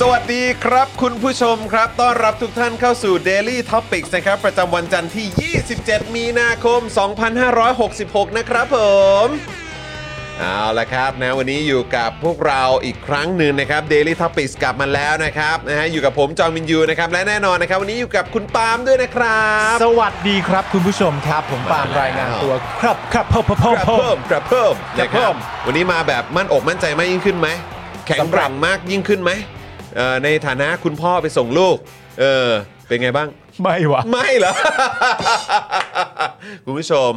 สวัสดีครับคุณผู้ชมครับ ต้อนรับทุกท่านเข้าสู่ Daily Topics นะครับ ประจำวันจันทร์ที่ 27 มีนาคม 2566 นะครับผม เอาละครับนะวันนี้อยู่กับพวกเราอีกครั้งหนึ่งนะครับ Daily Topics กลับมาแล้วนะครับนะฮะอยู่กับผมจอห์นวินยูนะครับ และแน่นอนนะครับ วันนี้อยู่กับคุณปาล์มด้วยนะครับ สวัสดีครับคุณผู้ชมครับ ผมปาล์มรายงานตัวครับครับพ่อพ่อพ่อก ระ พ่อ เพิ่มกระเพิ่ม กระเพิ่ม นะครับวันนี้มาแบบมั่นอกมั่นใจมากยิ่งขึ้นไหม แข็งแกร่งมากยิ่งขึ้นไหมเอ่อในฐานะคุณพ่อไปส่งลูก เออ เป็นไงบ้าง ไม่วะ ไม่เหรอ คุณผู้ชม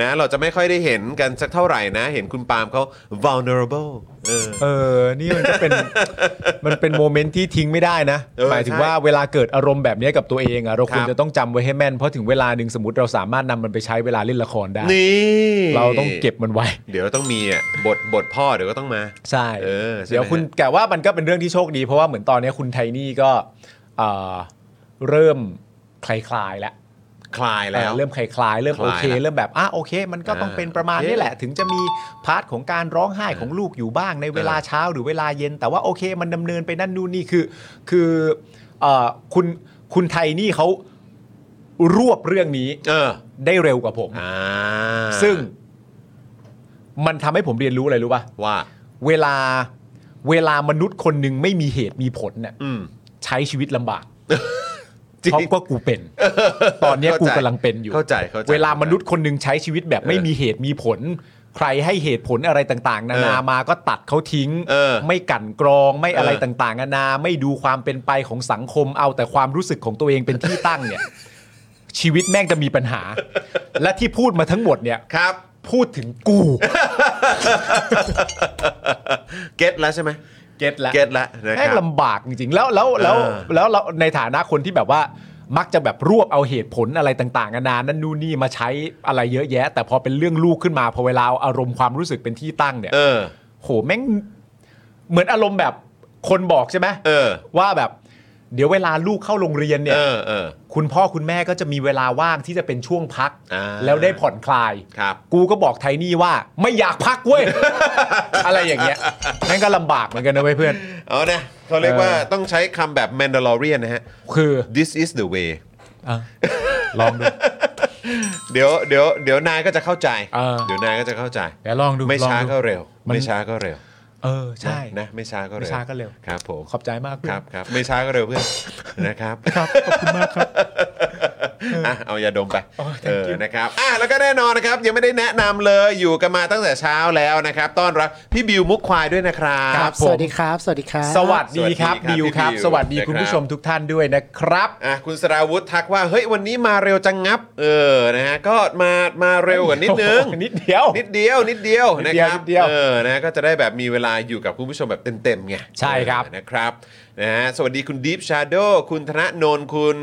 นะเราจะไม่ค่อยได้เห็นกันสักเท่าไหร่นะ เห็นคุณปาล์มเขา vulnerable เออ เออ นี่มันก็เป็น มันเป็นโมเมนต์ที่ทิ้งไม่ได้นะ เออ หมายถึง ใช่ ว่าเวลาเกิดอารมณ์แบบนี้กับตัวเองอะเราควครรับ จะต้องจำไว้ให้แม่น เพราะถึงเวลาหนึ่งสมมติเราสามารถนำมันไปใช้เวลาเล่นละครได้ นี่ เราต้องเก็บมันไว้ เดี๋ยวต้องมีอ่ะบทบทพ่อเดี๋ยวก็ต้องมา ใช่ เออใช่ไหม เดี๋ยวคุณ ฮะ แต่ว่ามันก็เป็นเรื่องที่โชคดี เพราะว่าเหมือนตอนนี้คุณไทนี่ก็เอ่อเริ่มคลายๆแล้ว คลายแล้ว เริ่มคลายๆเริ่ม ค โอ ลาย เค แล้ว เริ่มแบบอ่ะโอเค มันก็ต้อง อ่า เป็นประมาณ โอเค นี้แหละ ถึงจะมีพาร์ทของการร้องไห้ของลูกอยู่บ้างในเวลาเช้าหรือเวลาเย็น แต่ว่าโอเค มันดำเนินไปนั่นนู่นนี่คือ คือเอ่อคุณคุณไทยนี่เขารวบเรื่องนี้ เออ ได้เร็วกว่าผม อ่า ซึ่งมันทำให้ผมเรียนรู้อะไรรู้ป่ะ ว่า เวลาเวลามนุษย์คนหนึ่งไม่มีเหตุมีผลเนี่ย อืม ใช้ชีวิตลำบาก จริง เพราะว่ากูเป็น ตอนเนี้ยกูกำลังเป็นอยู่ เข้าใจเข้าใจ เวลามนุษย์คนหนึ่งใช้ชีวิตแบบไม่มีเหตุมีผล ใครให้เหตุผลอะไรต่างๆ นา เอ นา อ มาก็ตัดเขาทิ้ง เออ ไม่กลั่นกรองไม่อะไร เออ ต่างๆนานา ไม่ดูความเป็นไปของสังคมเอาแต่ความรู้สึกของตัวเองเป็นที่ตั้งเนี่ย ชีวิตแม่งจะมีปัญหา และที่พูดมาทั้งหมดเนี่ย ครับ พูดถึงกู เก็ตแล้วใช่ไหม เก็ตละ เก็ตแล้วนะค แม่ง รับ ลำบากจริงๆ แล้วแล้วแล้ว เออ แล้วเราในฐานะคนที่แบบว่า มักจะแบบรวบเอาเหตุผลอะไรต่างๆนานานั่นนู่นนี่มาใช้อะไรเยอะแยะ แต่พอเป็นเรื่องลูกขึ้นมาพอเวลาเอาอารมณ์ความรู้สึกเป็นที่ตั้งเนี่ย เออ โหแม่งเหมือนอารมณ์แบบคนบอกใช่ไหม เออ ว่าแบบ เดี๋ยวเวลาลูกเข้าโรงเรียนเนี่ย เออเออ คุณพ่อคุณแม่ก็จะมีเวลาว่างที่จะเป็นช่วงพัก อ่า แล้วได้ผ่อนคลาย ครับ กูก็บอกไทนี่ว่าไม่อยากพักเว้ย อะไรอย่างเงี้ยแม่งก็ลำบากเหมือนกันนะเว้ยเพื่อน เอานะเขาเรียกว่า เออ ต้องใช้คำแบบ Mandalorian นะฮะ คือ This is the way อ่ะลองดู เดี๋ยวเดี๋ยวเดี๋ยวนายก็จะเข้าใจ เออ เดี๋ยวนายก็จะเข้าใจ เดี๋ยวลองดู ไม่ช้า ลองดู ก็เร็ว มัน ไม่ช้าก็เร็ว เออใช่ นะนะไม่ช้าก็เร็ว ไม่ช้าก็เร็ว ครับผม ขอบใจมากเพื่ ค อ รั น บครับไม่ช้าก็เร็วเพื่อน นะครับ ครับขอบคุณมากครับ อ่ะเอายาดมไป โอ้ย thank เออ you นะครับอ่ะแล้วก็แน่นอนนะครับ ยังไม่ได้แนะนำเลยอยู่กันมาตั้งแต่เช้าแล้วนะครับ ต้อนรับพี่บิวมุกควายด้วยนะครั ครับ บ สวัสดีครับ สวัสดีครับ สวัสดีครับ สวัสดีครับ บิวครับ พี่บิว สวัสดี นะครับ คุณผู้ชมทุกท่านด้วยนะครับ อ่ะคุณสราวุธทักว่า เฮ้ย วันนี้มาเร็วจังงับ เออนะฮะก็มามาเร็วกว่านิดนึง นิดเดียว นิดเดียว นิดเดียว นิ นะ ดคเดียว รับ นิดเดียว เออนะก็จะได้แบบมีเวลาอยู่กับคุณผู้ชมแบบเต็มๆไง ใช่ครับ เออนะครับนะฮะสวัสดีคุณ Deep Shadow คุณธนนนท์คุณ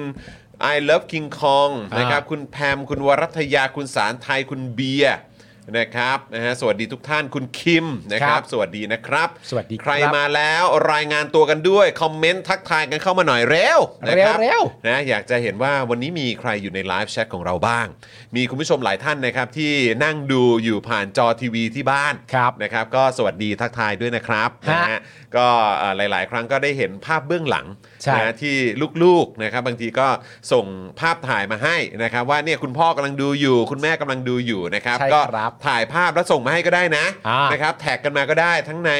I love King Kong นะครับคุณแพม คุณวรัตยาคุณสารไทยคุณเบียร์ นะครับนะฮะสวัสดีทุกท่านคุณคิมนะครับ ครับ สวัสดีนะครับ สวัสดีครับ ใครมาแล้วรายงานตัวกันด้วย คอมเมนต์ทักทายกันเข้ามาหน่อยเร็วนะคบ เร็ว นะอยากจะเห็นว่าวันนี้มีใครอยู่ในไลฟ์แชทของเราบ้าง มีคุณผู้ชมหลายท่านนะครับ ที่นั่งดูอยู่ผ่านจอทีวีที่บ้าน ครับ นะครับก็สวัสดีทักทายด้วยนะครับ ฮะ นะฮะก็เอ่อหลาย ๆ ครั้งก็ได้เห็นภาพเบื้องหลัง ใช่ นะฮะที่ลูกๆนะครับบางทีก็ส่งภาพถ่ายมาให้นะครับว่าเนี่ยคุณพ่อกำลังดูอยู่ คุณแม่กำลังดูอยู่นะครับ ใช่ ก็ ครับ ถ่ายภาพแล้วส่งมาให้ก็ได้นะ อ่าน นะครับแท็กกันมาก็ได้ทั้งใน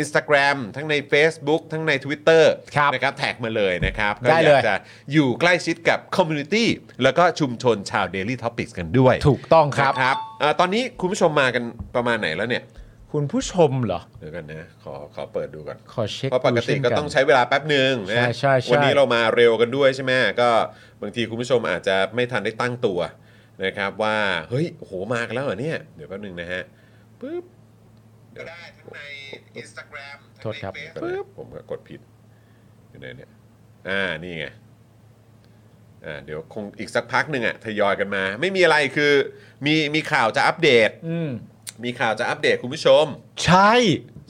Instagram ทั้งใน Facebook ทั้งใน Twitter ครับ นะครับแท็กมาเลยนะครับก็ ได้เลอายย กจะอยู่ใกล้ชิดกับคอมมูนิตี้แล้วก็ชุมชนชาว Daily Topics กันด้วย ถูกต้องครับ นะครับเอ่อตอนนี้คุณผู้ชมมากันประมาณไหนแล้วเนี่ย คุณผู้ชมเหรอ เดี๋ยวกันนะขอขอเปิดดูก่อน ขอเช็ค เพราะปกติ ดูเช่น ก็ น ต้องใช้เวลาแป๊บหนึ่ง ใช่ นะ ใช่ใช่ วันนี้เรามาเร็วกันด้วยใช่ไหมก็บางทีคุณผู้ชมอาจจะไม่ทันได้ตั้งตัวนะครับว่าเฮ้ยโหมากันแล้วเหรอเนี่ยเดี๋ยวแป๊บหนึ่งนะฮะปึ๊บก็ได้ทั้งใน Instagram โทษครับ ปึ๊บผมก็กดผิดอยู่ไหนเนี่ยอ่านี่ไงอ่าเดี๋ยวคงอีกสักพักหนึ่งอะทยอยกันมา ไม่มีอะไรคือมีมีข่าวจะอัปเดต อืม มีข่าวจะอัปเดตคุณผู้ชม ใช่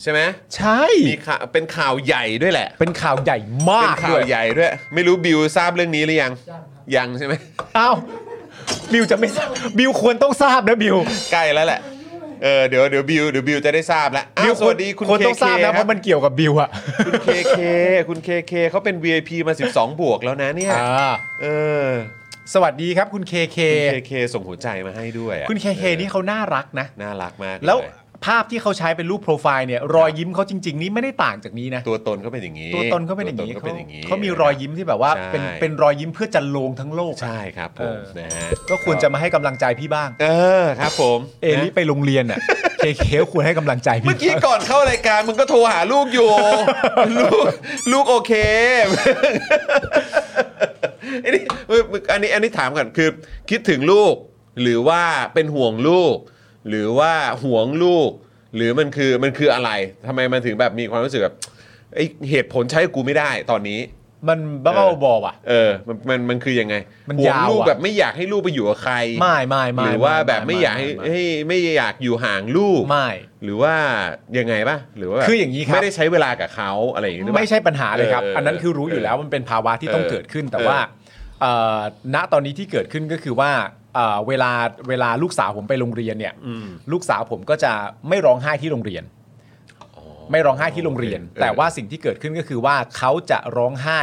ใช่ไหม ใช่ มีข่าวเป็นข่าวใหญ่ด้วยแหละ เป็นข่าวใหญ่มา เป็น ก ข่า ด้ ว วย ใหญ่ด้วย ไม่รู้บิวทราบเรื่องนี้หรือยัง ยังใช่ไหม เอ้าบิวจะไม่ทราบบิวควรต้องทราบนะบิว ใกล้แล้วแหละ เออเดี๋ยวเดี๋ยวบิวเดี๋ยวบิวจะได้ทราบแล้วอ้า บิว สวัสดีคุณ คน เค ต้อง เค ทราบนะเพราะมันเกี่ยวกับบิวอะ คุณเคเคคุณเคเคเขาเป็น VIP มา 12 บวกแล้วนะเนี่ย อ่า เออ สวัสดีครับคุณเคเค คุณเคเคส่งหัวใจมาให้ด้วยอะ คุณเคเคนี่เขาน่ารักนะ น่ารักมากเย แล้วภาพที่เขาใช้เป็นรูปโปรไฟล์เนี่ยรอยยิ้มเขาจริง ๆ นี่ไม่ได้ต่างจากนี้นะ ตัวตนก็เป็นอย่างนี้ ตัวตนเขาเป็นอย่างนี้ ตัวตก็เป็นอย่างนี้ เขามีรอยยิ้มที่แบบว่า ใช่ เป็นเป็นรอยยิ้มเพื่อจันโลงทั้งโลกอะ ใช่ครับผม เออ นะฮะ ก็ควรจะมาให้กำลังใจพี่บ้าง เออครับผม เอลิ นะ ไปโรงเรียนอ่ะ เคเคควรให้กำลังใจพี่ เมื่อกี้ก่อนเข้ารายการมึงก็โทรหาลูกอยู่ ลูกลูกโอเค อันนี้อันนี้อันนี้ถามก่อนคือ คิดถึงลูก หรือว่าเป็นห่วงลูก หรือว่าห่วงลูก หรือมันคือมันคืออะไรทำไมมันถึงแบบมีความรู้สึกแบบไอเหตุผลใช้กูไม่ได้ตอนนี้ มันบ้าๆบอๆอ่ะ เออมันมันมันคือยังไง มัน ห่วง ยาวอะ ลูกแบบไม่อยากให้ลูกไปอยู่กับใคร ไม่ไม่ไม่ หรือว่าแบบไม่อยากให้ ไม่ ให้ไม่อยากอยู่ห่างลูก ไม่ หรือว่ายังไงป่ะหรือว่าแบบ คืออย่างนี้ครับ ไม่ได้ใช้เวลากับเขาอะไรอย่างนี้หรือเปล่า ไม่ใช่ปัญหาเลยครับ เอออั อันนั้นคือรู้อยู่แล้วมันเป็นภาวะที่ต้อง เออ เกิดขึ้น แต่ เออ ว่าเอ่อณตอนนี้ที่เกิดขึ้นก็คือว่าเอ่อเวลาเวลาลูกสาวผมไปโรงเรียนเนี่ย อืม ลูกสาวผมก็จะไม่ร้องไห้ที่โรงเรียน ไม่ร้องไห้ที่โรงเรียน โอเค แต่ว่าสิ่งที่เกิดขึ้นก็คือว่าเขาจะร้องไห้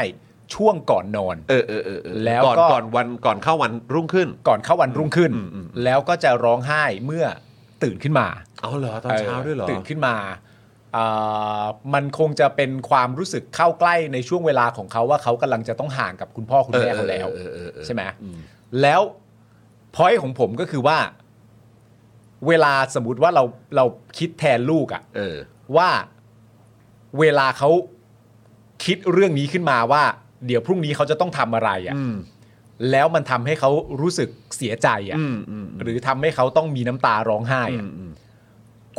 ช่วงก่อนนอน เออเออเออเออ แล้ว ก่อน ก็ ก่อนวันก่อนเข้าวันรุ่งขึ้น ก่อนเข้าวันรุ่งขึ้น อืมอืมอืม แล้วก็จะร้องไห้เมื่อตื่นขึ้นมา เอาเหรอตอนเช้าด้วยเหรอ ตื่นขึ้นมาเอ่อมันคงจะเป็นความรู้สึกเข้าใกล้ในช่วงเวลาของเขาว่าเขากำลังจะต้องห่างกับคุณพ่อคุณแม่เขาแล้ว เออเออเออเออ ใช่ไหม อืม แล้วพอยของผมก็คือว่า เวลาสมมติว่าเราเราคิดแทนลูกอะ เออ ว่าเวลาเขาคิดเรื่องนี้ขึ้นมาว่า เดี๋ยวพรุ่งนี้เขาจะต้องทำอะไรอะ อืม แล้วมันทำให้เขารู้สึกเสียใจอะ อืมอืม หรือทำให้เขาต้องมีน้ำตาร้องไห้ อื อะ มอืม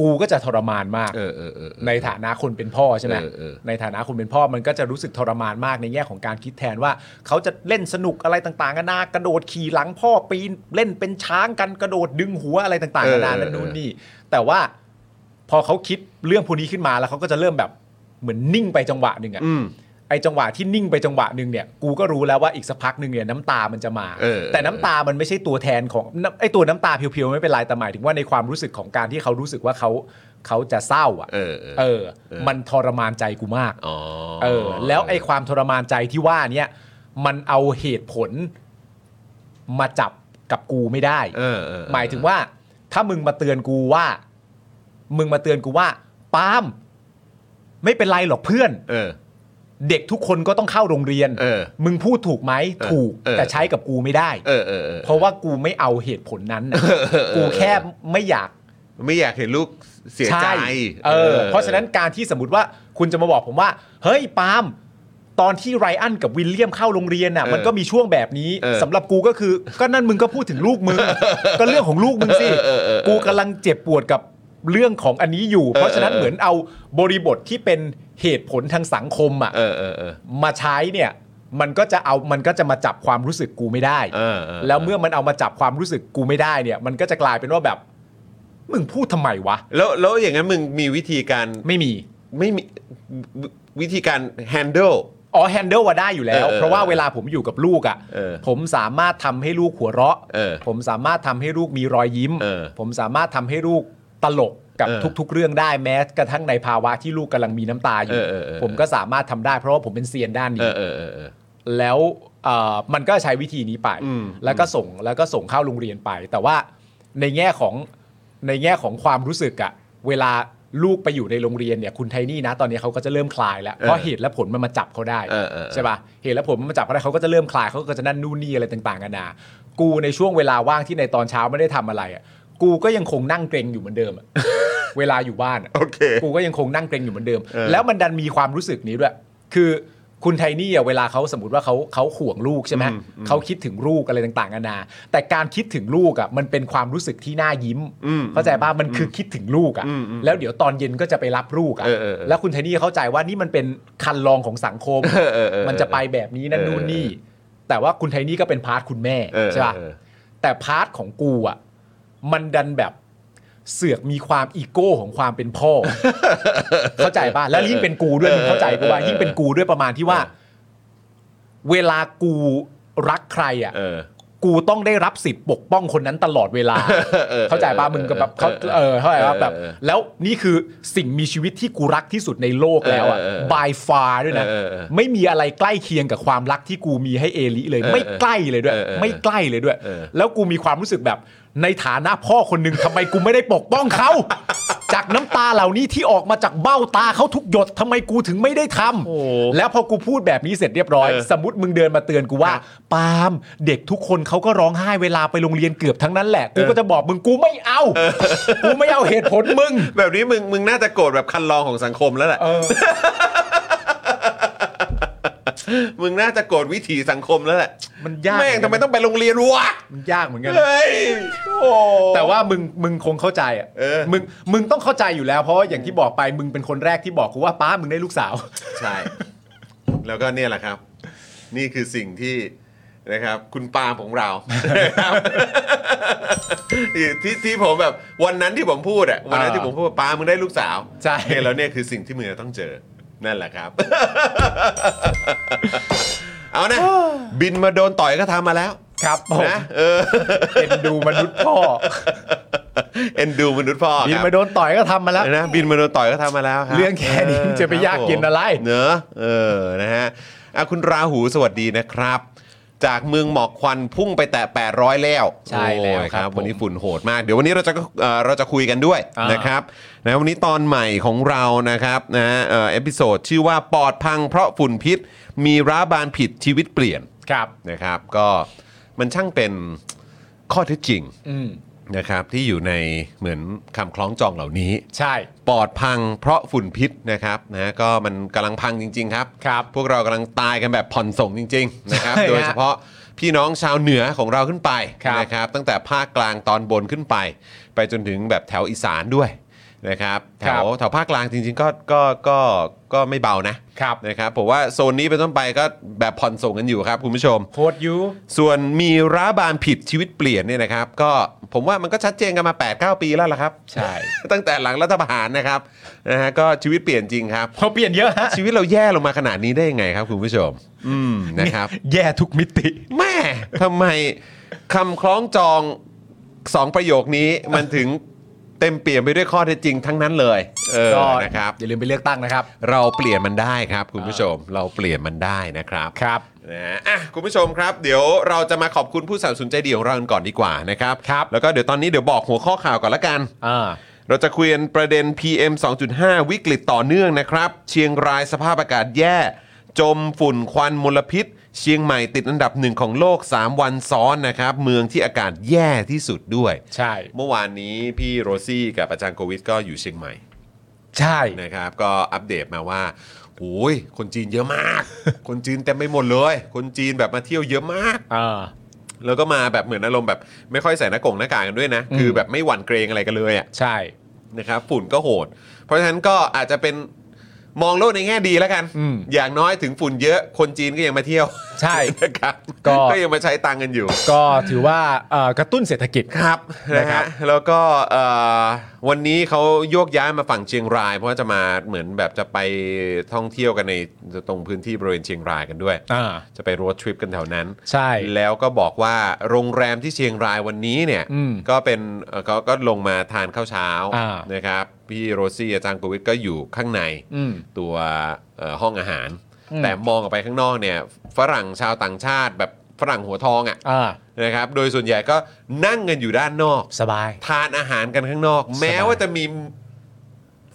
กูก็จะทรมานมาก เออเออเออเออ ในฐานะคนเป็นพ่อใช่ไหม เออเออ ในฐานะคนเป็นพ่อมันก็จะรู้สึกทรมานมากในแง่ของการคิดแทนว่า เขาจะเล่นสนุกอะไรต่างๆนานากระโดดขี่หลังพ่อปีนเล่นเป็นช้างกันกระโดดดึงหัวอะไรต่าง เอ ๆ อ นานา เออ นั่นนู่นนี่ แต่ว่าพอเขาคิดเรื่องพวกนี้ขึ้นมาแล้วเขาก็จะเริ่มแบบเหมือนนิ่งไปจังหวะหนึ่งอะ อืม ไอจังหวะที่นิ่งไปจังหวะหนึ่งเนี่ยกูก็รู้แล้วว่าอีกสักพักหนึ่งเนี่ยน้ำตามันจะมา เออเออ แต่น้ำตามันไม่ใช่ตัวแทนของน้ำไอตัวน้ำตาเพียวๆไม่เป็นไรแต่หมายถึงว่าในความรู้สึกของการที่เขารู้สึกว่าเขาเขาจะเศร้าอะ เออเออ เออ เออ มันทรมานใจกูมาก อ๋อ เออ แล้วไอ้ความทรมานใจที่ว่าเนี่ยมันเอาเหตุผลมาจับกับกูไม่ได้ เออเออ หมายถึงว่า ถ้ามึงมาเตือนกูว่า มึงมาเตือนกูว่าปาล์มไม่เป็นไรหรอกเพื่อน เออ เด็กทุกคนก็ต้องเข้าโรงเรียน เออ มึงพูดถูกไหม เออ ถูก เออ แต่ใช้กับกูไม่ได้ เออเออเออ เพราะว่ากูไม่เอาเหตุผลนั้นน่ะกูแค่ไม่อยาก ไม่อยากเห็นลูกเสียใจ ช่เออ เพราะฉะนั้นการที่สมมติว่าคุณจะมาบอกผมว่า เฮ้ยปาล์มตอนที่ไรอันกับวิลเลียมเข้าโรงเรียนน่ะ มันก็มีช่วงแบบนี้สำหรับกูก็คือ ก็นั่นมึงก็พูดถึงลูก มึง ก็เรื่องของลูกมึงสิ กูกำลังเจ็บปวดกับเรื่องของอันนี้อยู่ เพราะฉะนั้นเหมือนเอาบริบทที่เป็นเหตุผลทางสังคมอ่ะ เออเออเออ มาใช้เนี่ย มันก็จะเอามันก็จะมาจับความรู้สึกกูไม่ได้ เออเออ แล้วเมื่อมันเอามาจับความรู้สึกกูไม่ได้เนี่ย มันก็จะกลายเป็นว่าแบบ มึงพูดทำไมวะ แล้วแล้วอย่างนั้นมึงมีวิธีการ ไม่มี ไม่มีวิวิธีการ handle อ๋อแฮนเดิลว่าได้อยู่แล้ว เออ เพราะว่าเวลาผมอยู่กับลูกอ่ะ เออ ผมสามารถทำให้ลูกหัวเราะ เออ ผมสามารถทำให้ลูกมีรอยยิ้ม เออ ผมสามารถทำให้ลูกตลกกับ เออ ทุก ๆ เรื่องได้แม้กระทั่งในภาวะที่ลูกกำลังมีน้ำตาอยู่ เออเออเออ ผมก็สามารถทำได้เพราะว่าผมเป็นเซียนด้าน เอ นี้ อเออเออเออ แล้วเอ่อมันก็ใช้วิธีนี้ไป อืม แล้วก็ส่งแล้วก็ส่งเข้าโรงเรียนไป แต่ว่าในแง่ของในแง่ของความรู้สึกอะเวลาลูกไปอยู่ในโรงเรียนเนี่ยคุณไทนี่นะ ตอนนี้เขาก็จะเริ่มคลายแล้ว เพราะเหตุและผลมันมาจับเขาได้ เออเออเออ ใช่ปะเหตุและผลมันมาจับเขาได้เขาก็จะเริ่มคลายเขาก็จะนั่นนู่นนี่อะไรต่างๆกันานากูในช่วงเวลาว่างที่ในตอนเช้าไม่ได้ทำอะไรอะกูก็ยังคงนั่งเกรงอยู่เหมือนเดิมอะ เวลาอยู่บ้านอะ โอเค กูก็ยังคงนั่งเกรงอยู่เหมือนเดิม เออ แล้วมันดันมีความรู้สึกนี้ด้วย คือคุณไทนี่อะเวลาเขาสมมติว่าเขาเขาห่วงลูกใช่ไหม อืมอืม เขาคิดถึงลูกอะไรต่างๆนานา แต่การคิดถึงลูกอ่ะมันเป็นความรู้สึกที่น่ายิ้ม อืม เข้าใจป่ะมันคือคิดถึงลูกอ่ะ อืมอืม แล้วเดี๋ยวตอนเย็นก็จะไปรับลูกอ่ะ เออเออเออ แล้วคุณไทนี่เข้าใจว่านี่มันเป็นคันลองของสังคม เออเออเออ มันจะไปแบบนี้นั่น เออ นู่นนี่ แต่ว่าคุณไทนี่ก็เป็นพาร์ทคุณแม่ เออ ใช่ป่ะ เออ แต่พาร์ทของกูอ่ะ มันดันแบบเสือกมีความอีโก้ของความเป็น พ่อ เข้าใจป่ะ แล้วยิ่งเป็นกูด้วยมึงเข้าใจกูว่ายิ่งเป็นกูด้วยประมาณที่ว่า เออ เวลากูรักใครอ่ะ เออ กูต้องได้รับสิทธิ์ปกป้องคนนั้นตลอดเวลา เออ เข้าใจป่ะ เออ มึงก็แบบเขา เออ เออเข้าใจป่ะแบบ เออเออ แล้วนี่คือสิ่งมีชีวิตที่กูรักที่สุดในโลกแล้วอ่ะ เออเออเออ by far ด้วยนะ เออเออเออ ไม่มีอะไรใกล้เคียงกับความรักที่กูมีให้เอลิเลย เออเออ ไม่ใกล้เลยด้วย เออเออ ไม่ใกล้เลยด้วย เออ แล้วกูมีความรู้สึกแบบ ในฐานะพ่อคนหนึ่งทำไมกูไม่ได้ปกป้องเขา จากน้ำตาเหล่านี้ที่ออกมาจากเบ้าตาเขาทุกหยดทำไมกูถึงไม่ได้ทำ โอ้ แล้วพอกูพูดแบบนี้เสร็จเรียบร้อย เออ สมมติมึงเดินมาเตือนกูว่า ครับ ปาล์มเด็กทุกคนเขาก็ร้องไห้เวลาไปโรงเรียนเกือบทั้งนั้นแหละ กู เออ ก็จะบอกมึงกูไม่เอา กูไม่เอาเหตุผลมึง แบบนี้มึงมึงน่าจะโกรธแบบคันลองของสังคมแล้วแหละ เออ มึงน่าจะโกรธวิถีสังคมแล้วแหละ มันยาก แม่งทำไมต้องไปโรงเรียนวะ มันยากเหมือนกัน เฮ้ยโอ้ แต่ว่ามึงมึงคงเข้าใจอ่ะ เออ มึงมึงต้องเข้าใจอยู่แล้วเพราะว่าอย่างที่บอกไปมึงเป็นคนแรกที่บอกกูว่าป้ามึงได้ลูกสาว ใช่ แล้วก็เนี่ยแหละครับ นี่คือสิ่งที่นะครับ คุณปาล์มของเรา นะครับที่ที่ที่ผมแบบวันนั้นที่ผมพูดอะวันนั้นที่ผมพูดว่าปาล์มมึงได้ลูกสาว ใช่ เนี่ยแล้วเนี่ยคือสิ่งที่มึงจะต้องเจอนั่นแหละ ครับ เอานะ บินมาโดนต่อยก็ทำมาแล้ว ครับผม นะเออ เอ็นดูมนุษย์พ่อ เอ็นดูมนุษย์พ่อครับ บินมาโดนต่อยก็ทำมาแล้ว นะบินมาโดนต่อยก็ทำมาแล้วครับ เรื่องแค่นี้จะไปยากเย็นอะไร ครับผมเนอะเออนะฮะอ่ะคุณราหูสวัสดีนะครับ จากเมืองหมอกควันพุ่งไปแตะ 800 แล้ว ใช่แล้ว โอ้ย ครับผม วันนี้ฝุ่นโหดมาก เดี๋ยววันนี้เราจะเอ่อเราจะคุยกันด้วย อ่าน นะครับนะวันนี้ตอนใหม่ของเรานะครับนะเอ่อเอพิโซดชื่อว่าปอดพังเพราะฝุ่นพิษ มีร้าบานผิดชีวิตเปลี่ยน ครับ นะครับ ก็มันช่างเป็นข้อเท็จจริง อืม นะครับที่อยู่ในเหมือนคำคล้องจองเหล่านี้ ใช่ ปอดพังเพราะฝุ่นพิษนะครับนะก็มันกำลังพังจริง ๆ ครับ ครับ พวกเรากำลังตายกันแบบผ่อนส่งจริง ๆ นะครับ ใช่ฮะ โดยเฉพาะพี่น้องชาวเหนือของเราขึ้นไป ครับ นะครับ ตั้งแต่ภาคกลางตอนบนขึ้นไป ไปจนถึงแบบแถวอีสานด้วยนะครับแถวแถวภาคกลางจริง ๆ ก็ก็ก็ก็ไม่เบานะครับ นะครับผมว่าโซนนี้เป็นต้นไปก็แบบผ่อนส่งกันอยู่ครับคุณผู้ชม โคตรยู ส่วนมีร้าบานผิดชีวิตเปลี่ยนเนี่ยนะครับ ก็ผมว่ามันก็ชัดเจนกันมา 8-9 ปีแล้วล่ะครับ ใช่ ตั้งแต่หลังรัฐประหารนะครับนะฮะก็ชีวิตเปลี่ยนจริงครับ พอเปลี่ยนเยอะฮะ ชีวิตเราแย่ลงมาขนาดนี้ได้ยังไงครับ คุณผู้ชม อื มนะครับ แย่ทุกมิติ แม่ทำไมคำคล้องจองสองประโยคนี้มันถึงเต็มเปี่ยมไปด้วยข้อเท็จจริงทั้งนั้นเลย เออ ก็ นะครับ อย่าลืมไปเลือกตั้งนะครับ เราเปลี่ยนมันได้ครับ คุณผู้ชมเราเปลี่ยนมันได้นะครับ ครับ นะฮะอ่ะคุณผู้ชมครับ เดี๋ยวเราจะมาขอบคุณผู้สนับสนุนใจดีของเรากันก่อนดีกว่านะครับ ครับ แล้วก็เดี๋ยวตอนนี้เดี๋ยวบอกหัวข้อข่าวก่อนละกัน อ่า เราจะคุยกันประเด็น PM 2.5 วิกฤตต่อเนื่องนะครับ เชียงรายสภาพอากาศแย่ จมฝุ่นควันมลพิษ เชียงใหม่ติดอันดับหนึ่งของโลก 3 วันซ้อนนะครับ เมืองที่อากาศแย่ที่สุดด้วย ใช่ เมื่อวานนี้พี่โรซี่กับอาจารย์โควิดก็อยู่เชียงใหม่ ใช่ นะครับก็อัปเดตมาว่าโอ้ยคนจีนเยอะมาก คนจีนเต็มไปหมดเลย คนจีนแบบมาเที่ยวเยอะมาก อ่า แล้วก็มาแบบเหมือนอารมณ์แบบ ไม่ค่อยใส่หน้ากงหน้ากากกันด้วยนะ คือแบบไม่หวั่นเกรงอะไรกันเลยอะ ใช่ นะครับฝุ่นก็โหด เพราะฉะนั้นก็อาจจะเป็น มองโลกในแง่ดีแล้วกัน อืม อย่างน้อยถึงฝุ่นเยอะคนจีนก็ยังมาเที่ยว ใช่ นะครับ ก็ ก็ยังมาใช้ตังค์กันอยู่ ก็ถือว่าเอ่อกระตุ้นเศรษฐกิจ ครับนะ นะครั ฮะ บ แล้วก็เอ่อวันนี้เขาโยกย้ายมาฝั่งเชียงราย เพราะว่าจะมาเหมือนแบบจะไปท่องเที่ยวกันในตรงพื้นที่บริเวณเชียงรายกันด้วย อ่า จะไปรถทริปกันแถวนั้น ใช่ แล้วก็บอกว่าโรงแรมที่เชียงรายวันนี้เนี่ย อืม ก็เป็นเอ่อเขาก็ลงมาทานข้าวเช้า อ่า นะครับพี่โรซี่อาจารย์โกวิทก็อยู่ข้างใน อืม ตัวเอ่อห้องอาหาร อืม แต่มองออกไปข้างนอกเนี่ยฝรั่งชาวต่างชาติแบบฝรั่งหัวทองอ่ะ อ่า นะครับโดยส่วนใหญ่ก็นั่งกันอยู่ด้านนอก สบาย ทานอาหารกันข้างนอก สบาย แม้ว่าจะมี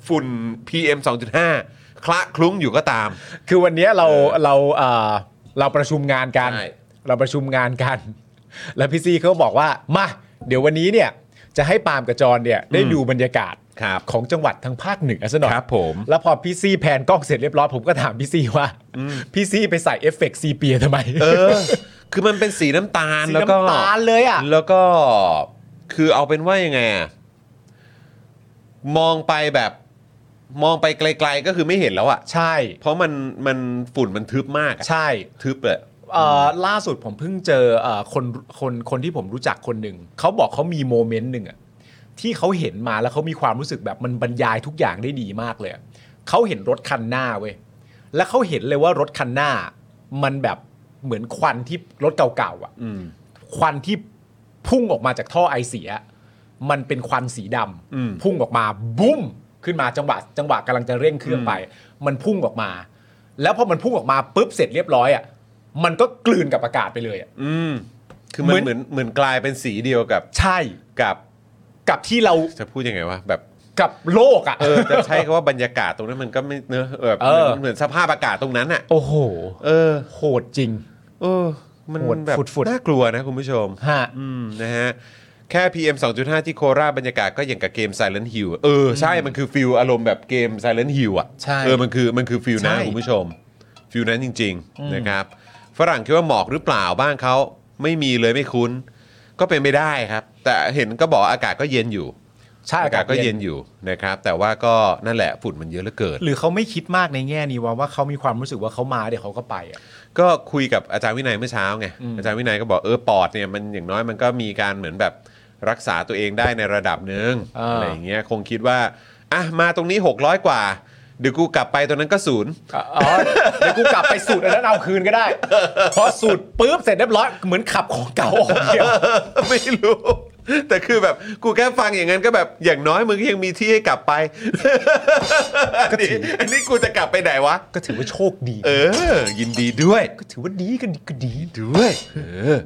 ฝุ่น PM 2.5 คละคลุ้งอยู่ก็ตาม คือวันเนี้ยเรา เออ เราเอ่อเราประชุมงานกัน ใช่ เราประชุมงานกัน แล้วพี่ซีเขาบอกว่ามาเดี๋ยววันนี้เนี่ยจะให้ปาล์มกับจรเนี่ยได้ดูบรรยากาศ ครับ ของจังหวัดทางภาคเหนือซะหน่อย ครับผม แล้วพอพี่ซีแผนกล้องเสร็จเรียบร้อยผมก็ถามพี่ซีว่าพี่ซีไปใส่เอฟเฟกต์ซีเปียทำไม เออ คือมันเป็นสีน้ำตาล สี แล้วก็ น้ำตาลเลยอ่ะ แล้วก็คือเอาเป็นว่ายังไงอะมองไปแบบมองไปไกลๆก็คือไม่เห็นแล้วอะ ใช่ เพราะมันมันฝุ่นมันทึบมากอะ ใช่ ทึบเลย เอ่อล่าสุดผมเพิ่งเจอเอ่อคนคนคนที่ผมรู้จักคนหนึ่งเขาบอกเขามีโมเมนต์หนึ่งอะที่เขาเห็นมาแล้วเขามีความรู้สึกแบบมันบรรยายทุกอย่างได้ดีมากเลยอะเขาเห็นรถคันหน้าเว้ยแล้วเขาเห็นเลยว่ารถคันหน้า มันแบบเหมือนควันที่รถเก่าๆอะ อืม ควันที่พุ่งออกมาจากท่อไอเสีย มันเป็นควันสีดำ อืม พุ่งออกมาบุ้มขึ้นมาจังหวะจังหวะกำลังจะเร่งเครื่องไป มันพุ่งออกมา แล้วพอมันพุ่งออกมาปุ๊บเสร็จเรียบร้อยอ่ะมันก็กลืนกับอากาศไปเลยอ่ะ อืม คือมัน เห เห มื มื อ อน นเหมือนกลายเป็นสีเดียวกับ ใช่ กับ กับที่เรา จะพูดยังไงวะแบบ กับโลกอ่ะ เออจะใช้คำว่าบรรยากาศตรงนั้นมันก็ไม่เนอะแบบ เออ เหมือนสภาพอากาศตรงนั้นอ่ะ โอ้โห เออ โหดจริง เออ มัน โหด แบบ ฝุดๆ น่ากลัวนะคุณผู้ชม ฮะ อืมนะฮะ แค่ PM 2.5 ที่โคราชบรรยากาศก็อย่างกับเกม Silent Hill เออ ใช่มันคือฟิลอารมณ์แบบเกม Silent Hill อ่ะ ใช่ เออมันคือมันคือฟิลนั้น ใช่ คุณผู้ชมฟิลนั้นจริง ๆ นะครับ ฝรั่งคิดว่าหมอกหรือเปล่าบ้านเขาไม่มีเลยไม่คุ้น ก็เป็นไม่ได้ครับ แต่เห็นก็บอกอากาศก็เย็นอยู่ ใช่ อากาศก็เย็นอยู่นะครับ แต่ว่าก็นั่นแหละฝุ่นมันเยอะเหลือเกิน หรือเขาไม่คิดมากในแง่นี้ว่าว่าเขามีความรู้สึกว่าเขามาเดี๋ยวเขาก็ไปอ่ะ ก็คุยกับอาจารย์วินัยเมื่อเช้าไงอาจารย์วินัยก็บอกเออปอดเนี่ยมันอย่างน้อยมันก็มีการเหมือนแบบรักษาตัวเองได้ในระดับหนึ่ง อ่า อะไรอย่างเงี้ยคงคิดว่าอ่ะมาตรงนี้ 600 กว่าเดี๋ยวกูกลับไปตรงนั้นก็ศูนย์ ะอ๋อเดี๋ยวกูกลับไปสูตรอันนั้นเอาคืนก็ได้ พอสูตรปุ๊บเสร็จเรียบร้อยเหมือนขับของเก่าออกเดียว ไม่รู้ แต่คือแบบกูแค่ฟังอย่างนั้นก็แบบอย่างน้อยมึงก็ยังมีที่ให้กลับไป ก็ อัน ถื นี้ อ อันนี้กูจะกลับไปไหนวะ ก็ถือว่าโชคดี เออ ยินดีด้วย ก็ถือว่าดีก็ดีก็ดี ด้วยเออ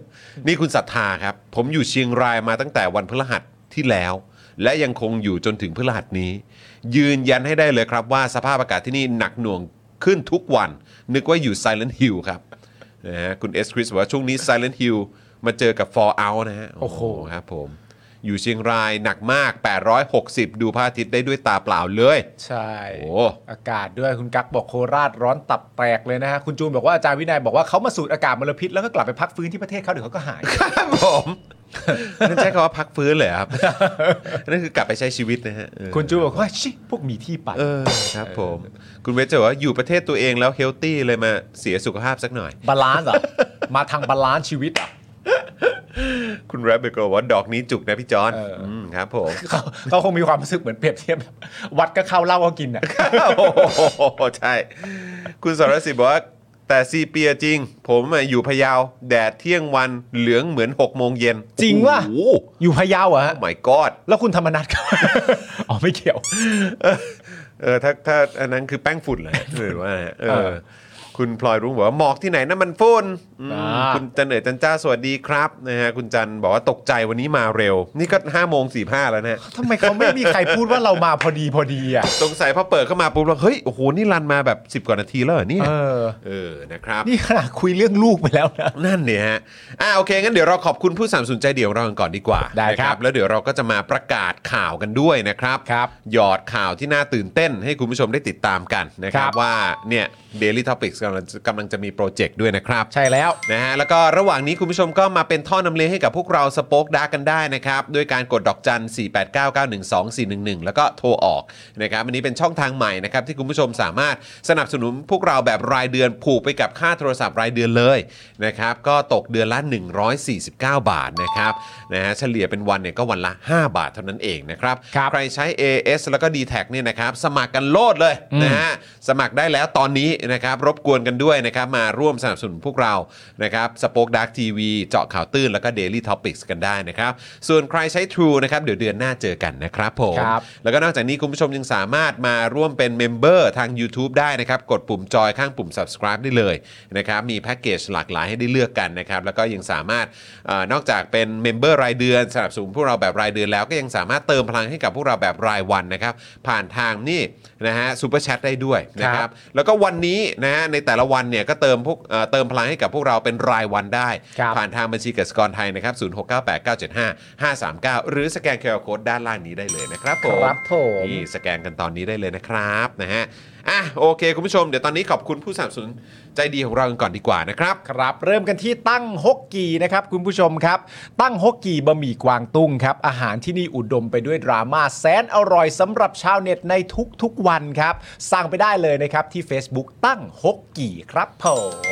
นี่คุณศรัทธาครับ ผมอยู่เชียงรายมาตั้งแต่วันพฤหัสที่แล้ว และยังคงอยู่จนถึงพฤหัสนี้ ยืนยันให้ได้เลยครับว่าสภาพอากาศที่นี่หนักหน่วงขึ้นทุกวัน นึกว่าอยู่ Silent Hill ครับนะฮะคุณเอสคริสบอกว่าช่วงนี้ Silent Hill มาเจอกับ Fallout นะฮะ โอ้โห ครับผมอยู่เชียงรายหนักมาก 860 ดูพระอาทิตย์ได้ด้วยตาเปล่าเลย ใช่ โอ้ อากาศด้วยคุณกั๊กบอกโคราชร้อนตับแตกเลยนะฮะคุณจูนบอกว่าอาจารย์วินัยบอกว่าเขามาสูดอากาศมลพิษแล้วก็กลับไปพักฟื้นที่ประเทศเขาเดี๋ยวเขาก็หาย ครับผม นั่นใช้คำว่าพักฟื้นเลยครับ นั่นคือกลับไปใช้ชีวิตนะฮะเออ คุณจูนบอกว่าชิพวกมีที่ไป เออครับผม คุณเวจจะบอกว่าอยู่ประเทศตัวเองแล้วเฮลตี้เลยมาเสียสุขภาพสักหน่อย บาลานซ์เหรอ มาทางบาลานซ์ชีวิตเหรอ่ะ คุณแรปเบอร์ก็บอกว่าดอกนี้จุกนะพี่จอน เอออื มครับผม เขาเขาคงมีความรู้สึกเหมือนเปรียบเทียบแบบวัดก็เข้าเหล่าก็กินอ่ะ โอ้โหใช่ คุณสรสิทธิ์บอกว่า แต่ซีเปียจริง ผมอะอยู่พะเยาแดดเที่ยงวันเหลืองเหมือน 6 โมงเย็น จริงวะ โอ้ อยู่พะเยาเหรอฮะ ไม่กอด แล้วคุณธรรมนัทก็ อ๋อไม่เกี่ยว เออถ้าถ้าอันนั้นคือแป้งฝุ่นเลย หรือว่าเอ เอ อ อ คุณพลอยรุ้งบอกว่าหมอกที่ไหนนั่นมันฝุ่นอืม อ่า คุณจันเหนือจันจ้าสวัสดีครับนะฮะคุณจันบอกว่าตกใจวันนี้มาเร็ว นี่ก็5้าโมงสี่ห้าแล้วนะฮะ ทำไมเขาไม่มีใครพูดว่าเรามาพอดีพอดีอ่ะ สงสัยพอเปิดเข้ามาปุ๊บเราเฮ้ย โอ้โห นี่รันมาแบบ 10 กว่านาทีแล้วเหรอเนี่ย เออ เออนะครับ นี่ขนาดคุยเรื่องลูกไปแล้วนะ นั่นเนี่ยฮะ อ่าโอเค งั้นเดี๋ยวเราขอบคุณผู้สามสนุนใจเดี่ยวเรากันก่อนดีกว่า ได้ นะครับ แล้วเดี๋ยวเราก็จะมาประกาศข่าวกันด้วยนะครับ ครับ หยอดข่าวที่น่าตื่นเต้นให้คุณผู้ชมได้ติดตามกันนะครับ ครับ ว่าเนี่ย Daily Topics กำลังกำลังจะมีโปรเจกต์ด้วยนะครับ ใช่แล้ว นะฮะแล้วก็ระหว่างนี้คุณผู้ชมก็มาเป็นท่อนำเลี้ยงให้กับพวกเราสป็อคดาร์กกันได้นะครับด้วยการกดดอกจัน 4 8 9 9 1 2 4 1 1 แล้วก็โทรออกนะครับอันนี้เป็นช่องทางใหม่นะครับที่คุณผู้ชมสามารถสนับสนุนพวกเราแบบรายเดือนผูกไปกับค่าโทรศัพท์รายเดือนเลยนะครับก็ตกเดือนละ 149 บาทนะครับนะฮะเฉลี่ยเป็นวันเนี่ยก็วันละ 5 บาทเท่านั้นเองนะครับ ครับ ใครใช้ AS แล้วก็ d t แทเนี่ยนะครับสมัครกันโลดเลยนะฮะสมัครได้แล้วตอนนี้นะครับรบกวนกันด้วยนะครับมาร่วมสนับสนุนพวกเรา นะครับสป็อคดักทีวีเจาะข่าวตื้น แล้วก็ Daily Topics กันได้นะครับ ส่วนใครใช้ True นะครับ เดี๋ยวเดือนหน้าเจอกันนะครับผม ครับ แล้วก็นอกจากนี้คุณผู้ชมยังสามารถมาร่วมเป็นเมมเบอร์ทาง YouTube ได้นะครับ กดปุ่มจอยข้างปุ่ม subscribe ได้เลยนะครับ มีแพ็กเกจหลากหลายให้ได้เลือกกันนะครับ แล้วก็ยังสามารถเออนอกจากเป็นเมมเบอร์รายเดือนสนับสนุนพวกเราแบบรายเดือนแล้วก็ยังสามารถเติมพลังให้กับพวกเราแบบรายวันนะครับ ผ่านทางนี่นะฮะซูเปอร์แชทได้ด้วยนะครับ แล้วก็วันนี้นะฮะในแต่ละวันเนี่ยก็เติมพวกเอ่อเติมพลังให้กับพวกเราเป็นรายวันได้ ครับ ผ่านทางบัญชีกสิกรไทยนะครับ0698975539 หรือสแกนเคอร์โคดด้านล่างนี้ได้เลยนะครับผม ครับผม นี่สแกนกันตอนนี้ได้เลยนะครับนะฮะอ่ะโอเค คุณผู้ชมเดี๋ยวตอนนี้ขอบคุณผู้สนับสนุนใจดีของเรากันก่อนดีกว่านะครับ ครับเริ่มกันที่ตั้งฮกกีนะครับคุณผู้ชมครับ ตั้งฮกกีบะหมี่กวางตุ้งครับอาหารที่นี่อุดมไปด้วยดราม่าแสนอร่อยสำหรับชาวเน็ตในทุกๆวันครับ สั่งไปได้เลยนะครับที่ Facebook ตั้งฮกกีครับผ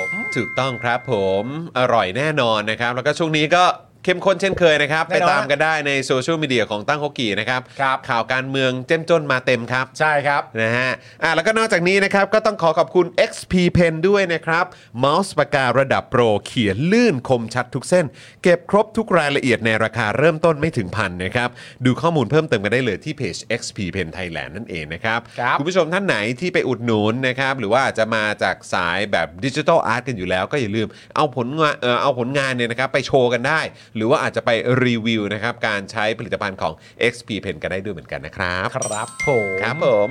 ม ถูกต้องครับผมอร่อยแน่นอนนะครับ แล้วก็ช่วงนี้ก็เข้มข้นเช่นเคยนะครับ แน่ ไป นอน ตามกันได้ในโซเชียลมีเดียของตั้งฮกกี้นะครับ ครับ ข่าวการเมืองเจ้มจนมาเต็มครับ ใช่ครับ นะฮะ อ่ะ แล้วก็นอกจากนี้นะครับ ก็ต้องขอขอบคุณ XP Pen ด้วยนะครับเมาส์ปากการะดับโปร เขียนลื่นคมชัดทุกเส้น เก็บครบทุกรายละเอียดในราคาเริ่มต้นไม่ถึงพันนะครับ ดูข้อมูลเพิ่มเติมกันได้เลยที่เพจ XP Pen Thailand นั่นเองนะครับ ครับ คุณผู้ชมท่านไหนที่ไปอุดหนุนนะครับ หรือว่าจะมาจากสายแบบดิจิทัลอาร์ตกันอยู่แล้ว ก็อย่าลืมเอาผลงานเอ่อเอาผลงานเนี่ยนะครับไปโชว์กันได้ หรือว่าอาจจะไปรีวิวนะครับการใช้ผลิตภัณฑ์ของ XP Pen กันได้ด้วยเหมือนกันนะครับ ครับผม ครับผม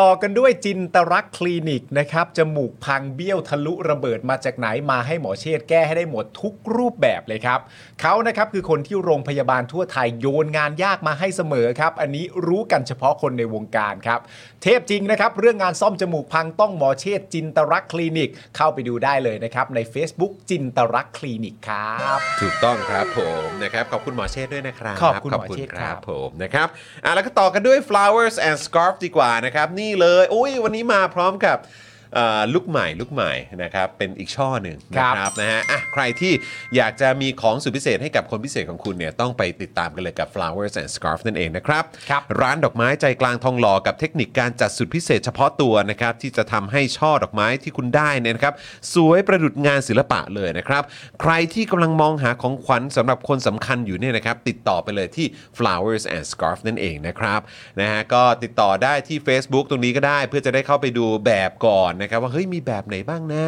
ต่อกันด้วยจินตรักษณ์คลินิกนะครับ จมูกพังเบี้ยวทะลุระเบิดมาจากไหนมาให้หมอเชษฐ์แก้ให้ได้หมดทุกรูปแบบเลยครับ เขานะครับคือคนที่โรงพยาบาลทั่วไทยโยนงานยากมาให้เสมอครับ อันนี้รู้กันเฉพาะคนในวงการครับ เทพจริงนะครับ เรื่องงานซ่อมจมูกพังต้องหมอเชษฐ์จินตรักษณ์คลินิก เข้าไปดูได้เลยนะครับ ใน Facebook จินตรักษณ์คลินิกครับ ถูกต้องครับผมนะครับขอบคุณหมอเชษฐ์ด้วยนะครับ ขอบคุณหมอเชษฐ์ ขบ ครับ ผมนะครับอ่ะแล้วก็ต่อกันด้วย flowers and scarf ดีกว่านะครับ นี่เลยโอ้ยวันนี้มาพร้อมกับเอ่อลุกใหม่ลุกใหม่นะครับเป็นอีกช่อหนึ่งนะครับนะฮะอ่ะใครที่อยากจะมีของสุดพิเศษให้กับคนพิเศษของคุณเนี่ยต้องไปติดตามกันเลยกับ flowers and scarf นั่นเองนะครับ ครับ ร้านดอกไม้ใจกลางทองหล่อกับเทคนิคการจัดสุดพิเศษเฉพาะตัวนะครับที่จะทำให้ช่อดอกไม้ที่คุณได้เนี่ยนะครับสวยประดุจงานศิลปะเลยนะครับ ใครที่กำลังมองหาของขวัญสำหรับคนสำคัญอยู่เนี่ยนะครับติดต่อไปเลยที่ flowers and scarf นั่นเองนะครับนะฮะก็ติดต่อได้ที่ Facebook ตรงนี้ก็ได้ เพื่อจะได้เข้าไปดูแบบก่อนนะครับว่าเฮ้ยมีแบบไหนบ้างนะ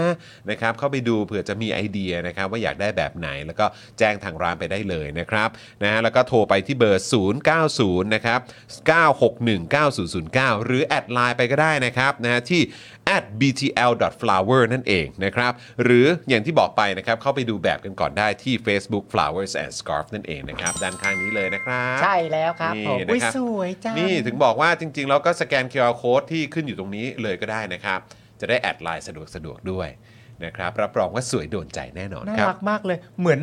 นะครับเข้าไปดูเผื่อจะมีไอเดียนะครับว่าอยากได้แบบไหนแล้วก็แจ้งทางร้านไปได้เลยนะครับนะฮะแล้วก็โทรไปที่เบอร์ 090 นะครับ 9619009 หรือแอดไลน์ไปก็ได้นะครับนะฮะที่ at btl.flower นั่นเองนะครับ หรืออย่างที่บอกไปนะครับ เข้าไปดูแบบกันก่อนได้ที่ Facebook flowers and scarf นั่นเองนะครับ ด้านข้างนี้เลยนะครับ ใช่แล้วครับผม นี่ อุ้ย นะครับ สวยจัง นี่ถึงบอกว่าจริง ๆ แล้วก็สแกน QR code ที่ขึ้นอยู่ตรงนี้เลยก็ได้นะครับ จะได้แอดไลน์สะดวกสะดวกๆด้วยนะครับ รับรองว่าสวยโดนใจแน่นอน น่า ครับ รักมากเลยเหมือน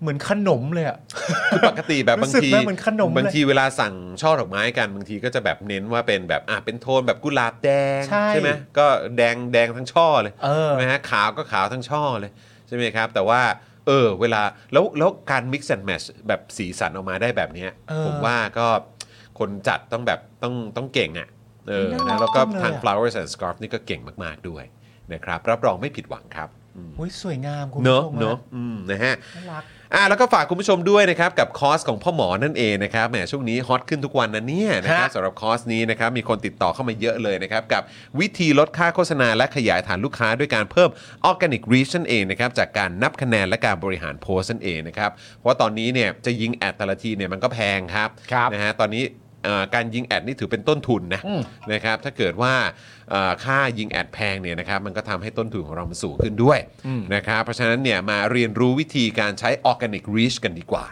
เหมือนขนมเลยอะ คือปกติแบบ รู้ บาง สึก ที ไหมเหมือนขนมเลย บางทีเวลาสั่งช่อดอกไม้กันบางทีก็จะแบบเน้นว่าเป็นแบบอ่ะเป็นโทนแบบกุหลาบแดง ใช่ ไหมก็แดงแดงทั้งช่อเลย เออ ใช่ไหมฮะขาวก็ขาวทั้งช่อเลยใช่ไหมครับ แต่ว่าเออเวลาแล้วแล้วการ mix and match แบบสีสันออกมาได้แบบเนี้ย เออ ผมว่าก็คนจัดต้องแบบต้องต้องเก่งอ่ะเออ น่ารั นะ ก แล้วก็ จังเลย ทาง อะ flowers and scarf นี่ก็เก่งมากๆด้วยนะครับรับรองไม่ผิดหวังครับอืม อุ้ยสวยงามคุณ เน ผู้ อะ ชม เนอะอืมนะฮะ น่ารัก อ่ะแล้วก็ฝากคุณผู้ชมด้วยนะครับ กับคอร์สของพ่อหมอนั่นเองนะครับแหมช่วงนี้ฮอตขึ้นทุกวันนะเนี่ยนะครับ ฮะ สำหรับคอร์สนี้นะครับมีคนติดต่อเข้ามาเยอะเลยนะครับ กับวิธีลดค่าโฆษณาและขยายฐานลูกค้าด้วยการเพิ่มออร์แกนิกรีชนั่นเองนะครับจากการนับคะแนนและการบริหารโพสต์นั่นเองนะครับ เพราะว่าตอนนี้เนี่ยจะยิงแอดแต่ละทีเนี่ยมันก็แพงครับ ครับ นะฮะตอนนี้เอ่อการยิงแอดนี่ถือเป็นต้นทุนนะ อืม นะครับถ้าเกิดว่าเอ่อค่ายิงแอดแพงเนี่ยนะครับมันก็ทำให้ต้นทุนของเรามันสูงขึ้นด้วย อืม นะครับเพราะฉะนั้นเนี่ยมาเรียนรู้วิธีการใช้ออร์แกนิกรีชกันดีกว่า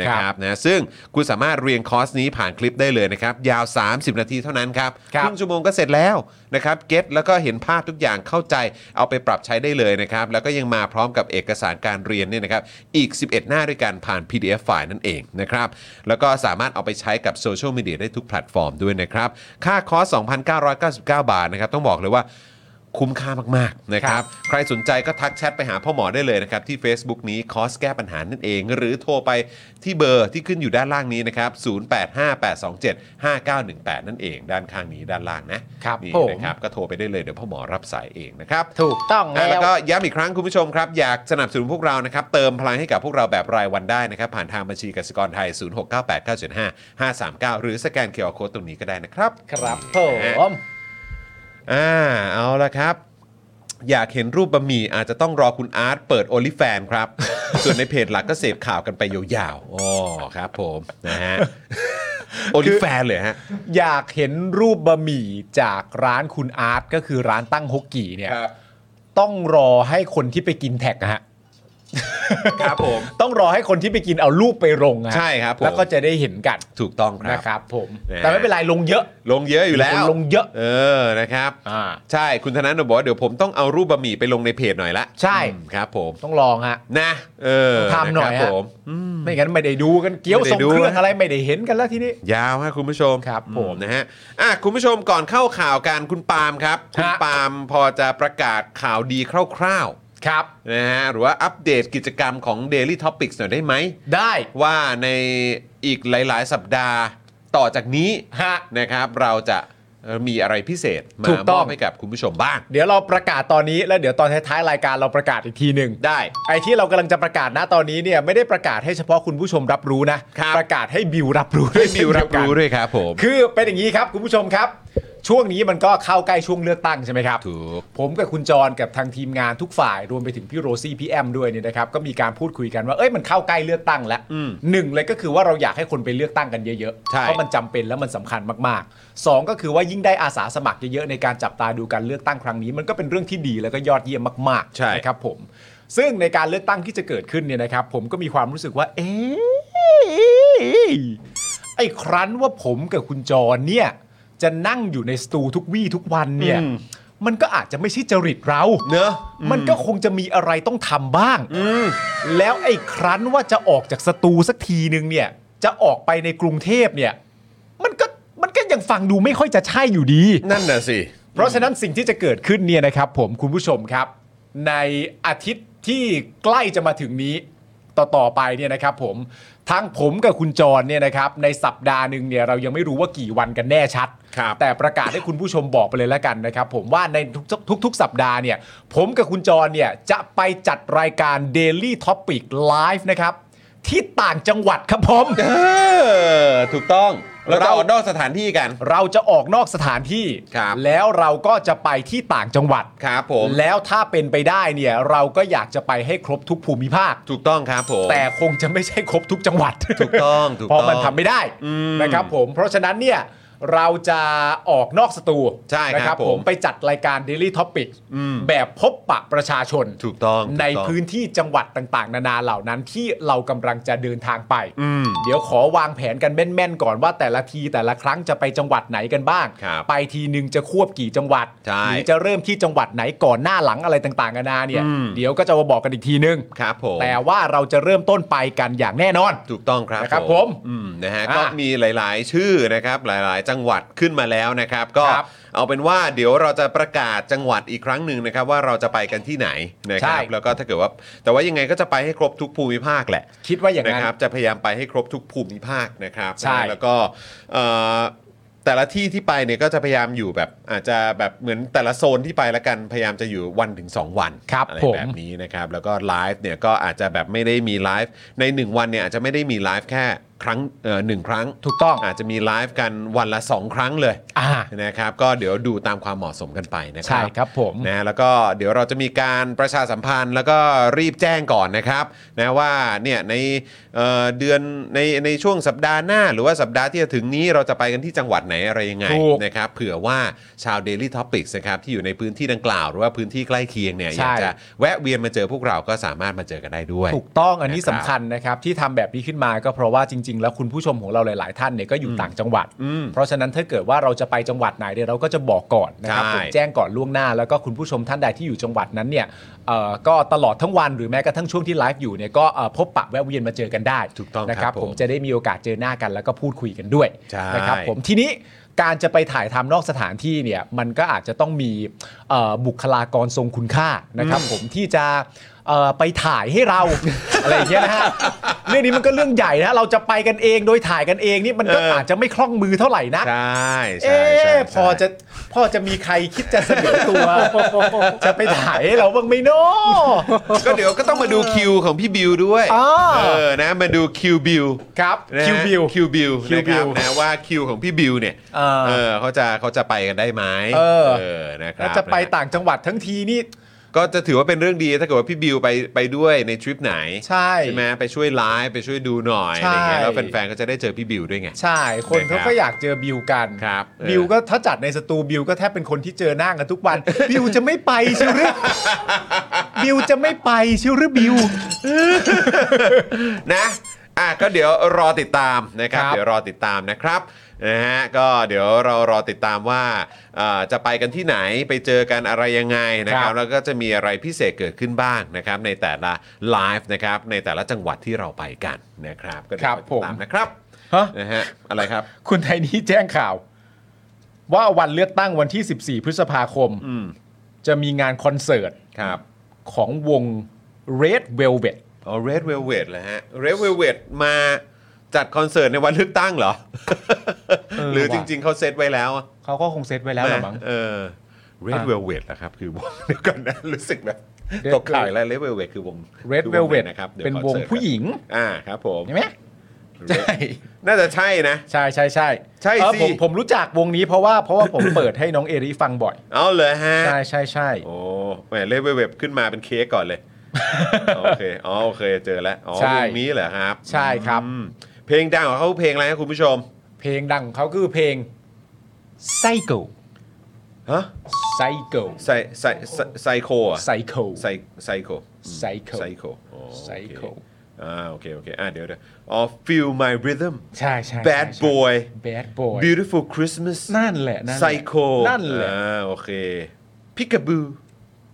นะครับนะซึ่งคุณสามารถเรียงคอร์สนี้ผ่านคลิปได้เลยนะครับ ยาว 30 นาทีเท่านั้นครับ ครับ งชั่วโมงก็เสร็จแล้วนะครับเก็ตแล้วก็เห็นภาพทุกอย่างเข้าใจเอาไปปรับใช้ได้เลยนะครับ แล้วก็ยังมาพร้อมกับเอกสารการเรียนเนี่ยนะครับอีก 11 หน้าด้วยกันผ่าน PDF ไฟล์นั่นเองนะครับแล้วก็สามารถเอาไปใช้กับโซเชียลมีเดียได้ทุกแพลตฟอร์มด้วยนะครับค่าคอร์ส 2,999 บาทนะครับต้องบอกเลยว่า คุ้มค่ามาก ๆ นะครับ ใครสนใจก็ทักแชทไปหาพ่อหมอได้เลยนะครับ ที่ Facebook นี้คอสแก้ปัญหานั่นเอง หรือโทรไปที่เบอร์ที่ขึ้นอยู่ด้านล่างนี้นะครับ 0858275918 นั่นเอง ด้านข้างนี้ด้านล่างนะครับ นี่ ผม นะครับ ก็โทรไปได้เลยเดี๋ยวพ่อหมอรับสายเองนะครับ ถูกต้อง อ่ะแล้แล้ว ว ก็ย้ำอีกครั้งคุณผู้ชมครับ อยากสนับสนุนพวกเรานะครับ เติมพลังให้กับพวกเราแบบรายวันได้นะครับ ผ่านทางบัญชีกสิกรไทย 0698975539 หรือสแกนเคอร์โคตรงนี้ก็ได้นะครับ ครับผ นะ ม ฮะ อ่าเอาละครับ อยากเห็นรูปบะหมี่อาจจะต้องรอคุณอาร์ตเปิดโอลิแฟนครับ ส่วนในเพจหลักก็เสพข่าวกันไปยาวๆอ๋อครับผมนะ ฮะโอลิแฟนเลยฮะ อยากเห็นรูปบะหมี่จากร้านคุณอาร์ตก็คือร้านตั้งฮกกี่เนี่ย ต้องรอให้คนที่ไปกินแท็กนะฮะ ครับผม ต้องรอให้คนที่ไปกินเอารูปไปลงอะ ใช่ครับผม แล้วก็จะได้เห็นกัน ถูกต้องครั นะ บ ครับผม นะฮะ แต่ไม่เป็นไรลงเยอะ ลงเยอะอยู่แล้ว ลงเยอะ เออนะครับ อ่า ใช่คุณธนาโนบอกว่าเดี๋ยวผมต้องเอารูปบะหมี่ไปลงในเพจหน่อยละ ใช่ อืมครับผม ต้องลองฮะ นะเออ ทำหน่อย ะค ฮะ รับผม ไม่งั้นไม่ได้ดูกันเกี๊ยว ไม่ได้ ทรง ดู เครื่อง ฮะ อะไรไม่ได้เห็นกันแล้วทีนี้ ยาวฮะคุณผู้ชม ครับ อื ผม นะฮะอ่ะคุณผู้ชมก่อนเข้าข่าวการคุณปาล์มครับ คุณ ฮะ ปาล์มพอจะประกาศข่าวดีคร่าว ครับ ๆนะฮะหรือว่าอัปเดตกิจกรรมของ Daily Topics หน่อยได้ไหม ได้ ว่าในอีกหลายๆ สัปดาห์ต่อจากนี้ ฮะ นะครับเราจะเอ่อมีอะไรพิเศษ มา ถูก ม ต้อองบให้กับคุณผู้ชมบ้าง เดี๋ยวเราประกาศตอนนี้แล้วเดี๋ยวตอนท้ายๆรายการเราประกาศอีกทีหนึ่ง ได้ ไอ้ที่เรากำลังจะประกาศนะตอนนี้เนี่ยไม่ได้ประกาศให้เฉพาะคุณผู้ชมรับรู้นะ ครับ ประกาศให้บิวรับรู้ด้ว ให้ ย บิวรับรู้ด้วยครับผม คือเป็นอย่างนี้ครับคุณผู้ชมครับ ช่วงนี้มันก็เข้าใกล้ช่วงเลือกตั้งใช่ไหมครับ ถูก ผมกับคุณจรกับทางทีมงานทุกฝ่ายรวมไปถึงพี่โรซี่พี่แอมด้วยเนี่ยนะครับก็มีการพูดคุยกันว่าเอ้ยมันเข้าใกล้เลือกตั้งแล้ว อืม หนึ่งเลยก็คือว่าเราอยากให้คนไปเลือกตั้งกันเยอะๆ ใช่ เพราะมันจำเป็นและมันสำคัญมากๆสองก็คือว่ายิ่งได้อาสาสมัครเยอะๆในการจับตาดูการเลือกตั้งครั้งนี้ มันก็เป็นเรื่องที่ดีแล้วก็ยอดเยี่ยมมากๆนะครับผม ซึ่งในการเลือกตั้งที่จะเกิดขึ้นเนี่ยนะครับ ผมก็มีความรู้สึกว่า เอ๊ะไอ้ครั้นว่าผมกับคุณจรเนี่ย จะนั่งอยู่ในสตูทุกวี่ทุกวันเนี่ย มันก็อาจจะไม่ใช่จริตเรา เนอะ มันก็คงจะมีอะไรต้องทำบ้าง แล้วไอ้ครั้นว่าจะออกจากสตูสักทีนึงเนี่ย จะออกไปในกรุงเทพเนี่ย มันก็มันก็ยังฟังดูไม่ค่อยจะใช่อยู่ดี นั่นน่ะสิ เพราะฉะนั้นสิ่งที่จะเกิดขึ้นเนี่ยนะครับผมคุณผู้ชมครับ ในอาทิตย์ที่ใกล้จะมาถึงนี้ต่อต่อไปเนี่ยนะครับผมทั้งผมกับคุณจรเนี่ยนะครับในสัปดาห์หนึ่งเนี่ยเรายังไม่รู้ว่ากี่วันกันแน่ชัด ครับ แต่ประกาศให้คุณผู้ชมบอกไปเลยแล้วกันนะครับผมว่าในทุกๆทุกๆสัปดาห์เนี่ยผมกับคุณจรเนี่ยจะไปจัดรายการ Daily Topic Live นะครับที่ต่างจังหวัดครับผม เออถูกต้อง เราจะออกนอกสถานที่กัน เราจะออกนอกสถานที่ ครับ แล้วเราก็จะไปที่ต่างจังหวัด ครับผม แล้วถ้าเป็นไปได้เนี่ยเราก็อยากจะไปให้ครบทุกภูมิภาค ถูกต้องครับผม แต่คงจะไม่ใช่ครบทุกจังหวัด ถูกต้องถูกต้อง เพราะมันทำไม่ได้นะครับผมเพราะฉะนั้นเนี่ยเราจะออกนอกสตู ใช่ครับ นะ ผม ไปจัดรายการ Daily Topic แบบพบปะประชาชน ถูกต้อง ใน ถูกต้อง พื้นที่จังหวัดต่างๆ นานาเหล่านั้นที่เรากำลังจะเดินทางไป อืม เดี๋ยวขอวางแผนกันแม่นๆก่อนว่าแต่ละทีแต่ละครั้งจะไปจังหวัดไหนกันบ้าง ครับ ไปทีหนึ่งจะควบกี่จังหวัด ใช่ หรือจะเริ่มที่จังหวัดไหนก่อนหน้าหลังอะไรต่างๆนานาเนี่ย อืม เดี๋ยวก็จะมาบอกกันอีกทีนึง ครับผม แต่ว่าเราจะเริ่มต้นไปกันอย่างแน่นอน ถูกต้องครับ นะครับผม อืมนะฮะ อ่ะ ก็มีหลาย ๆ ชื่อนะครับหลาย ๆ จังหวัดขึ้นมาแล้วนะครับ ก็ ครับ เอาเป็นว่าเดี๋ยวเราจะประกาศจังหวัดอีกครั้งหนึ่งนะครับ ว่าเราจะไปกันที่ไหนนะครับ ใช่ แล้วก็ถ้าเกิดว่า แต่ว่ายังไงก็จะไปให้ครบทุกภูมิภาคแหละ คิดว่าอย่าง นะ นั้น ครับจะพยายามไปให้ครบทุกภูมิภาคนะครับ ใช่ นะฮะแล้วก็เอ่อแต่ละที่ที่ไปเนี่ยก็จะพยายามอยู่แบบอาจจะแบบเหมือนแต่ละโซนที่ไปละกันพยายามจะอยู่วันถึงสองวัน ครับ อะไร ผม แบบ นี้นะครับแล้วก็ไลฟ์เนี่ยก็อาจจะแบบไม่ได้มีไลฟ์ใน 1 วันเนี่ยอาจจะไม่ได้มีไลฟ์แค่ ครั้งเอ่อหนึ่งครั้ง ถูกต้อง อาจจะมีไลฟ์กันวันละ 2 ครั้งเลย อ่า นะครับ ก็เดี๋ยวดูตามความเหมาะสมกันไปนะครั ใช่ครับผม นะแล้วก็เดี๋ยวเราจะมีการประชาสัมพันธ์ แล้วก็รีบแจ้งก่อนนะครับนะว่าเนี่ยในเอ่อเดือนในในช่วงสัปดาห์หน้า หรือว่าสัปดาห์ที่จะถึงนี้เราจะไปกันที่จังหวัดไหนอะไรยังไง ถูก นะครับเผื่อว่าชาว Daily Topics นะครับที่อยู่ในพื้นที่ดังกล่าว หรือว่าพื้นที่ใกล้เคียงเนี่ยอใช่ยากจะแวะเวียนมาเจอพวกเราก็สามารถมาเจอกันได้ด้วย ถูกต้องอันนี้ นะครับ สำคัญนะครับที่ทำแบบนี้ขึ้นมาก็เพราะว่าจริง ๆ แล้วคุณผู้ชมของเราหลาย ๆ ท่านเนี่ยก็อยู่ต่างจังหวัด อืม เพราะฉะนั้นถ้าเกิดว่าเราจะไปจังหวัดไหนเนี่ยเราก็จะบอกก่อนนะครับ ใช่ ผมแจ้งก่อนล่วงหน้า แล้วก็คุณผู้ชมท่านใดที่อยู่จังหวัดนั้นเนี่ยเอ่อก็ตลอดทั้งวันหรือแม้กระทั่งช่วงที่ไลฟ์อยู่เนี่ยก็เอ่อพบปะแวะเวียนมาเจอกันได้ ถูกต้อง นะ ครัครั บบ ผม ผมจะได้มีโอกาสเจอหน้ากันแล้วก็พูดคุยกันด้วย ใช่ นะครับผมทีนี้การจะไปถ่ายทำนอกสถานที่เนี่ยมันก็อาจจะต้องมีเอ่อบุคลากรทรงคุณค่านะครับผมที่จะเอ่อไปถ่ายให้เรา อะไรอย่างเงี้ยนะฮะเรื่องนี้มันก็เรื่องใหญ่นะเราจะไปกันเองโดยถ่ายกันเองนี่มันก็ เอออ อาจจะไม่คล่องมือเท่าไหร่นะ ใช่ใช่ เอ๊ ใช่ ะ ใช่ พอจะพอจะมีใครคิดจะเสนอตัว จะไปถ่ายให้เราบ้างไหมเนาะ ก็เดี๋ยวก็ต้องมาดูคิวของพี่บิวด้วย อ่า เออนะมาดูคิวบิว ครับคิวบิว คิวบิว Kill นะครับ Bill นะว่าคิวของพี่บิวเนี่ย เออ เออเขาจะเขาจะไปกันได้ไหม เออ นะครับ แล้วจะไป นฮ ต่างจังหวัดทั้งทีนี่ ก็จะถือว่าเป็นเรื่องดีถ้าเกิดว่าพี่บิวไปไปด้วยในทริปไหน ใช่ ไหมไปช่วยไลฟ์ไปช่วยดูหน่อยอะใช่ไรเงี้ยแล้วแฟนๆก็จะได้เจอพี่บิวด้วยไง ใช่คน นะครั เขา บ ก็อยากเจอบิวกัน ครับเออ บิวก็ถ้าจัดในสตูบิวก็แทบเป็นคนที่เจอหน้ากันทุกวัน บิวจะไม่ไปเชียวหรือ บิวจะไม่ไปเชียวหรือบิว นะอ่ะก็เดี๋ยวรอติดตามนะครับ ครับ เดี๋ยวรอติดตามนะครับนะฮะก็เดี๋ยวเรารอติดตามว่าเอ่อจะไปกันที่ไหนไปเจอกันอะไรยังไงนะครับ ครับ แล้วก็จะมีอะไรพิเศษเกิดขึ้นบ้างนะครับ ในแต่ละไลฟ์นะครับในแต่ละจังหวัดที่เราไปกันนะครับ ก็เดี๋ยวติดตามนะครับ ฮะ นะฮะอะไรครับ คุณไทนี่แจ้งข่าว ว่าวันเลือกตั้งวันที่ 14 พฤษภาคม อืม จะมีงานคอนเสิร์ต ครับ ของวง Red Velvet อ๋อ Red Velvet เหรอฮะ Red Velvet มาจัดคอนเสิร์ตในวันเลือกตั้งเหรอ เออ หรือ ว่ะ จริง ๆเขาเซตไว้แล้วอะ เขาก็คงเซตไว้แล้วละมั้ง เออ Red อ่ะ Velvet นะครับ คือวงเดียวกันนะ รู้สึกแบบ Red ตกข่าวอีกแล้ว Red Velvet คือวง Red คือวง Velvet ไหนะครับดี๋ย เป็น ขอ วง สิร์ช ผู้หญิง อ่าครับผม ใช่ไหม Red ใช่ น่าจะใช่นะ ใช่ใช่ใช่ ใช่ เออ สิ ผมผมรู้จักวงนี้เพราะว่าเพราะว่าผมเปิดให้น้องเอริฟังบ่อย เอาเลยฮะ ใช่ใช่ใช่ โอ้แหม Red Velvet ขึ้นมาเป็นเค้กก่อนเลย โอเค อ๋อโอเคเจอแล้วอ๋อ ใช่ วงนี้เหรอครับ ใช่ครับ อืมเพลงดังของเขาเพลงอะไรครับคุณผู้ชม เพลงดังของเขาคือเพลง Psycho ฮะ Psycho ไซไซไซไซโคอะ Psycho ไซไซโค Psycho ไซโคอ๋อโอเค Psycho อ่าโอเคโอเคอ่าเดี๋ยวเดี๋ยวอ๋อ Feel My Rhythm ใช่ใช่ Bad ใช่ Boy Bad Boy Beautiful Christmas นั่นแหละนั่นแหละ Psycho นั่นแหละ อ่าโอเค Peekaboo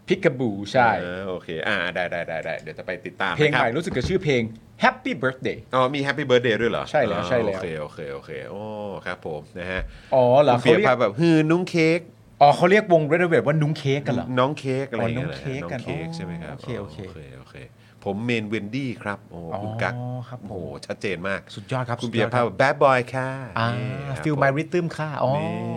พิกาบูใช่ อ่าโอเคอ่าได้ได้ได้ได้เดี๋ยวจะไปติดตาม เพลง นะค ให รับ ม่รู้สึกจะชื่อเพลง Happy Birthday อ๋อมี Happy Birthday ด้วยเหรอ ใช่แล้ว อ่า ใช่แล้ว โอเคโอเคโอเคโอ้ครับผมนะฮะ อ๋อเหรอ คุณเปีเขายก เรีย พาก แบบฮือนุ้งเค้ก อ๋อเขาเรียกวง Red Velvet ว่านุ้งเค้กกันเหรอ น้องเค้กอะไร อ๋อ อย่างเงี้ย น้องเค้ก หร กัน น้องเค้ก อ๋อ ใช่ไหมครับ โอเคโอเค โอเคโอเคผมเมนเวนดี้ครับโอ้คุณ อ๋อ กัก ครับผม โอ้โหชัดเจนมาก สุดยอดครับ คุณ สุด เปี อย ด พา รับ แบบ Bad Boy ค่ะ อ่า นี่ครับ Feel My Rhythm ค่ะอ๋อ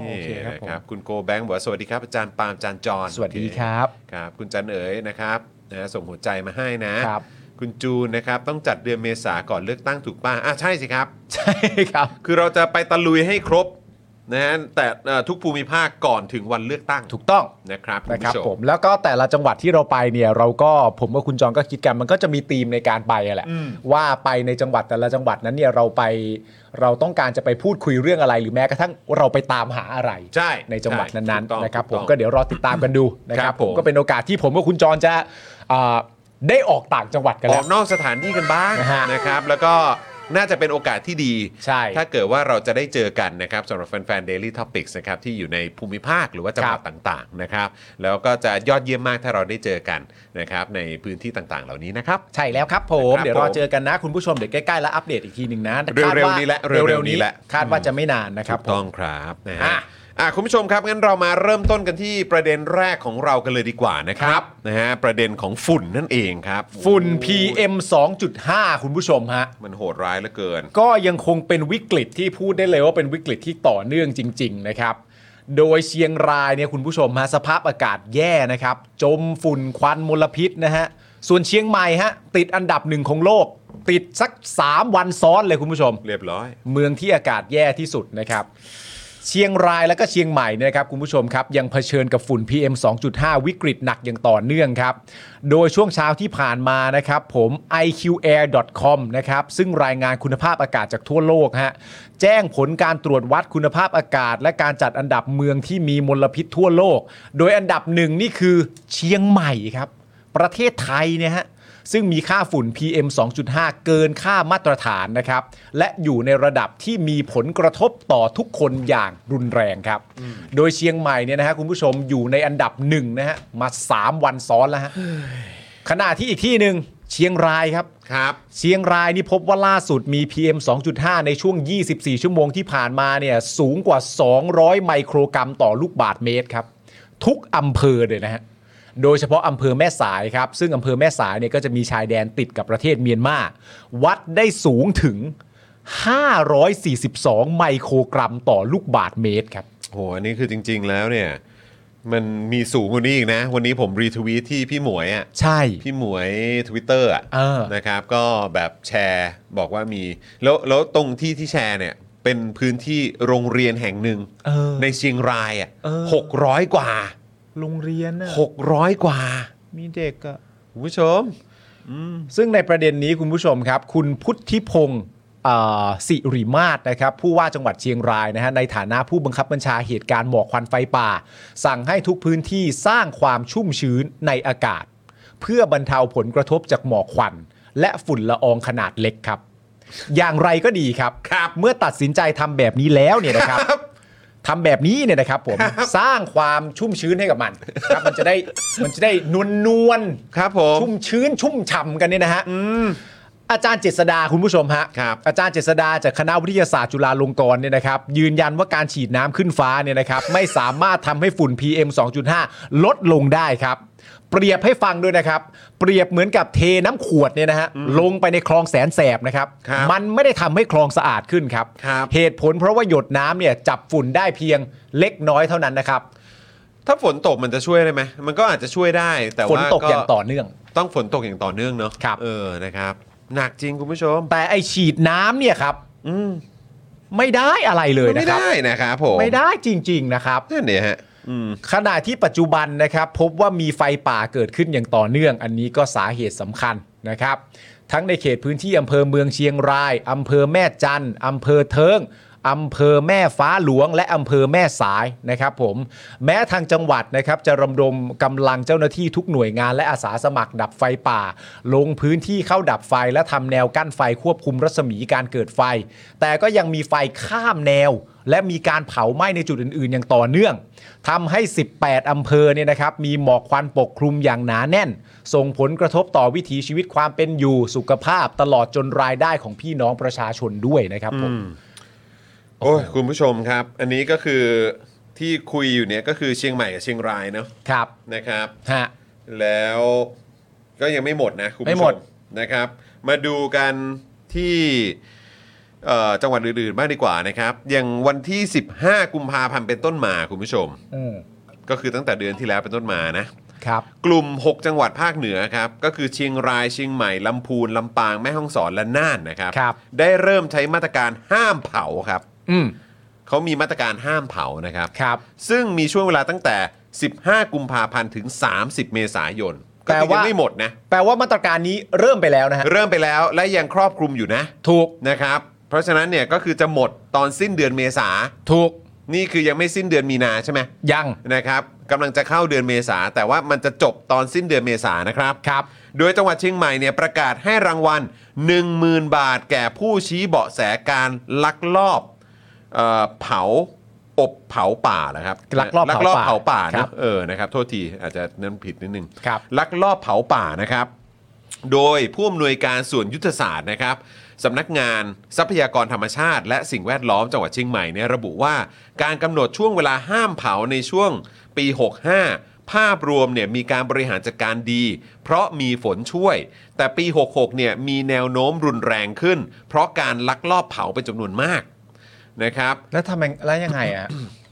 โอเค นี่ ครันะบผม ครับคุณโกแบงค์บอกว่าสวัสดีครับอาจารย์ปาล์มอาจารย์จอน สวัสดี โอเ ครับ ครับ คุณจันเอ๋ยนะครับนะส่งหัวใจมาให้นะครับ คุณจูนนะครับต้องจัดเดือนเมษาก่อนเลือกตั้งถูกป่ะอ่ะใช่สิครับ ใช่ครับ คือเราจะไปตะลุยให้ครบนะฮะแต่เอ่อทุกภูมิภาคก่อนถึงวันเลือกตั้ง ถูกต้อง นะครับณ นะครับ ผู้ช ผมแล้วก็แต่ละจังหวัดที่เราไปเนี่ยเราก็ผมกับคุณจองก็คิดกันมันก็จะมีธีมในการไปอะแหละว่าไปในจังหวัดแต่ละจังหวัดนั้นเนี่ยเราไปเราต้องการจะไปพูดคุยเรื่องอะไร หรือแม้กระทั่งเราไปตามหาอะไร ใช่ ในจังหวัด ช่ นั้น ถูกต้อง ๆนะครับผม ถูต้อง ก็เดี๋ยวรอติดตามกันดูนะค ครั รับบ ผ ผม มก็เป็นโอกาสที่ผมกับคุณจองจะอ่าได้ออกต่างจังหวัดกัน อ แล้ อ ว กนอกสถานที่กันบ้าง นะฮะ นะครับ แล้วก็น่าจะเป็นโอกาสที่ดี ใช่ ถ้าเกิดว่าเราจะได้เจอกันนะครับสำหรับแฟนๆ Daily Topics นะครับที่อยู่ในภูมิภาคหรือว่าจังหวัด ครับ ต่างๆนะครับแล้วก็จะยอดเยี่ยมมากถ้าเราได้เจอกันนะครับในพื้นที่ต่างๆ เหล่านี้นะครับ ใช่แล้วครับผม ครับ เดี๋ยวรอ ผม เจอกันนะคุณผู้ชมเดี๋ยวใกล้ๆแล้วอัปเดตอีกทีหนึ่งนะ เร็วๆ คาดา นี้แหละเร็วๆ เร็วๆ นี้ นี้ แหละ คาดว่าจะไม่นานนะครับ ถูก ผม ต้องครับนะฮะ อ่ะ อ่ะคุณผู้ชมครับงั้นเรามาเริ่มต้นกันที่ประเด็นแรกของเรากันเลยดีกว่านะค ค รั รั บบ นะฮะประเด็นของฝุ่นนั่นเองครับ ฝุ่น โอ้ย PM 2.5 คุณผู้ชมฮะ มันโหดร้ายเหลือเกิน ก็ยังคงเป็นวิกฤตที่พูดได้เลยว่าเป็นวิกฤตที่ต่อเนื่องจริง ๆ นะครับ โดยเชียงรายเนี่ยคุณผู้ชมฮะสภาพอากาศแย่นะครับ จมฝุ่นควันมลพิษนะฮะ ส่วนเชียงใหม่ฮะติดอันดับหนึ่งของโลก ติดสัก 3 วันซ้อนเลยคุณผู้ชม เรียบร้อย เมืองที่อากาศแย่ที่สุดนะครับ เชียงรายและก็เชียงใหม่เนยนะครับคุณผู้ชมครับ ยังเผชิญกับฝุ่น PM 2.5 วิกฤตหนักอย่างต่อเนื่องครับ โดยช่วงเช้าที่ผ่านมานะครับ ผม iqair.com นะครับ ซึ่งรายงานคุณภาพอากาศจากทั่วโลกฮะแจ้งผลการตรวจวัดคุณภาพอากาศ และการจัดอันดับเมืองที่มีมลพิษทั่วโลก โดยอันดับหนึ่งนี่คือเชียงใหม่ครับ ประเทศไทยเนี่ยฮะ ซึ่งมีค่าฝุ่น PM 2.5 เกินค่ามาตรฐานนะครับ และอยู่ในระดับที่มีผลกระทบต่อทุกคนอย่างรุนแรงครับ โดยเชียงใหม่เนี่ยนะฮะคุณผู้ชมอยู่ในอันดับหนึ่งนะฮะมา 3 วันซ้อนแล้วฮะขณะที่อีกที่หนึ่งเชียงรายครับ ครับ เชียงรายนี่พบว่าล่าสุดมี PM 2.5 ในช่วง 24 ชั่วโมงที่ผ่านมาเนี่ยสูงกว่า 200 ไมโครกรัมต่อลูกบาทเมตรครับ ทุกอำเภอเลยนะฮะ โดยเฉพาะอำเภอแม่สายครับ ซึ่งอำเภอแม่สายเนี่ยก็จะมีชายแดนติดกับประเทศเมียนมาวัดได้สูงถึง 542 ไมโครกรัมต่อลูกบาทเมตรครับ โห อันนี้คือจริง ๆ แล้วเนี่ย มันมีสูงกว่านี้อีกนะ วันนี้ผมรีทวีตที่พี่หมวยอ่ะ ใช่ พี่หมวย Twitter อ่ะ เออ นะครับ ก็แบบแชร์บอกว่ามี แล้วแล้วตรงที่ที่แชร์เนี่ย เป็นพื้นที่โรงเรียนแห่งหนึ่ง เออ ในเชียงรายอ่ะ เออ หกร้อยกว่า โรงเรียนน่ะ หกร้อยกว่า มีเด็กอะ คุณผู้ชม ซึ่งในประเด็นนี้คุณผู้ชมครับ คุณพุทธิพงศ์อ่าสิริมาศนะครับ ผู้ว่าจังหวัดเชียงรายนะฮะในฐานะผู้บังคับบัญชาเหตุการณ์หมอกควันไฟป่า สั่งให้ทุกพื้นที่สร้างความชุ่มชื้นในอากาศ เพื่อบรรเทาผลกระทบจากหมอกควัน และฝุ่นละอองขนาดเล็กครับ อย่างไรก็ดีครับ เมื่อตัดสินใจทำแบบนี้แล้วเนี่ยนะครับทำแบบนี้เนี่ยนะครับผมสร้างความชุ่มชื้นให้กับมันครับมันจะได้มันจะได้นวลนวลๆ ครับผม ชุ่มชื้นชุ่มฉ่ำกันเนี่ยนะฮะอาจารย์เจษดาคุณผู้ชมฮะ ครับ อาจารย์เจษดาจากคณะวิทยาศาสตร์จุฬาลงกรณ์เนี่ยนะครับ ยืนยันว่าการฉีดน้ำขึ้นฟ้าเนี่ยนะครับ ไม่สามารถทำให้ฝุ่น PM 2.5 ลดลงได้ครับ เปรียบให้ฟังด้วยนะครับ เปรียบเหมือนกับเทน้ำขวดเนี่ยนะฮะลงไปในคลองแสนแสบนะครับ ครับ มันไม่ได้ทำให้คลองสะอาดขึ้นครับ ครับ เหตุผลเพราะว่าหยดน้ำเนี่ยจับฝุ่นได้เพียงเล็กน้อยเท่านั้นนะครับ ถ้าฝนตกมันจะช่วยได้ไหม มันก็อาจจะช่วยได้ แต่ ฝน ว่า ตกอย่างต่อเนื่อง ต้องฝนตกอย่างต่อเนื่องเนาะ ครับ เออนะครับ หนักจริงคุณผู้ชม แต่ไอฉีดน้ำเนี่ยครับ อืม ไม่ได้อะไรเลย มัน นะ ไม่ ครับ ได้นะครับผม ไม่ได้จริง ๆ นะครับ นั่นเนี่ยฮะ อืม ขณะที่ปัจจุบันนะครับพบว่ามีไฟป่าเกิดขึ้นอย่างต่อเนื่อง อันนี้ก็สาเหตุสำคัญนะครับ ทั้งในเขตพื้นที่อำเภอเมืองเชียงรายอำเภอแม่จันทร์อำเภอเทิงอำเภอแม่ฟ้าหลวง และอำเภอแม่สายนะครับผมแม้ทางจังหวัดนะครับจะระดมกำลังเจ้าหน้าที่ทุกหน่วยงานและอาสาสมัครดับไฟป่า ลงพื้นที่เข้าดับไฟและทำแนวกั้นไฟควบคุมรัศมีการเกิดไฟ แต่ก็ยังมีไฟข้ามแนว และมีการเผาไหม้ในจุดอื่น ๆ อย่างต่อเนื่องทำให้ 18 อำเภอเนี่ยนะครับ มีหมอกควันปกคลุมอย่างหนาแน่น ส่งผลกระทบต่อวิถีชีวิตความเป็นอยู่สุขภาพตลอดจนรายได้ของพี่น้องประชาชนด้วยนะครับผม โอ้ยคุณผู้ชมครับ อันนี้ก็คือที่คุยอยู่เนี่ยก็คือเชียงใหม่กับเชียงรายเนาะ ครับ นะครับ ฮะ แล้วก็ยังไม่หมดนะคุณ ไม่ ผู้ช หมด มนะครับ มาดูกันที่เอ่อจังหวัดอื่นๆบ้างดีกว่านะครับ อย่างวันที่ 15 กุมภาพันธ์เป็นต้นมาคุณผู้ชม อืม ก็คือตั้งแต่เดือนที่แล้วเป็นต้นมานะ ครับ กลุ่ม 6 จังหวัดภาคเหนือครับ ก็คือเชียงรายเชียงใหม่ ลำพูน ลำปาง แม่ฮ่องสอนและน่านนะครับ ครับ ได้เริ่มใช้มาตรการห้ามเผาครับ อืม เขามีมาตรการห้ามเผานะครับ ครับ ซึ่งมีช่วงเวลาตั้งแต่ 15 กุมภาพันธ์ถึง 30 เมษายน แปลว่า ก็คือยังไม่หมดนะ แปลว่ามาตรการนี้เริ่มไปแล้วนะฮะ เริ่มไปแล้วและยังครอบคลุมอยู่นะ ถูก นะครับ เพราะฉะนั้นเนี่ยก็คือจะหมดตอนสิ้นเดือนเมษา ถูก นี่คือยังไม่สิ้นเดือนมีนาใช่ไหม ยัง นะครับกำลังจะเข้าเดือนเมษา แต่ว่ามันจะจบตอนสิ้นเดือนเมษานะครับ ครับ โดยจังหวัดเชียงใหม่เนี่ยประกาศให้รางวัล 10,000 บาท แก่ผู้ชี้เบาะแสการลักลอบเอ่อเผาอบเผาป่านะครับ ลักลอบเผาป่า เผาป่า ครั นะ บ เออนะครับโทษทีอาจจะนั่นผิดนิดนึง ครับ ลักลอบเผาป่านะครับ โดยผู้อำนวยการส่วนยุทธศาสตร์นะครับสำนักงานทรัพยากรธรรมชาติ และสิ่งแวดล้อมจังหวัดเชียงใหม่เนี่ยระบุว่าการกำหนดช่วงเวลาห้ามเผาในช่วงปี 65 ภาพรวมเนี่ยมีการบริหารจัดการดี เพราะมีฝนช่วย แต่ปี 66 เนี่ยมีแนวโน้มรุนแรงขึ้น เพราะการลักลอบเผาเป็นจำนวนมากนะครับ แล้วทำยังแล้วยังไงอ่ะ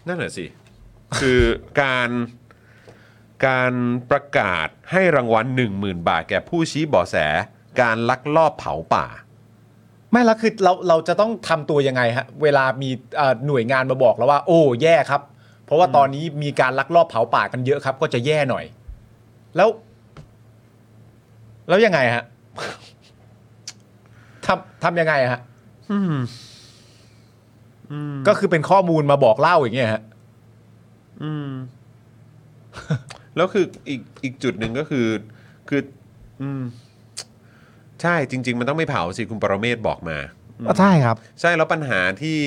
นั่นแหละสิ คือการการประกาศให้รางวัล 10,000 บาท แก่ผู้ชี้เบาะแส การลักลอบเผาป่า ไม่แล้วคือเราเราจะต้องทำตัวยังไงฮะเวลามีเอ่อหน่วยงานมาบอกแล้วว่า โอ้แย่ครับ เพราะว่าตอนนี้มีการลักลอบเผาป่ากันเยอะครับ ก็จะแย่หน่อย แล้ว แล้วยังไงฮะ ทำทำยังไงฮะก็คือเป็นข้อมูลมาบอกเล่าอย่างเงี้ยฮะ แล้วคืออีกอีกจุดหนึ่งก็คือ คือ อืม ใช่จริง ๆ มันต้องไม่เผาสิคุณปรเมศบอกมา ใช่ครับ ใช่แล้วปัญหาที่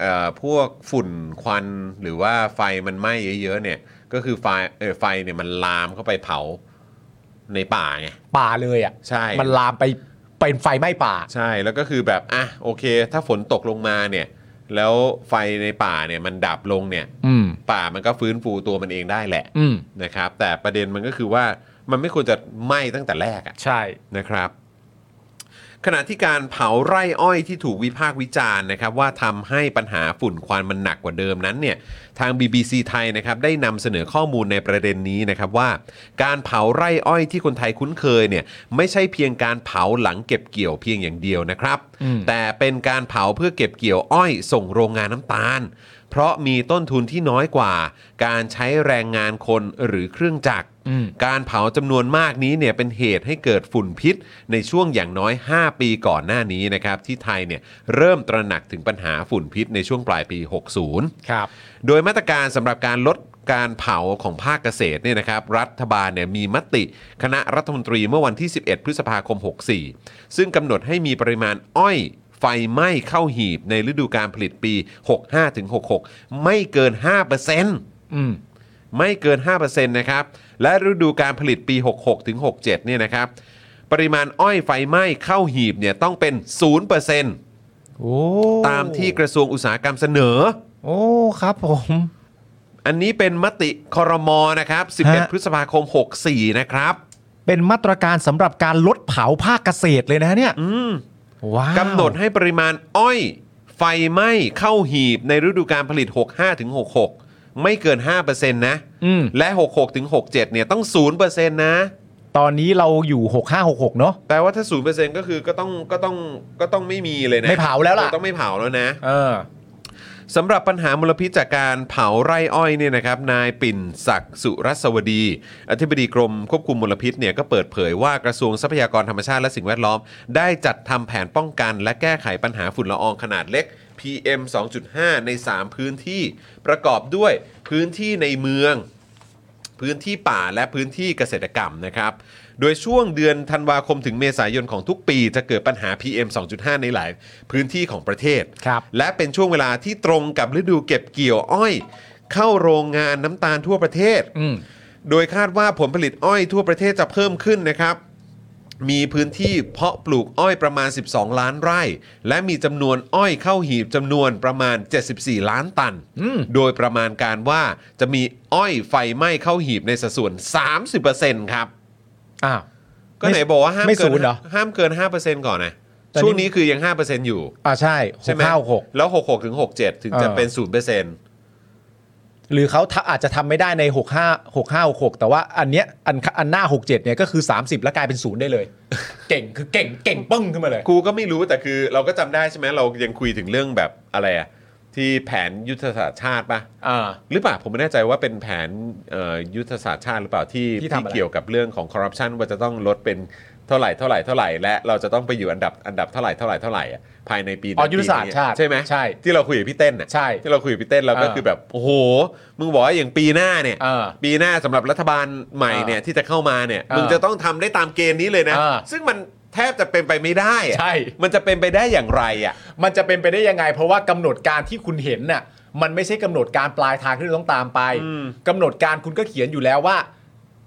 เอ่อพวกฝุ่นควันหรือว่าไฟมันไหม้เยอะๆเนี่ย ก็คือไฟเอ่อไฟเนี่ยมันลามเข้าไปเผาในป่าไง ป่าเลยอ่ะ ใช่ มันลามไปเป็นไฟไหม้ป่า ใช่แล้วก็คือแบบอ่ะโอเค ถ้าฝนตกลงมาเนี่ย แล้วไฟในป่าเนี่ยมันดับลงเนี่ย อืม ป่ามันก็ฟื้นฟูตัวมันเองได้แหละ อืม นะครับ แต่ประเด็นมันก็คือว่ามันไม่ควรจะไหม้ตั้งแต่แรกอะ ใช่ นะครับ ขณะที่การเผาไร่อ้อยที่ถูกวิพากษ์วิจารณ์นะครับ ว่าทำให้ปัญหาฝุ่นควันมันหนักกว่าเดิมนั้นเนี่ยทาง BBC ไทยนะครับได้นำเสนอข้อมูลในประเด็นนี้นะครับว่า การเผาไร่อ้อยที่คนไทยคุ้นเคยเนี่ยไม่ใช่เพียงการเผาหลังเก็บเกี่ยวเพียงอย่างเดียวนะครับ อืม แต่เป็นการเผาเพื่อเก็บเกี่ยวอ้อยส่งโรงงานน้ำตาล เพราะมีต้นทุนที่น้อยกว่า การใช้แรงงานคนหรือเครื่องจักร อืม การเผาจำนวนมากนี้เนี่ยเป็นเหตุให้เกิดฝุ่นพิษ ในช่วงอย่างน้อย 5 ปีก่อนหน้านี้นะครับ ที่ไทยเนี่ยเริ่มตระหนักถึงปัญหาฝุ่นพิษในช่วงปลายปี 60 ครับ โดยมาตรการสำหรับการลดการเผาของภาคเกษตรเนี่ยนะครับ รัฐบาลเนี่ยมีมติ คณะรัฐมนตรีเมื่อวันที่ 11 พฤษภาคม 64 ซึ่งกำหนดให้มีปริมาณอ้อยไฟไหม้เข้าหีบในฤดูการผลิตปี 65-66 ไม่เกิน 5% อืม ไม่เกิน 5%นะครับ และฤดูการผลิตปี 66 ถึง 67 เนี่ยนะครับ ปริมาณอ้อยไฟไหม้เข้าหีบเนี่ยต้องเป็น 0% โอ้ ตามที่กระทรวงอุตสาหกรรมเสนอ โอ้ครับผม อันนี้เป็นมติคอรมอนะครับ 11 ฮะ พฤษภาคม 64 นะครับ เป็นมาตรการสำหรับการลดเผาภาคเกษตรเลยนะเนี่ย อืม ว้าว กำหนดให้ปริมาณอ้อยไฟไหม้เข้าหีบในฤดูการผลิต 65 ถึง 66 ไม่เกิน 5%นะ อืม และ 66 ถึง 67 เนี่ยต้อง 0%นะ ตอนนี้เราอยู่ 6566 เนาะ แปลว่าถ้าศูนย์เปอร์เซ็นต์ก็คือก็ต้องก็ต้องก็ต้องไม่มีเลยนะ ไม่เผาแล้วล่ะ ออต้องไม่เผาแล้วนะ เออ สำหรับปัญหามลพิษจากการเผาไร่อ้อยเนี่ยนะครับนายปิ่นศักดิ์สุรัสวดี อธิบดีกรมควบคุมมลพิษเนี่ยก็เปิดเผยว่ากระทรวงทรัพยากรธรรมชาติและสิ่งแวดล้อม ได้จัดทำแผนป้องกัน และแก้ไขปัญหาฝุ่นละอองขนาดเล็ก PM 2.5 ใน 3 พื้นที่ประกอบด้วยพื้นที่ในเมือง พื้นที่ป่าและพื้นที่เกษตรกรรมนะครับ โดยช่วงเดือนธันวาคมถึงเมษายนของทุกปีจะเกิดปัญหา PM 2.5 ในหลายพื้นที่ของประเทศ ครับ และเป็นช่วงเวลาที่ตรงกับฤดูเก็บเกี่ยวอ้อย เข้าโรงงานน้ำตาลทั่วประเทศ อืม โดยคาดว่าผลผลิตอ้อยทั่วประเทศจะเพิ่มขึ้นนะครับ มีพื้นที่เพาะปลูกอ้อยประมาณ 12 ล้านไร่ และมีจำนวนอ้อยเข้าหีบจำนวนประมาณ 74 ล้านตัน อืม โดยประมาณการว่าจะมีอ้อยไฟไหม้เข้าหีบในสัดส่วน 30%ครับ อ้าว ก็ไหนบอกว่าห้าม ไม่ เกิ ศูนย์เหรอ ห้ามเกิน 5%ก่อนนะ ตอนนี้ ช่วงนี้คือยัง 5%อยู่ อ่าใช่ ใช่ไหม 6566 แล้ว 66 ถึง 67 ถึงจะ เออ เป็น 0% หรือเขาทำอาจจะทำไม่ได้ใน 65 6566 แต่ว่าอันเนี้ยอันอันหน้า 67 เนี่ยก็คือ 30 แล้วกลายเป็นศูนย์ได้เลย เก่งคือเก่งเก่งปึ้งขึ้นมาเลย กูก็ไม่รู้แต่คือเราก็จำได้ใช่ไหมเรายังคุยถึงเรื่องแบบอะไรอะที่แผนยุทธศาสตร์ชาติปะ อ่า หรือเปล่าผมไม่แน่ใจว่าเป็นแผนเอ่อยุทธศาสตร์ชาติหรือเปล่าที่ ที่ทำอะไร ที่เกี่ยวกับเรื่องของคอร์รัปชันว่าจะต้องลดเป็นเท่าไหร่เท่าไหร่เท่าไหร่และเราจะต้องไปอยู่อันดับอันดับเท่าไหร่เท่าไหร่เท่าไหร่อะภายในปีนั้น อ๋อยุทธศาสตร์ ปีนี้ ชาติ ใช่ไหม ใช่ ที่เราคุยกับพี่เต้นอะ ใช่ ที่เราคุยกับพี่เต้นเราก็ อ่า คือแบบโอ้โหมึงบอกว่าอย่างปีหน้าเนี่ย เออ ปีหน้าสำหรับรัฐบาลใหม่เนี่ยที่จะเข้ามาเนี่ย อ่ามึ มึงจะต้องทำได้ตามเกณฑ์นี้เลยนะ อ่า ซึ่งมันแทบจะเป็นไปไม่ได้อะ ใช่ มันจะเป็นไปได้อย่างไรอ่ะ มันจะเป็นไปได้ยังไง เพราะว่ากำหนดการที่คุณเห็นน่ะมันไม่ใช่กำหนดการปลายทางที่เราต้องตามไป อืม กำหนดการคุณก็เขียนอยู่แล้วว่า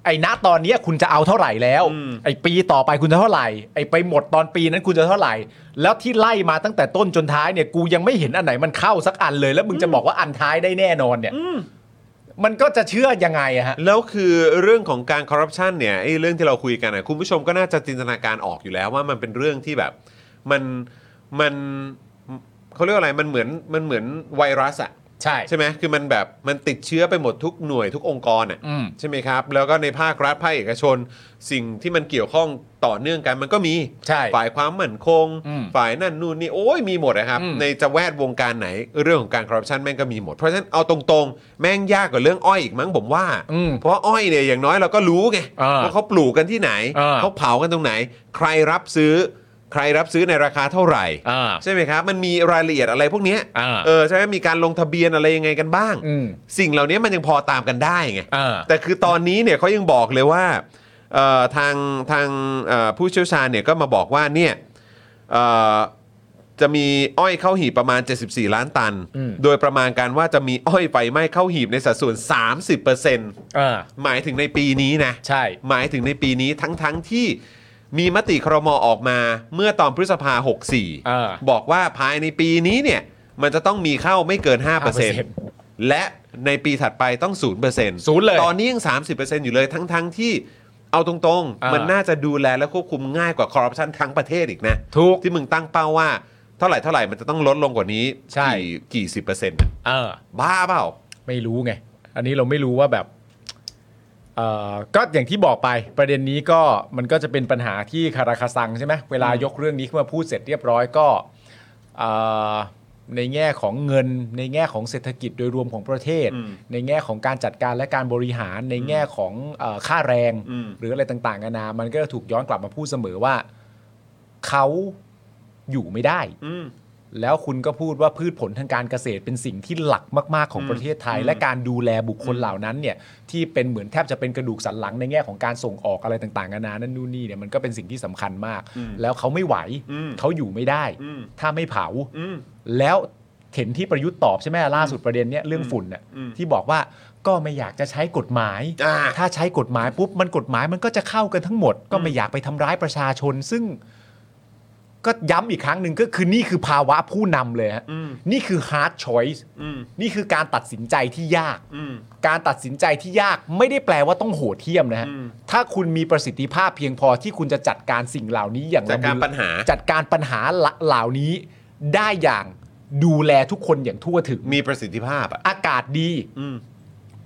ไอ้ณตอนเนี้ยคุณจะเอาเท่าไหร่แล้ว อืม ไอ้ปีต่อไปคุณจะเท่าไหร่ ไอ้ไปหมดตอนปีนั้นคุณจะเท่าไหร่ แล้วที่ไล่มาตั้งแต่ต้นจนท้ายเนี่ยกูยังไม่เห็นอันไหนมันเข้าสักอันเลย แล้วมึงจะบอกว่าอันท้ายได้แน่นอนเนี่ยมันก็จะเชื่อยังไงอะฮะ แล้วคือเรื่องของการคอร์รัปชันเนี่ยไอ้เรื่องที่เราคุยกันอะคุณผู้ชมก็น่าจะจินตนาการออกอยู่แล้วว่ามันเป็นเรื่องที่แบบมันมันเขาเรียกว่าอะไรมันเหมือนมันเหมือนไวรัสอะ ใช่ ใช่ไหมคือมันแบบมันติดเชื้อไปหมดทุกหน่วยทุกองค์กรอ่ะ อืม ใช่ไหมครับ แล้วก็ในภาครัฐภาคเอกชน สิ่งที่มันเกี่ยวข้องต่อเนื่องกันมันก็มี ใช่ ฝ่ายความมั่นคง อืม ฝ่ายนั่นนู่นนี่โอ้ยมีหมดนะครับ อืม ในจะแวดวงการไหนเรื่องของการคอร์รัปชันแม่งก็มีหมด เพราะฉะนั้นเอาตรงๆ แม่งยากกว่าเรื่องอ้อยอีกมั้งผมว่า อืม เพราะว่าอ้อยเนี่ยอย่างน้อยเราก็รู้ไง อ่า ว่าเขาปลูกกันที่ไหน อ่า เขาเผากันตรงไหน ใครรับซื้อ ใครรับซื้อในราคาเท่าไหร่ อ่า ใช่ไหมครับ มันมีรายละเอียดอะไรพวกเนี้ย อ่า เออใช่ไหมมีการลงทะเบียนอะไรยังไงกันบ้าง อืม สิ่งเหล่านี้มันยังพอตามกันได้ไง อ่า แต่คือตอนนี้เนี่ยเขายังบอกเลยว่าเอ่อทางทางเอ่อผู้เชี่ยวชาญเนี่ยก็มาบอกว่าเนี่ยเอ่อจะมีอ้อยเข้าหีบประมาณ 74 ล้านตัน อืม โดยประมาณการว่าจะมีอ้อยไฟไหม้เข้าหีบในสัดส่วน 30% อ่า หมายถึงในปีนี้นะ ใช่ หมายถึงในปีนี้ทั้งๆที่มีมติครมออกมาเมื่อตอนพฤษภา อ่า 64 บอกว่าภายในปีนี้เนี่ยมันจะต้องมีเข้าไม่เกิน 5%และในปีถัดไปต้อง 0% ศูนย์เลย ตอนนี้ยัง 30%อยู่เลยทั้งๆที่เอาตรง อ่า ๆ มั มันน่าจะดูแลและควบคุมง่ายกว่าคอร์รัปชันทั้งประเทศอีกนะ ถูก ที่มึงตั้งเป้าว่าเท่าไหร่เท่าไหร่มันจะต้องลดลงกว่านี้ ใช่ กี่กี่สิบเปอร์เซ็นต์อะ อ่า บ้าเปล่า ไม่รู้ไง อันนี้เราไม่รู้ว่าแบบเอ่อก็อย่างที่บอกไปประเด็นนี้ก็มันก็จะเป็นปัญหาที่คาราคาซังใช่ไหมเวลายกเรื่องนี้ขึ้นมาพูดเสร็จเรียบร้อยก็เอ่อในแง่ของเงิน ในแง่ของเศรษฐกิจโดยรวมของประเทศ อืม ในแง่ของการจัดการและการบริหาร ในแง่ของเออค่าแรง อืม หรืออะไรต่างๆนานา มันก็จะถูกย้อนกลับมาพูดเสมอว่าเขาอยู่ไม่ได้ อืม แล้วคุณก็พูดว่าพืชผลทางการเกษตรเป็นสิ่งที่หลักมากๆของ อืม ประเทศไทย อืม และการดูแลบุคคลเหล่านั้นเนี่ยที่เป็นเหมือนแทบจะเป็นกระดูกสันหลังในแง่ของการส่งออกอะไรต่างๆนานานั่นนู่นนี่เนี่ยมันก็เป็นสิ่งที่สำคัญมาก อืม แล้วเขาไม่ไหว อืม เขาอยู่ไม่ได้ อืม ถ้าไม่เผา อืม แล้วเห็นที่ประยุทธ์ตอบใช่ไหมล่าสุดประเด็นเนี่ยเรื่องฝุ่นเนี่ย อืม ที่บอกว่าก็ไม่อยากจะใช้กฎหมาย อ่า ถ้าใช้กฎหมายปุ๊บมันกฎหมายมันก็จะเข้ากันทั้งหมด ก็ไม่อยากไปทำร้ายประชาชน ซึ่งก็ย้ำอีกครั้งหนึ่งก็คือนี่คือภาวะผู้นำเลยฮะ อืม นี่คือ hard choice อืม นี่คือการตัดสินใจที่ยาก อืม การตัดสินใจที่ยากไม่ได้แปลว่าต้องโหดเหี้ยมนะฮะ อืม ถ้าคุณมีประสิทธิภาพเพียงพอที่คุณจะจัดการสิ่งเหล่านี้อย่าง จาก ละ กา มุ ร น ปัญหา จัดการปัญหาเหล่านี้ได้อย่างดูแลทุกคนอย่างทั่วถึง มีประสิทธิภาพอ่ะ อากาศดี อืม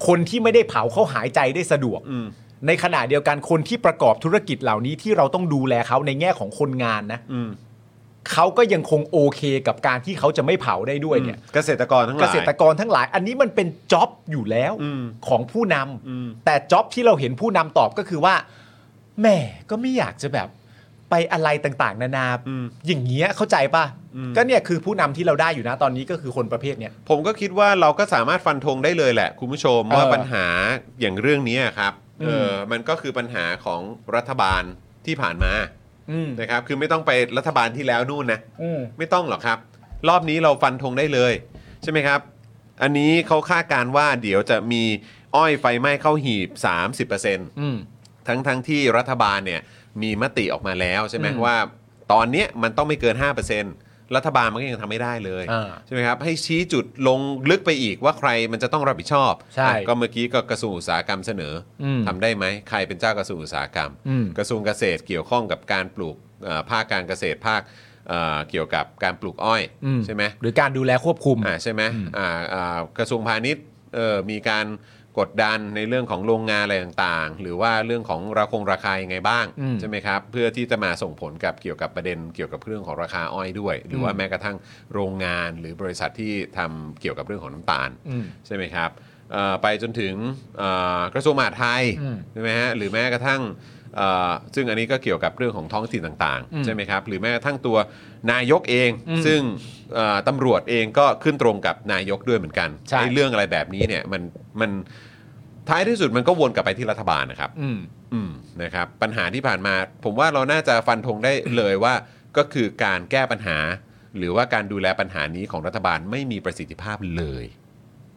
คนที่ไม่ได้เผาเขาหายใจได้สะดวก อืม ในขณะเดียวกันคนที่ประกอบธุรกิจเหล่านี้ที่เราต้องดูแลเขาในแง่ของคนงานนะ อืม เขาก็ยังคงโอเคกับการที่เขาจะไม่เผาได้ด้วยเนี่ย เกษตรกรทั้งห เก ลาย ษตรกรทั้งหลาย อันนี้มันเป็นจ็อบอยู่แล้ว อืม ของผู้นำ อืม แต่จ็อบที่เราเห็นผู้นำตอบก็คือว่าแหม่ก็ไม่อยากจะแบบไปอะไรต่างๆ นานา อืม อย่างเงี้ยเข้าใจป่ะ อืม ก็เนี่ยคือผู้นำที่เราได้อยู่นะตอนนี้ก็คือคนประเภทเนี้ย ผมก็คิดว่าเราก็สามารถฟันธงได้เลยแหละ คุณผู้ชมว่า เออ ปัญหาอย่างเรื่องนี้ครับ อืม เออมันก็คือปัญหาของรัฐบาลที่ผ่านมา อืม นะครับ คือไม่ต้องไปรัฐบาลที่แล้วนู่นนะ อืม ไม่ต้องหรอกครับ รอบนี้เราฟันธงได้เลย ใช่ไหมครับ อันนี้เขาคาดการณ์ว่าเดี๋ยวจะมีอ้อยไฟไหม้เข้าหีบ 30% อืม ทั้งทั้งที่รัฐบาลเนี่ยมีมติออกมาแล้วใช่ไหม อืม ว่า ตอนเนี้ยมันต้องไม่เกิน 5%รัฐบาลมันก็ยังทำไม่ได้เลย อ่า ใช่ไหมครับให้ชี้จุดลงลึกไปอีกว่าใครมันจะต้องรับผิดชอบ ใช่ อ่ะก็เมื่อกี้ก็กระทรวงอุตสาหกรรมเสนออ ม ทำได้ไหมใครเป็นเจ้ากระทรวงอุตสาหกรรม อืม กระทรวงเกษตรเกี่ยวข้องกับการปลูกเอ่อภาคการเกษตรภาคเอ่อเกี่ยวกับการปลูกอ้อย อืม ใช่ไหม หรือการดูแลควบคุม อ่าใช่ไหมอ่าอ่ากระทรวงพาณิชย์เออมีการกดดันในเรื่องของโรงงานอะไรต่างๆ หรือว่าเรื่องของราคงราคายังไงบ้าง อืม ใช่ไหมครับเพื่อที่จะมาส่งผลกับเกี่ยวกับประเด็นเกี่ยวกับเรื่องของราคาอ้อยด้วย หรือว่าแม้กระทั่งโรงงานหรือบริษัทที่ทำเกี่ยวกับเรื่องของน้ำตาล อืม ใช่ไหมครับเอ่อไปจนถึงเอ่อกระทรวงมหาดไทย อืม ใช่ไหมฮะหรือแม้กระทั่งเอ่อซึ่งอันนี้ก็เกี่ยวกับเรื่องของท้องถิ่นต่าง อืม ๆใช่ไหมครับหรือแม้กระทั่งตัวนายกเอง อืม ซึ่งเอ่อตำรวจเองก็ขึ้นตรงกับนายกด้วยเหมือนกัน ใช่ ไอ้เรื่องอะไรแบบนี้เนี่ยมันมันท้ายที่สุดมันก็วนกลับไปที่รัฐบาลนะครับ อืม อืมนะครับ ปัญหาที่ผ่านมา ผมว่าเราน่าจะฟันธงได้เลยว่า ก็คือการแก้ปัญหา หรือว่าการดูแลปัญหานี้ของรัฐบาลไม่มีประสิทธิภาพเลย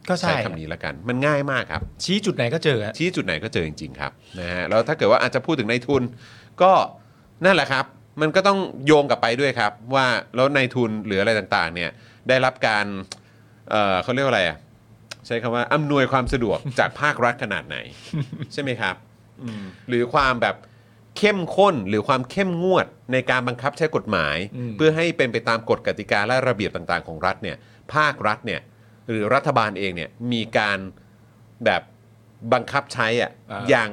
ก็ใช่ คำนี้ละกัน มันง่ายมากครับ ชี้จุดไหนก็เจอฮะ ชี้จุดไหนก็เจอจริง ๆ ครับนะฮะแล้วถ้าเกิดว่าอาจจะพูดถึงในทุน ก็นั่นแหละครับ มันก็ต้องโยงกลับไปด้วยครับ ว่าแล้วในทุนหรืออะไรต่างๆเนี่ยได้รับการเอ่อเขาเรียกว่าอะไรอ่ะใช้คำว่าอำนวยความสะดวก จากภาครัฐขนาดไหน ใช่ไหมครับอืมหรือความแบบเข้มข้นหรือความเข้มงวดในการบังคับใช้กฎหมาย เพื่อให้เป็นไปตามกฎกติกาและระเบียบต่างๆของรัฐเนี่ยภาครัฐเนี่ย หรือรัฐบาลเองเนี่ยมีการแบบบังคับใช้อะ อ่า อย่าง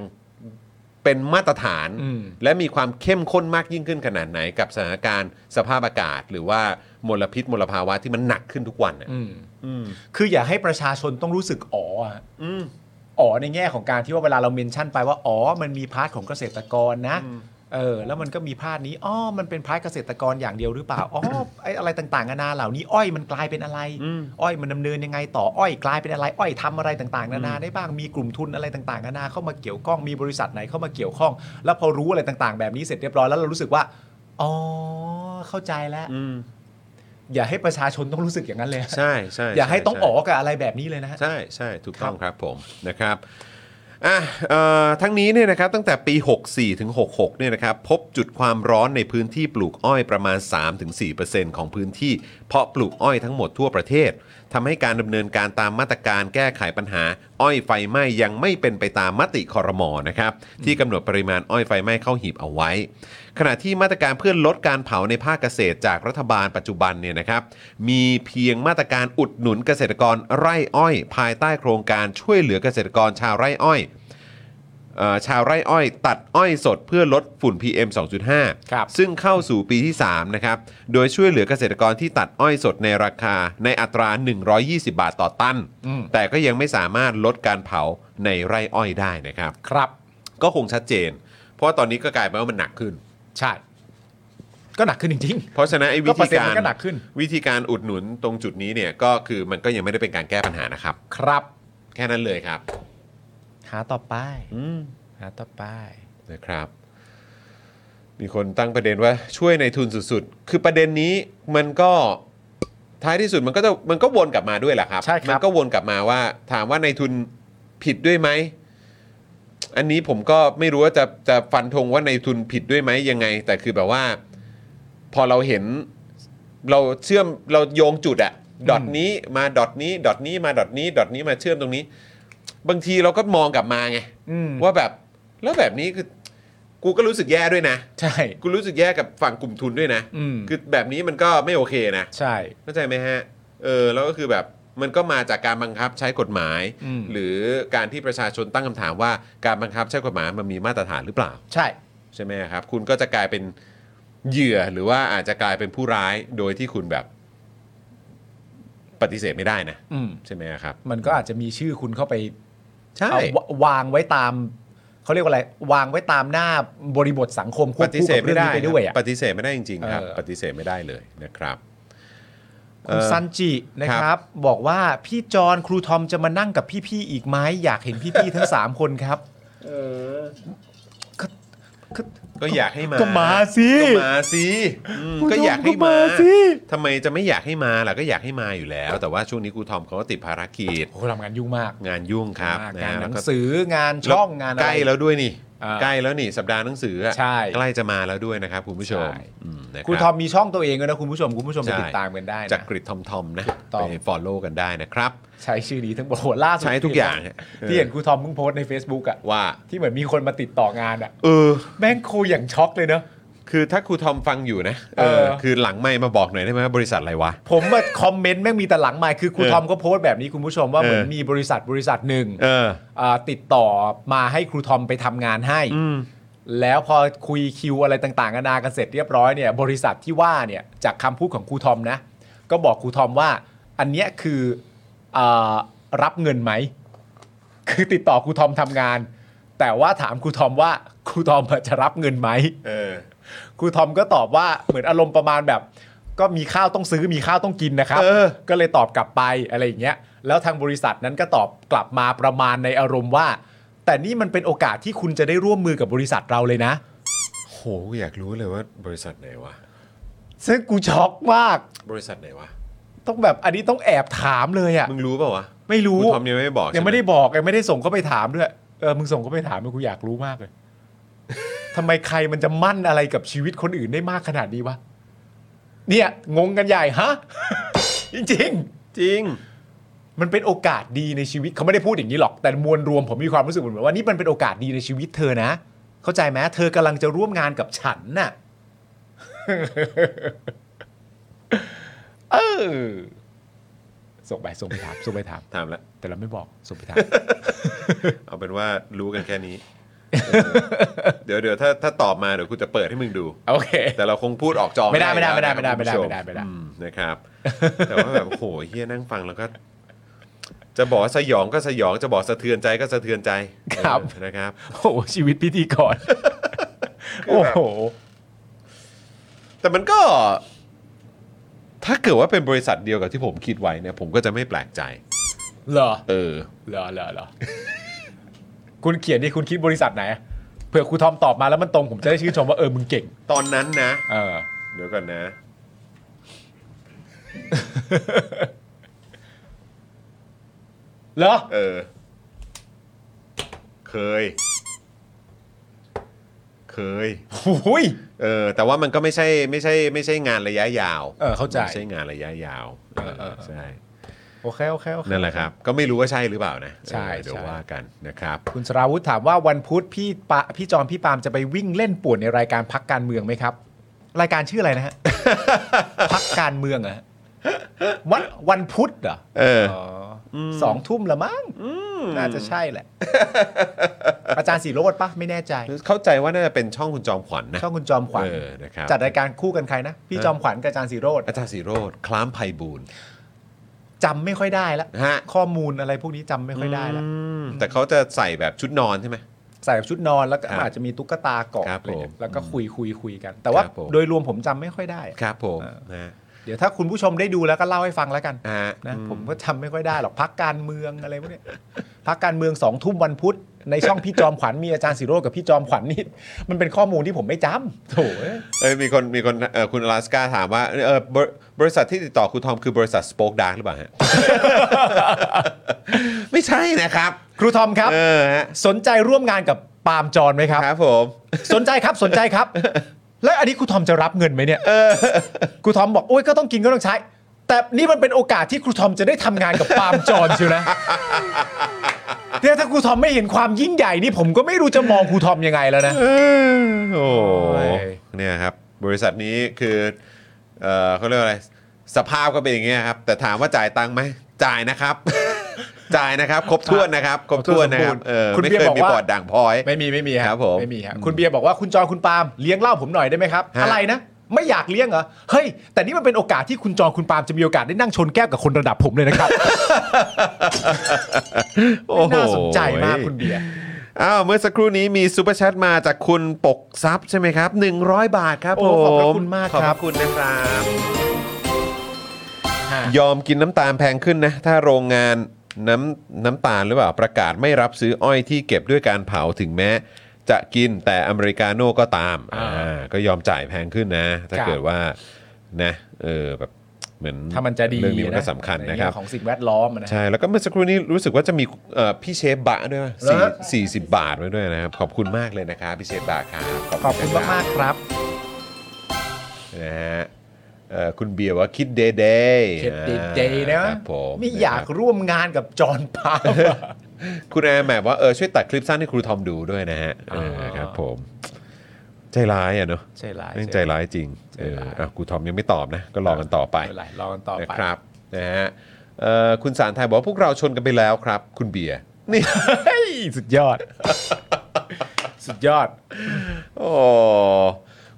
เป็นมาตรฐาน อืม และมีความเข้มข้นมากยิ่งขึ้นขนาดไหน กับสถานการณ์สภาพอากาศ หรือว่ามลพิษมลภาวะที่มันหนักขึ้นทุกวันน่ะ อืม อืม คืออย่าให้ประชาชนต้องรู้สึกอ๋ออะ อืม อ๋อในแง่ของการที่ว่าเวลาเราเมนชั่นไปว่าอ๋อมันมีพาร์ทของเกษตรกรนะเออแล้วมันก็มีพาร์ทนี้อ๋อมันเป็นพาร์ทเกษตรกรอย่างเดียวหรือเปล่าอ๋อไออะไรต่างๆนานาเหล่านี้อ้อยมันกลายเป็นอะไร อืม อ้อยมันดำเนินยังไงต่ออ้อยกลายเป็นอะไร อ้อยทำอะไรต่างๆนานาได้บ้างมีกลุ่มทุนอะไรต่างๆนานาเข้ามาเกี่ยวข้องมีบริษัทไหนเข้ามาเกี่ยวข้อง แล้วพอรู้อะไรต่างๆ แบบนี้เสร็จเรียบร้อยแล้วเรารู้สึกว่าอ๋อเข้าใจแล้ว อืม อย่าให้ประชาชนต้องรู้สึกอย่างนั้นเลย ใช่ใช่ อย่าให้ ช่ ต้อง ช่ อ๋อกับอะไรแบบนี้เลยนะฮะ ใช่ใช่ถูกต้องครับผมนะครับอ่ะเอ่อทั้งนี้เนี่ยนะครับตั้งแต่ปี 64 ถึง 66เนี่ยนะครับพบจุดความร้อนในพื้นที่ปลูกอ้อยประมาณ 3-4%ของพื้นที่ เพาะปลูกอ้อยทั้งหมดทั่วประเทศทำให้การดำเนินการตามมาตรการแก้ไขปัญหา อ้อยไฟไหม้ยังไม่เป็นไปตามมติคอรมอนะครับที่กำหนดปริมาณอ้อยไฟไหม้เข้าหีบเอาไว้ ขณะที่มาตรการเพื่อลดการเผาในภาคเกษตรจากรัฐบาลปัจจุบันเนี่ยนะครับ มีเพียงมาตรการอุดหนุนเกษตรกรไร่อ้อย ภายใต้โครงการช่วยเหลือเกษตรกรชาวไร่อ้อยเอ่อชาวไร่อ้อย ตัดอ้อยสดเพื่อลดฝุ่น PM 2.5 ครับ ซึ่งเข้าสู่ปีที่ 3 นะครับ โดยช่วยเหลือเกษตรกรที่ตัดอ้อยสดในราคาในอัตรา 120 บาทต่อตัน แต่ก็ยังไม่สามารถลดการเผาในไร่อ้อยได้นะครับ ครับ ก็คงชัดเจน เพราะว่าตอนนี้ก็กลายเป็นว่ามันหนักขึ้น ใช่ ก็หนักขึ้นจริง เพราะฉะนั้นไอ้วิ ก็เปอ ธี ร์เซ็นต์ การมันก็หนักขึ้น วิธีการอุดหนุนตรงจุดนี้เนี่ยก็คือมันก็ยังไม่ได้เป็นการแก้ปัญหานะครับ ๆ ครับ แค่นั้นเลยครับ หาต่อไป อืม หาต่อไป นะครับ มีคนตั้งประเด็นว่าช่วยในทุนสุดๆ คือประเด็นนี้มันก็ท้ายที่สุดมันก็จะมันก็วนกลับมาด้วยแหละครับ ใช่ครับ มันก็วนกลับมาว่า ถามว่าในทุนผิดด้วยไหมอันนี้ผมก็ไม่รู้ว่าจะจะฟันธงว่าในทุนผิดด้วยไหมยังไง แต่คือแบบว่า พอเราเห็นเราเชื่อมเราโยงจุดอะดอทนี้มาดอทนี้ดอทนี้มาดอทนี้ดอทนี้มาเชื่อมตรงนี้ บางทีเราก็มองกลับมาไง อืม ว่าแบบแล้วแบบนี้คือ กูก็รู้สึกแย่ด้วยนะ ใช่ กูรู้สึกแย่กับฝั่งกลุ่มทุนด้วยนะ อืม คือแบบนี้มันก็ไม่โอเคนะ ใช่ เข้าใจไหมฮะ เออ แล้วก็คือแบบมันก็มาจากการบังคับใช้กฎหมาย อืม หรือการที่ประชาชนตั้งคำถามว่าการบังคับใช้กฎหมายมันมีมาตรฐานหรือเปล่า ใช่ ใช่ไหมครับ คุณก็จะกลายเป็นเหยื่อหรือว่าอาจจะกลายเป็นผู้ร้ายโดยที่คุณแบบปฏิเสธไม่ได้นะ อืม ใช่ไหมครับ มันก็อาจจะมีชื่อคุณเข้าไป ใช่ เอาวะวางไว้ตาม เขาเรียกว่าอะไร วางไว้ตามหน้าบริบทสังคมคว ป บ ฏิ คู่ เสธ กับ ไม่ เรื่อง ได้ นี้ไปด้วย ครั อ่ะ บปฏิเสธไม่ได้จริงๆครับ เออ ปฏิเสธไม่ได้เลยนะครับ คุณซันจินะค ครั รับ บ บอกว่าพี่จอนครูทอมจะมานั่งกับพี่ๆอีกไหมอยากเห็นพี่ๆทั้ง สามคนครับ ก็อยากให้มา ก็มาสิ ก็มาสิอืมก็อยากให้ ก็ มา มาสิ ทำไมจะไม่อยากให้มาล่ะก็อยากให้มาอยู่แล้ว แต่ว่าช่วงนี้ครูทอมเขาก็ติดภารกิจ โอ้โหทำงานยุ่งมาก งานยุ่งครับ มาก นะ งานหนัง ก็ สืองานช่องงานอะ ใก ไร ล้แล้วด้วยนี่ อ่า ใกล้แล้วนี่สัปดาห์หนังสืออะ ใช่ ใกล้จะมาแล้วด้วยนะครับคุณผู้ชม ใช่ อืมนะรับ ครูทอมมีช่องตัวเองด้วยนะคุณผู้ชมคุณผู้ชมไป ใช่ ติดตามกันได้นะ จากกริดทอมทอมนะ ถูกต้อง ไปฟอลโล่กันได้นะครับ ใช้ชื่อนี้ทั้งหมดโห ล่าสุด ใช้ทุกอย่างฮะ ที่เห็นครูทอมเพิ่งโพสต์ใน Facebook อ่ะ ว่า ที่เหมือนมีคนมาติดต่องานอ่ะ เออ แม่งครูอย่างช็อกเลยเนอะ คือถ้าครูทอมฟังอยู่นะ เออ คือหลังไม่มาบอกหน่อยได้ไหมว่าบริษัทอะไรวะ ผมมาคอมเมนต์แม่งมีแต่หลังไมค์คือครู เออ ทอมก็โพสต์แบบนี้คุณผู้ชมว่า เออ เหมือนมีบริษัทบริษัทหนึ่ง เออ อ่าติดต่อมาให้ครูทอมไปทำงานให้ อืม แล้วพอคุยคิวอะไรต่างๆกันานากันเสร็จเรียบร้อยเนี่ยบริษัทที่ว่าเนี่ยจากคำพูดของครูทอมนะ ก็บอกครูทอมว่า อันเนี้ยคือเออรับเงินไหม คือติดต่อครูทอมทำงาน แต่ว่าถามครูทอมว่าครูทอมจะรับเงินไหม เออ ครูทอมก็ตอบว่าเหมือนอารมณ์ประมาณแบบ ก็มีข้าวต้องซื้อมีข้าวต้องกินนะครับ เออ ก็เลยตอบกลับไปอะไรอย่างเงี้ย แล้วทางบริษัทนั้นก็ตอบกลับมาประมาณในอารมณ์ว่า แต่นี่มันเป็นโอกาสที่คุณจะได้ร่วมมือกับบริษัทเราเลยนะ โหกูอยากรู้เลยว่าบริษัทไหนวะ ซึ่งกูช็อกมาก บริษัทไหนวะ ต้องแบบอันนี้ต้องแอบถามเลยอะ่ะ มึงรู้เปล่าวะ ไม่ ครู รู้ ทอมยังไม่ได้บอก ยังไม่ ใช่ ได้บอกยังไม่ได้ส่งเข้าไปถามด้วย เออ มึงส่งเข้าไปถามกูอยากรู้มากเลย ทำไมใครมันจะมั่นอะไรกับชีวิตคนอื่นได้มากขนาดนี้วะ เนี่ย งงกันใหญ่ฮะ จริง จริง ๆ มันเป็นโอกาสดีในชีวิตเขาไม่ได้พูดอย่างนี้หรอก แต่มวลรวมผมมีความรู้สึกเหมือนว่านี่มันเป็นโอกาสดีในชีวิตเธอนะ เข้าใจไหมเธอกำลังจะร่วมงานกับฉันน่ะ เออ ส่งไปส่งไปถามส่งไปถาม ถามแล้ว แต่เราไม่บอกส่งไปถาม เอาเป็นว่ารู้กันแค่นี้ เดี๋ยวเดี๋ยวถ้าถ้าตอบมาเดี๋ยวกูจะเปิดให้มึงดู โอเค แต่เราคงพูดออกจอ ไม่ได้ไม่ได้ แล้วนะ ไม่ได้ไม่ได้ คุณผู้ช ไม่ได้ไม่ได้ อืนะครับ แต่ว่าแบบโอ้โหเฮียนั่งฟังแล้วก็ จะบอกว่าสยองก็สยองจะบอกสะเทือนใจก็สะเทือนใจ ครับ เออนะครับ โอ้โหชีวิตพิธีกรโอ้โห แต่มันก็ ถ้าเกิดว่าเป็นบริษัทเดียวกับที่ผมคิดไว้เนี่ย ผมก็จะไม่แปลกใจ เหรอ เออ เหรอเหรอเหรอ คุณเขียนดิคุณคิดบริษัทไหนอะเผื่อครูทอมตอบมาแล้วมันตรงผมจะได้ชื่นชมว่าเออมึงเก่ง ตอนนั้นนะ เออ เดี๋ยวก่อนนะ เหรอ เออ เคย เคย หูย เออ แต่ว่ามันก็ไม่ใช่ไม่ใช่ไม่ใช่งานระยะยาว เออเข้าใจ ไม่ใช่งานระยะยาว เออเออเออ ใช่ โอเคโอเคโอเค นั่นแหละครับ ก็ไม่รู้ว่าใช่หรือเปล่านะ ใช่ เออเดี๋ยว ใช่ ว่ากันนะครับ คุณสราวุธถามว่าวันพุธพี่ปะพี่จอมพี่ปาล์มจะไปวิ่งเล่นป่วนในรายการพักการเมืองไหมครับ รายการชื่ออะไรนะ ฮะ พักการเมืองเหรอะวันวันพุธเหรอ เออ อ๋ออสองทุ่มละมั้งน่าจะใช่แหละ อาจารย์สีโรดปะไม่แน่ใจ เข้าใจว่าน่าจะเป็นช่องคุณจอมขวัญนะ ช่องคุณจอมขวัญ เออนะครับ จัดรายการคู่กันใครนะ พี่จอมขวัญกับอาจารย์สีโรด อาจารย์สีโรดคล้ามไพบูลย์ จำไม่ค่อยได้ละ ฮะ ข้อมูลอะไรพวกนี้จำไม่ค่อยได้ละ อืมแต่เขาจะใส่แบบชุดนอนใช่ไหม ใส่แบบชุดนอนแล้วก็ ครับ อาจจะมีตุ๊กตาเกาะ ครับ อะไรผเงี้ม ยแล้วก็คุยคุยคุยกัน แต่ว่า ครับผม โดยรวมผมจำไม่ค่อยได้ ครับผม เออ นะฮะ เดี๋ยวถ้าคุณผู้ชมได้ดูแล้วก็เล่าให้ฟังแล้วกัน ฮะ นะผมก็จำไม่ค่อยได้หรอกพักการเมืองอะไรพวกเนี้ยพักการเมืองสองทุ่มวันพุธในช่องพี่ จอมขวัญมีอาจารย์สิโรจน์กับพี่จอมขวัญนี่มันเป็นข้อมูลที่ผมไม่จำโถเอ้ย เอ้ยมีคนมีคนเออคุณอลาสกาถามว่าเออบริบริษัทที่ติดต่อคุณทอมคือบริษัทสป็อกดาร์หรือเปล่าฮะ ไม่ใช่นะครับ ครูทอมครับ เออฮะ สนใจร่วมงานกับปาล์มจอนไหมครับ ครับผม สนใจครับสนใจครับ แล้วอันนี้ครูทอมจะรับเงินไหมเนี่ยครูทอมบอกโอ้ยก็ต้องกินก็ต้องใช้ แต่นี่มันเป็นโอกาสที่ครูทอมจะได้ทำงานกับปาล์มจอนเชียวนะเนี่ยถ้าครูทอมไม่เห็นความยิ่งใหญ่นี่ผมก็ไม่รู้จะมองครูทอมยังไงแล้วนะ เออโอ้ โอ้ย เนี่ยครับ บริษัทนี้คือเออเขาเรียกว่าอะไร สภาพก็เป็นอย่างเงี้ยครับ แต่ถามว่าจ่ายตังค์ไหมจ่ายนะครับ จ่ายนะครับ ครบถ้วนนะครับ ครบถ้วนนะครับเออ คุณ ไม่ เบีย เค ร์ ย บอก มี ว่า บอร์ดด่างพร้อย ไม่มีไม่มี ครับผม ไม่มีฮะ อืม คุณเบียร์บอกว่าคุณจอนคุณปาล์มเลี้ยงเหล้าผมหน่อยได้ไหมครับ ฮะ อะไรนะ ไม่อยากเลี้ยงเหรอเฮ้ยแต่นี่มันเป็นโอกาสที่คุณจอนคุณปาล์มจะมีโอกาสได้นั่งชนแก้วกับคนระดับผมเลยนะครับ น่าสนใจมากคุณเบียร์ อ้าวเมื่อสักครู่นี้มีซูเปอร์แชทมาจากคุณปกทรัพย์ใช่ไหมครับ 100 บาทครับผ โอ้ ม ขอบพระคุณมาก ขอบพ ครั ระ บ คุณนะครับ ฮะ ยอมกินน้ำตาลแพงขึ้นนะ ถ้าโรงงานน้ำน้ำตาลหรือเปล่าประกาศไม่รับซื้ออ้อยที่เก็บด้วยการเผาถึงแม้ จะกินแต่อเมริกาโน่ก็ตาม อ่า อ่าก็ยอมจ่ายแพงขึ้นนะ ถ้า ครับ เกิดว่านะเออแบบเหมือน ถ้ามันจะดี เรื่องนี้มันก็สำคัญ ใ นะครับ เองของสิ่งแวดล้อมอะนะ ใช่ แล้วก็เมื่อสักครู่นี้รู้สึกว่าจะมีเอ่อพี่เชฟบะด้วยป่ะ เหรอ สี่สิบบาทไว้ด้วยนะครับ ขอบคุณมากเลยนะครับพี่เชฟบะครับ ขอบคุณมากมากๆครับ ๆนะฮะเอ่อคุณเบียร์ว่าคิดเดย์เดย์ เข็ดเดย์ๆนะครับ ผม ไม่อยาก นะครับ ร่วมงานกับจอห์นปาล์ม อะ คุณแอร์แมบว่าเออช่วยตัดคลิปสั้นให้ครูทอมดูด้วยนะฮะเออ อ๋อ ครับผม ใจร้ายอ่ะเนอะ ใจร้าย เรื่องใจร้ายจริง ใจ เออ ร้าย อ่ะครูทอมยังไม่ตอบนะ ก็รอกันต่อไป ไม่เป็นไรรอกันต่อไป นะครับนะฮะเอ่อคุณสารไทยบอกว่าพวกเราชนกันไปแล้วครับ คุณเบียร์นี่ เฮ้ยสุดย อด สุดยอด โอ้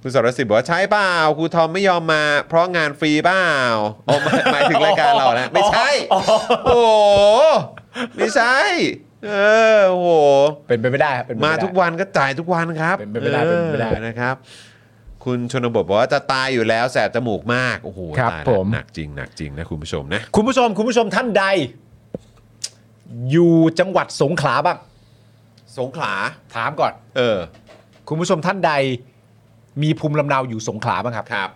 คุณสรสิทธิ์บอกว่าใช่เปล่าครูทอมไม่ยอมมา เพราะงานฟรีเปล่าโอ้หมายหมายถึงรายการเรา นะไม่ใช่ โอ้โหไม่ใช่ เออโอ้โห เป็นไปไม่ได้ครับเป็นไปไได้ มาทุกวันก็จ่ายทุกวันครับ เป็นไปไม่ได้เป็นไปไม่ได้ ออนะครับ คุณชนบทบอกว่าจะตายอยู่แล้วแสบจมูกมากโอ้โห ครับ ตายแล้ว ผม หนักจริงหนักจริงนะคุณผู้ชมนะ คุณผู้ชม คุณผู้ชมท่านใด อยู่จังหวัดสงขลาบ้าง สงขลา ถามก่อน เออ คุณผู้ชมท่านใด มีภูมิลำเนาอยู่สงขลาบ้างครับ ครับ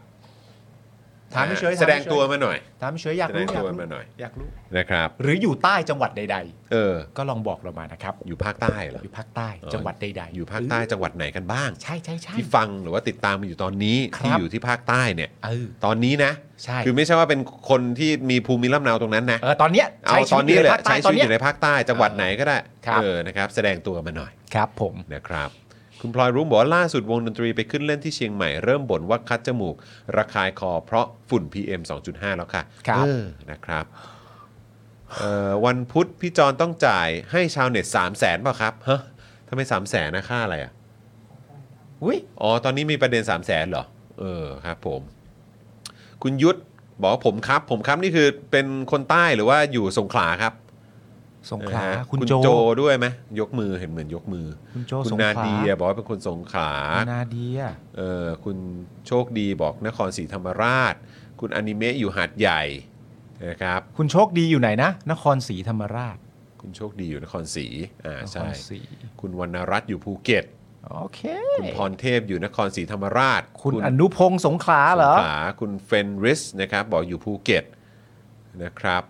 ถามเฉยๆ แสดง ถามเฉยๆ ตัวมาหน่อย ถามเฉยๆอยาก แสด รู้ ง อยา ตั ก ว รู้ มาหน่อย อยากรู้ นะครับ หรืออยู่ใต้จังหวัดใด เออ ๆ ก็ลองบอกเรามานะครับ อยู่ภาคใต้เหรอ อยู่ภาคใต้ เออ จังหวัดใดๆ อยู่ภาคใต้จังหวัดไหนกันบ้าง ใช่ใช่ใช่ ที่ฟังหรือว่าติดตามอยู่ตอนนี้ ครับ ที่อยู่ที่ภาคใต้เนี่ย เออ ตอนนี้นะ ใช่ คือไม่ใช่ว่าเป็นคนที่มีภูมิลำเนาตรงนั้นนะ เออตอนเนี้ย เอา ใช้ชี ตอนวิตอ นี้ ยู่ เล ใน ย ภาคใต้ ใช้ ตอ ชี น วิตอยเนี้ยู่ในภาคใต้จังหวัดไหนก็ได้ ครับ เออนะครับ แสดงตัวมาหน่อย ครับผม นะครับ คุณพลอยรุ้งบอกว่าล่าสุดวงดนตรีไปขึ้นเล่นที่เชียงใหม่เริ่มบ่นว่าคัดจมูกระคายคอเพราะฝุ่น PM 2.5 แล้วค่ะเออนะครับ เอ่อวันพุธพี่จอนต้องจ่ายให้ชาวเน็ต 3 0 0แสนป่ะครับฮะทำไม 3 0 0แสนนะค่าอะไรอ่ะ อุ้ย อ๋อ ตอนนี้มีประเด็น 3 0 0แสนเหรอ เออครับผม คุณยุทธบอกว่าผมครับ ผมครับนี่คือเป็นคนใต้หรือว่าอยู่สงขลาครับ สงขลา นะฮะ คุณ คุณ โจ โจด้วยไหมยกมือเห็นเหมือนยกมือ คุณโจ คุณ สง นา ขลา เดียบอกว่าเป็นคนสงขลา คุณนาเดีย เออคุณโชคดีบอกนครศรีธรรมราช คุณอนิเมะอยู่หาดใหญ่นะครับ คุณโชคดีอยู่ไหนนะ นครศรีธรรมราช คุณโชคดีอยู่นครศรีอ่าน ค ใช่ รศรี คุณวรรณรัตน์อยู่ภูเก็ต โอเค คุณพรเทพอยู่นครศรีธรรมราช คุณอนุพงศ์สงขลาเหรอ สงขลาคุณเฟนริสนะครับบอกอยู่ภูเก็ตนะครับ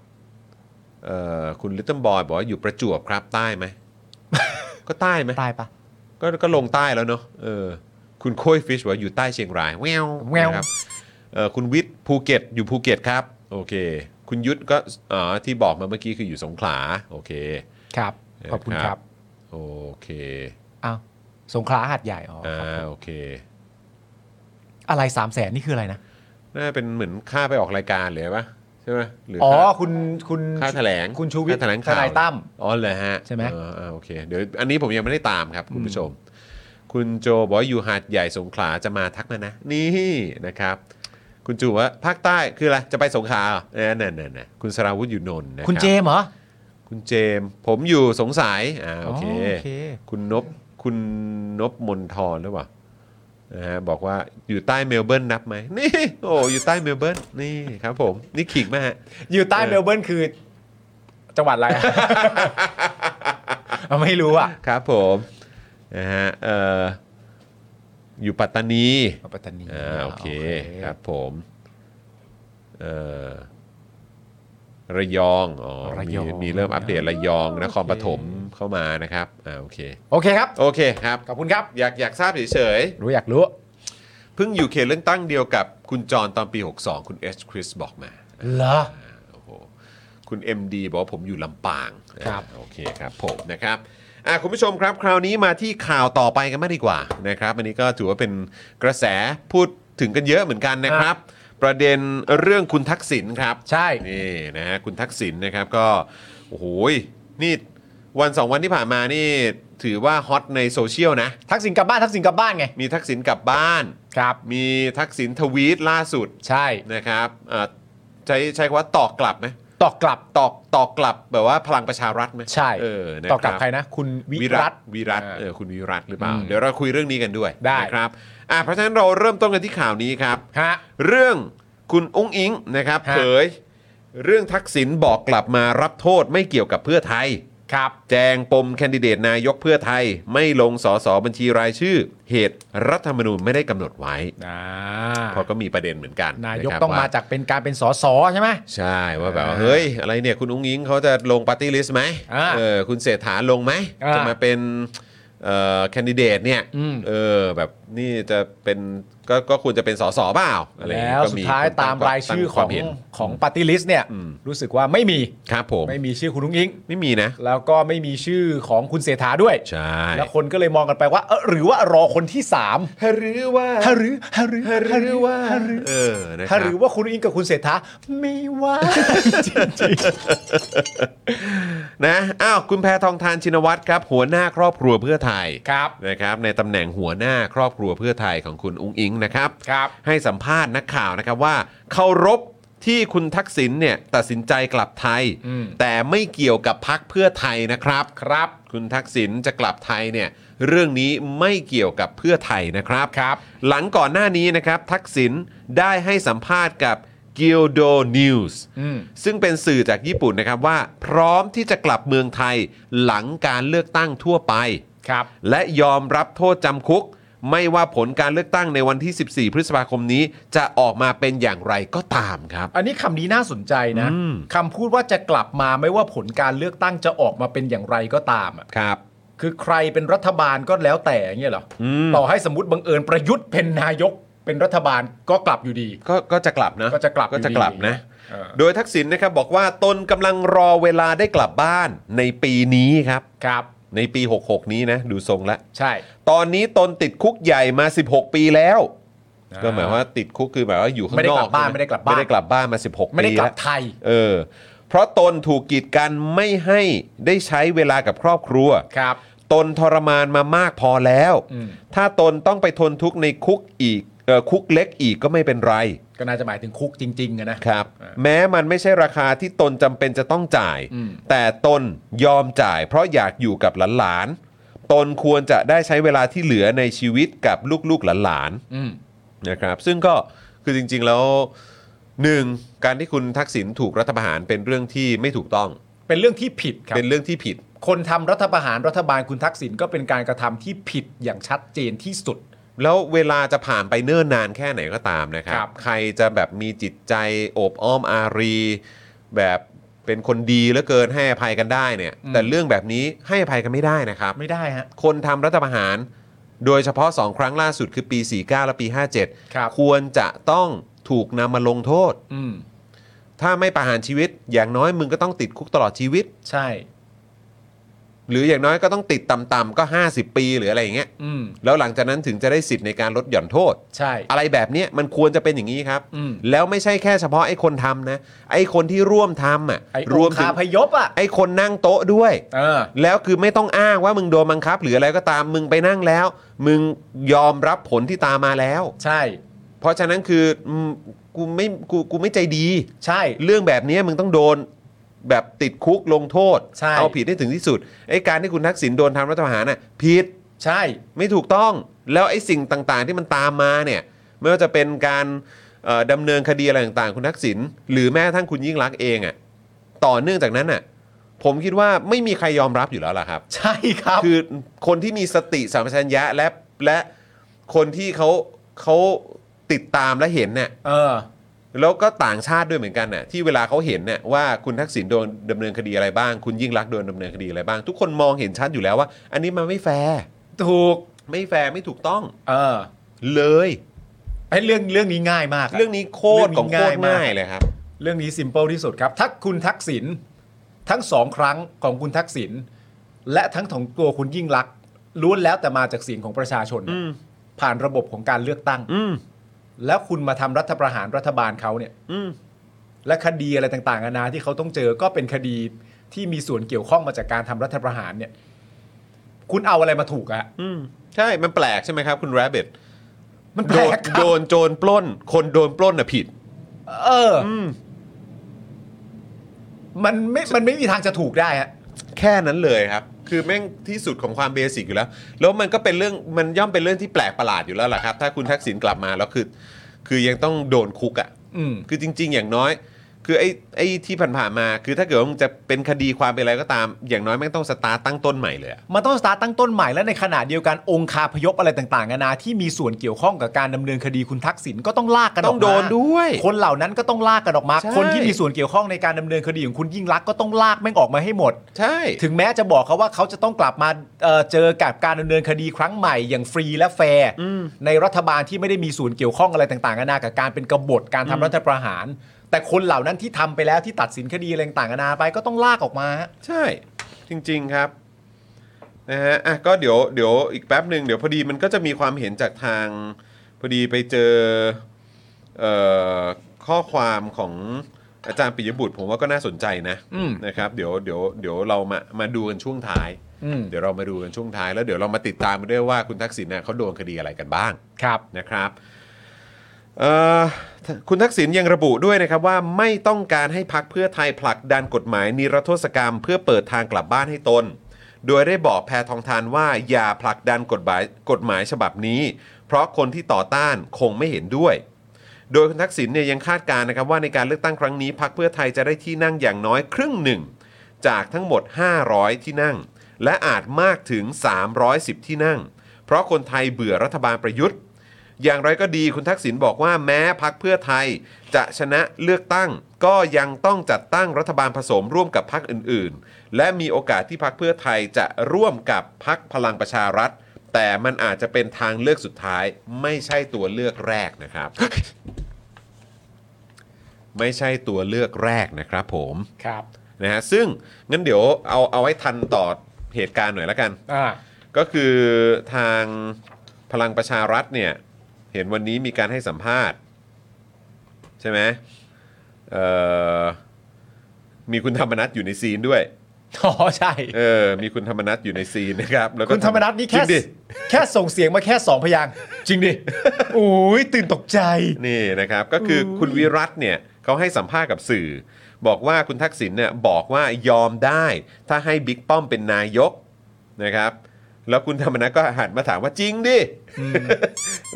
เอ่อคุณลิตเติ้ลบอยบอกว่าอยู่ประจวบครับใต้ ไหม ก็ใต้ไหม ตายปะ ก็ก็ลงใต้แล้วเนาะเออคุณโค้ยฟิชบอกว่าอยู่ใต้เชียงรายแวว แว่ว นะครับเอ่อคุณวิทย์ภูเก็ตอยู่ภูเก็ตครับโอเค คุณยุทธก็อ๋อที่บอกมาเมื่อกี้คืออยู่สงขลาโอเค ครับ ขอบคุณ นะ ค ครั รับ บ โอเค อ้าวสงขลาหัดใหญ่อ๋อ อ่า ครับ โอเค อะไรสามแสนนี่คืออะไรนะ น่าเป็นเหมือนค่าไปออกรายการเลยปะใช่ไหมหรือ อ๋อ ค่า คุณคุณ ค่าแถลง คุณชูวิทย์ ค่าแถลงข่าว ทนายตั้ม อ๋อเลยฮะ ใช่ไหม เออเออโอเคเดี๋ยวอันนี้ผมยังไม่ได้ตามครับ คุณผู้ชม คุณโจบอกว่าอยู่หาดใหญ่สงขลาจะมาทักมานะ นี่นะครับ คุณจูว่าภาคใต้คืออะไรจะไปสงขลาเหรอเออนั่นนั่นนั่นคุณสราวุธอยู่นนท์นะรับ คุณเจมส์เหรอ คุณเจมส์ผมอยู่สงสัยอ่าโอเค อ๋อโอเค คุณนบคุณนบมนทรหรือเปล่านะฮะบอกว่าอยู่ใต้เมลเบิร์นนับไหมนี่ โอ้อยู่ใต้เมลเบิร์นนี่ครับผมนี่ขิงมากฮะ อยู่ใต้เมลเบิร์นคือ จังหวัด อะไร อ่ะไม่รู้อ่ะ ครับผมนะฮะเอ่ออยู่ปัตตานี ปัตตานี อ่าโอเคครับผมเอ่อระยองอ๋อ ระ มี ยอง มีเริ่มอัปเดตระยองนครปฐมเข้ามานะครับอ่าโอเค โอเคครับ โอเคครับ ขอบคุณครับ อยากอยากทราบเฉยๆ รู้อยากรู้ เพิ่งอยู่เขตเลือกตั้งเดียวกับคุณจรตอนปี 62 คุณเอชคริสบอกมา เหรอ อ่าโอ้โหคุณ MD บอกว่าผมอยู่ลำปาง ครับ อ่าโอเคครับผมนะครับอ่ะคุณผู้ชมครับ คราวนี้มาที่ข่าวต่อไปกันมากดีกว่านะครับอันนี้ก็ถือว่าเป็นกระแสพูดถึงกันเยอะเหมือนกันนะครับ ประเด็นเรื่องคุณทักษิณครับ ใช่ นี่นะฮะคุณทักษิณนะครับก็โอ้โหนี่วันสองวันที่ผ่านมานี่ถือว่าฮอตในโซเชียลนะ ทักษิณกลับบ้านทักษิณกลับบ้านไง มีทักษิณกลับบ้าน ครับ มีทักษิณทวีตล่าสุด ใช่ นะครับเอ่อใช้ใช้คำว่าตอกกลับไหม ตอกกลับ ตอกตอกกลับแบบว่าพลังประชารัฐไหม ใช่ เออนะ ต่อกับ รับ ใครนะ คุณวิ วิ รั รั ต ตวิรัต อ่า เออคุณวิรัตหรือเปล่า อืม เดี๋ยวเราคุยเรื่องนี้กันด้วย ได้ นะครับอ่ะเพราะฉะนั้นเราเริ่มต้นกันที่ข่าวนี้ครับ ฮะ เรื่องคุณอุ้งอิงนะครับ ฮะ เผยเรื่องทักษิณบอกกลับมารับโทษไม่เกี่ยวกับเพื่อไทย ครับ แจงปมแคนดิเดตนายกเพื่อไทย ไม่ลงสสบัญชีรายชื่อ เหตุรัฐธรรมนูญไม่ได้กำหนดไว้ อ่า เพราะก็มีประเด็นเหมือนกันะ นายก ครับ ต้องมา ว่ จากเป็นการเป็นสสใช่ไหม ใช่ว่าแบบว่า อ่า เฮ้ย อะไรเนี่ยคุณอุ้งยิงเขาจะลงปาร์ตี้ลิสต์ไหม อ่า เออคุณเศรษฐาลงไหม อ่า จะมาเป็นเอ่อแคนดิเดตเนี่ย อืม เออแบบนี่จะเป็นก็ก็ควรจะเป็นสสเปล่าอะไรอย่าง แล้ เงี้ วย ก็ สุดท้าย คน ตามรายชื่อ ตั้ ข คว อ ม ง เห็น ของปาร์ตี้ลิสต์เนี่ย อืม รู้สึกว่าไม่มี ครับผม ไม่มีชื่อคุณลุงอิง ไม่มีนะ แล้วก็ไม่มีชื่อของคุณเสถาด้วย ใช่ แล้วคนก็เลยมองกันไปว่าเออหรือว่ารอคนที่สาม หรือว่า ฮะหรือฮะหรือฮะ หรือว่า ฮะหรือ เออนะค ฮะ รับ หรือว่าคุณอิงกับคุณเสถาไม่ว่า จริง นะอ้าวคุณแพทองทานชินวัตรครับ หัวหน้าครอบครัวเพื่อไทย ๆครับ นะครับในตำแหน่งหัวหน้าครอบครัวเพื่อไทยของคุณอุ้งอิงนะครับ ครับ ให้สัมภาษณ์นักข่าวนะครับว่าเคารพที่คุณทักษิณเนี่ยตัดสินใจกลับไทย อืม แต่ไม่เกี่ยวกับพักเพื่อไทยนะครับ ครับ คุณทักษิณจะกลับไทยเนี่ยเรื่องนี้ไม่เกี่ยวกับเพื่อไทยนะครับ ครับ หลังก่อนหน้านี้นะครับ ทักษิณได้ให้สัมภาษณ์กับกิลโดนิวส์ อืม ซึ่งเป็นสื่อจากญี่ปุ่นนะครับว่า พร้อมที่จะกลับเมืองไทยหลังการเลือกตั้งทั่วไป ครับ และยอมรับโทษจำคุก ไม่ว่าผลการเลือกตั้งในวันที่ 14 พฤษภาคมนี้ จะออกมาเป็นอย่างไรก็ตามครับ อันนี้คำนี้น่าสนใจนะ อืม คำพูดว่าจะกลับมาไม่ว่าผลการเลือกตั้งจะออกมาเป็นอย่างไรก็ตามอะ ครับ คือใครเป็นรัฐบาลก็แล้วแต่อย่างเงี้ยเหรออ ม ต่อให้สมมติบังเอิญประยุทธ์เป็นนายกเป็นรัฐบาลก็กลับอยู่ดี ก็ก็จะกลับนะ ก็จะกลับ ก็จะกลับนะ เออ โดยทักษิณนะครับบอกว่าตนกำลังรอเวลาได้กลับบ้านในปีนี้ครับ ครับ ในปี 66 นี้นะดูทรงละ ใช่ ตอนนี้ตนติดคุกใหญ่มา 16 ปีแล้ว ก็หมายว่าติดคุกคือหมายว่าอยู่ข้างนอก ไม่ได้กลับบ้าน ใช่ห ไม่ได้กลับบ้าน ไม่ได้กลับบ้านมา 16ปี ไม่ได้กลับ แว ไทย เออ พ ราะตนถูกกีดกันไม่ให้ได้ใช้เวลากับครอบครัว ครับ ตนทรมานมามากพอแล้ว อืม ถ้าตนต้องไปทนทุกข์ในคุกอีกเอ่อคุกเล็กอีกก็ไม่เป็นไร ก็น่าจะหมายถึงคุกจริงๆอะนะ ครับ อ่า แม้มันไม่ใช่ราคาที่ตนจำเป็นจะต้องจ่าย อืม แต่ตนยอมจ่ายเพราะอยากอยู่กับหลานๆ ตนควรจะได้ใช้เวลาที่เหลือในชีวิตกับลูกๆหลาน อืม ๆนะครับซึ่งก็คือจริงๆแล้วหนึ่งการที่คุณทักษิณถูกรัฐประหารเป็นเรื่องที่ไม่ถูกต้อง เป็นเรื่องที่ผิดครับ เป็นเรื่องที่ผิด คนทำรัฐประหารรัฐบาลคุณทักษิณก็เป็นการกระทำที่ผิดอย่างชัดเจนที่สุด แล้วเวลาจะผ่านไปเนิ่นนานแค่ไหนก็ตามนะครับ ครับ ใครจะแบบมีจิตใจโอบอ้อมอารี แบบเป็นคนดีเหลือเกินให้อภัยกันได้เนี่ย อืม แต่เรื่องแบบนี้ให้อภัยกันไม่ได้นะครับ ไม่ได้ฮะ คนทำรัฐประหาร โดยเฉพาะ 2 ครั้งล่าสุดคือปี 49 และปี ครับ 57 ควรจะต้องถูกนำมาลงโทษ อืม ถ้าไม่ประหารชีวิต อย่างน้อยมึงก็ต้องติดคุกตลอดชีวิต ใช่ หรืออย่างน้อยก็ต้องติดต่ำๆก็ 50 ปีหรืออะไรอย่างเงี้ย อืม แล้วหลังจากนั้นถึงจะได้สิทธิ์ในการลดหย่อนโทษ ใช่ อะไรแบบเนี้ยมันควรจะเป็นอย่างนี้ครับ อืม แล้วไม่ใช่แค่เฉพาะไอ้คนทำนะ ไอ้คนที่ร่วมทำอ่ะ ไอ้ ร ร ว ว ม ม ถึ คาง พยพอ่ะ ไอ้คนนั่งโต๊ะด้วย เออ แล้วคือไม่ต้องอ้างว่ามึงโดนบังคับ หรืออะไรก็ตามมึงไปนั่งแล้ว มึงยอมรับผลที่ตามมาแล้ว ใช่ เพราะฉะนั้นคืออืมกูไม่กูกูไม่ใจดี ใช่ เรื่องแบบเนี้ยมึงต้องโดนแบบติดคุกลงโทษ ใช่ เอาผิดให้ถึงที่สุดไอ้การที่คุณทักษิณโดนทำรัฐประหารน่ะผิด ใช่ ไม่ถูกต้องแล้วไอ้สิ่งต่างๆที่มันตามมาเนี่ยไม่ว่าจะเป็นการเอ่อดำเนินคดีอะไรต่างๆ คุณทักษิณหรือแม้กระทั่งคุณยิ่งรักษณ์เองอะ่ะต่อเนื่องจากนั้นอ่ะผมคิดว่าไม่มีใครยอมรับอยู่แล้วล่ะครับ ใช่ครับ คือคนที่มีสติสัมปชัญญะและและคนที่เขาเขาติดตามและเห็นเนี่ย เออ แล้วก็ต่างชาติด้วยเหมือนกันน่ะที่เวลาเขาเห็นเนี่ยว่าคุณทักษิณโดนดำเนินคดีอะไรบ้าง คุณยิ่งรักษณ์โดนดำเนินคดีอะไรบ้าง ทุกคนมองเห็นชัดอยู่แล้วว่า อันนี้มันไม่แฟร์ ถูก ไม่แฟร์ไม่ถูกต้อง เออ เลย ไอ้เรื่องเรื่องนี้ง่ายมากะ เรื่องนี้โคตรของโคตรง่ายเลยครับ เรื่องนี้ s ิมเ l ิลที่สุดครับ ถ้าคุณทักษิณทั้งสองครั้งของคุณทักษิณและทั้งของตัวคุณยิ่งลักษณ์ล้วนแล้วแต่มาจากเสียงของประชาชนนะ อืม ผ่านระบบของการเลือกตั้ง อืม แล้วคุณมาทำรัฐประหารรัฐบาลเขาเนี่ย อืม และคดีอะไรต่างๆนานาที่เขาต้องเจอก็เป็นคดีที่มีส่วนเกี่ยวข้องมาจากการทำรัฐประหารเนี่ย คุณเอาอะไรมาถูกอะ อืมใช่ มันแปลกใช่ไหมครับ คุณแรบบิท มันแป โด ล น กครับ โดนโจรปล้น คนโดนปล้นน่ะผิด เอออ ม มันไม่มันไม่มีทางจะถูกได้ฮะ แค่นั้นเลยครับ คือแม่งที่สุดของความเบสิกอยู่แล้ว แล้วมันก็เป็นเรื่องมันย่อมเป็นเรื่องที่แปลกประหลาดอยู่แล้วล่ะครับ ถ้าคุณทักษิณกลับมาแล้วคือ คือยังต้องโดนคุกอ่ะ อืม คือจริง ๆ อย่างน้อย คือไอ้ไอ้ที่ผ่านๆมา คือถ้าเกิดว่ามันจะเป็นคดีความเป็นอะไรก็ตาม อย่างน้อยแม่งต้องสตาร์ทตั้งต้นใหม่เลยอะ มันต้องสตาร์ทตั้งต้นใหม่และในขณะเดียวกันองค์คาพยพอะไรต่างๆนานาที่มีส่วนเกี่ยวข้องกับการดำเนินคดีคุณทักษิณก็ต้องลากกันออต้อกมางโดนด้วย คนเหล่านั้นก็ต้องลากกันออกมา ใช่ คนที่มีส่วนเกี่ยวข้องในการดำเนินคดีของคุณยิ่งรักษณ์ก็ต้องลากแม่งออกมาให้หมด ใช่ ถึงแม้จะบอกเขาว่าเขาจะต้องกลับมาเอ่อเจอกับการดำเนินคดีครั้งใหม่อย่างฟรีและแฟร์ในรัฐบาลที่ไม่ได้มีส่วนเกี่ยวข้องอะไรต่างๆนานากับการเป็นกบฏการทำรัฐประหาร แต่คนเหล่านั้นที่ทำไปแล้วที่ตัดสินคดีอะไรต่างๆนานาไปก็ต้องลากออกมาฮะ ใช่จริงๆครับนะฮะอ่ะก็เดี๋ยวเดี๋ยวอีกแป๊บหนึ่งเดี๋ยวพอดีมันก็จะมีความเห็นจากทาง พอดีไปเจอเอ่อข้อความของอาจารย์ปิยบุตร ผมว่าก็น่าสนใจนะ อืม นะครับเดี๋ยวเดี๋ยวเดี๋ยวเรามามาดูกันช่วงท้าย อืม เดี๋ยวเรามาดูกันช่วงท้าย แล้วเดี๋ยวเรามาติดตามกันด้วยว่าคุณทักษิณเนี่ยเขาโดนคดีอะไรกันบ้าง ครับ นะครับเอ่อคุณทักษิณยังระบุด้วยนะครับว่าไม่ต้องการให้พักเพื่อไทยผลักดันกฎหมายนิรโทษกรรม เพื่อเปิดทางกลับบ้านให้ตน โดยได้บอกแพทองทานว่าอย่าผลักดันกฎหมายกฎหมายฉบับนี้ เพราะคนที่ต่อต้านคงไม่เห็นด้วย โดยคุณทักษิณเนี่ยยังคาดการณ์นะครับว่าในการเลือกตั้งครั้งนี้พักเพื่อไทยจะได้ที่นั่งอย่างน้อยครึ่งหนึ่ง จากทั้งหมด 500 ที่นั่ง และอาจมากถึง 310 ที่นั่ง เพราะคนไทยเบื่อรัฐบาลประยุทธ์ อย่างไรก็ดีคุณทักษิณบอกว่าแม้พักเพื่อไทยจะชนะเลือกตั้ง ก็ยังต้องจัดตั้งรัฐบาลผสมร่วมกับพักอื่นๆ และมีโอกาสที่พักเพื่อไทยจะร่วมกับพักพลังประชารัฐ แต่มันอาจจะเป็นทางเลือกสุดท้าย ไม่ใช่ตัวเลือกแรกนะครับ ไม่ใช่ตัวเลือกแรกนะครับผม ครับ นะฮะซึ่งงั้นเดี๋ยวเอาเอาให้ทันต่อเหตุการณ์หน่อยละกัน อ่า ก็คือทางพลังประชารัฐเนี่ย เห็นวันนี้มีการให้สัมภาษณ์ ใช่ไหมเอ่อ มีคุณธรรมนัทอยู่ในซีนด้วย อ๋อใช่ เออ มีคุณธรรมนัทอยู่ในซีนนะครับ แล้วก็ คุณธรรมนัทนี่ จ แค่ ริงดิ แค่ส่งเสียงมาแค่สองพยางค์จริงดิ โอ้ยตื่นตกใจ นี่นะครับก็คืออคุณวิรัตเนี่ยเขาให้สัมภาษณ์กับสื่อ บอกว่าคุณทักษิณเนี่ยบอกว่ายอมได้ ถ้าให้บิ๊กป้อมเป็นนายกนะครับ แล้วคุณธรรมนัสก็หันมาถามว่าจริงดิ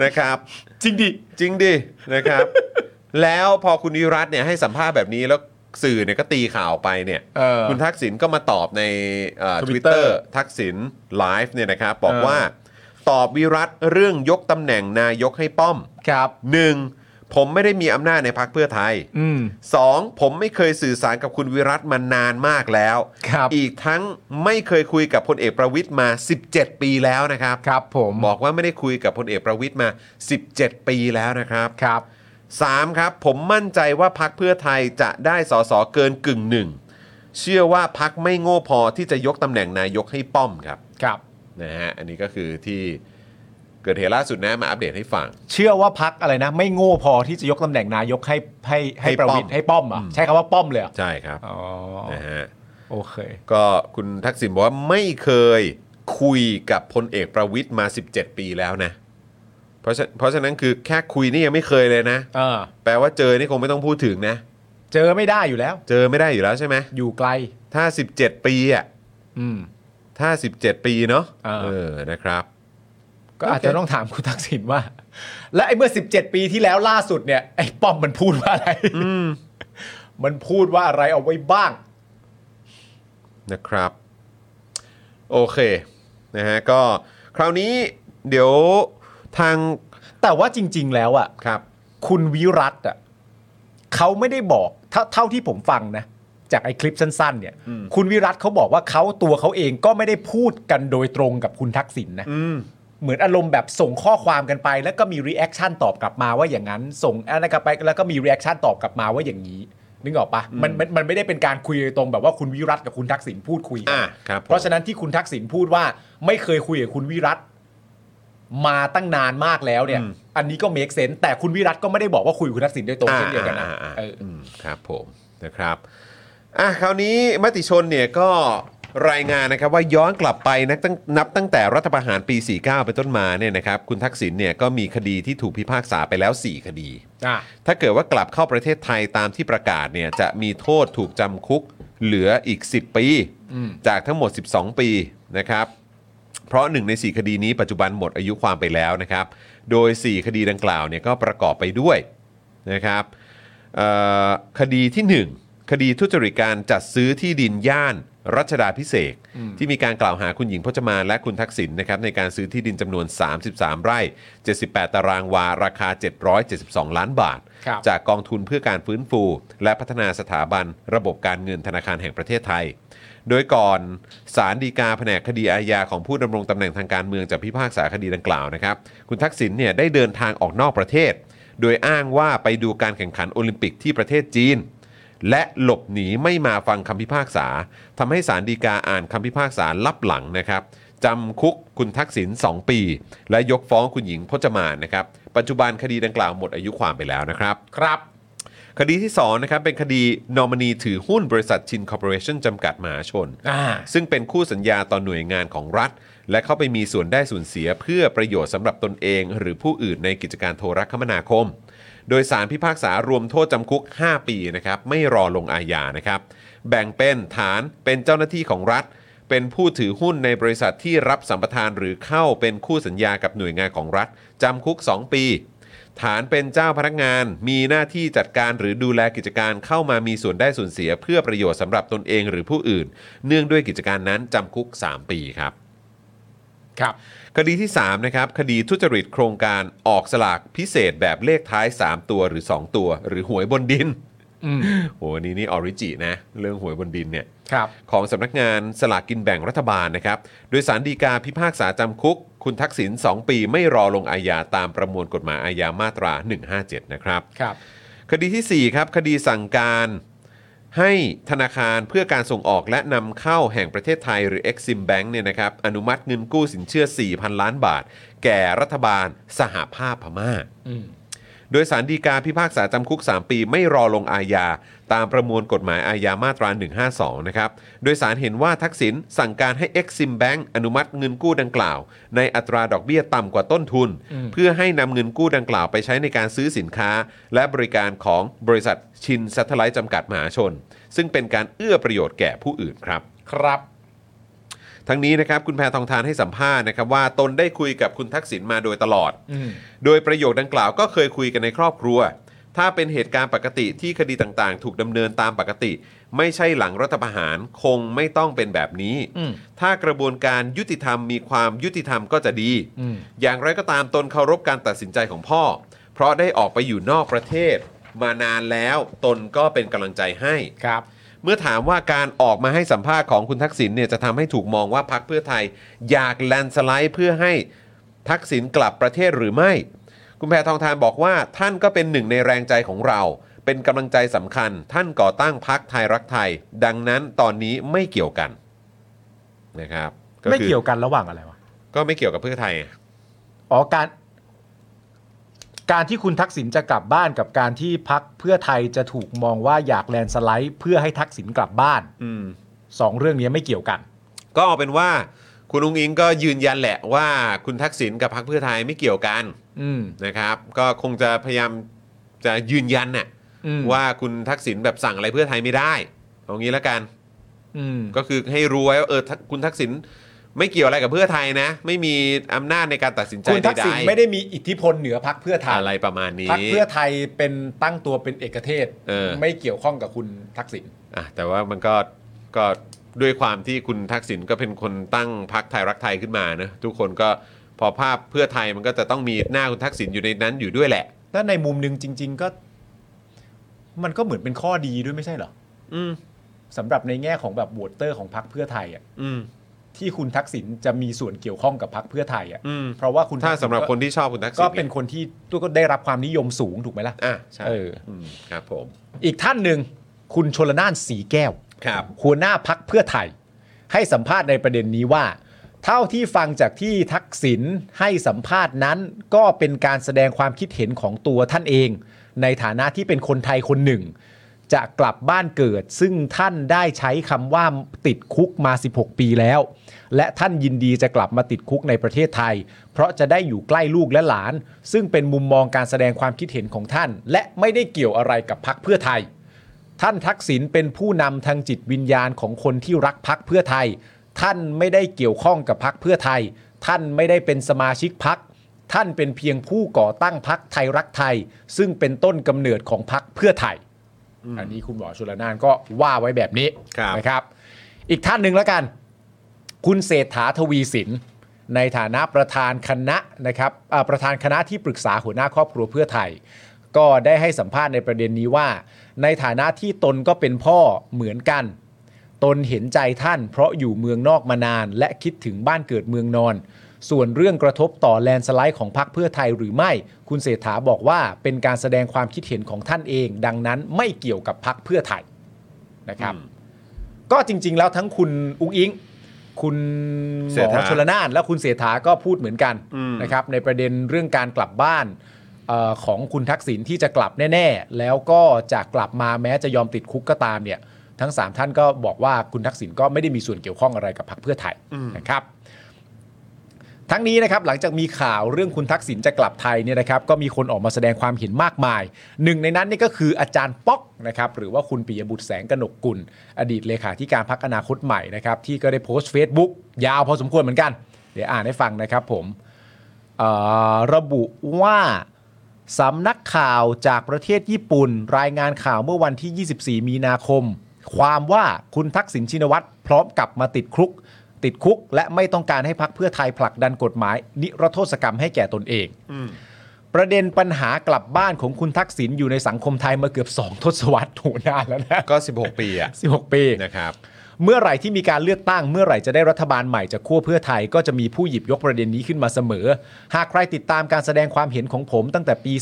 นะครับ จริงดิ จริงดินะครับ แล้วพอคุณวิรัตเนี่ยให้สัมภาษณ์แบบนี้แล้วสื่อเนี่ยก็ตีข่าวไปเนี่ย เออ คุณทักษิณก็มาตอบในทวิตเตอ Twitter ร์ทักษิณไลฟ์เนี่ยนะครับบอก เออ ว่าตอบวิรัตเรื่องยกตำแหน่งนายกให้ป้อม ครับ หนึ่งผมไม่ได้มีอำนาจในพักเพื่อไทย อืม สองผมไม่เคยสื่อสารกับคุณวิรัตมานานมากแล้ว ครับ อีกทั้งไม่เคยคุยกับพลเอกประวิทย์มา 17 ปีแล้วนะครับ ครับผม บอกว่าไม่ได้คุยกับพลเอกประวิทย์มา 17 ปีแล้วนะครับ ครับ สามครับผมมั่นใจว่าพักเพื่อไทยจะได้สสเกินกึ่งหนึ่งเชื่อว่าพักไม่โง่พอที่จะยกตำแหน่งนายกให้ป้อมครับ ครับ นะฮะอันนี้ก็คือที่เกิดเหตุล่าสุดนะมาอัปเดตให้ฟัง เชื่อว่าพักอะไรนะ ไม่โง่พอที่จะยกตำแหน่งนายกให้ให้ให้ ให้ ประ ป้อม วิทย์ให้ป้อมเหรอ่ะ ใช้คำว่าป้อมเลยเหรอ ใช่ครับ อ๋อ นะฮะ โอเค ก็คุณทักษิณบอกว่าไม่เคยคุยกับพลเอกประวิทย์มา 17 ปีแล้วนะ เพราะฉะเพราะฉะนั้นคือแค่คุยนี่ยังไม่เคยเลยนะ เออ แปลว่าเจอนี่คงไม่ต้องพูดถึงนะ เจอไม่ได้อยู่แล้ว เจอไม่ได้อยู่แล้วใช่ไหม อยู่ไกล ถ้า 17 ปีอ่ะ อืม ถ้า 17 ปีเนาะ เออ เออนะครับ ก็อาจจะต้องถามคุณทักษิณว่า และไอ้เมื่อ 17 ปีที่แล้วล่าสุดเนี่ยไอ้ป้อมมันพูดว่าอะไรมันพูดว่าอะไรเอาไว้บ้าง นะครับ โอเคนะฮะก็คราวนี้เดี๋ยวทาง แต่ว่าจริง ๆ แล้วอ่ะ ครับ คุณวิรัตอ่ะเขาไม่ได้บอกเท่าเท่าที่ผมฟังนะ จากไอ้คลิปสั้น ๆ เนี่ย คุณวิรัตเขาบอกว่าเขาตัวเขาเองก็ไม่ได้พูดกันโดยตรงกับคุณทักษิณนะ อืม เหมือนอารมณ์แบบส่งข้อความกันไป แล้วก็มีรีแอคชั่นตอบกลับมาว่าอย่างนั้น ส่งอะไรกลับไปแล้วก็มีรีแอคชั่นตอบกลับมาว่าอย่างนี้ นึกออกปะมันมันมันไม่ได้เป็นการคุยโดยตรงแบบว่าคุณวิรัตกับคุณทักษิณพูดคุยกั อ่ะครับผม เพราะฉะนั้นที่คุณทักษิณพูดว่าไม่เคยคุยกับคุณวิรัตมาตั้งนานมากแล้วเนี่ย อันนี้ก็เมคเซนแต่คุณวิรัตก็ไม่ได้บอกว่าคุยกับคุณทักษิณโดยตรงเช่นเดียวกันนะ อ่าอ่า เอ อ่า อ มครับผมนะครับอ่ะคราวนี้มติชนเนี่ยก็รายงานนะครับว่าย้อนกลับไปนับตั้งนับตั้งแต่รัฐประหารปี 49 เป็นต้นมาเนี่ยนะครับ คุณทักษิณเนี่ยก็มีคดีที่ถูกพิพากษาไปแล้ว 4 คดี อ่ะ ถ้าเกิดว่ากลับเข้าประเทศไทยตามที่ประกาศเนี่ยจะมีโทษถูกจำคุกเหลืออีก 10 ปี อืม จากทั้งหมด 12 ปีนะครับ เพราะ 1 ใน 4 คดีนี้ปัจจุบันหมดอายุความไปแล้วนะครับ โดย 4 คดีดังกล่าวเนี่ยก็ประกอบไปด้วยนะครับเอ่อคดีที่ 1 คดีทุจริตการจัดซื้อที่ดินย่านรัชดาพิเศษกที่มีการกล่าวหาคุณหญิงพจมานและคุณทักษิณนะครับในการซื้อที่ดินจำนวน 33 ไร่ 78 ตารางวา ราคา 772 ล้านบาท ครับ จากกองทุนเพื่อการฟื้นฟู และพัฒนาสถาบันระบบการเงินธนาคารแห่งประเทศไทย โดยก่อนสารดีกาแผนกคดีอาญาของผู้ดำรงตำแหน่งทางการเมืองจะพิพากษาคดีดังกล่าวนะครับ คุณทักษิณเนี่ยได้เดินทางออกนอกประเทศ โดยอ้างว่าไปดูการแข่งขันโอลิมปิกที่ประเทศจีน และหลบหนีไม่มาฟังคำพิพากษาทำให้สารดีกาอ่านคำพิพากษาลับหลังนะครับจำคุกคุณทักษิณ2 ปี และยกฟ้องคุณหญิงพจมานนะครับ ปัจจุบันคดีดังกล่าวหมดอายุความไปแล้วนะครับ ครับ คดีที่2นะครับเป็นคดีนอมินีถือหุ้นบริษัทชินคอร์ปอเรชั่นจำกัดมหาชน อ่า ซึ่งเป็นคู่สัญญาต่อหน่วยงานของรัฐ และเข้าไปมีส่วนได้ส่วนเสียเพื่อประโยชน์สำหรับตนเอง หรือผู้อื่นในกิจการโทรคมนาคม โดยสารพิพากษารวมโทษจำคุก 5 ปีนะครับไม่รอลงอาญานะครับแบ่งเป็นฐานเป็นเจ้าหน้าที่ของรัฐ เป็นผู้ถือหุ้นในบริษัทที่รับสัมปทานหรือเข้าเป็นคู่สัญญากับหน่วยงานของรัฐจำคุก 2 ปี ฐานเป็นเจ้าพนักงาน มีหน้าที่จัดการหรือดูแลกิจการเข้ามามีส่วนได้ส่วนเสีย เพื่อประโยชน์สำหรับตนเองหรือผู้อื่น เนื่องด้วยกิจการนั้นจำคุก 3 ปีครับ ครับ คดีที่3นะครับคดีทุจริตโครงการออกสลากพิเศษแบบเลขท้าย 3 ตัวหรือ 2 ตัว หรือหวยบนดิน อืม โหอันนี้นี่ออริจินะเรื่องหวยบนดินเนี่ย ครับ ของสำนักงานสลากกินแบ่งรัฐบาลนะครับ โดยสารดีกาพิพากษาจำคุก คุณทักษิณ2 ปีไม่รอลงอาญาตามประมวลกฎหมายอาญามาตรา 157 นะครับ ครับ คดีทีสี่4ครับคดีสั่งการให้ธนาคารเพื่อการส่งออกและนำเข้าแห่งประเทศไทยหรือ Exim Bank เนี่ยนะครับอนุมัติเงินกู้สินเชื่อ 4,000 ล้านบาท แก่รัฐบาลสหภาพพม่า อืม โดยสารดีกาพิพากษาจำคุก 3 ปีไม่รอลงอาญา ตามประมวลกฎหมายอาญามาตรา 152 นะครับ โดยสารเห็นว่าทักษิณสั่งการให้ Exim Bank อนุมัติเงินกู้ดังกล่าว ในอัตราดอกเบี้ยต่ำกว่าต้นทุน เพื่อให้นำเงินกู้ดังกล่าวไปใช้ในการซื้อสินค้า และบริการของบริษัทชินซัทเทไลท์จำกัดมหาชน ซึ่งเป็นการเอื้อประโยชน์แก่ผู้อื่นครับ ครับ ทั้งนี้นะครับคุณแพทองทานให้สัมภาษณ์นะครับว่าตนได้คุยกับคุณทักษิณมาโดยตลอด อืม โดยประโยคดังกล่าวก็เคยคุยกันในครอบครัว ถ้าเป็นเหตุการณ์ปกติที่คดีต่างๆ ถูกดำเนินตามปกติ ไม่ใช่หลังรัฐประหารคงไม่ต้องเป็นแบบนี้ อืม ถ้ากระบวนการยุติธรรมมีความยุติธรรมก็จะดี อืม อย่างไรก็ตามตนเคารพการตัดสินใจของพ่อ เพราะได้ออกไปอยู่นอกประเทศ มานานแล้วตนก็เป็นกำลังใจให้ ครับ เมื่อถามว่าการออกมาให้สัมภาษณ์ของคุณทักษิณเนี่ยจะทำให้ถูกมองว่าพักเพื่อไทย อยากแลนสไลด์เพื่อให้ทักษิณกลับประเทศหรือไม่ คุณแพทองทานบอกว่าท่านก็เป็นหนึ่งในแรงใจของเรา เป็นกำลังใจสำคัญ ท่านก่อตั้งพักไทยรักไทย ดังนั้นตอนนี้ไม่เกี่ยวกันนะครับคือ ไม่เกี่ยวกันระหว่างอะไรวะ ก็ไม่เกี่ยวกับเพื่อไทย อ๋อการ การที่คุณทักษิณจะกลับบ้านกับการที่พักเพื่อไทยจะถูกมองว่าอยากแลนด์สไลด์ เพื่อให้ทักษิณกลับบ้าน อืม สองเรื่องนี้ไม่เกี่ยวกัน ก็เอาเป็นว่าคุณอุงอิงก็ยืนยันแหละว่าคุณทักษิณกับพรรคเพื่อไทยไม่เกี่ยวกัน อืม นะครับก็คงจะพยายามจะยืนยันน่ะ อืม ว่าคุณทักษิณแบบสั่งอะไรเพื่อไทยไม่ได้เอางี้แล้วกัน อืม ก็คือให้รู้ไว้ว่าเออทักคุณทักษิณไม่เกี่ยวอะไรกับเพื่อไทยนะ ไม่มีอำนาจในการตัดสินใจ คุณทัก ใด ษิณไม่ได้มีอิทธิพลเหนือพักเพื่อไท ๆ ย อะไรประมาณนี้ พักเพื่อไทยเป็นตั้งตัวเป็นเอกเทศ เออ ไม่เกี่ยวข้องกับคุณทักษิณ อ่ะแต่ว่ามันก็ก็ด้วยความที่คุณทักษิณก็เป็นคนตั้งพรรคไทยรักไทยขึ้นมานะทุกคนก็พอภาพเพื่อไทยมันก็จะต้องมีหน้าคุณทักษิณอยู่ในนั้นอยู่ด้วยแหละ แล้วในมุมหนึ่งจริง ๆ ก็ มันก็เหมือนเป็นข้อดีด้วยไม่ใช่เหรอ อืม สำหรับในแง่ของแบบโหวตเตอร์ของพักเพื่อไทยอ่ะ อืม ที่คุณทักษิณจะมีส่วนเกี่ยวข้องกับพักเพื่อไทยอ่ะ อืม เพราะว่าคุณ ถ้า ทักษิณ สำหรับ ก็ คนที่ชอบคุณทักษิณ ก็เป็นคนที่ตัวก็ได้รับความนิยมสูงถูกไหมล่ะ อ่ะใช่ เออ มครับผม อีกท่านหนึ่งคุณชลนานสีแก้ว ครับ หัวหน้าพักเพื่อไทย ให้สัมภาษณ์ในประเด็นนี้ว่า เท่าที่ฟังจากที่ทักษิณให้สัมภาษณ์นั้น ก็เป็นการแสดงความคิดเห็นของตัวท่านเอง ในฐานะที่เป็นคนไทยคนหนึ่ง จะกลับบ้านเกิด ซึ่งท่านได้ใช้คำว่าติดคุกมา 16 ปีแล้ว และท่านยินดีจะกลับมาติดคุกในประเทศไทย เพราะจะได้อยู่ใกล้ลูกและหลาน ซึ่งเป็นมุมมองการแสดงความคิดเห็นของท่าน และไม่ได้เกี่ยวอะไรกับพักเพื่อไทย ท่านทักษิณเป็นผู้นำทางจิตวิญญาณของคนที่รักพักเพื่อไทย ท่านไม่ได้เกี่ยวข้องกับพักเพื่อไทย ท่านไม่ได้เป็นสมาชิกพัก ท่านเป็นเพียงผู้ก่อตั้งพักไทยรักไทย ซึ่งเป็นต้นกำเนิดของพักเพื่อไทย อันนี้คุณหมอชลนานก็ว่าไว้แบบนี้ ครับ นะครับ อีกท่านหนึ่งแล้วกัน คุณเศรษฐาทวีสิน ในฐานะประธานคณะนะครับอ่าประธานคณะที่ปรึกษาหัวหน้าครอบครัวเพื่อไทย ก็ได้ให้สัมภาษณ์ในประเด็นนี้ว่า ในฐานะที่ตนก็เป็นพ่อเหมือนกัน ตนเห็นใจท่านเพราะอยู่เมืองนอกมานาน และคิดถึงบ้านเกิดเมืองนอน ส่วนเรื่องกระทบต่อแลนด์สไลด์ของพรรคเพื่อไทยหรือไม่ คุณเศรษฐาบอกว่าเป็นการแสดงความคิดเห็นของท่านเอง ดังนั้นไม่เกี่ยวกับพรรคเพื่อไทยนะครับ ก็จริง ๆ แล้วทั้งคุณอุ้งอิง คุณห เศรษ ม ฐา อชลนานและคุณเสถาก็พูดเหมือนกัน อืม นะครับ ในประเด็นเรื่องการกลับบ้านเออของคุณทักษิณที่จะกลับแน่ ๆ แล้วก็จะกลับมาแม้จะยอมติดคุกก็ตามเนี่ย ทั้ง 3 ท่านก็บอกว่าคุณทักษิณก็ไม่ได้มีส่วนเกี่ยวข้องอะไรกับพรรคเพื่อไทยนะครับ ทั้งนี้นะครับหลังจากมีข่าวเรื่องคุณทักษิณจะกลับไทยเนี่ยนะครับก็มีคนออกมาแสดงความเห็นมากมาย หนึ่งในนั้นนี่ก็คืออาจารย์ป๊อกนะครับหรือว่าคุณปิยบุตรแสงกนกกุล อดีตเลขาธิการพักอนาคตใหม่นะครับที่ก็ได้โพสต์ Facebook ยาวพอสมควรเหมือนกัน เดี๋ยวอ่านให้ฟังนะครับผมเอ่อระบุว่า สำนักข่าวจากประเทศญี่ปุ่น รายงานข่าวเมื่อวันที่ 24 มีนาคม ความว่าคุณทักษิณชินวัตรพร้อมกลับมาติดคุก ติดคุก และไม่ต้องการให้พักเพื่อไทยผลักดันกฎหมาย นิรโทษกรรมให้แก่ตนเอง ประเด็นปัญหากลับบ้านของคุณทักษิณอยู่ในสังคมไทยมาเกือบ 2 ทศวรรษถูกนานแล้วนะ ก็ 16 ปีอ่ะ 16 ปี นะครับ เมื่อไหร่ที่มีการเลือกตั้งเมื่อไหร่จะได้รัฐบาลใหม่จากขั้วเพื่อไทยก็จะมีผู้หยิบยกประเด็นนี้ขึ้นมาเสมอ หากใครติดตามการแสดงความเห็นของผมตั้งแต่ปี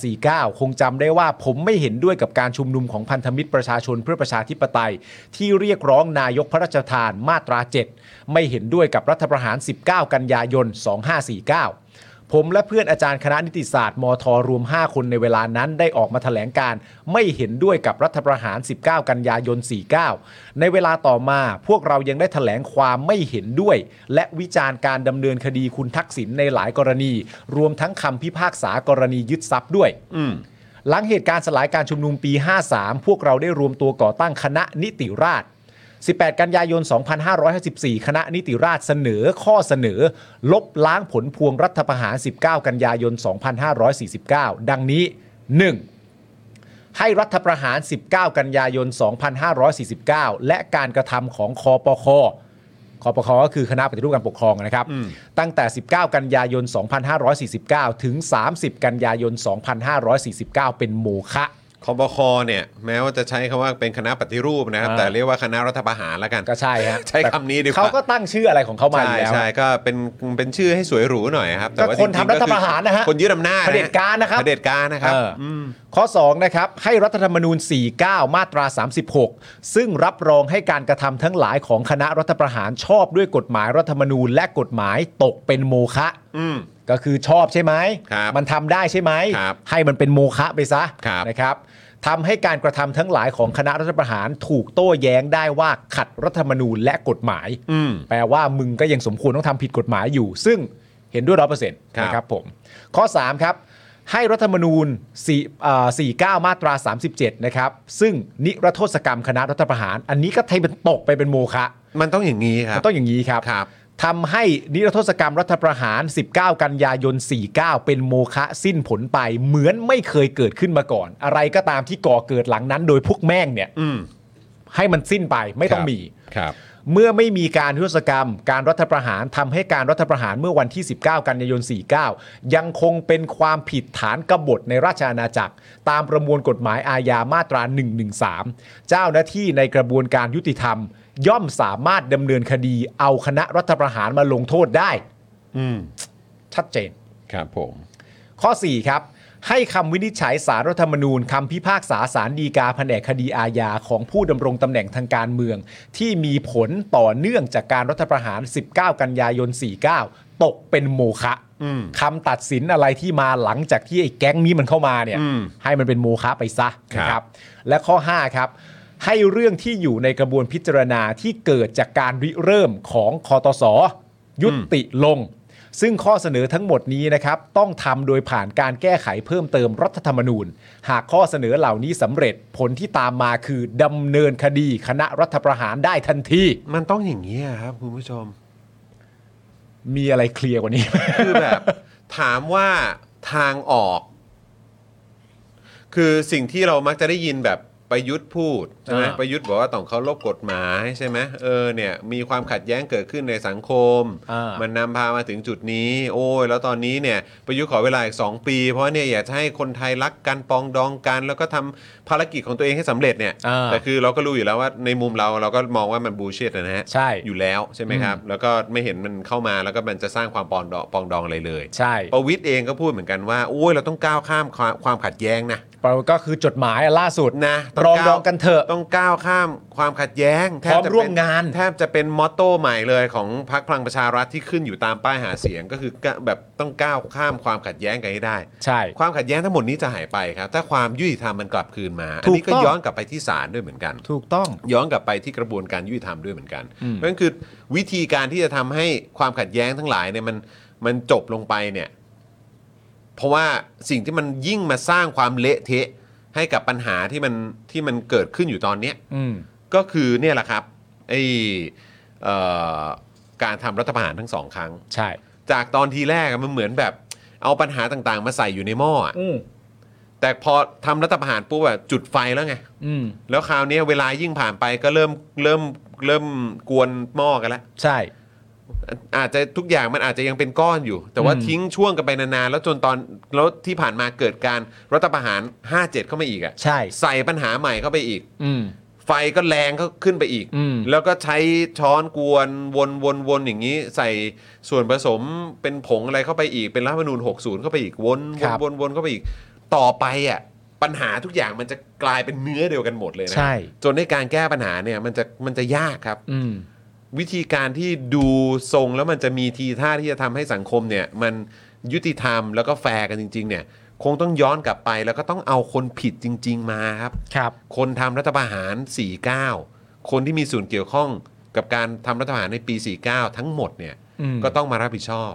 4849 คงจำได้ว่าผมไม่เห็นด้วยกับการชุมนุมของพันธมิตรประชาชนเพื่อประชาธิปไตย ที่เรียกร้องนายกพระราชทานมาตรา 7 ไม่เห็นด้วยกับรัฐประหาร 19 กันยายน 2549 ผมและเพื่อนอาจารย์คณะนิติศาสตร์มทรวม 5 คนในเวลานั้นได้ออกมาแถลงการณ์ไม่เห็นด้วยกับรัฐประหาร 19 กันยายน 49 ในเวลาต่อมาพวกเรายังได้แถลงความไม่เห็นด้วย และวิจารณ์การดำเนินคดีคุณทักษิณในหลายกรณี รวมทั้งคำพิพากษากรณียึดทรัพย์ด้วย อืม หลังเหตุการณ์สลายการชุมนุมปี 53 พวกเราได้รวมตัวก่อตั้งคณะนิติราษฎร์18 กันยายน 2554 คณะนิติราษฎร์เสนอข้อเสนอ ลบล้างผลพวงรัฐประหาร 19 กันยายน 2549 ดังนี้ 1. ให้รัฐประหาร 19 กันยายน 2549 และการกระทำของคอปค คอปคก็คือคณะปฏิรูปการปกครองนะครับ ตั้งแต่ 19 กันยายน 2549 ถึง 30 กันยายน 2549 เป็นโมฆะ คอปคเนี่ย แม้ว่าจะใช้คำว่าเป็นคณะปฏิรูปนะครับ อ่า แต่เรียกว่าคณะรัฐประหารแล้วกัน ก็ใช่ฮะ ใช้คำนี้ดีกว่า เขาก็ตั้งชื่ออะไรของเขามาอ ใช่ ยู่แล้ว ใช่ก็เป็นเป็นชื่อให้สวยหรูหน่อยครับ แต่ว่า ก็คนจงทำๆก็อ รัฐประหารนะฮะ คนยึดอำนาจ เผด็จการนะครับ เผด็จการนะครับ เอออข้อ 2 นะครับ ให้รัฐธรรมนูญ 49 มาตรา 36 ซึ่งรับรองให้การกระทำทั้งหลายของคณะรัฐประหารชอบด้วยกฎหมายรัฐธรรมนูญและกฎหมายตกเป็นโมฆะ อืม ก็คือชอบใช่ไหม ครับ มันทำได้ใช่ไหม ครับ ให้มันเป็นโมฆะไปซะ ครับ นะครับทำให้การกระทำทั้งหลายของคณะรัฐประหารถูกโต้แย้งได้ว่าขัดรัฐธรรมนูญและกฎหมาย อืม แปลว่ามึงก็ยังสมควรต้องทำผิดกฎหมายอยู่ ซึ่งเห็นด้วยร้อเปอร์เซ็นต์ ครับ นะครับผม ข้อ 3 ครับ ให้รัฐธรรมนูญ4อ่า49 มาตรา 37 นะครับ ซึ่งนิรโทษกรรมคณะรัฐประหาร อันนี้ก็ไทยเป็นตกไปเป็นโมฆะ มันต้องอย่างนี้ครับ มันต้องอย่างนี้ครับ ครับ ทำให้นิรโทษกรรมรัฐประหาร 19 กันยายน 49 เป็นโมฆะสิ้นผลไปเหมือนไม่เคยเกิดขึ้นมาก่อน อะไรก็ตามที่ก่อเกิดหลังนั้นโดยพวกแม่งเนี่ย อืม ให้มันสิ้นไปไม่ต้องมี ครับ เมื่อไม่มีการนิรโทษกรรม การรัฐประหารทำให้การรัฐประหารเมื่อวันที่ 19 กันยายน 49 ยังคงเป็นความผิดฐานกบฏในราชอาณาจักร ตามประมวลกฎหมายอาญามาตรา 113 เจ้าหน้าที่ในกระบวนการยุติธรรม ย่อมสามารถดำเนินคดีเอาคณะรัฐประหารมาลงโทษได้ อืม ชัดเจน ครับผม ข้อ 4 ครับ ให้คำวินิจฉัยสารรัฐธรรมนูญคำพิพากษาสารดีกาแผนกคดีอาญาของผู้ดำรงตำแหน่งทางการเมือง ที่มีผลต่อเนื่องจากการรัฐประหาร 19 กันยายน 49 ตกเป็นโมฆะ อืม คำตัดสินอะไรที่มาหลังจากที่ไอ้แก๊งนี้มันเข้ามาเนี่ย อืม ให้มันเป็นโมฆะไปซะ ครับ นะครับ และข้อ 5 ครับ ให้เรื่องที่อยู่ในกระบวนพิจารณาที่เกิดจากการริเริ่มของคอตสยุติลง ซึ่งข้อเสนอทั้งหมดนี้นะครับ ต้องทำโดยผ่านการแก้ไขเพิ่มเติมรัฐธรรมนูญ หากข้อเสนอเหล่านี้สำเร็จผลที่ตามมาคือดำเนินคดีคณะรัฐประหารได้ทันที มันต้องอย่างนี้ครับคุณผู้ชม มีอะไรเคลียร์กว่านี้ไหม คือแบบ ถามว่าทางออก คือสิ่งที่เรามักจะได้ยินแบบประยุทธ์พูดใช่ไหม อ่า ประยุทธ์บอกว่าต้องเคารพกฎหมายใช่ไหมเออเนี่ย มีความขัดแย้งเกิดขึ้นในสังคม อ่ามั มันนำพามาถึงจุดนี้ โอ้ยแล้วตอนนี้เนี่ยประยุทธ์ขอเวลาอีกสองปี เพราะเนี่ยอยากจะให้คนไทยรักกันปองดองกัน แล้วก็ทำภารกิจของตัวเองให้สำเร็จเนี่ย อ่า แต่คือเราก็รู้อยู่แล้วว่าในมุมเราเราก็มองว่ามันบูชิดนะฮะ ใช่ อยู่แล้วใช่ไหมครับ แล้วก็ไม่เห็นมันเข้ามาแล้วก็มันจะสร้างความปองดองปองดองอะไรเลย ใช่ ประวิทย์เองก็พูดเหมือนกันว่า โอ้ยเราต้องก้าวข้ามความความขัดแย้งนะ ปรากฏก็คือจดหมายล่าสุด นะ ปรอง าว ดองกันเถอะ ต้องก้าวข้ามความขัดแย้งแทบ พร้อม จะเป็ ร่วมงาน แทบจะเป็นมอตโต้ใหม่เลยของพรรคพลังประชารัฐที่ขึ้นอยู่ตามป้ายหาเสียงก็คือก้าแบบต้องก้าวข้ามความขัดแย้งกันให้ได้ ใช่ ความขัดแย้งทั้งหมดนี้จะหายไปครับ ถ้าความยุติธรรมมันกลับคืนมาอันนี้ ถูก ก็ ต้อง ย้อนกลับไปที่ศาลด้วยเหมือนกัน ถูกต้อง ย้อนกลับไปที่กระบวนการยุติธรรมด้วยเหมือนกัน เพราะฉะนั้นคือวิธีการที่จะทำให้ความขัดแย้งทั้งหลายเนี่ยมันมันจบลงไปเนี่ย เพราะว่าสิ่งที่มันยิ่งมาสร้างความเละเทะให้กับปัญหาที่มันที่มันเกิดขึ้นอยู่ตอนเนี้ย อืม ก็คือเนี่ยแหละครับไอเอ่อการทำรัฐประหารทั้งสองครั้ง ใช่ จากตอนทีแรกอะมันเหมือนแบบเอาปัญหาต่างๆ มาใส่อยู่ในหม้ออะ อืม แต่พอทำรัฐประหารปุ๊บอะจุดไฟแล้วไง อืม แล้วคราวนี้เวลายิ่งผ่านไปก็เริ่มเริ่มเริ่มกวนหม้อกันแล้ว ใช่ อาอาจจะทุกอย่างมันอาจจะยังเป็นก้อนอยู่ แต่ว่า อืม ทิ้งช่วงกันไปนานๆแล้วจนตอนแล้วที่ผ่านมาเกิดการรัฐประหาร 57 เข้ามาอีกอะ ใช่ ใส่ปัญหาใหม่เข้าไปอีก อืม ไฟก็แรงก็ขึ้นไปอีก อืม แล้วก็ใช้ช้อนกวนวนวนวนอย่างนี้ ใส่ส่วนผสมเป็นผงอะไรเข้าไปอีกเป็นรัฐธรรมนูญ60 เข้าไปอีกวน ค วน รับ วนวนเข้าไปอีก ต่อไปอ่ะปัญหาทุกอย่างมันจะกลายเป็นเนื้อเดียวกันหมดเลยนะ ใช่ จนในการแก้ปัญหาเนี่ยมันจะมันจะยากครับ อืม วิธีการที่ดูทรงแล้วมันจะมีทีท่าที่จะทำให้สังคมเนี่ยมัน ยุติธรรมแล้วก็แฟร์กันจริงๆเนี่ยคงต้องย้อนกลับไปแล้วก็ต้องเอาคนผิดจริง ๆ มาครับ ครับ คนทำรัฐประหาร 49 คนที่มีส่วนเกี่ยวข้องกับการทำรัฐประหารในปี 49 ทั้งหมดเนี่ย อืม ก็ต้องมารับผิดชอบ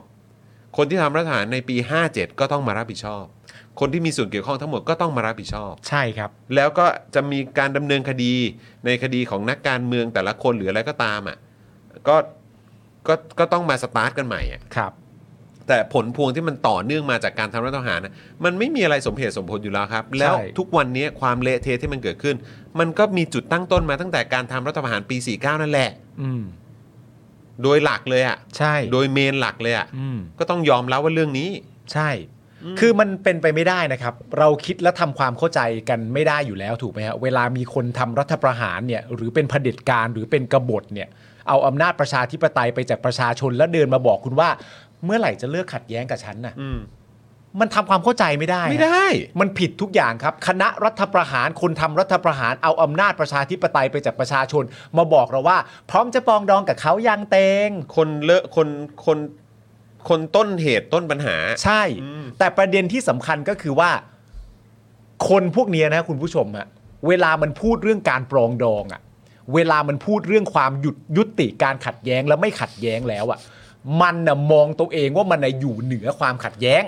คนที่ทำรัฐประหารในปี 57 ก็ต้องมารับผิดชอบ คนที่มีส่วนเกี่ยวข้องทั้งหมดก็ต้องมารับผิดชอบ ใช่ครับ แล้วก็จะมีการดำเนินคดีในคดีของนักการเมืองแต่ละคนหรืออะไรก็ตามอ่ะก็ก็ก็ต้องมาสตาร์ทกันใหม่อ่ะ ครับ แต่ผลพวงที่มันต่อเนื่องมาจากการทำรัฐประหารนะมันไม่มีอะไรสมเหตุสมผลอยู่แล้วครับ แล้วทุกวันนี้ความเละเทะที่มันเกิดขึ้น มันก็มีจุดตั้งต้นมาตั้งแต่การทำรัฐประหารปี 49 นั่นแหละ อืม โดยหลักเลยอ่ะ ใช่ โดยเมนหลักเลยอ่ะ อืม ก็ต้องยอมรับว่าเรื่องนี้ ใช่ คือมันเป็นไปไม่ได้นะครับ เราคิดและทำความเข้าใจกันไม่ได้อยู่แล้วถูกไหมฮะ เวลามีคนทำรัฐประหารเนี่ย หรือเป็นเผด็จการหรือเป็นกบฏเนี่ย เอาอำนาจประชาธิปไตยไปจากประชาชนแล้วเดินมาบอกคุณว่า เมื่อไหร่จะเลิกขัดแย้งกับฉันน่ะ อืม มันทำความเข้าใจไม่ได้นะ ไม่ได้ มันผิดทุกอย่างครับ คณะรัฐประหารคนทำรัฐประหารเอาอำนาจประชาธิปไตยไปจากประชาชน มาบอกเราว่า พร้อมจะปรองดองกับเขายังเตง คนเลอะคนคนคนต้นเหตุต้นปัญหา ใช่ อืม แต่ประเด็นที่สำคัญก็คือว่า คนพวกเนี้ยนะคุณผู้ชมอะเวลามันพูดเรื่องการปรองดองอะเวลามันพูดเรื่องความหยุดยุติการขัดแย้งแล้วไม่ขัดแย้งแล้วอะมันน่ะมองตัวเองว่ามันน่ะอยู่เหนือความขัดแย้ง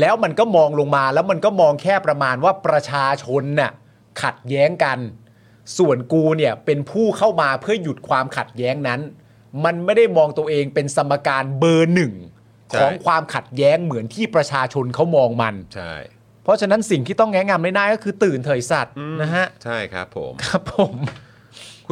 แล้วมันก็มองลงมาแล้วมันก็มองแค่ประมาณว่าประชาชนน่ะขัดแย้งกัน ส่วนกูเนี่ยเป็นผู้เข้ามาเพื่อหยุดความขัดแย้งนั้น มันไม่ได้มองตัวเองเป็นสมการเบอร์หนึ่ง ใช่ ของความขัดแย้งเหมือนที่ประชาชนเขามองมัน ใช่ เพราะฉะนั้นสิ่งที่ต้องแงะงามได้ก็คือตื่นเถยสัตว์นะฮะ ใช่ครับผม ครับผม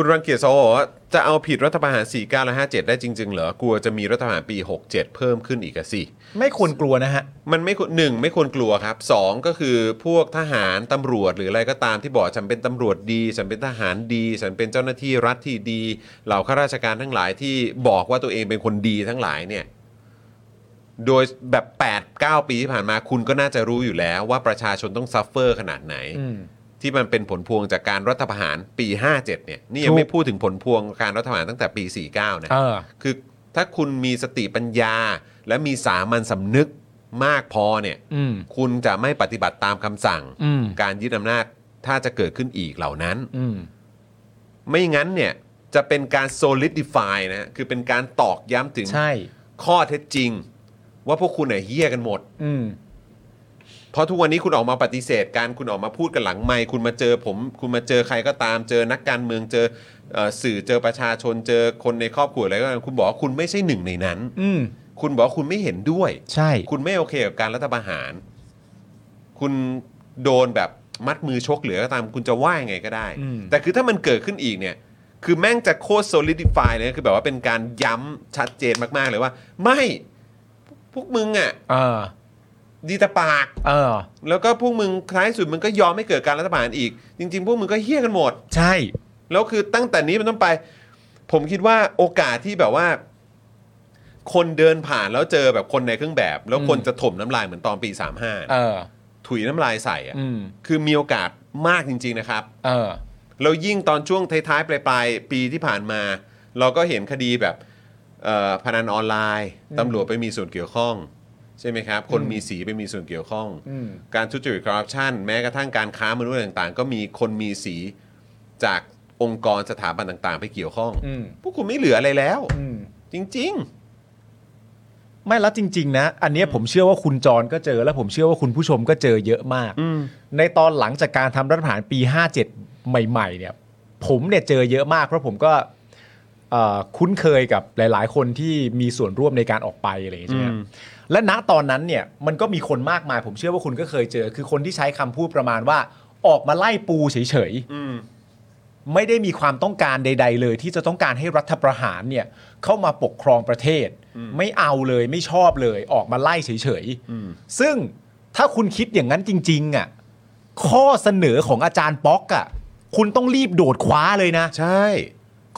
คุณรังเกียจโซบอกว่าจะเอาผิดรัฐประหาร 49 และ 57 ได้จริง ๆ เหรอกลัวจะมีรัฐประหารปี 67 เพิ่มขึ้นอีกอะสิ ไม่ควรกลัวนะฮะ มันไม่ควรหนึ่งไม่ควรกลัวครับสองก็คือพวกทหารตำรวจหรืออะไรก็ตามที่บอกฉันเป็นตำรวจดี ฉันเป็นทหารดี ฉันเป็นเจ้าหน้าที่รัฐที่ดีเหล่าข้าราชการทั้งหลายที่บอกว่าตัวเองเป็นคนดีทั้งหลายเนี่ยโดยแบบ8 9 ปีที่ผ่านมาคุณก็น่าจะรู้อยู่แล้วว่าประชาชนต้องซัฟเฟอร์ขนาดไหน อืม ที่มันเป็นผลพวงจากการรัฐประหารปี 57 เนี่ยนี่ยั ถู ง ก ไม่พูดถึงผลพวงการรัฐประหารตั้งแต่ปี 49 นะ เออ คือถ้าคุณมีสติปัญญา และมีสามัญสำนึกมากพอเนี่ย อืม คุณจะไม่ปฏิบัติตามคำสั่ง อืม การยึดอำนาจถ้าจะเกิดขึ้นอีกเหล่านั้น อืม ไม่งั้นเนี่ย จะเป็นการ solidify นะคือเป็นการตอกย้ำถึง ใช่ ข้อเท็จจริง ว่าพวกคุณเนี่ยเฮี้ยกันหมด อืม เพราะทุกวันนี้คุณออกมาปฏิเสธการคุณออกมาพูดกันหลังไมค์คุณมาเจอผม คุณมาเจอใครก็ตาม เจอนักการเมืองเจอเอ่อสื่อเจอประชาชนเจอคนในครอบครัวอะไรก็ตามคุณบอกว่าคุณไม่ใช่หนึ่งในนั้น อืม คุณบอกว่าคุณไม่เห็นด้วย ใช่ คุณไม่โอเคกับการรัฐประหาร คุณโดนแบบมัดมือชกเหลือก็ตาม คุณจะว่ายังไงก็ได้ อืม แต่คือถ้ามันเกิดขึ้นอีกเนี่ย คือแม่งจะโคตร solidify เลยนะคือแบบว่าเป็นการย้ำชัดเจนมากๆเลยว่า ไม่ พวกมึงอ่ะ เออ ดีแต่ปาก เออ แล้วก็พวกมึงท้ายสุดมึงก็ยอมไม่เกิดการรัฐประหารอีก จริง ๆ พวกมึงก็เฮี้ยกันหมด ใช่ แล้วคือตั้งแต่นี้เป็นต้นไป ผมคิดว่าโอกาสที่แบบว่า คนเดินผ่านแล้วเจอแบบคนในเครื่องแบบ แล้วคน อืม จะถมน้ำลายเหมือนตอนปี เออ 35 ถุยน้ำลายใส่อะ อืม คือมีโอกาสมากจริง ๆ นะครับ เออ แล้วยิ่งตอนช่วงท้ายๆปลายๆปีที่ผ่านมา เราก็เห็นคดีแบบเอ่อพนันออนไลน์ตำรวจไปมีส่วนเกี่ยวข้อง ใช่ไหมครับ คนมีสีไปมีส่วนเกี่ยวข้อง อืม การทุจริตคอร์รัปชันแม้กระทั่งการค้ามนุษย์อะไรต่างๆ ก็มีคนมีสีจากองค์กรสถาบันต่างๆ ไปเกี่ยวข้อง อืม พวกคุณไม่เหลืออะไรแล้ว อืม จริง ไม่แล้วจริง ๆ นะ อันเนี้ยผมเชื่อว่าคุณจรก็เจอ และผมเชื่อว่าคุณผู้ชมก็เจอเยอะมาก อืม ในตอนหลังจากการทำรัฐประหารปี 57 ใหม่ ๆ เนี่ย ผมเนี่ยเจอเยอะมาก เพราะผมก็เอ่อคุ้นเคยกับหลาย ๆ คนที่มีส่วนร่วมในการออกไปอะไรอย่างเงี้ยใช่ไหม อืม และณตอนนั้นเนี่ยมันก็มีคนมากมาย ผมเชื่อว่าคุณก็เคยเจอ คือคนที่ใช้คำพูดประมาณว่าออกมาไล่ปูเฉยๆ ๆ อืม ไม่ได้มีความต้องการใด ๆ เลย ที่จะต้องการให้รัฐประหารเนี่ยเข้ามาปกครองประเทศ ไม่เอาเลยไม่ชอบเลย ออกมาไล่เฉย อืม ๆ ซึ่งถ้าคุณคิดอย่างนั้นจริงๆอ่ะข้อเสนอของอาจารย์ป๊อกอ่ะคุณต้องรีบโดดคว้าเลยนะ ใช่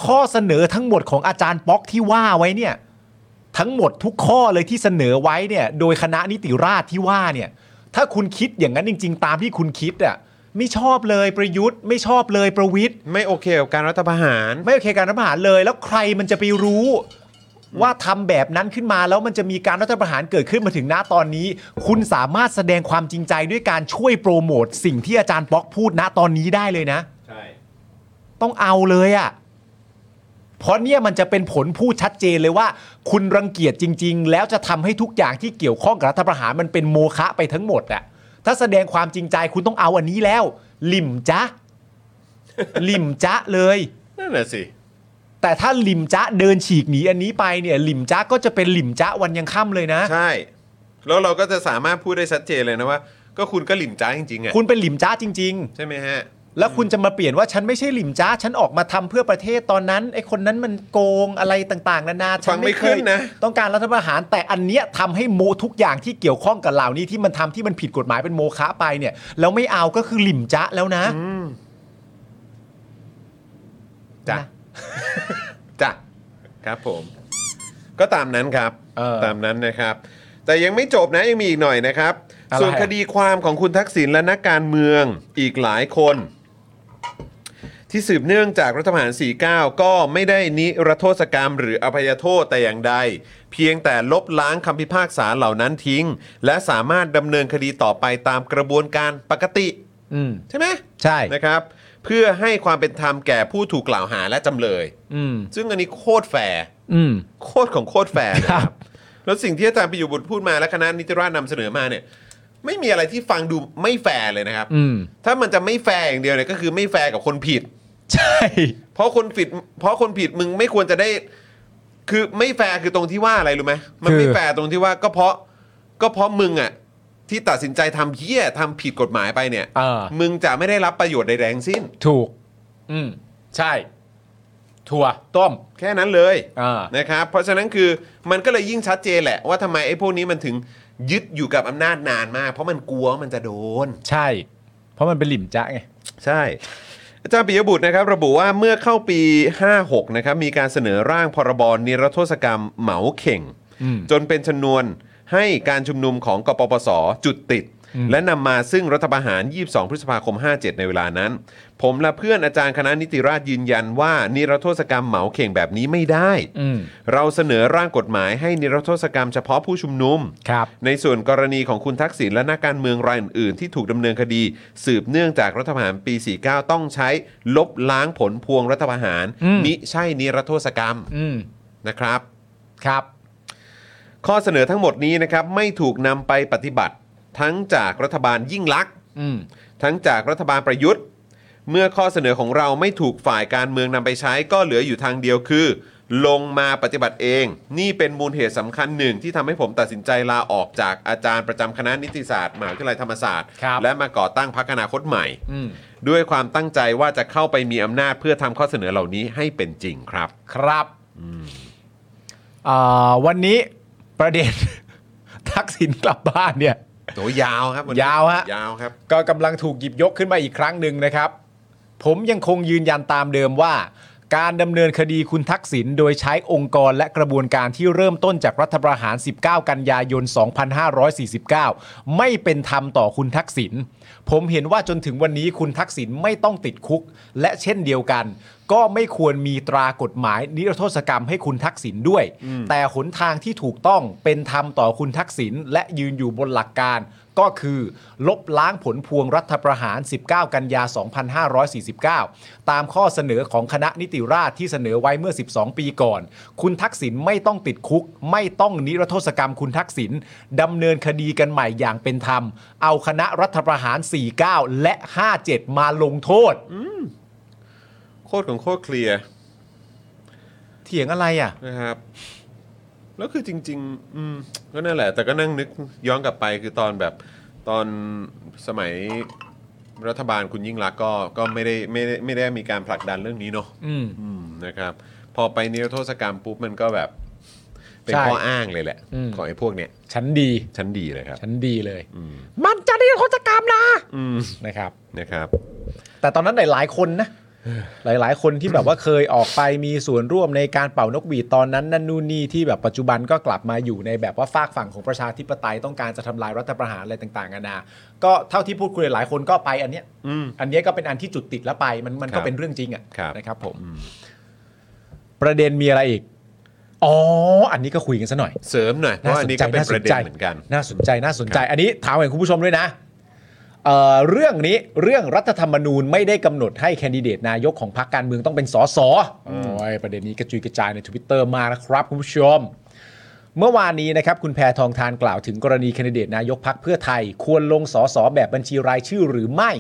ข้อเสนอทั้งหมดของอาจารย์ป๊อกที่ว่าไว้เนี่ย ทั้งหมดทุกข้อเลยที่เสนอไว้เนี่ย โดยคณะนิติราษฎรที่ว่าเนี่ย ถ้าคุณคิดอย่างนั้นจริง ๆ ตามที่คุณคิดอ่ะไม่ชอบเลยประยุทธ์ ไม่ชอบเลยประวิทย ไม่โอเคกับการรัฐประหาร ไม่โอเคการรัฐประหารเลย แล้วใครมันจะไปรู้ ว่าทำแบบนั้นขึ้นมาแล้วมันจะมีการรัฐประหารเกิดขึ้นมาถึงณตอนนี้ คุณสามารถแสดงความจริงใจด้วยการช่วยโปรโมทสิ่งที่อาจารย์ป๊อกพูดณตอนนี้ได้เลยนะ ใช่ ต้องเอาเลยอะ่ะ เพราะเนี่ยมันจะเป็นผลพูดชัดเจนเลยว่า คุณรังเกียจจริง ๆ แล้วจะทำให้ทุกอย่างที่เกี่ยวข้องกับรัฐประหารมันเป็นโมฆะไปทั้งหมดอะ่ะ ถ้าแสดงความจริงใจคุณต้องเอาอันนี้แล้ว ลิมจ๊ะ ลิมจ๊ะเลย นั่นน่ะสิ แต่ถ้าลิมจ๊ะเดินฉีกหนีอันนี้ไปเนี่ย ลิมจ๊ะก็จะเป็นลิมจ๊ะวันยังค่ำเลยนะ ใช่ แล้วเราก็จะสามารถพูดได้ชัดเจนเลยนะว่า ก็คุณก็หลิมจ้าจริงๆอ่ะ คุณเป็นลิมจ๊ะจริง ๆ ใช่ไหมฮะ แล้วคุณจะมาเปลี่ยนว่าฉันไม่ใช่หลิมจ้าฉันออกมาทำเพื่อประเทศตอนนั้นไอ้คนนั้นมันโกงอะไรต่างๆนานา ฟั ฉั งไม่ เค ขึ้ ย นนะ ต้องการรัฐประหารแต่อันเนี้ยทำให้โมทุกอย่างที่เกี่ยวข้องกับเหล่านี้ที่มันทำที่มันผิดกฎหมายเป็นโมฆะไปเนี่ยแล้วไม่เอาก็คือหลิมจ้าแล้วนะ จ้ะ นะ จ้ะครับผม ก็ตามนั้นครับ เออ ตามนั้นนะครับ แต่ยังไม่จบนะยังมีอีกหน่อยนะครับ อะไร ส่วนคดีความของคุณทักษิณและนักการเมืองอีกหลายคน ที่สืบเนื่องจากรัฐประหาร 49 ก็ไม่ได้นิรโทษกรรม หรืออภัยโทษแต่อย่างใด เพียงแต่ลบล้างคำพิพากษาเหล่านั้นทิ้ง และสามารถดำเนินคดีต่อไปตามกระบวนการปกติ อืม ใช่ไหม ใช่ นะครับเพื่อให้ความเป็นธรรมแก่ผู้ถูกกล่าวหาและจำเลย อืม ซึ่งอันนี้โคตรแฟร์ อืม โคตรของโคตรแฟร์นะค ครั รับบ แล้วสิ่งที่อาจารย์ปิยบุตรพูดมาและคณะนิติราชนำเสนอมาเนี่ยไม่มีอะไรที่ฟังดูไม่แฟร์เลยนะครับ อืม ถ้ามันจะไม่แฟร์อย่างเดียวเนี่ยก็คือไม่แฟร์กับคนผิด ใช่ เพราะคนผิด เพราะคนผิดมึงไม่ควรจะได้ คือไม่แฟร์คือตรงที่ว่าอะไรรู้ไหมมันไม่ คือ แฟร์ตรงที่ว่าก็เพราะก็เพราะมึงอ่ะที่ตัดสินใจทำเหี้ยทำผิดกฎหมายไปเนี่ย เออ มึงจะไม่ได้รับประโยชน์ใดๆทั้งสิ้น ถูก อืม ใช่ ถั่วต้ม แค่นั้นเลย อ่าน นะครับ เพราะฉะนั้นคือมันก็เลยยิ่งชัดเจนแหละว่าทำไมไอ้พวกนี้มันถึงยึดอยู่กับอำนาจนานมาก เพราะมันกลัวว่ามันจะโดน ใช่ เพราะมันเป็นหลิมจ้าไง ใช่ อาจารย์ปิยบุตรนะครับ ระบุว่าเมื่อเข้าปี 56 นะครับ มีการเสนอร่างพรบนิรโทษกรรมเหมาเข่ง อืม จนเป็นชนวนให้การชุมนุมของกปปส จุดติด อืม และนำมาซึ่งรัฐประหาร 22 พฤษภาคม 57 ในเวลานั้น ผมและเพื่อนอาจารย์คณะนิติราษฎรยืนยันว่านิรโทษกรรมเหมาเข่งแบบนี้ไม่ได้ อืม เราเสนอร่างกฎหมายให้นิรโทษกรรมเฉพาะผู้ชุมนุม ครับ ในส่วนกรณีของคุณทักษิณและนักการเมืองรายอื่นๆ ที่ถูกดำเนินคดี สืบเนื่องจากรัฐประหารปี 49 ต้องใช้ลบล้างผลพวงรัฐประหาร อืม มิใช่นิรโทษกรรม อืม นะครับ ครับ ข้อเสนอทั้งหมดนี้นะครับไม่ถูกนำไปปฏิบัติ ทั้งจากรัฐบาลยิ่งลักษณ์ อืม ทั้งจากรัฐบาลประยุทธ์ เมื่อข้อเสนอของเราไม่ถูกฝ่ายการเมืองนำไปใช้ก็เหลืออยู่ทางเดียวคือ ลงมาปฏิบัติเอง นี่เป็นมูลเหตุสำคัญหนึ่งที่ทำให้ผมตัดสินใจลาออกจากอาจารย์ประจำคณะนิติศาสตร์มหาวิทยาลัยธรรมศาสตร์ ครับ และมาก่อตั้งพรรคอนาคตใหม่ อืม ด้วยความตั้งใจว่าจะเข้าไปมีอำนาจเพื่อทำข้อเสนอเหล่านี้ให้เป็นจริงครับ ครับเอ่อวันนี้ประเด็น ทักษิณกลับบ้านเนี่ย โหยาวครับนนี้ ยาวฮะ ยาวครับ ก็กำลังถูกหยิบยกขึ้นมาอีกครั้งหนึ่งนะครับ ผมยังคงยืนยันตามเดิมว่า การดำเนินคดีคุณทักษิณโดยใช้องค์กรและกระบวนการที่เริ่มต้นจากรัฐประหาร 19 กันยายน 2549 ไม่เป็นธรรมต่อคุณทักษิณผมเห็นว่าจนถึงวันนี้คุณทักษิณไม่ต้องติดคุก และเช่นเดียวกัน ก็ไม่ควรมีตรากฎหมายนิรโทษกรรมให้คุณทักษิณด้วย แต่หนทางที่ถูกต้องเป็นธรรมต่อคุณทักษิณและยืนอยู่บนหลักการ ก็คือ ลบล้างผลพวงรัฐประหาร 19 กันยา 2549 ตามข้อเสนอของคณะนิติราษฎรที่เสนอไว้เมื่อ 12 ปีก่อน คุณทักษิณไม่ต้องติดคุก ไม่ต้องนิรโทษกรรมคุณทักษิณดำเนินคดีกันใหม่อย่างเป็นธรรม เอาคณะรัฐประหาร 49 และ 57 มาลงโทษ โคตรของโคตรเคลียร์ เถียงอะไรอ่ะ นะครับ แล้วคือจริง ๆ อืมก็นั่นแหละ แต่ก็นั่งนึกย้อนกลับไปคือตอนแบบตอนสมัยรัฐบาลคุณยิ่งรักษณ์ก็ก็ไม่ได้ไม่ได้ไม่ได้มีการผลักดันเรื่องนี้เนาะ อืม อืมนะครับ พอไปนิรโทษกรรมปุ๊บมันก็แบบ เป็น ใช่ ข้ออ้างเลยแหละ อืม ของไอ้พวกเนี้ย ชั้นดี ชั้นดีเลยครับ ชั้นดีเลย อืม มันจะนิรโทษกรรมนะ อืม นะครับ นะครับ แต่ตอนนั้นหลายๆคนนะ หลายๆ คนที่แบบว่าเคยออกไปมีส่วนร่วมในการเป่านกหวีดตอนนั้นนั่นนู่นนี่ที่แบบปัจจุบันก็กลับมาอยู่ในแบบว่าฝากฝั่งของประชาธิปไตยต้องการจะทำลายรัฐประหารอะไรต่างๆนานาก็เท่าที่พูดคุยหลายคนก็ไปอันเนี้ย อืม อันเนี้ยก็เป็นอันที่จุดติดแล้วไปมันมัน ครั ก็ บ เป็นเรื่องจริงอะ ครับ นะครับผม อืม ประเด็นมีอะไรอีก อ๋อ อันนี้ก็คุยกันซะหน่อย เสริมหน่อยเพราะอันนี้ก็เป็นประเด็นเหมือนกัน น่าสนใจน่าสนใจ อันนี้ถามให้คุณผู้ชมด้วยนะเอ่อเรื่องนี้เรื่องรัฐธรรมนูญไม่ได้กำหนดให้แคนดิเดตนายกของพรรคการเมืองต้องเป็นสสโอ้ยประเด็นนี้กระจุยกระจายในทวิตเตอร์มากนะครับคุณผู้ชม เมื่อวานนี้นะครับคุณแพทองทานกล่าวถึงกรณีแคนดิเดตนายกพักเพื่อไทย ควรลงสอสอแบบบัญชีรายชื่อหรือไม่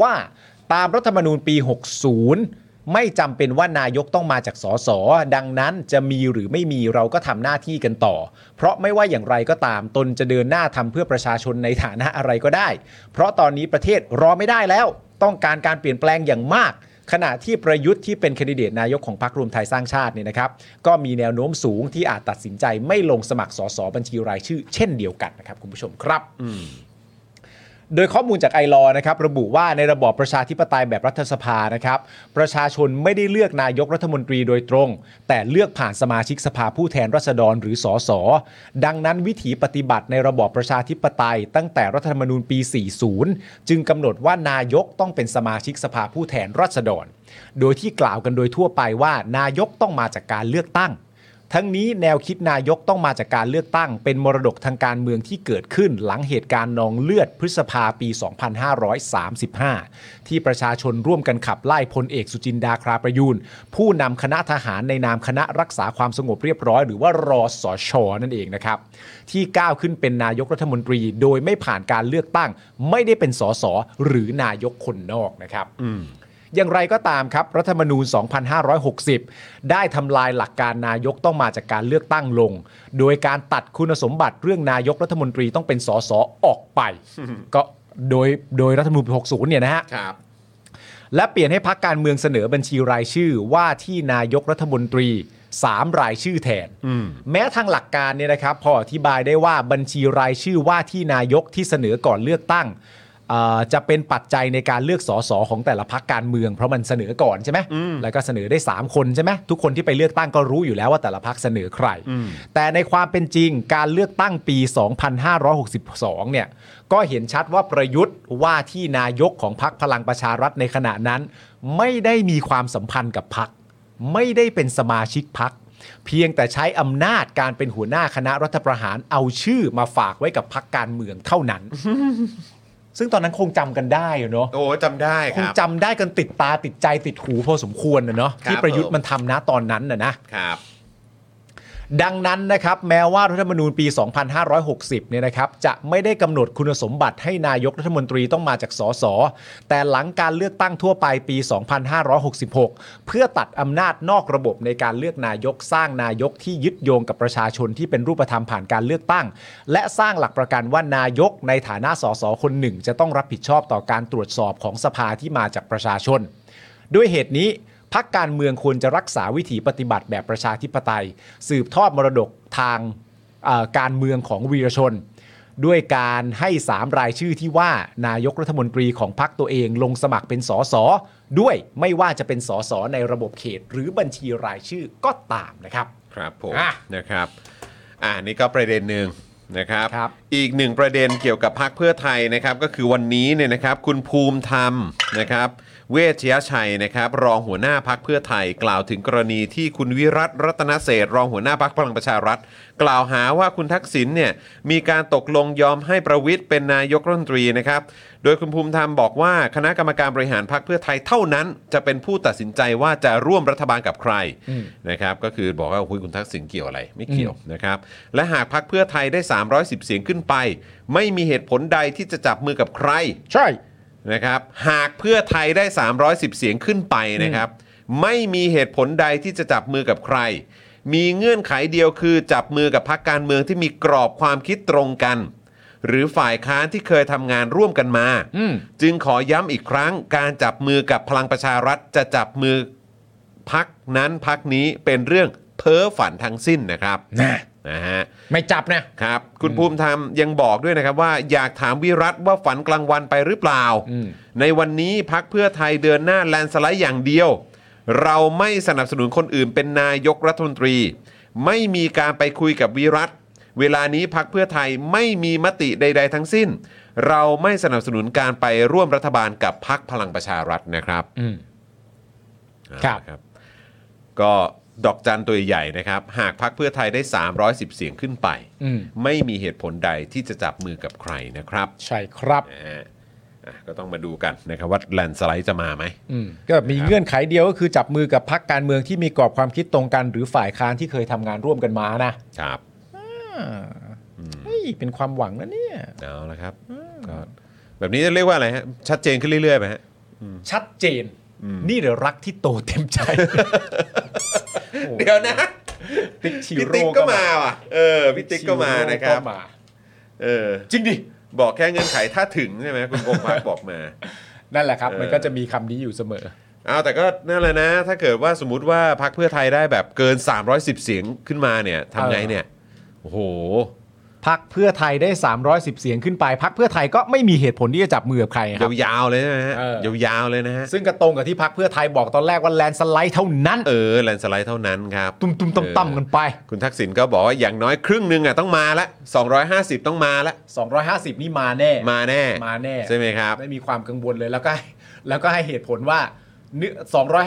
ว่าตามรัฐธรรมนูญปี 60 ไม่จำเป็นว่านายกต้องมาจากสอสอดังนั้นจะมีหรือไม่มีเราก็ทำหน้าที่กันต่อ เพราะไม่ว่าอย่างไรก็ตามตนจะเดินหน้าทำเพื่อประชาชนในฐานะอะไรก็ได้ เพราะตอนนี้ประเทศรอไม่ได้แล้ว ต้องการการเปลี่ยนแปลงอย่างมาก ขณะที่ประยุทธ์ที่เป็นแคนดิเดตนายกของพรรครวมไทยสร้างชาติเนี่ยนะครับ ก็มีแนวโน้มสูงที่อาจตัดสินใจไม่ลงสมัครสสบัญชีรายชื่อ เช่นเดียวกันนะครับ คุณผู้ชมครับ โดยข้อมูลจากไอรอนะครับ ระบุว่าในระบอบประชาธิปไตยแบบรัฐสภานะครับ ประชาชนไม่ได้เลือกนายกรัฐมนตรีโดยตรง แต่เลือกผ่านสมาชิกสภาผู้แทนราษฎรหรือสอสอดังนั้นวิถีปฏิบัติในระบอบประชาธิปไตย ตั้งแต่รัฐธรรมนูญปี 40 จึงกำหนดว่านายกต้องเป็นสมาชิกสภาผู้แทนราษฎร โดยที่กล่าวกันโดยทั่วไปว่านายกต้องมาจากการเลือกตั้ง ทั้งนี้แนวคิดนายกต้องมาจากการเลือกตั้ง เป็นมรดกทางการเมืองที่เกิดขึ้น หลังเหตุการณ์นองเลือดพฤษภาปี 2535 ที่ประชาชนร่วมกันขับไล่พลเอกสุจินดาคราประยูนผู้นำคณะทหารในนามคณะรักษาความสงบเรียบร้อย หรือว่ารอสอชอนั่นเองนะครับ ที่ก้าวขึ้นเป็นนายกรัฐมนตรี โดยไม่ผ่านการเลือกตั้ง ไม่ได้เป็นสสหรือนายกคนนอกนะครับ อย่างไรก็ตามครับ รัฐธรรมนูญ 2560 ได้ทำลายหลักการนายกต้องมาจากการเลือกตั้งลง โดยการตัดคุณสมบัติเรื่องนายกรัฐมนตรีต้องเป็นสสออกไป ก็โดยโดยรัฐธรรมนูญปี60 เนี่ยนะฮะ ครับ และเปลี่ยนให้พักการเมืองเสนอบัญชีรายชื่อว่าที่นายกรัฐมนตรีสามรายชื่อแทน แม้ทางหลักการเนี่ยนะครับ พออธิบายได้ว่าบัญชีรายชื่อว่าที่นายกที่เสนอก่อนเลือกตั้งเอ่อจะเป็นปัจจัยในการเลือกสสของแต่ละพักการเมือง เพราะมันเสนอก่อนใช่ไหมแล้วก็เสนอได้ 3 คนใช่ไหมทุกคนที่ไปเลือกตั้งก็รู้อยู่แล้วว่าแต่ละพักเสนอใคร แต่ในความเป็นจริงการเลือกตั้งปี 2562 เนี่ย ก็เห็นชัดว่าประยุทธ์ว่าที่นายกของพักพลังประชารัฐในขณะนั้น ไม่ได้มีความสัมพันธ์กับพัก ไม่ได้เป็นสมาชิกพัก เพียงแต่ใช้อำนาจการเป็นหัวหน้าคณะรัฐประหารเอาชื่อมาฝากไว้กับพักการเมืองเท่านั้น ซึ่งตอนนั้นคงจำกันได้อะเนาะ โอ้จำได้ค คง รับ จำได้กันติดตาติดใจติดหูพอสมควรนะเนาะที่ ครับ ประยุท ผ ธ์ ม มันทำนะตอนนั้นนะนะ ครับ ดังนั้นนะครับแม้ว่ารัฐธรรมนูญปี 2560 เนี่ยนะครับจะไม่ได้กำหนดคุณสมบัติให้นายกรัฐมนตรีต้องมาจากสส แต่หลังการเลือกตั้งทั่วไปปี 2566 เพื่อตัดอำนาจนอกระบบในการเลือกนายกสร้างนายกที่ยึดโยงกับประชาชนที่เป็นรูปธรรมผ่านการเลือกตั้ง และสร้างหลักประกันว่านายกในฐานะสสคนหนึ่ง จะต้องรับผิดชอบต่อการตรวจสอบของสภาที่มาจากประชาชน ด้วยเหตุนี้พักการเมืองควรจะรักษาวิถีปฏิบัติแบบประชาธิปไตย สืบทอดมรดกทางเอ่อการเมืองของวีรชน ด้วยการให้สามรายชื่อที่ว่านายกรัฐมนตรีของพักตัวเองลงสมัครเป็นสสด้วยไม่ว่าจะเป็นสสในระบบเขต หรือบัญชีรายชื่อก็ตามนะครับ ครับผม อ่ะ นะครับอ่านี่ก็ประเด็นหนึ่งนะครับ ครับ อีกหนึ่งประเด็นเกี่ยวกับพรรคเพื่อไทยนะครับ ก็คือวันนี้เนี่ยนะครับ คุณภูมิธรรมนะครับ เวชยชัยนะครับ รองหัวหน้าพักเพื่อไทย กล่าวถึงกรณีที่คุณวิรัตรัตนเศรษฐ์รองหัวหน้าพักพลังประชารัฐ กล่าวหาว่าคุณทักษิณเนี่ยมีการตกลงยอมให้ประวิทย์เป็นนายกรัฐมนตรีนะครับ โดยคุณภูมิธรรมบอกว่าคณะกรรมการบริหารพรรคเพื่อไทยเท่านั้นจะเป็นผู้ตัดสินใจว่าจะร่วมรัฐบาลกับใคร อืม นะครับก็คือบอกว่าโอ้โหคุณทักษิณเกี่ยวอะไรไม่เกี่ยวนะครับและหากพักเพื่อไทยได้ 310 เสียงขึ้นไป ไม่มีเหตุผลใดที่จะจับมือกับใคร ใช่ นะครับหากเพื่อไทยได้ 310 เสียงขึ้นไปนะครับไม่มีเหตุผลใดที่จะจับมือกับใคร มีเงื่อนไขเดียวคือจับมือกับพรรคการเมืองที่มีกรอบความคิดตรงกัน หรือฝ่ายค้านที่เคยทำงานร่วมกันมา อืม จึงขอย้ำอีกครั้งการจับมือกับพลังประชารัฐจะจับมือพักนั้นพักนี้เป็นเรื่องเพ้อฝันทั้งสิ้นนะครับ นะ นะฮะ ไม่จับนะ ครับ คุณภูมิธรรมยังบอกด้วยนะครับว่าอยากถามวิรัตว่าฝันกลางวันไปหรือเปล่า อืม ในวันนี้พักเพื่อไทยเดินหน้าแลนด์สไลด์อย่างเดียว เราไม่สนับสนุนคนอื่นเป็นนายกรัฐมนตรี ไม่มีการไปคุยกับวิรัตเวลานี้พักเพื่อไทยไม่มีมติใด ๆ ทั้งสิ้น เราไม่สนับสนุนการไปร่วมรัฐบาลกับพักพลังประชารัฐนะครับ อืม ครับ เอาละก็ ดอกจันตัวใหญ่ๆนะครับ หากพักเพื่อไทยได้ 310 เสียงขึ้นไป อืม ไม่มีเหตุผลใดที่จะจับมือกับใครนะครับ ใช่ครับ นะฮะอ่ะก็ต้องมาดูกันนะครับว่าแลนด์สไลด์จะมาไหม อืมก็มีเงื่อนไขเดียวก็คือจับมือกับพักการเมืองที่มีกรอบความคิดตรงกัน หรือฝ่ายค้านที่เคยทำงานร่วมกันมานะครับ อ่าเฮ้ยเป็นความหวังนะเนี่ย เอาละครับก็แบบนี้จะเรียกว่าอะไรฮะ ชัดเจนขึ้นเรื่อยๆไหมฮะ ชัดเจน นี่เดี๋ยวรักที่โตเต็มใจ เดี๋ยวนะ ติ๊กชิ พี่ โร่ ติ๊กก็มาว่ะ เออพี่ติ๊กก็มานะครับ ก็มา เออ จริงดิ บอกแค่เงื่อนไขถ้าถึงใช่ไหมคุณพงษ์พักบอกมา นั่นแหละครับ เออ มันก็จะมีคำนี้อยู่เสมอ เอาแต่ก็นั่นแหละนะ ถ้าเกิดว่าสมมติว่าพักเพื่อไทยได้แบบเกิน 310 เสียงขึ้นมาเนี่ยทำไงเนี่ย โอ้โห พักเพื่อไทยได้ 310 เสียงขึ้นไป พักเพื่อไทยก็ไม่มีเหตุผลที่จะจับมือกับใครครับ ยาวๆเลยนะฮะ เอ ยาวๆเลยนะฮะ ซึ่งก็ตรงกับที่พักเพื่อไทยบอกตอนแรกว่าแลนด์สไลด์เท่านั้น เออแลนสไลด์เท่านั้นครับ ตุ้มตุ้มต่ำต่ำๆกันไป คุณทักษิณก็บอกว่าอย่างน้อยครึ่งหนึ่งอ่ะต้องมาละ 250 ต้องมาละ 250 นี่มาแน่ มาแน่ มาแน่ ใช่ไหมครับ ไม่มีความกังวลเลยแล้วก็ ให้แล้วก็ให้เหตุผลว่าเนื้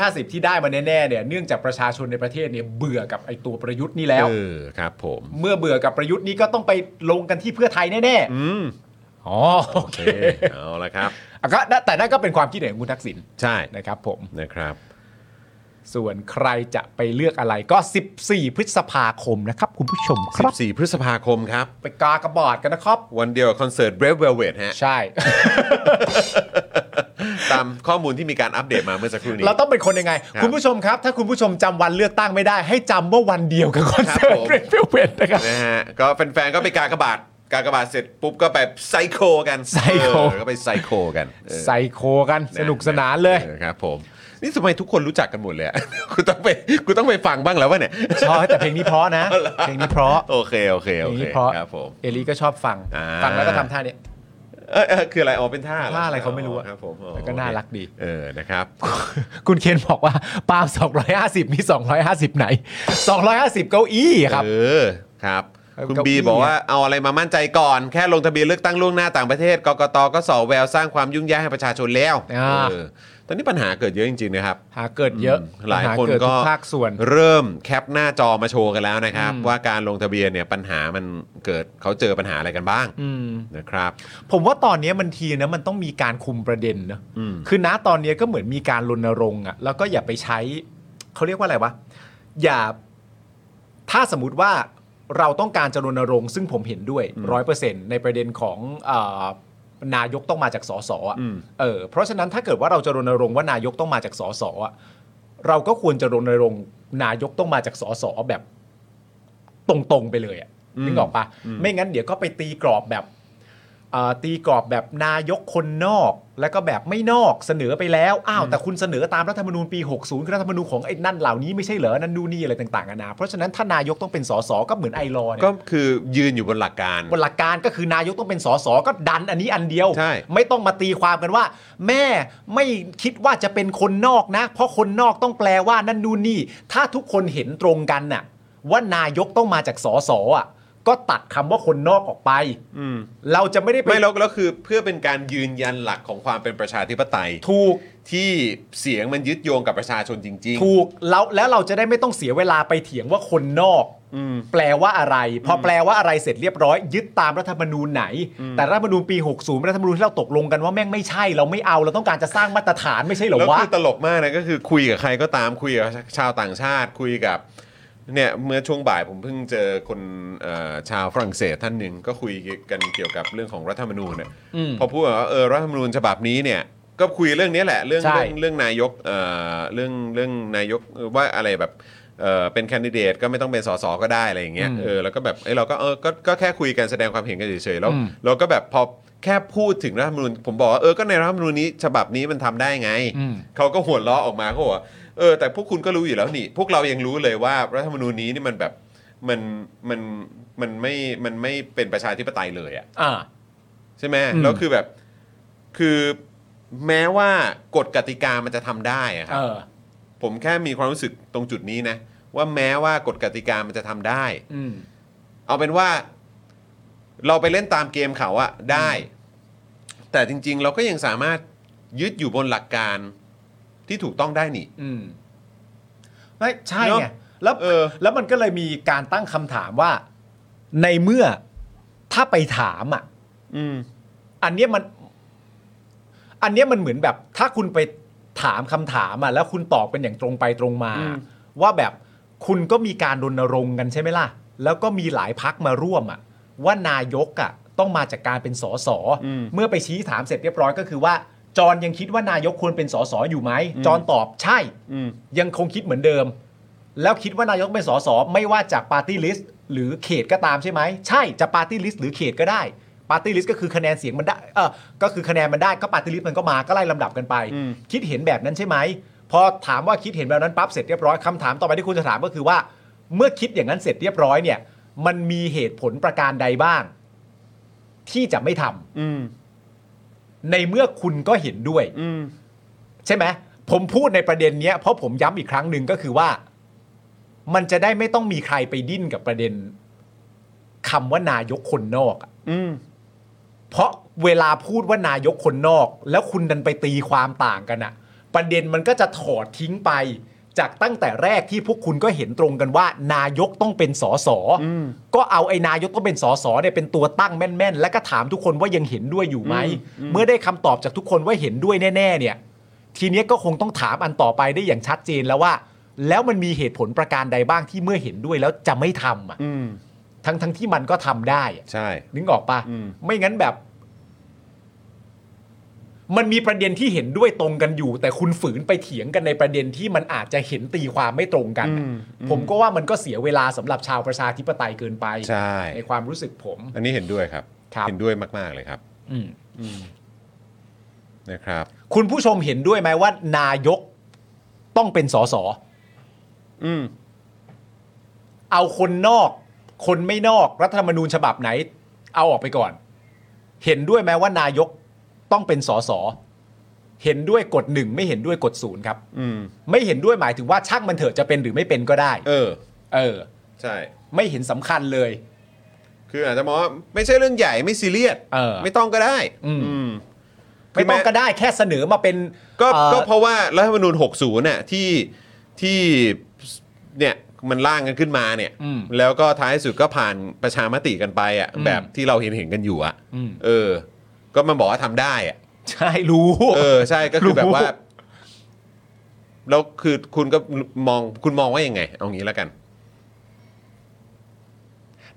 อ250 ที่ได้มาแน่ๆเนี่ยเนื่องจากประชาชนในประเทศเนี่ยเบื่อกับไอตัวประยุทธ์นี่แล้ว เออครับผม เมื่อเบื่อกับประยุทธ์นี้ก็ต้องไปลงกันที่เพื่อไทยแน่ อืม ๆอ๋อโอ โอ เค เคเอาละครับ อ่ะก็นั่นแต่นั่นก็เป็นความคิดเห็นของคุณทักษิณ ใช่ นะครับผม นะครับ ส่วนใครจะไปเลือกอะไรก็ 14 พฤษภาคมนะครับ คุณผู้ชมครับ 14 พฤษภาคมครับ ไปกากระบาดกันนะครับ วันเดียวกับคอนเสิร์ต Brave Velvet ฮะ ใช่ ตามข้อมูลที่มีการอัปเดตมาเมื่อสักครู่นี้ เราต้องเป็นคนยังไง ครับ คุณผู้ชมครับ ถ้าคุณผู้ชมจำวันเลือกตั้งไม่ได้ ให้จำว่าวันเดียวกับคอนเสิร์ ครับตผม เรนฟิลเวตนะครับ นะฮะก็แฟนๆ ก็ไปกากบาทกากบาทเสร็จปุ๊บก็ไปไซโคกัน ไซโค เออก็ไปไซโคกันเออ ใส่โคกันสนุกสนานเลย ออครับผมนี่ทำไมทุกคนรู้จักกันหมดเลยอะ กูต้องไปกูต้องไปฟังบ้างแล้ววะเนี่ย ชอบแต่เพลงนี้เพราะ นะ เพลงนี้เพราะ โอเคโอเค เพ โอ ลง เค นี้เพราะ ครับผม เอลีก็ชอบฟัง อ่า ฟังแล้วก็ทำท่าเนี้ย เออเออคืออะไรอ๋อเป็นท่าห ท่าอะไรเขาไม่รู้อะ ครับผมอ๋อ แต่ก็น่ารักดี เออนะครับ คุณเคนบอกว่าปาล์ม250 มี 250 ไหน 250 เก้าอี้ครับ เออครับ เอา คุณ เก้า บี อี้ บอกว่าเอาอะไรมามั่นใจก่อน แค่ลงทะเบียนเลือกตั้งล่วงหน้าต่างประเทศกกตก็สอแววสร้างความยุ่งยากให้ประชาชนแล้ว อ่า เออตอนนี้ปัญหาเกิดเยอะจริงๆนะครับ หาเกิดเยอะ หลายคน เกิด ก็ ทุภาคส่วน เริ่มแคปหน้าจอมาโชว์กันแล้วนะครับ ว่าการลงทะเบียนเนี่ยปัญหามันเกิดเขาเจอปัญหาอะไรกันบ้าง อืม นะครับ ผมว่าตอนนี้มันทีนะมันต้องมีการคุมประเด็นนะ อืม คือณตอนนี้ก็เหมือนมีการรณรงค์อะแล้วก็อย่าไปใช้ เขาเรียกว่าอะไรวะ อย่า ถ้าสมมติว่าเราต้องการจะรณรงค์ซึ่งผมเห็นด้วยร้อยเปอร์เซ็นต์ในประเด็นของเออนายกต้องมาจากสสอะเออเพราะฉะนั้นถ้าเกิดว่าเราจะรณรงค์ว่านายกต้องมาจากสสอะเราก็ควรจะรณรงค์นายกต้องมาจากสสแบบ ตรงๆไปเลยอะนึกออกปะไม่งั้นเดี๋ยวก็ไปตีกรอบแบบ เอ่อตีกรอบแบบนายกคนนอก แล้วก็แบบไม่นอกเสนอไปแล้ว อ้าว แต่คุณเสนอตามรัฐธรรมนูญปี 60 คือรัฐธรรมนูญของไอ้นั่นเหล่านี้ไม่ใช่เหรอ นั่นดูนนี่อะไรต่างๆนานาเพราะฉะนั้นถ้านายกต้องเป็นสสก็เหมือนไอรอว์เนี่ย ก็คือยืนอยู่บนหลักการ บนหลักการก็คือนายกต้องเป็นสสก็ดันอันนี้อันเดียว ใช่ ไม่ต้องมาตีความกันว่า แม่ไม่คิดว่าจะเป็นคนนอกนะ เพราะคนนอกต้องแปลว่านั่นนู่นนี่ ถ้าทุกคนเห็นตรงกันน่ะ ว่านายกต้องมาจากสสอ่ะ ก็ตัดคำว่าคนนอกออกไปเราจะไม่ได้ไป ไม่แล้วแล้วคือเพื่อเป็นการยืนยันหลักของความเป็นประชาธิปไตย ถูก ที่เสียงมันยึดโยงกับประชาชนจริง ถูกแล้วแล้วเราจะได้ไม่ต้องเสียเวลาไปเถียงว่าคนนอก แปลว่าอะไร พอแปลว่าอะไรเสร็จเรียบร้อย ยึดตามรัฐธรรมนูญไหน แต่รัฐธรรมนูญปี 60รัฐธรรมนูญที่เราตกลงกันว่าแม่งไม่ใช่ เราไม่เอาเราต้องการจะสร้างมาตรฐานไม่ใช่เหรอ แล้ว วะ คือตลกมากนะก็คือคุยกับใครก็ตามคุยกับชาวต่างชาติคุยกับเนี่ยเมื่อช่วงบ่ายผมเพิ่งเจอคนเอ่อชาวฝรั่งเศสท่านหนึ่งก็คุยกันเกี่ยวกับเรื่องของรัฐธรรมนูญเนี่ย อืม พอพูดว่าเออรัฐธรรมนูญฉบับนี้เนี่ยก็คุยเรื่องนี้แหละเรื่อง ใช่ เรื่องเรื่องนายกเอ่อเรื่องเรื่องนายกว่าอะไรแบบเอ่อเป็นแคนดิเดตก็ไม่ต้องเป็นสสก็ได้อะไรอย่างเงี้ยเออแล้วก็แบบเอ้ยเราก็เออก็ก็แค่คุยกันแสดงความเห็นกันเฉยๆแล้วเราก็แบบพอแค่พูดถึงรัฐธรรมนูญผมบอกว่าเออก็ในรัฐธรรมนูญนี้ฉบับนี้มันทำได้ไง อืม เขาก็หัวเราะออกมาเขาบอกว่าเออแต่พวกคุณก็รู้อยู่แล้วนี่ พวกเรายังรู้เลยว่ารัฐธรรมนูญนี้นี่มันแบบมันมันมันไม่มันไม่เป็นประชาธิปไตยเลยอะ อ่า ใช่ไหม อืม แล้วคือแบบคือแม้ว่ากฎกติกามันจะทำได้อะครั เอบ อ ผมแค่มีความรู้สึกตรงจุดนี้นะ ว่าแม้ว่ากฎกติกามันจะทำได้ อืม เอาเป็นว่าเราไปเล่นตามเกมเขาอะได้ แต่จริง ๆ เราก็ยังสามารถยึดอยู่บนหลักการที่ถูกต้องได้นี่ อืมไม่ใช่ไง เนอะ แล้ว เออ แล้วมันก็เลยมีการตั้งคำถามว่าในเมื่อถ้าไปถามอ่ะ อืม อันเนี้ยมัน อันเนี้ยมันเหมือนแบบ ถ้าคุณไปถามคำถามอ่ะแล้วคุณตอบเป็นอย่างตรงไปตรงมา อืม ว่าแบบคุณก็มีการรณรงค์กันใช่ไหมล่ะ แล้วก็มีหลายพักมาร่วมอ่ะ ว่านายกอ่ะ ต้องมาจากการเป็นสสเมื่อไปชี้ถามเสร็จเรียบร้อยก็คือว่า จอนยังคิดว่านายกควรเป็นสสอยู่ไหมจอนตอบใช่ อืม ยังคงคิดเหมือนเดิม แล้วคิดว่านายกเป็นสสไม่ว่าจากปาร์ตี้ลิสต์หรือเขตก็ตามใช่ไหม ใช่จะปาร์ตี้ลิสต์หรือเขตก็ได้ปาร์ตี้ลิสต์ก็คือคะแนนเสียงมันได้เออก็คือคะแนนมันได้ก็ปาร์ตี้ลิสต์มันก็มาก็ไล่ลำดับกันไป อืม คิดเห็นแบบนั้นใช่ไหม พอถามว่าคิดเห็นแบบนั้นปั๊บเสร็จเรียบร้อยคำถามต่อไปที่คุณจะถามก็คือว่า เมื่อคิดอย่างนั้นเสร็จเรียบร้อยเนี่ย มันมีเหตุผลประการใดบ้าง ที่จะไม่ทำ อืม ในเมื่อคุณก็เห็นด้วย อืม ใช่ไหมผมพูดในประเด็นเนี้ยเพราะผมย้ำอีกครั้งหนึ่งก็คือว่า มันจะได้ไม่ต้องมีใครไปดิ้นกับประเด็นคำว่านายกคนนอกอะ อืม เพราะเวลาพูดว่านายกคนนอก แล้วคุณดันไปตีความต่างกันอะประเด็นมันก็จะถอดทิ้งไป จากตั้งแต่แรกที่พวกคุณก็เห็นตรงกันว่า นายกต้องเป็นสอสออ ม ก็เอาไอ้นายกต้องเป็นสอสอเนี่ยเป็นตัวตั้งแม่นๆ แล้วก็ถามทุกคนว่ายังเห็นด้วยอยู่ไหมเมื่อได้คำตอบจากทุกคนว่าเห็นด้วยแน่ๆ เนี่ย ทีเนี้ยก็คงต้องถามอันต่อไปได้อย่างชัดเจนแล้วว่า แล้วมันมีเหตุผลประการใดบ้างที่เมื่อเห็นด้วยแล้วจะไม่ทำอ่ะ อืม ทั้งทั้งที่มันก็ทำได้อะ ใช่ นึกออกปะ อืม ไม่งั้นแบบ มันมีประเด็นที่เห็นด้วยตรงกันอยู่ แต่คุณฝืนไปเถียงกันในประเด็นที่มันอาจจะเห็นตีความไม่ตรงกันอะผมก็ว่ามันก็เสียเวลาสำหรับชาวประชาธิปไตยเกินไป ใช่ ในความรู้สึกผม อันนี้เห็นด้วยครับ ครับ เห็นด้วยมากๆเลยครับ อืม นะครับ คุณผู้ชมเห็นด้วยไหมว่า นายกต้องเป็นสส อืม เอาคนนอก คนไม่นอกรัฐธรรมนูญฉบับไหน เอาออกไปก่อน เห็นด้วยไหมว่านายกต้องเป็นสสเห็นด้วยกฎหนึ่งไม่เห็นด้วยกฎศูนย์ครับ อืม ไม่เห็นด้วยหมายถึงว่าช่างมันเถอะจะเป็นหรือไม่เป็นก็ได้ เออ เออ ใช่ ไม่เห็นสำคัญเลย คืออาจจะมองว่าไม่ใช่เรื่องใหญ่ไม่ซีเรียส เออ ไม่ต้องก็ได้ อืม อืม ไม่ต้องก็ได้แค่เสนอมาเป็น ก็ เอ่อ ก็เพราะว่ารัฐธรรมนูญ 60น่ะที่ที่เนี่ยมันร่างกันขึ้นมาเนี่ย อืม แล้วก็ท้ายสุดก็ผ่านประชามติกันไปอ่ะ อืม แบบที่เราเห็นเห็นกันอยู่อ่ะ อืม เออ ก็มันบอกว่าทำได้อ่ะ ใช่รู้ เออใช่ก็คือแบบว่า รู้ แล้วคือคุณก็มองคุณมองว่ายังไง เอางี้แล้วกัน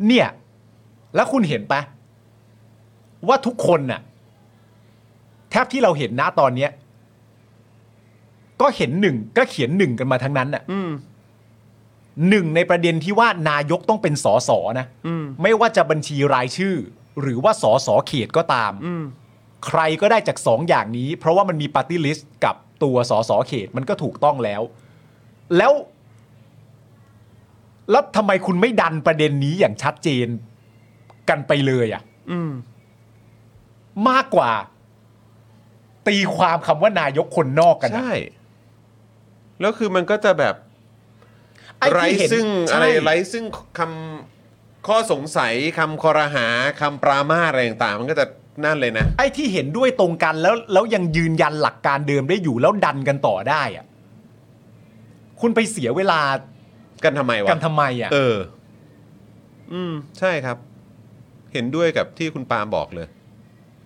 เนี่ย แล้วคุณเห็นปะว่าทุกคนน่ะ แทบที่เราเห็นนะตอนเนี้ย ก็เห็นหนึ่งก็เขียนหนึ่งกันมาทั้งนั้นน่ะหนึ่งในประเด็นที่ว่านายกต้องเป็นสอสอนะไม่ว่าจะบัญชีรายชื่อ หรือว่าสอสอเขตก็ตามใครก็ได้จากสองอย่างนี้ เพราะว่ามันมีป a r t ตี้ลิสต์กับตัวสอสอเขตมันก็ถูกต้องแล้ว แล้ว แล้วทำไมคุณไม่ดันประเด็นนี้อย่างชัดเจนกันไปเลยอะ่ะมากกว่า ตีความคำว่านายกคนนอกกันอะ ใช่ แล้วคือมันก็จะแบบ อ้ ไร้ ที่เห็น ซึ่ง ใช่ อะไรไร้ซึ่งคำข้อสงสัยคำคอรหาคำปรามาสอะไรต่างๆมันก็จะนั่นเลยนะ ไอ้ที่เห็นด้วยตรงกันแล้ว แล้วยังยืนยันหลักการเดิมได้อยู่แล้วดันกันต่อได้อะ่ะคุณไปเสียเวลา กันทำไมวะ กันทำไมอะ่ะ เออ อืม ใช่ครับ เห็นด้วยกับที่คุณปาล์มบอกเลย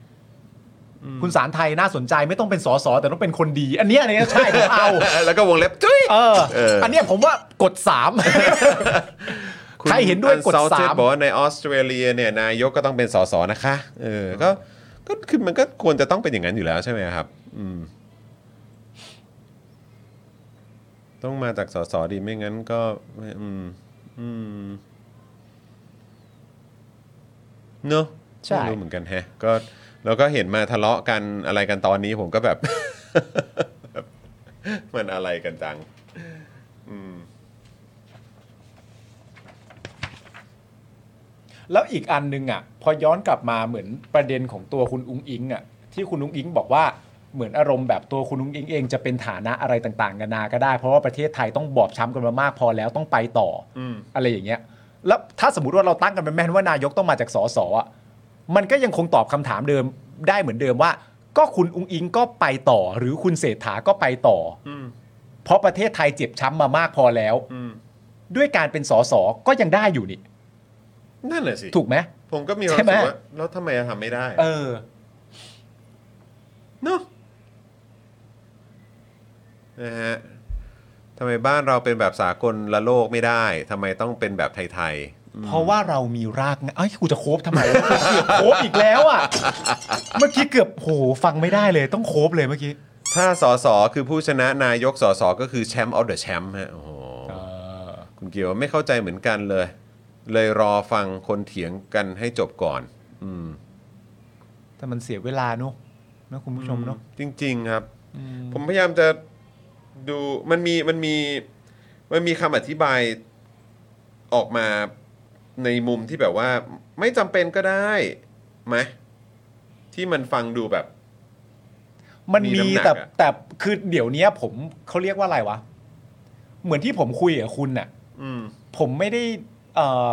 คุณสารไทยน่าสนใจไม่ต้องเป็นสอสอแต่ต้องเป็นคนดี อันเนี้ยอันเนี้ยใช่ผมเอา แล้วก็วงเล็บจุ้ย เออ เอออั อันเนี้ยผมว่ากดสาม คุณ ใครเห็นด้วยกด Unsalted สาม บอกว่าในออสเตรเลียเนี่ย นายกก็ต้องเป็นสสนะคะ เออ ก็ก็คือมันก็ควรจะต้องเป็นอย่างนั้นอยู่แล้วใช่ไหมครับ อืม ต้องมาจากสสดีไม่งั้นก็ไม่อืม อืมเนอะ ใช่ ไม่รู้เหมือนกันแฮะ ก็แล้วก็เห็นมาทะเลาะกันอะไรกันตอนนี้ผมก็แบบ มันอะไรกันจัง อืม แล้วอีกอันหนึงอ่ะ พอย้อนกลับมาเหมือนประเด็นของตัวคุณอุ้งอิงอ่ะที่คุณอุ้งอิงบอกว่าเหมือนอารมณ์แบบตัวคุณอุ้งอิงเองจะเป็นฐานะอะไรต่างๆกันานาก็ได้ เพราะว่าประเทศไทยต้องบอบช้ำกันมามากพอแล้วต้องไปต่ออ ม อะไรอย่างเงี้ย แล้วถ้าสมมติว่าเราตั้งกันเป็นแม่นว่านายกต้องมาจากสสอ่ะมันก็ยังคงตอบคำถามเดิมได้เหมือนเดิมว่า ก็คุณอุ้งอิงก็ไปต่อ หรือคุณเศรษฐาก็ไปต่ออ อืม เพราะประเทศไทยเจ็บช้ำมามากพอแล้ว อืม ด้วยการเป็นสสก็ยังได้อยู่นี่ นั่นแหละสิ ถูกไหม ผมก็มีความ ใช่ รู้ ไหม สึกว่าแล้วทำไมจะทำไม่ได้ เออ เนาะนะฮะทำไมบ้านเราเป็นแบบสากลละโลกไม่ได้ทำไมต้องเป็นแบบไทย เพราะว่าเรามีรากไงเอ้ยกูจะโคบทำไมวะเกือบโคบอีกแล้วอ่ะ เมื่อกี้เกือบโหฟังไม่ได้เลย ต้องโคบเลยเมื่อกี้ ๆ ถ้าสสคือผู้ชนะนายกสสก็คือแชมป์ออฟเดอะแชมป์ฮะโอ้โห คุณเกียวไม่เข้าใจเหมือนกันเลย เลยรอฟังคนเถียงกันให้จบก่อน อืม แต่มันเสียเวลาเนอะนะคุณผู้ชมเนอะ จริง ๆ ครับ ผมพยายามจะดูมันมีมันมีมันมีคำอธิบายออกมาในมุมที่แบบว่า ไม่จำเป็นก็ได้ไหมที่มันฟังดูแบบ มัน มี มี น้ำหนัก แต่ อะ แต่คือเดี๋ยวเนี้ย ผมเขาเรียกว่าอะไรวะ เหมือนที่ผมคุยกับคุณน่ะ อืม ผมไม่ได้เอ่อ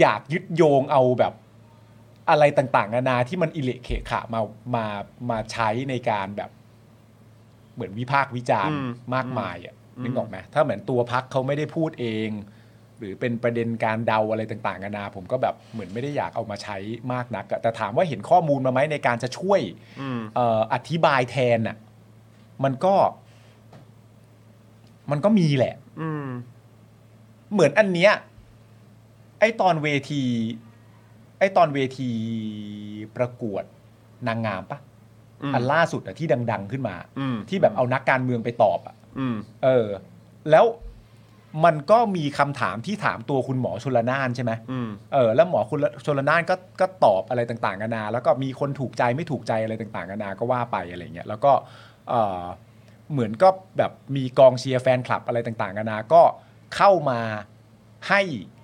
อยากยึดโยงเอาแบบอะไรต่างๆนานาที่มันอิเละเขะขะมามามาใช้ในการแบบ เหมือนวิพากษ์วิจารณ์ อืม มากมายอ่ะ อืม นึกออกไหมถ้าเหมือนตัวพักเขาไม่ได้พูดเอง หรือเป็นประเด็นการเดาอะไรต่างๆนานาผมก็แบบเหมือนไม่ได้อยากเอามาใช้มากนักอะแต่ถามว่าเห็นข้อมูลมาไหมในการจะช่วย อืม เอ่ออธิบายแทนอ่ะ มันก็ มันก็มีแหละ อืม เหมือนอันเนี้ยไอตอนเวที ไอตอนเวทีประกวดนางงามปะ อืม อันล่าสุดอะที่ดัง ๆ ขึ้นมา อืม ที่แบบเอานักการเมืองไปตอบอะ อืม เออ แล้วมันก็มีคำถามที่ถามตัวคุณหมอชลนานใช่ไหม อืม เออแล้วหมอคุณชลนานก็ก็ตอบอะไรต่างๆกันานาแล้วก็มีคนถูกใจไม่ถูกใจอะไรต่างๆกันานาก็ว่าไปอะไรเงี้ยแล้วก็เออเหมือนก็แบบมีกองเชียร์แฟนคลับอะไรต่างๆกันานาก็เข้ามาให้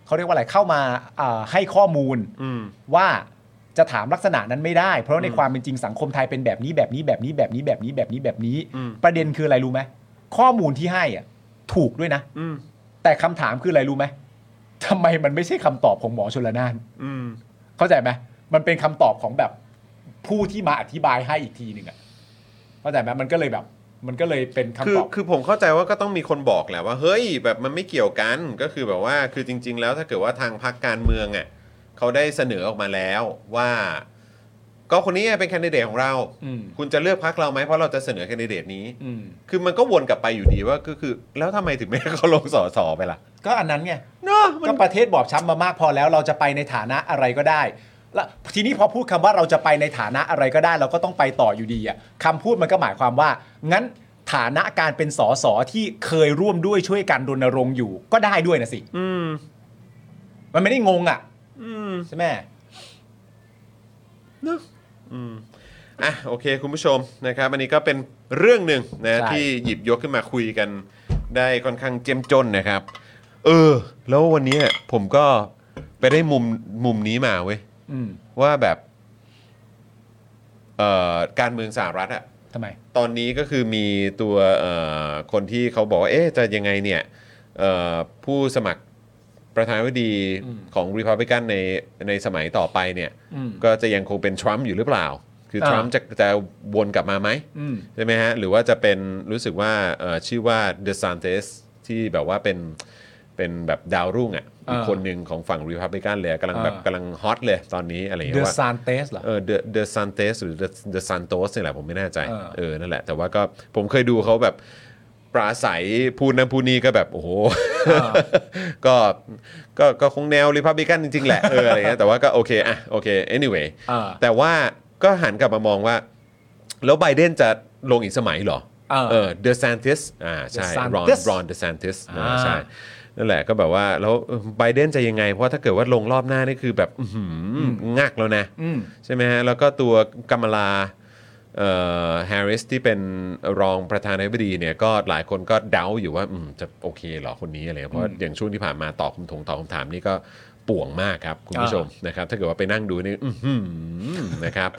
เขาเรียกว่าอะไรเข้ามาอ่าให้ข้อมูล อืม ว่าจะถามลักษณะนั้นไม่ได้ เพราะใน อืม ความเป็นจริงสังคมไทยเป็นแบบนี้แบบนี้แบบนี้แบบนี้แบบนี้แบบนี้แบบนี้ อืม ประเด็นคืออะไรรู้ไหมข้อมูลที่ให้อ่ะถูกด้วยนะ อืม แต่คำถามคืออะไรรู้ไหมทำไมมันไม่ใช่คำตอบของหมอชนละนาน อืม เข้าใจไหมมันเป็นคำตอบของแบบผู้ที่มาอธิบายให้อีกทีหนึ่งอ่ะเข้าใจไหมมันก็เลยแบบ มันก็เลยเป็นคำ คือ ตอบ คือผมเข้าใจว่าก็ต้องมีคนบอกแหละว่า เฮ้ยแบบมันไม่เกี่ยวกันก็คือแบบว่าคือจริง ๆ แล้วถ้าเกิดว่าทางพรรคการเมืองอ่ะเขาได้เสนอออกมาแล้วว่า ก็คนนี้เป็นแคนดิเดตของเรา อืม คุณจะเลือกพรรคเราไหมเพราะเราจะเสนอแคนดิเดตนี้ อืม คือมันก็วนกลับไปอยู่ดีว่าก็คือ แล้วทำไมถึงไม่ให้เขาลงสอสอไปล่ะ ก็อันนั้นไง เนาะมัน ก็ประเทศบอบช้ำมามากพอแล้วเราจะไปในฐานะอะไรก็ได้ แล้วทีนี้พอพูดคำว่าเราจะไปในฐานะอะไรก็ได้ เราก็ต้องไปต่ออยู่ดีอ่ะคำพูดมันก็หมายความว่า งั้นฐานะการเป็นสสที่เคยร่วมด้วยช่วยกันรณรงค์อยู่ ก็ได้ด้วยนะสิ อืม มันไม่ได้งงอ่ะ อืม ใช่ไหม อืมอ่ะโอเคคุณผู้ชมนะครับอันนี้ก็เป็นเรื่องหนึ่งนะ ใช่ ที่หยิบยกขึ้นมาคุยกันได้ค่อนข้างเจ้มจนนะครับ เออ แล้ววันนี้ผมก็ไปได้มุมมุมนี้มาเว้ย อืม ว่าแบบเอ่อการเมืองสหรัฐอะ ทำไม ตอนนี้ก็คือมีตัวเอ่อคนที่เขาบอกว่าเอ๊ะจะยังไงเนี่ยเอ่อผู้สมัครประธานาธิบดี อืม ของรีพับลิกันในในสมัยต่อไปเนี่ย อืม ก็จะยังคงเป็นทรัมป์อยู่หรือเปล่า คือทอ่ารัมป์จะจะวนกลับมาไหม อืม ใช่ไหมฮะ หรือว่าจะเป็นรู้สึกว่าเอ่อชื่อว่าเดอะซานเตสที่แบบว่าเป็นเป็นแบบดาวรุ่งอ่ะอีก อ่า คนหนึ่งของฝั่งรีพับลิกันเลยกำลังแบบ อ่าก กำลังฮอตเลยตอนนี้อะไรอย่าง เด เงี้ย อะ ว่า ซานเตสเหรอ เออเดอะเดอะซันเตสหรือเดอะซันโตสนี่แหละผมไม่แน่ใจ เออ เออนั่นแหละ แต่ว่าก็ผมเคยดูเขาแบบปราศัยพูดนั้นพูดนี้ก็แบบโอ้โห ก็ก็ก็คงแนวริพับลิกันจริง ๆ แหละเอออะไรเงี้ยแต่ว่าก็โอเคอ่ะโอเค anyway เออ แต่ว่าก็หันกลับมามองว่า แล้วไบเดนจะลงอีกสมัยเหรอ เออ เออเดอะซนติสอ่าใช่ DeSantis รอนรอนเดอะซนติส อ่า ใช่นั่นแหละก็แบบว่าแล้วไบเดนจะยังไง เพราะถ้าเกิดว่าลงรอบหน้านี่คือแบบอื้อหืองักแล้วนะ อืม ใช่ไหมฮะ แล้วก็ตัวกัมลาเอ่อแฮร์ริสที่เป็นรองประธานาธิบดีเนี่ยก็หลายคนก็เดาอยู่ว่าอืมจะโอเคเหรอคนนี้อะไรเงี้ยเพราะอย่างช่วงที่ผ่านมาตอบคำถงตอบคำถามนี่ก็ป่วงมากครับ คุณผู้ชมนะครับ ถ้าเกิดว่าไปนั่งดูนี่อื้อหือนะครับ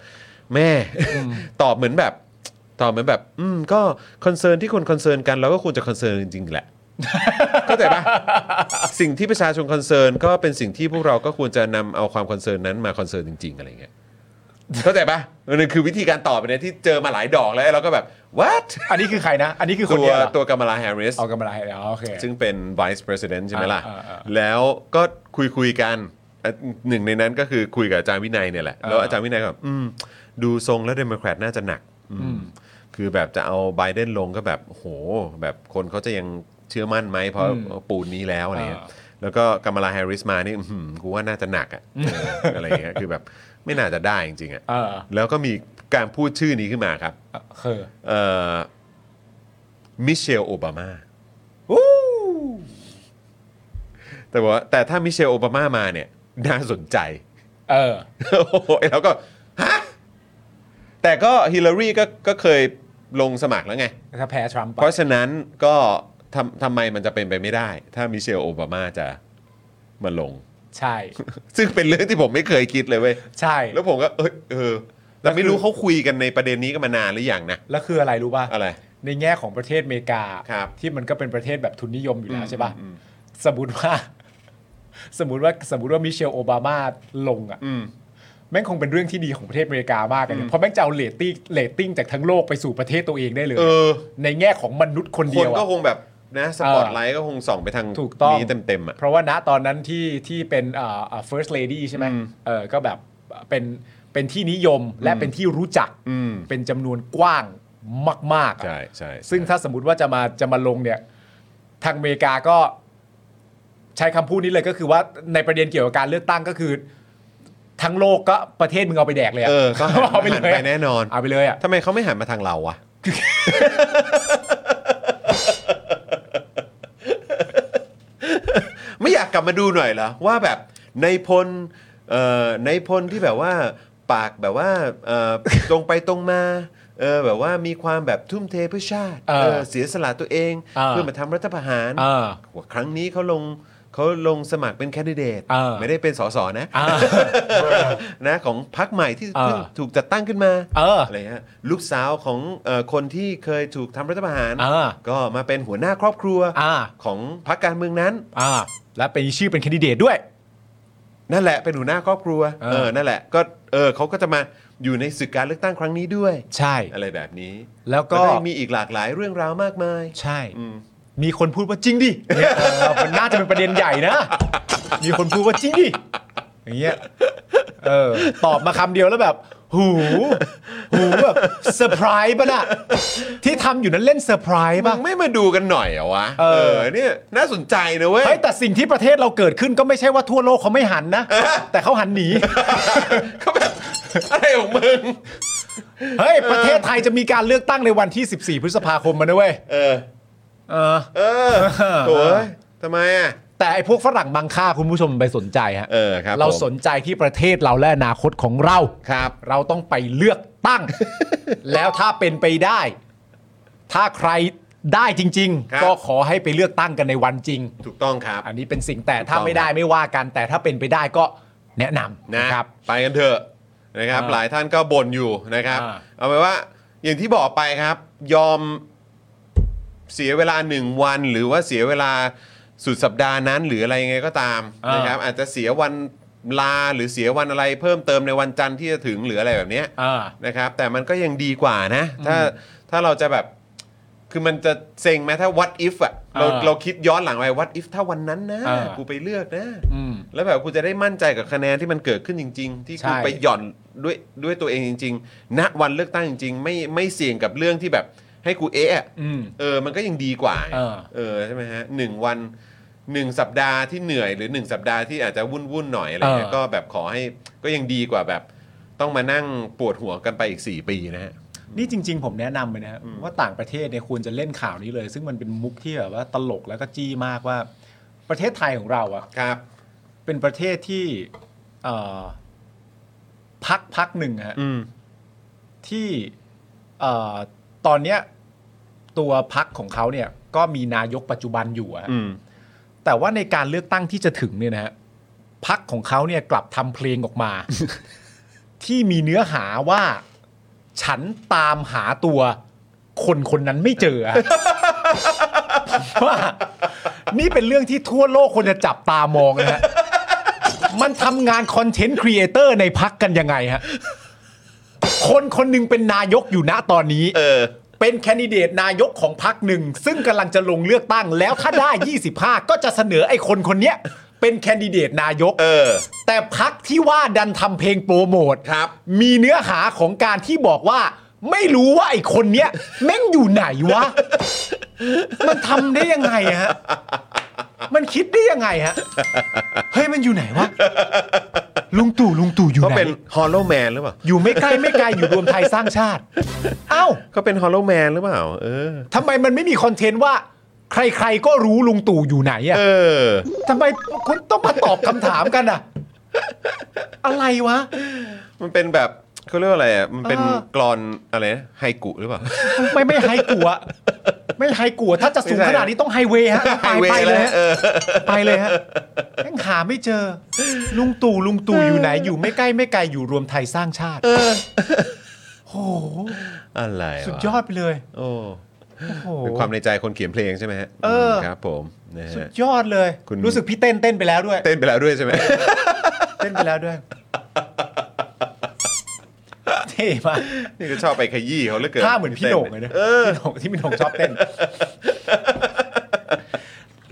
แม่ ตอบเหมือนแบบตอบเหมือนแบบ อืมก็คอนเซิร์นที่คนคอนเซิร์นกันเราก็ควรจะคอนเซิร์นจริงๆแหละ เข้าใจปะสิ่งที่ประชาชนคอนเซิร์นก็เป็นสิ่งที่พวกเราก็ควรจะนำเอาความคอนเซิร์นนั้นมาคอนเซิร์นจริงๆอะไรเงี้ยเข้าใจปะนั่นคือวิธีการตอบเนี่ยที่เจอมาหลายดอกแล้วเราก็แบบ what อันนี้คือใครนะ อันนี้คือคน ตัว เนี้ยเหรอ ตัวกามลาแฮริส เอากำไรให้แล้วโอเค ซึ่งเป็น vice president ใช่ไหมล่ะ อ่าอ่าอ่า แล้วก็คุยคุยกันอ่ะหนึ่งในนั้นก็คือคุยกับอาจารย์วินัยเนี่ยแหละ แล้ว อ่า อาจารย์วินัยก็แบบอืม ดูทรงแล้วเดโมแครตน่าจะหนักอืมคือแบบจะเอาไบเดนลงก็แบบโอ้โห แบบคนเขาจะยังเชื่อมั่นไหมเพราะปูนนี้แล้วอะไรเงี้ย แล้วก็กามลาแฮริสมานี่อื้อหือกูว่าน่าจะหนักอะเออ อะไรเงี้ย คือแบบไม่น่าจะได้จริงๆอะ เออ แล้วก็มีการพูดชื่อนี้ขึ้นมาครับ คือ เอ่อมิเชลโอบามา วู้ แต่ว่าแต่ถ้ามิเชลโอบามามาเนี่ย น่าสนใจ เออ โอ้โหแล้วก็ ฮะ แต่ก็ฮิลลารีก็ก็เคยลงสมัครแล้วไง ถ้าแพ้ทรัมป์ไป เพราะฉะนั้นก็ทำทำไมมันจะเป็นไปไม่ได้ ถ้ามิเชลโอบามาจะมาลง ใช่ ซึ่งเป็นเรื่องที่ผมไม่เคยคิดเลยเว้ย ใช่ แล้วผมก็เอยเออ แต่ไม่รู้ แล้วคือ เขาคุยกันในประเด็นนี้กันมานานหรือยังนะ แล้วคืออะไรรู้ป่ะ อะไร ในแง่ของประเทศอเมริกา ครับ ที่มันก็เป็นประเทศแบบทุนนิยมอยู่แล้ว อืม ใช่ป่ะ อืม สมมติว่า สมมติว่าสมมติว่ามิเชลโอบามาลงอ่ะ อืม แม่งคงเป็นเรื่องที่ดีของประเทศอเมริกามากเลยเพราะแม่งจะเอาเลตติ้งเลตติ้งจากทั้งโลกไปสู่ประเทศตัวเองได้เลย เออ ในแง่ของมนุษย์คน ค เดี น ยวอะ ก็คงแบบนะสปอตไลท์ก็คงส่องไปทาง ถูกต้อง นี้เต็มๆอ่ะ เพราะว่าณตอนนั้นที่ที่เป็นเอ่อเอ่อ first lady ใช่ไหม อืม เออก็แบบเป็นเป็นที่นิยมและเป็นที่รู้จัก อืม เป็นจำนวนกว้างมากๆอะ ใช่ใช่ใช่ ซึ่งถ้าสมมติว่าจะมาจะมาลงเนี่ยทางอเมริกาก็ใช้คำพูดนี้เลยก็คือว่าในประเด็นเกี่ยวกับการเลือกตั้งก็คือ ทั้งโลกก็ประเทศมึงเอาไปแดกเลยะ เออก็หัน เอาไปเลย หันไปแน่นอน เอาไปเลยอ่ะ ทำไมเขาไม่หันมาทางเราวะ ไม่อยากกลับมาดูหน่อยเหรอ ว่าแบบในพลเอ่อในพลที่แบบว่าปากแบบว่าเอ่อ ตรงไปตรงมาเออแบบว่ามีความแบบทุ่มเทเพื่อชาติเออเสียสละตัวเอง า เพื่อมาทำรัฐประหาร เออ ว่าครั้งนี้เขาลงเขาลงสมัครเป็นแคนดิเดต เออ ไม่ได้เป็นสสนะ อ่า นะของพรรคใหม่ที่ เออ เพิ่งถูกจัดตั้งขึ้นมา เอออ ไรฮะลูกสาวของเอ่อคนที่เคยถูกทำรัฐประหาร เออ ก็มาเป็นหัวหน้าครอบครัว อ่า ของพรรคการเมืองนั้น อ่า และเป็นชื่อเป็นแคนดิเดตด้วย นั่นแหละเป็นหัวหน้าครอบครัว เออ เออนั่นแหละก็เออเขาก็จะมาอยู่ในศึกการเลือกตั้งครั้งนี้ด้วย ใช่ อะไรแบบนี้ แล้วก็ ได้มีอีกหลากหลายเรื่องราวมากมาย ใช่ อืม มีคนพูดว่าจริงดิเออมันน่าจะเป็นประเด็นใหญ่นะ มีคนพูดว่าจริงดิ อย่างเงี้ย เออ ตอบมาคำเดียวแล้วแบบ หู หูแบบเซอร์ไพรส์ป่ะน่ะ ที่ทำอยู่นั้นเล่นเซอร์ไพรส์ มึ ป่ะ งไม่มาดูกันหน่อยเหรอวะ เออ เนี่ยน่าสนใจนะเว้ย เฮ้ยแต่สิ่งที่ประเทศเราเกิดขึ้นก็ไม่ใช่ว่าทั่วโลกเขาไม่หันนะ แต่เขาหันหนี เขาแบบ อะไรของมึง เฮ้ย ประเทศไทยจะมีการเลือกตั้งในวันที่ 14 พฤษภาคมมาด้วยเว้ย เออ เออ เออโถ่เอ้ยทำไมอ่ะ แต่ไอ้พวกฝรั่งบางค่าคุณผู้ชมไปสนใจฮะ เออครับ เรา ผม สนใจที่ประเทศเราและอนาคตของเรา ครับ เราต้องไปเลือก ตั้ง แล้วถ้าเป็นไปได้ ถ้าใครได้จริง ครับ ๆ ก็ขอให้ไปเลือกตั้งกันในวันจริง ถูกต้องครับ อันนี้เป็นสิ่งแต่ถ้า ถูกต้อง ไม่ได้ไม่ว่ากัน แต่ถ้าเป็นไปได้ก็แนะนำ นะ นะครับ ไปกันเถอะนะครับ อ่า หลายท่านก็บ่นอยู่นะครับ อ่า เอาเป็นว่าอย่างที่บอกไปครับ ยอมเสียเวลาหนึ่งวัน หรือว่าเสียเวลาสุดสัปดาห์นั้น หรืออะไรยังไงก็ตามนะครับ อาจจะเสียวันลาหรือเสียวันอะไร เพิ่มเติมในวันจันทร์ที่จะถึงหรืออะไรแบบเนี้ย อ่า นะครับแต่มันก็ยังดีกว่านะ ถ้าถ้าเราจะแบบคือมันจะเซ็งไหมถ้า what if อะเรา เออ เราคิดย้อนหลังไป what if ถ้าวันนั้นนะ เออ กูไปเลือกนะ อืม แล้วแบบกูจะได้มั่นใจกับคะแนนที่มันเกิดขึ้นจริง ๆ ที่ ใช่ กูไปหย่อนด้วยด้วยตัวเองจริง ๆ ณวันเลือกตั้งจริง ๆ ไม่ไม่เสี่ยงกับเรื่องที่แบบให้กูเอะอะ อืม เออมันก็ยังดีกว่า เออ เออใช่ไหมฮะหนึ่งวันหนึ่งสัปดาห์ที่เหนื่อยหรือหนึ่งสัปดาห์ที่อาจจะวุ่นวุ่นๆหน่อยอะไรเงี้ยก็แบบขอให้ก็ยังดีกว่าแบบ ต้องมานั่งปวดหัวกันไปอีก 4 ปีนะฮะ นี่จริง ๆ ผมแนะนำเลยนะครับว่าต่างประเทศเนี่ยควรจะเล่นข่าวนี้เลย ซึ่งมันเป็นมุกที่แบบว่าตลกแล้วก็จี้มากว่า ประเทศไทยของเราอะ ครับ เป็นประเทศที่เอ่อพักพักหนึ่งฮะ อืม ที่เอ่อตอนเนี้ยตัวพักของเขาเนี่ย ก็มีนายกปัจจุบันอยู่อะฮะ อืม แต่ว่าในการเลือกตั้งที่จะถึงเนี่ยนะฮะพักของเขาเนี่ยกลับทำเพลงออกมา ที่มีเนื้อหาว่า ฉันตามหาตัวคนคนนั้นไม่เจออะ ผมว่า นี่เป็นเรื่องที่ทั่วโลกคนจะจับตามองนะฮะ มันทำงานคอนเทนต์ครีเอเตอร์ในพักกันยังไงฮะ คนคนหนึงเป็นนายกอยู่ณตอนนี้ เออ เป็นแคนดิเดตนายกของพรรคหนึ่ง ซึ่งกำลังจะลงเลือกตั้งแล้วถ้าได้ 25 ก็จะเสนอไอ้คนคนเนี้ยเป็นแคนดิเดตนายก เออ แต่พักที่ว่าดันทำเพลงโปรโมท ครับ มีเนื้อหาของการที่บอกว่า ไม่รู้ว่าไอ้คนเนี้ยแม่งอยู่ไหนวะ มันทำได้ยังไงฮะ มันคิดได้ยังไงฮะ เฮ้ยมันอยู่ไหนวะ ลุงตู่ลุงตู่อยู่ เขา ไหน เป็นฮอลโลแมนหรือเปล่า อยู่ไม่ใกล้ไม่ไกลอยู่รวมไทยสร้างชาติ เอ้า เขาเป็นฮอลโลแมนหรือเปล่า เออ ทำไมมันไม่มีคอนเทนต์ว่า ใครๆก็รู้ลุงตู่อยู่ไหนอะ เออ ทำไมคุณต้องมาตอบคำถามกันอะอะไรวะ มันเป็นแบบเขาเรียกว่าอะไรอ่ะ มันเป็น เออ กรอนอะไรนะไฮกุหรือเปล่า ไม่ไม่ไฮกลัว ไม่ไฮกลัว ถ้าจะสูง ไม่ใช่ ขนาดนี้ต้องไฮเวย์ฮะไป ไฮเว ไป ย์ เล แล้ ยว ฮะ เออ ไปเลยฮะแม่งหาไม่เจอ ลุงตู่ลุงตู่อยู่ไหนอยู่ไม่ใกล้ไม่ไกลอยู่รวมไทยสร้างชาติโอ้โห อะไรวะ สุด ยอดไปเลย โอ้ โอ้โห เป็นความในใจคนเขียนเพลงใช่ไหมฮะ เอออื มครับผมนะ สุ ฮะ ดยอดเลย คุณ รู้สึกพี่เต้นเต้นไปแล้วด้วย เต้นไปแล้วด้วยใช่ไหม เต้นไปแล้วด้วยเท่มาก นี่ก็ชอบไปขยี้เขาเหลือเกิน ท่าเหมือนพี่โหน่งเลยนะ เออ พี่โหน่งที่พี่โหน่งชอบเต้น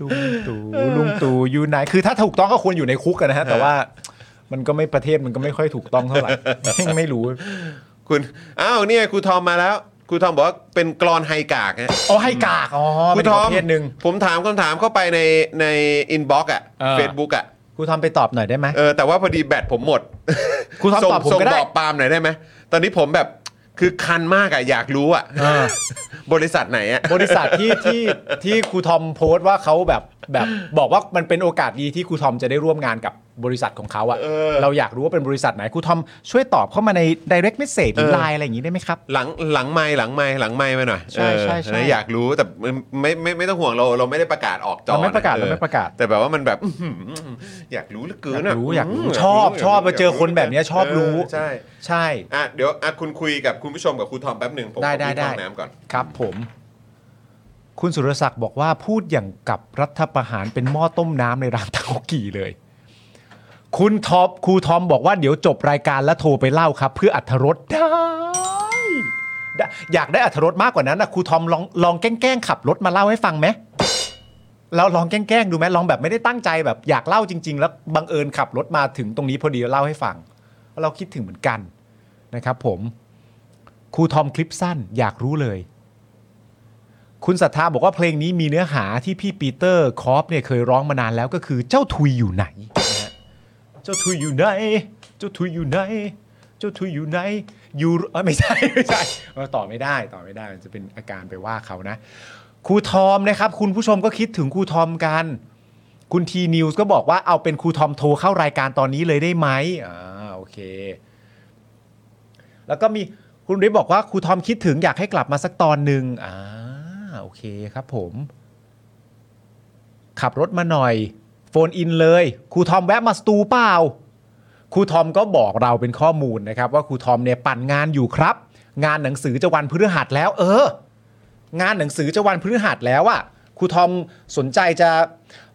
ลุงตู่ลุงตู่อยู่ไหนคือถ้าถูกต้องก็ควรอยู่ในคุกอะนะฮะ แต่ว่ามันก็ไม่ประเทศมันก็ไม่ค่อยถูกต้องเท่า ไหร่ ไม่รู้ คุณอ้าวเนี่ยครูทอมมาแล้วครูทอมบอกว่าเป็นกรอนไฮกากฮะ อ๋อให้กากอ๋อ ครู เป็น ท ป อม ระเภทหนึ่ง ผมถามคำถามเข้าไปในในอินบ็อกซ์อะ เออ เฟซบุ๊กอะ ครูทอมไปตอบหน่อยได้ไหม เออแต่ว่าพอดีแบตผมหมด ครูทอม ส่ง ตอบผม ส่ง ก็ได้ บอกปาล์มหน่อยได้ไหมตอนนี้ผมแบบคือคันมากอะอยากรู้อะ เออบ ริษัทไหนอะ บริษัทที่ที่ที่ครูทอมโพสต์ว่าเขาแบบแบบบอกว่ามันเป็นโอกาสดีที่ครูทอมจะได้ร่วมงานกับบริษัทของเขาอะเราอยากรู้ว่าเป็นบริษัทไหนครูทอมช่วยตอบเข้ามาใน direct message หรือไลน์อะไรอย่างนี้ได้ไหมครับ หลังหลังไม้หลังไม้หลังไม้ไปหน่อย ใช่ใช่เอใช่อนะอยากรู้แต่ไม่ไม่ไม่ไม่ต้องห่วงเราเราไม่ได้ประกาศออกจอ เราไม่ประกาศ น เราไม่ประกาศ แต่แบบว่ามันแบบอื้อหืออยากรู้เหลือเกิน อยา อะ กรู้อยากรู้ ม ชอบ ยากรู้ ชอบ ย มากเจอคนแบบเนี้ยชอบรู้ เใช่ ใช่ อ่ะเดี๋ยวอ่ะคุณคุยกับคุณผู้ชมกับครูทอมแป๊บหนึ่งผม ได้ ขอ ได้ ปเข้าห้อง ได้ น้ำก่อน ครับผม คุณสุรศักดิ์บอกว่าพูดอย่างกับรัฐประหารเป็นหม้อต้มน้ำในร้านตะโกกี่เลย คุณท็อปครูทอมบอกว่าเดี๋ยวจบรายการแล้วโทรไปเล่าครับ เพื่ออัธรสได้ได้ อยากได้อัธรสมากกว่านั้นนะครูทอมลองลองแกล้งๆขับรถมาเล่าให้ฟังไหมเราลองแกล้งๆดูไหมลองแบบไม่ได้ตั้งใจแบบอยากเล่าจริง ๆ แล้วบังเอิญขับรถมาถึงตรงนี้พอดีเล่าให้ฟังเราคิดถึงเหมือนกันนะครับ ผมครูทอมคลิปสั้น อยากรู้เลย คุณศรัทธาบอกว่าเพลงนี้มีเนื้อหาที่พี่ปีเตอร์คอฟเนี่ยเคยร้องมานานแล้วก็คือเจ้าทุยอยู่ไหนนะฮะเจ้าทุยอยู่ไหน เจ้าทุยอยู่ไหน เจ้าทุยอยู่ไหน อยู่เอ้ยไม่ใช่ไม่ใช่เออต่อไม่ได้ต่อไม่ได้มันจะเป็นอาการไปว่าเขานะครูทอมนะครับ คุณผู้ชมก็คิดถึงครูทอมกัน คุณทีนิวส์ก็บอกว่าเอาเป็นครูทอมโทรเข้ารายการตอนนี้เลยได้ไหมอ่าโอเค แล้วก็มีคุณริบบอกว่าครูทอมคิดถึงอยากให้กลับมาสักตอนหนึ่งอ่าโอเคครับผม ขับรถมาหน่อย โฟนอินเลยครูทอมแวะมาสตูเปล่าครูทอมก็บอกเราเป็นข้อมูลนะครับ ว่าครูทอมเนี่ยปั่นงานอยู่ครับ งานหนังสือจะวันพฤหัสแล้ว เออ งานหนังสือจะวันพฤหัสแล้วอะครูทอมสนใจจะ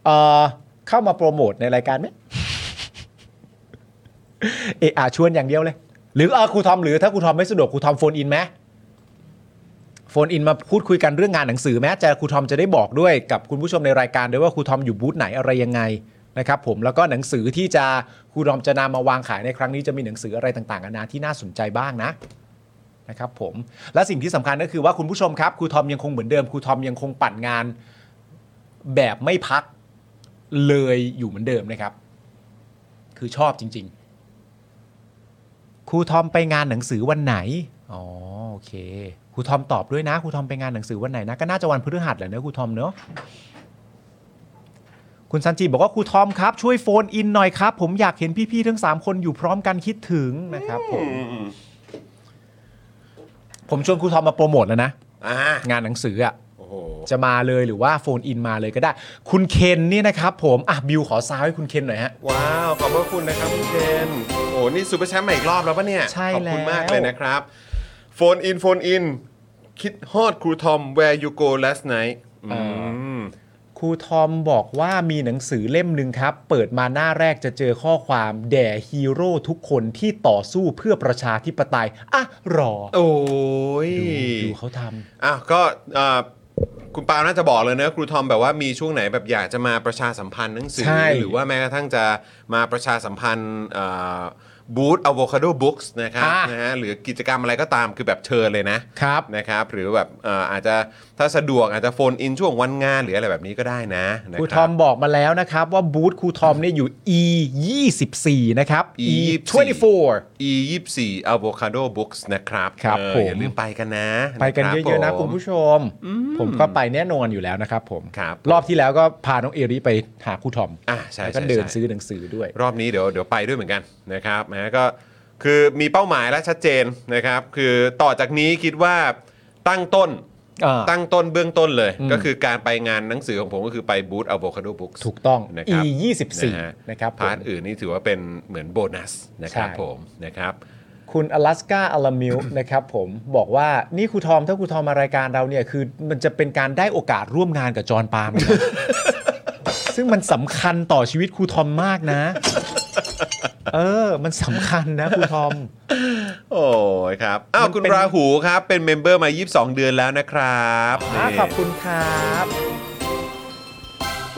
เอ่อเข้ามาโปรโมทในรายการไหม เอะอะชวนอย่างเดียวเลย หรือเออครูทอมหรือถ้าครูทอมไม่สะดวกครูทอมโฟนอินไหมโฟนอินมาพูดคุยกันเรื่องงานหนังสือแม้จะครูทอมจะได้บอกด้วยกับคุณผู้ชมในรายการด้วยว่าครูทอมอยู่บูธไหนอะไรยังไงนะครับผมแล้วก็หนังสือที่จะครูทอมจะนำมาวางขายในครั้งนี้จะมีหนังสืออะไรต่างๆนานาที่น่าสนใจบ้างนะนะครับผมและสิ่งที่สำคัญก็คือว่าคุณผู้ชมครับครูทอมยังคงเหมือนเดิมครูทอมยังคงปั่นงานแบบไม่พักเลยอยู่เหมือนเดิมนะครับ คือชอบจริง ๆ ครูทอมไปงานหนังสือวันไหน อ๋อโอเค ครูทอมตอบด้วยนะ ครูทอมไปงานหนังสือวันไหนนะ ก็น่าจะวันพฤหัสแหละเนอะครูทอมเนอะ คุณซันจีบอกว่าครูทอมครับ ช่วยโฟนอินหน่อยครับ ผมอยากเห็นพี่ๆทั้ง 3 คนอยู่พร้อมกันคิดถึงนะครับผม ผมชวนครูทอมมาโปรโมทแล้วนะ อ่าง านหนังสืออ่ะ โอ้โห จะมาเลยหรือว่าโฟนอินมาเลยก็ได้ คุณเคนนี่นะครับผม อ่ะบิวขอซาวให้คุณเคนหน่อยฮะ ว้าว ขอบพระคุณนะครับคุณเคนโอ้โหนี่ซูเปอร์แชมป์มาอีกรอบแล้วปะเนี่ย ใช่ ขอบคุณ แล้ว มากเลยนะครับโฟนอินโฟนอินคิดฮอดครูทอม where you go last night อืม ค ครูทอมบอกว่ามีหนังสือเล่มหนึ่งครับ เปิดมาหน้าแรกจะเจอข้อความแด่ฮีโร่ทุกคนที่ต่อสู้เพื่อประชาธิปไตยอ่ะรอ โอ้ย ดูดูเขาทำ อ้าวก็เอ่อคุณปาล์มน่าจะบอกเลยเนอะครูทอมแบบว่ามีช่วงไหนแบบอยากจะมาประชาสัมพันธ์หนังสือ ใช่ หรือว่าแม้กระทั่งจะมาประชาสัมพันธ์บูธอะโวคาโดบุ๊กส์นะครับ อ่ะ นะฮะหรือกิจกรรมอะไรก็ตามคือแบบเชิญเลยนะครับ นะครับหรือแบบเอ่ออาจจะถ้าสะดวกอาจจะโฟนอินช่วงวันงานหรืออะไรแบบนี้ก็ได้นะนะ ครู ค ท รั อบ มบอกมาแล้วนะครับ ว่าบูธครูทอมเนี่ยอยู่ E 24นะครับ E E 24 E 24 Avocado Books นะครับ ครับ เออ ผม อย่าลืมไปกันนะ ไปกันเยอะๆนะ รับผ คุณ ม ผู้ชม ผมก็ไปแน่นอนอยู่แล้วนะครับผม ครับ รอบที่แล้วก็พาน้องเอริไปหาครูทอม อ่ะใช่ แล้วก็ ใช่ เดิน ใช่ ซื้อหนังสือด้วย รอบนี้เดี๋ยวเดี๋ยวไปด้วยเหมือนกันนะครับนะก็คือมีเป้าหมายและชัดเจนนะครับ คือต่อจากนี้คิดว่าตั้งต้น อ่า ตั้งต้นเบื้องต้นเลย อืม ก็คือการไปงานหนังสือของผมก็คือไปบูธ Avocado Books ถูกต้อง นะค E รับนะฮะ 24นะครับผ พาร์ท ม อื่นนี่ถือว่าเป็นเหมือนโบนัสนะครับ ใช่ ผมนะครับ คุณอลาสกาอลามิว นะครับผมบอกว่านี่ครูทอมถ้าครูทอมมารายการเราเนี่ยคือมันจะเป็นการได้โอกาสร่วมงานกับจอห์นปาล์มเลยนะ ซึ่งมันสำคัญต่อชีวิตครูทอมมากนะ เออ มันสำคัญนะครูทอม โอ้ยครับ อ้าว มันเป็น คุณราหูครับ เป็นเมมเบอร์มา 22 เดือนแล้วนะครับ อ่ะ นี่ ขอบคุณครับ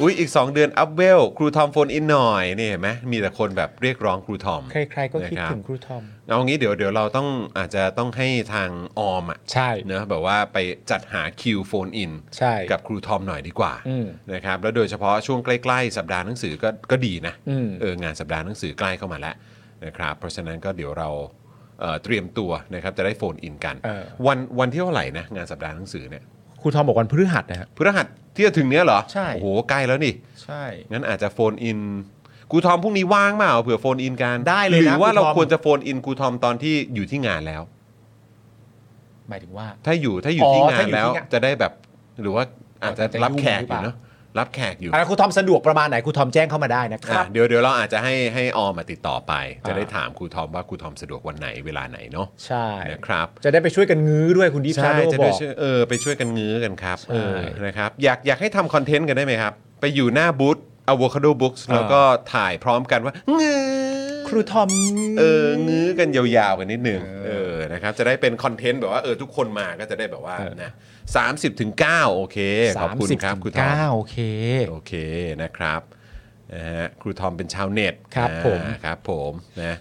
อุ๊ยอีก 2 เดือนอัพเวลครูทอมโฟนอินหน่อยนี่เห็นไหมมีแต่คนแบบเรียกร้องครูทอม ใครๆก็คิดถึงครูทอม เอางี้เดี๋ยวเดี๋ยวเราต้องอาจจะต้องให้ทางออมอ่ะ ใช่ เนอะแบบว่าไปจัดหาคิวโฟนอิน ใช่ กับครูทอมหน่อยดีกว่า อืม นะครับแล้วโดยเฉพาะช่วงใกล้ ๆ สัปดาห์หนังสือก็ก็ดีนะ อืม เอองานสัปดาห์หนังสือใกล้เข้ามาแล้วนะครับเพราะฉะนั้นก็เดี๋ยวเราเอ่อเตรียมตัวนะครับจะได้โฟนอินกัน เออ วันวันที่เท่าไหร่นะงานสัปดาห์หนังสือเนี่ย ครูทอมบอกวันพฤหัสนะฮะ พฤหัสที่จะถึงเนี้ยเหรอ ใช่ โอ้โหใกล้แล้วนี่ ใช่ งั้นอาจจะโฟนอินกูทอมพรุ่งนี้ว่างเปล่าเผื่อโฟนอินกัน ได้เลยนะ หรือว่า ครูทอม เราควรจะโฟนอินกูทอมตอนที่อยู่ที่งานแล้ว หมายถึงว่า ถ้าอยู่ถ้าอยู่ อ๋อ ที่งา ถ้าน อยู่ แล้ว ที่งาน จะได้แบบหรือว่าอาจจะ อาจจะ รับแขก ยุ่งหอยู่เนรือเปล่าอะรับแขกอยู่ อะไรครูทอมสะดวกประมาณไหนครูทอมแจ้งเข้ามาได้นะครั อ่ะ บ เดี๋ยวเดี๋ยวเราอาจจะให้ให้ออมมาติดต่อไป จะ อ่า ได้ถามครูทอมว่าครูทอมสะดวกวันไหนเวลาไหนเนาะ ใช่ นะครับ จะได้ไปช่วยกันงื้อด้วยคุณดิฟชา ใช่ โด จะ บ ได้ อก ช่วยเออไปช่วยกันงื้อกันครับ ใช่ เออนะครับอยากอยากให้ทำคอนเทนต์กันได้ไหมครับ ไปอยู่หน้าบูธ Avocado Books อ่า แล้วก็ถ่ายพร้อมกันว่างื้อ ครูทอม เอองื้อกันยาวๆกันนิดหนึ่งเออนะครับจะได้เป็นคอนเทนต์แบบว่าเออทุกคนมาก็จะได้แบบว่า เออ นะสามสิบถึงเก้าโอเค ขอบคุณครับครูทอ เก้าม โอเค โอเคนะครับนะฮะครูทอมเป็นชาวเน็ต ครับ อ่า ผม ครับผมนะ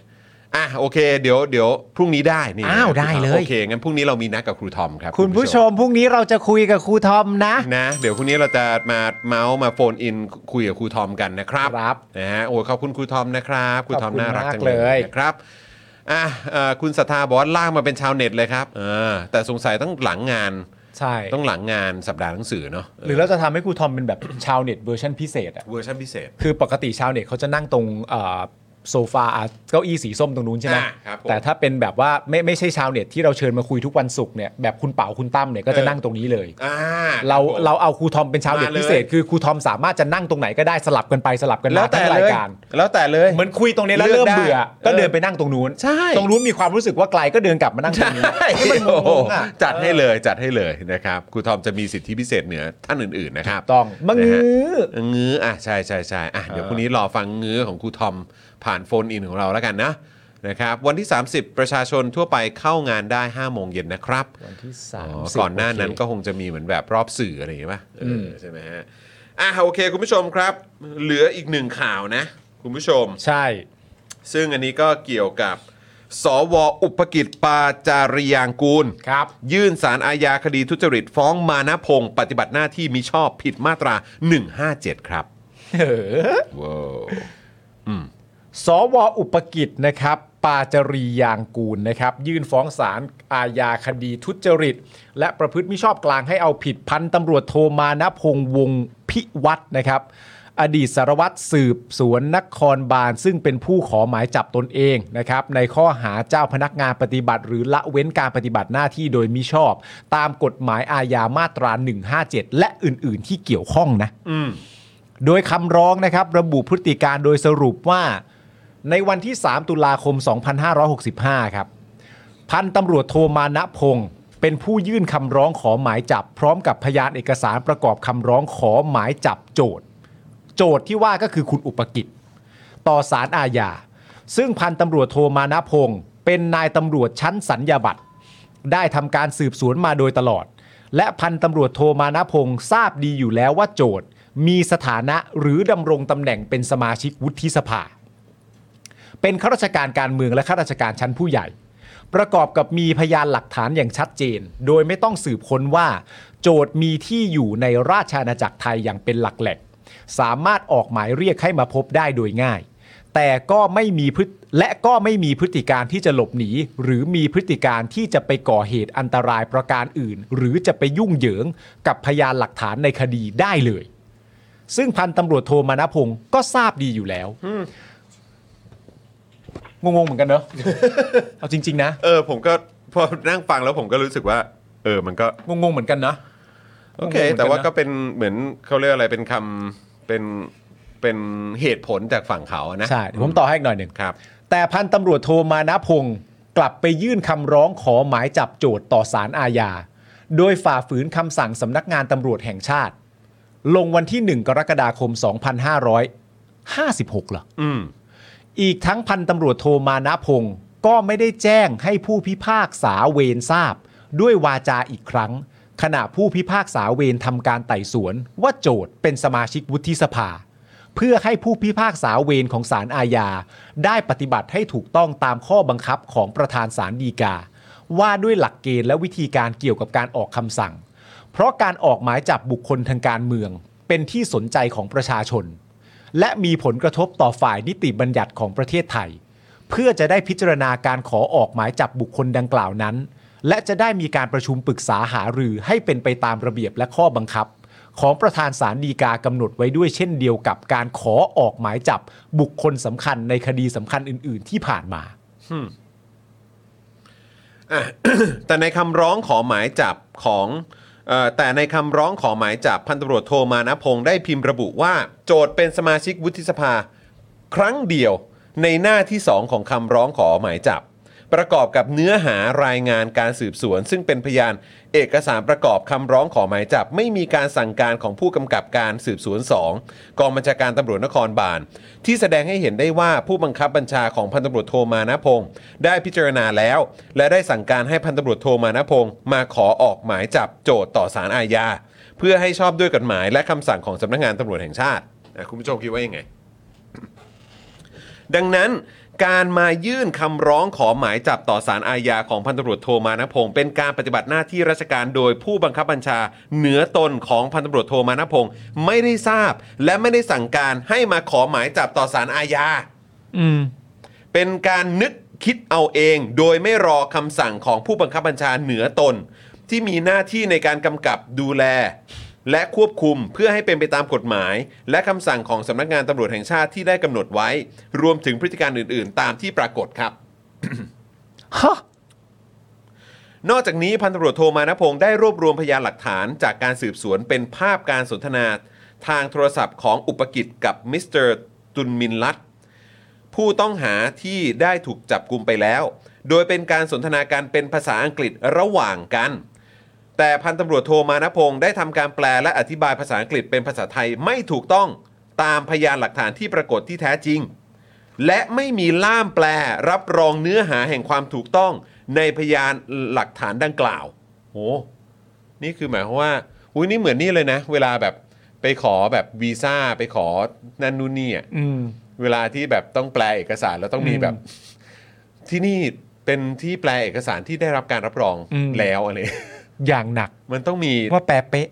อ่ะโอเคเดี๋ยวเดี๋ยวพรุ่งนี้ได้นี่ อ้าวได้เลย โอเคงั้นพรุ่งนี้เรามีนัดกับครูทอมครับ คุณผู้ชมพรุ่งนี้เราจะคุยกับครูทอมนะ นะ เดี๋ยวพรุ่งนี้เราจะมาเมาส์มาโฟนอินคุยกับครูทอมกันนะครับ ครับ นะฮะโอ้ขอบคุณครูทอมนะครับครูทอม ขอบคุณ น่ารัก มาก จังเล เลยย นะครับอ่ะเอ่อคุณศรัทธาบอกว่าล่างมาเป็นชาวเน็ตเลยครับเออแต่สงสัยต้องหลังงาน ใช่ ต้องหลังงานสัปดาห์หนังสือเนาะ หรือเราจะทำให้ครูทอมเป็นแบบ ชาวเน็ตเวอร์ชันพิเศษอ่ะ เวอร์ชันพิเศษ คือปกติชาวเน็ตเขาจะนั่งตรงเอ่อโซฟาอ่ะเก้าอี้สีส้มตรงนู้นใช่ไหม อ่าครับผม แต่ถ้าเป็นแบบว่าไม่ไม่ใช่ชาวเน็ตที่เราเชิญมาคุยทุกวันศุกร์เนี่ยแบบคุณเป๋าคุณตั้มเนี่ยก็จะ เออ นั่งตรงนี้เลย อ่า เรา คบผม เราเอาครูทอมเป็นชาวเน็ต มาเลย พิเศษ คือครูทอมสามารถจะนั่งตรงไหนก็ได้สลับกันไปสลับกัน แล้ว มา แต่ ทั้ง เล ราย ย การ แล้วแต่เลย เหมือนคุยตรงนี้แล้ว เลื เริ่ อก มเบื่อ ได้ ก็ เออ เดินไปนั่งตรงนู้น ใช่ ตรงนู้นมีความรู้สึกว่าไกลก็เดินกลับมานั่งตรงนี้ ใช่ ให้มันง โอ้โห งๆอ่ะ จัดให้เลยจัดให้เลยนะครับครูทอมจะมีสิทธิพิเศษเหนือท่านอื่นๆนะครับ ต้องมังงื้อ งื้ออ่ะใช่ใช่ใช่อ่ะเดี๋ยวพรุ่งนี้รอฟังงื้อของครูทอมผ่านโฟนอินของเราแล้วกันนะนะครับวันที่ 30 ประชาชนทั่วไปเข้างานได้ 5 โมงเย็นนะครับ วันที่สา อ๋ ม อ สิบ ก่อนหน้านั้น โเค ก็คงจะมีเหมือนแบบรอบสื่ออะไรอย่างเงี้ยป่ะเอออ ม ใช่ไหมฮะอ่ะโอเค คุณผู้ชมครับ เหลืออีกหนึ่งข่าวนะ คุณผู้ชม ใช่ ซึ่งอันนี้ก็เกี่ยวกับ สวอุปกิจปาจาริยางกูล ครับ ยื่นสารอาญาคดีทุจริตฟ้องมานะพงศ์ปฏิบัติหน้าที่มิชอบผิดมาตรา 157 ครับ เออ ว้าว สวอุปกิจนะครับ ปาจารียางกูลนะครับ ยื่นฟ้องศาลอาญาคดีทุจริต และประพฤติมิชอบกลางให้เอาผิดพันตำรวจโทมานะพงษ์วงศ์พิวัตรนะครับ อดีตสารวัตรสืบสวนนครบาลซึ่งเป็นผู้ขอหมายจับตนเองนะครับ ในข้อหาเจ้าพนักงานปฏิบัติ หรือละเว้นการปฏิบัติหน้าที่โดยมิชอบ ตามกฎหมายอาญามาตรา 157 และอื่น ๆ ที่เกี่ยวข้องนะ อืม โดยคำร้องนะครับระบุพฤติการโดยสรุปว่า ในวันที่ 3 ตุลาคม 2565 ครับ พันตำรวจโทมานะพงศ์ เป็นผู้ยื่นคำร้องขอหมายจับ พร้อมกับพยานเอกสารประกอบคำร้องขอหมายจับโจทย์ โจทย์ที่ว่าก็คือคุณอุปกิจ ต่อสารอาญา ซึ่งพันตำรวจโทมานะพงศ์เป็นนายตำรวจชั้นสัญญาบัตร ได้ทำการสืบสวนมาโดยตลอด และพันตำรวจโทมานะพงศ์ทราบดีอยู่แล้วว่าโจทย์ มีสถานะหรือดำรงตำแหน่งเป็นสมาชิกวุฒิสภา เป็นข้าราชการการเมืองและข้าราชการชั้นผู้ใหญ่ ประกอบกับมีพยานหลักฐานอย่างชัดเจน โดยไม่ต้องสืบค้นว่า โจทย์มีที่อยู่ในราชอาณาจักรไทยอย่างเป็นหลักแหล่งสามารถออกหมายเรียกให้มาพบได้โดยง่าย แต่ก็ไม่มีพฤติและก็ไม่มีพฤติการที่จะหลบหนี หรือมีพฤติการที่จะไปก่อเหตุอันตรายประการอื่น หรือจะไปยุ่งเหยิงกับพยานหลักฐานในคดีได้เลย ซึ่งพันตำรวจโทมานะพงศ์ก็ทราบดีอยู่แล้วงงๆเหมือนกันเนอะ เอาจริง ๆ นะ เออผมก็พอนั่งฟังแล้วผมก็รู้สึกว่า เออมันก็ งงๆเหมือนกันนะ โอเค งงเหมือนกันนะ แต่ว่าก็เป็นเหมือนเขาเรียกอะไรเป็นคำเป็นเป็นเหตุผลจากฝั่งเขาอะนะ ใช่เดี๋ยวผมต่อให้อีกหน่อยหนึ่ง ครับ แต่พันตำรวจโทมานะพงศ์กลับไปยื่นคำร้องขอหมายจับโจทย์ต่อศาลอาญา โดยฝ่าฝืนคำสั่งสำนักงานตำรวจแห่งชาติ ลงวันที่ 1 กรกฎาคม 2556เหรอ อืม อีกทั้งพันตำรวจโทมานะพงศ์ก็ไม่ได้แจ้งให้ผู้พิพากษาเวรทราบ ด้วยวาจาอีกครั้ง ขณะผู้พิพากษาเวรทำการไต่สวน ว่าโจทย์เป็นสมาชิกวุฒิสภา เพื่อให้ผู้พิพากษาเวรของศาลอาญา ได้ปฏิบัติให้ถูกต้องตามข้อบังคับของประธานศาลฎีกา ว่าด้วยหลักเกณฑ์และวิธีการเกี่ยวกับการออกคำสั่ง เพราะการออกหมายจับบุคคลทางการเมือง เป็นที่สนใจของประชาชน และมีผลกระทบต่อฝ่ายนิติบัญญัติของประเทศไทย เพื่อจะได้พิจารณาการขอออกหมายจับบุคคลดังกล่าวนั้น และจะได้มีการประชุมปรึกษาหารือให้เป็นไปตามระเบียบและข้อบังคับ ของประธานศาลฎีกากำหนดไว้ด้วยเช่นเดียวกับการขอออกหมายจับบุคคลสำคัญในคดีสำคัญอื่น ๆ ที่ผ่านมา อ่ะ แต่ในคำร้องขอหมายจับของเอ่อแต่ในคำร้องขอหมายจับพันตำรวจโทมานะพงศ์ได้พิมพ์ระบุว่า โจทย์เป็นสมาชิกวุฒิสภา ครั้งเดียวในหน้าที่ 2 ของคำร้องขอหมายจับ ประกอบกับเนื้อหารายงานการสืบสวน ซึ่งเป็นพยานเอกสารประกอบคำร้องขอหมายจับ ไม่มีการสั่งการของผู้กำกับการสืบสวน 2 กองบัญชาการตำรวจนครบาล ที่แสดงให้เห็นได้ว่าผู้บังคับบัญชาของพันตำรวจโทมานะพงศ์ได้พิจารณาแล้ว และได้สั่งการให้พันตำรวจโทมานะพงศ์มาขอออกหมายจับโจทย์ต่อศาลอาญาเพื่อให้ชอบด้วยกฎหมายและคำสั่งของสำนักงานตำรวจแห่งชาติอ่ะคุณผู้ชมคิดว่ายังไง ดังนั้นการมายื่นคำร้องขอหมายจับต่อสารอาญาของพันตำรวจโทมานพงศ์เป็นการปฏิบัติหน้าที่ราชการโดยผู้บังคับบัญชาเหนือตนของพันตำรวจโทมานพงศ์ไม่ได้ทราบ และไม่ได้สั่งการให้มาขอหมายจับต่อสารอาญา อืม เป็นการนึกคิดเอาเอง โดยไม่รอคำสั่งของผู้บังคับบัญชาเหนือตน ที่มีหน้าที่ในการกำกับดูแล และควบคุมเพื่อให้เป็นไปตามกฎหมาย และคำสั่งของสำนักงานตำรวจแห่งชาติที่ได้กำหนดไว้ รวมถึงพฤติการอื่น ๆ ตามที่ปรากฏครับ ฮะ นอกจากนี้พันตำรวจโทมานพงศ์ได้รวบรวมพยานหลักฐานจากการสืบสวนเป็นภาพการสนทนาทางโทรศัพท์ของอุปกิจกับมิสเตอร์ตุนมินลัต ผู้ต้องหาที่ได้ถูกจับกลุมไปแล้ว โดยเป็นการสนทนาการเป็นภาษาอังกฤษระหว่างกัน แต่พันตำรวจโทมานพงศ์ได้ทำการแปลและอธิบายภาษาอังกฤษเป็นภาษาไทยไม่ถูกต้องตามพยานหลักฐานที่ปรากฏที่แท้จริง และไม่มีล่ามแปลรับรองเนื้อหาแห่งความถูกต้องในพยานหลักฐานดังกล่าวโหนี่คือหมายความว่าอุ้ยนี่เหมือนนี่เลยนะ เวลาแบบไปขอแบบวีซ่าไปขอนั่นนู่นนี่อะ อืม เวลาที่แบบต้องแปลเอกสารแล้วต้องมี อืม แบบ ที่นี่เป็นที่แปลเอกสารที่ได้รับการรับรอง อืม แล้วอะไร อย่างหนัก มันต้องมี ว่าแปลเป๊ะ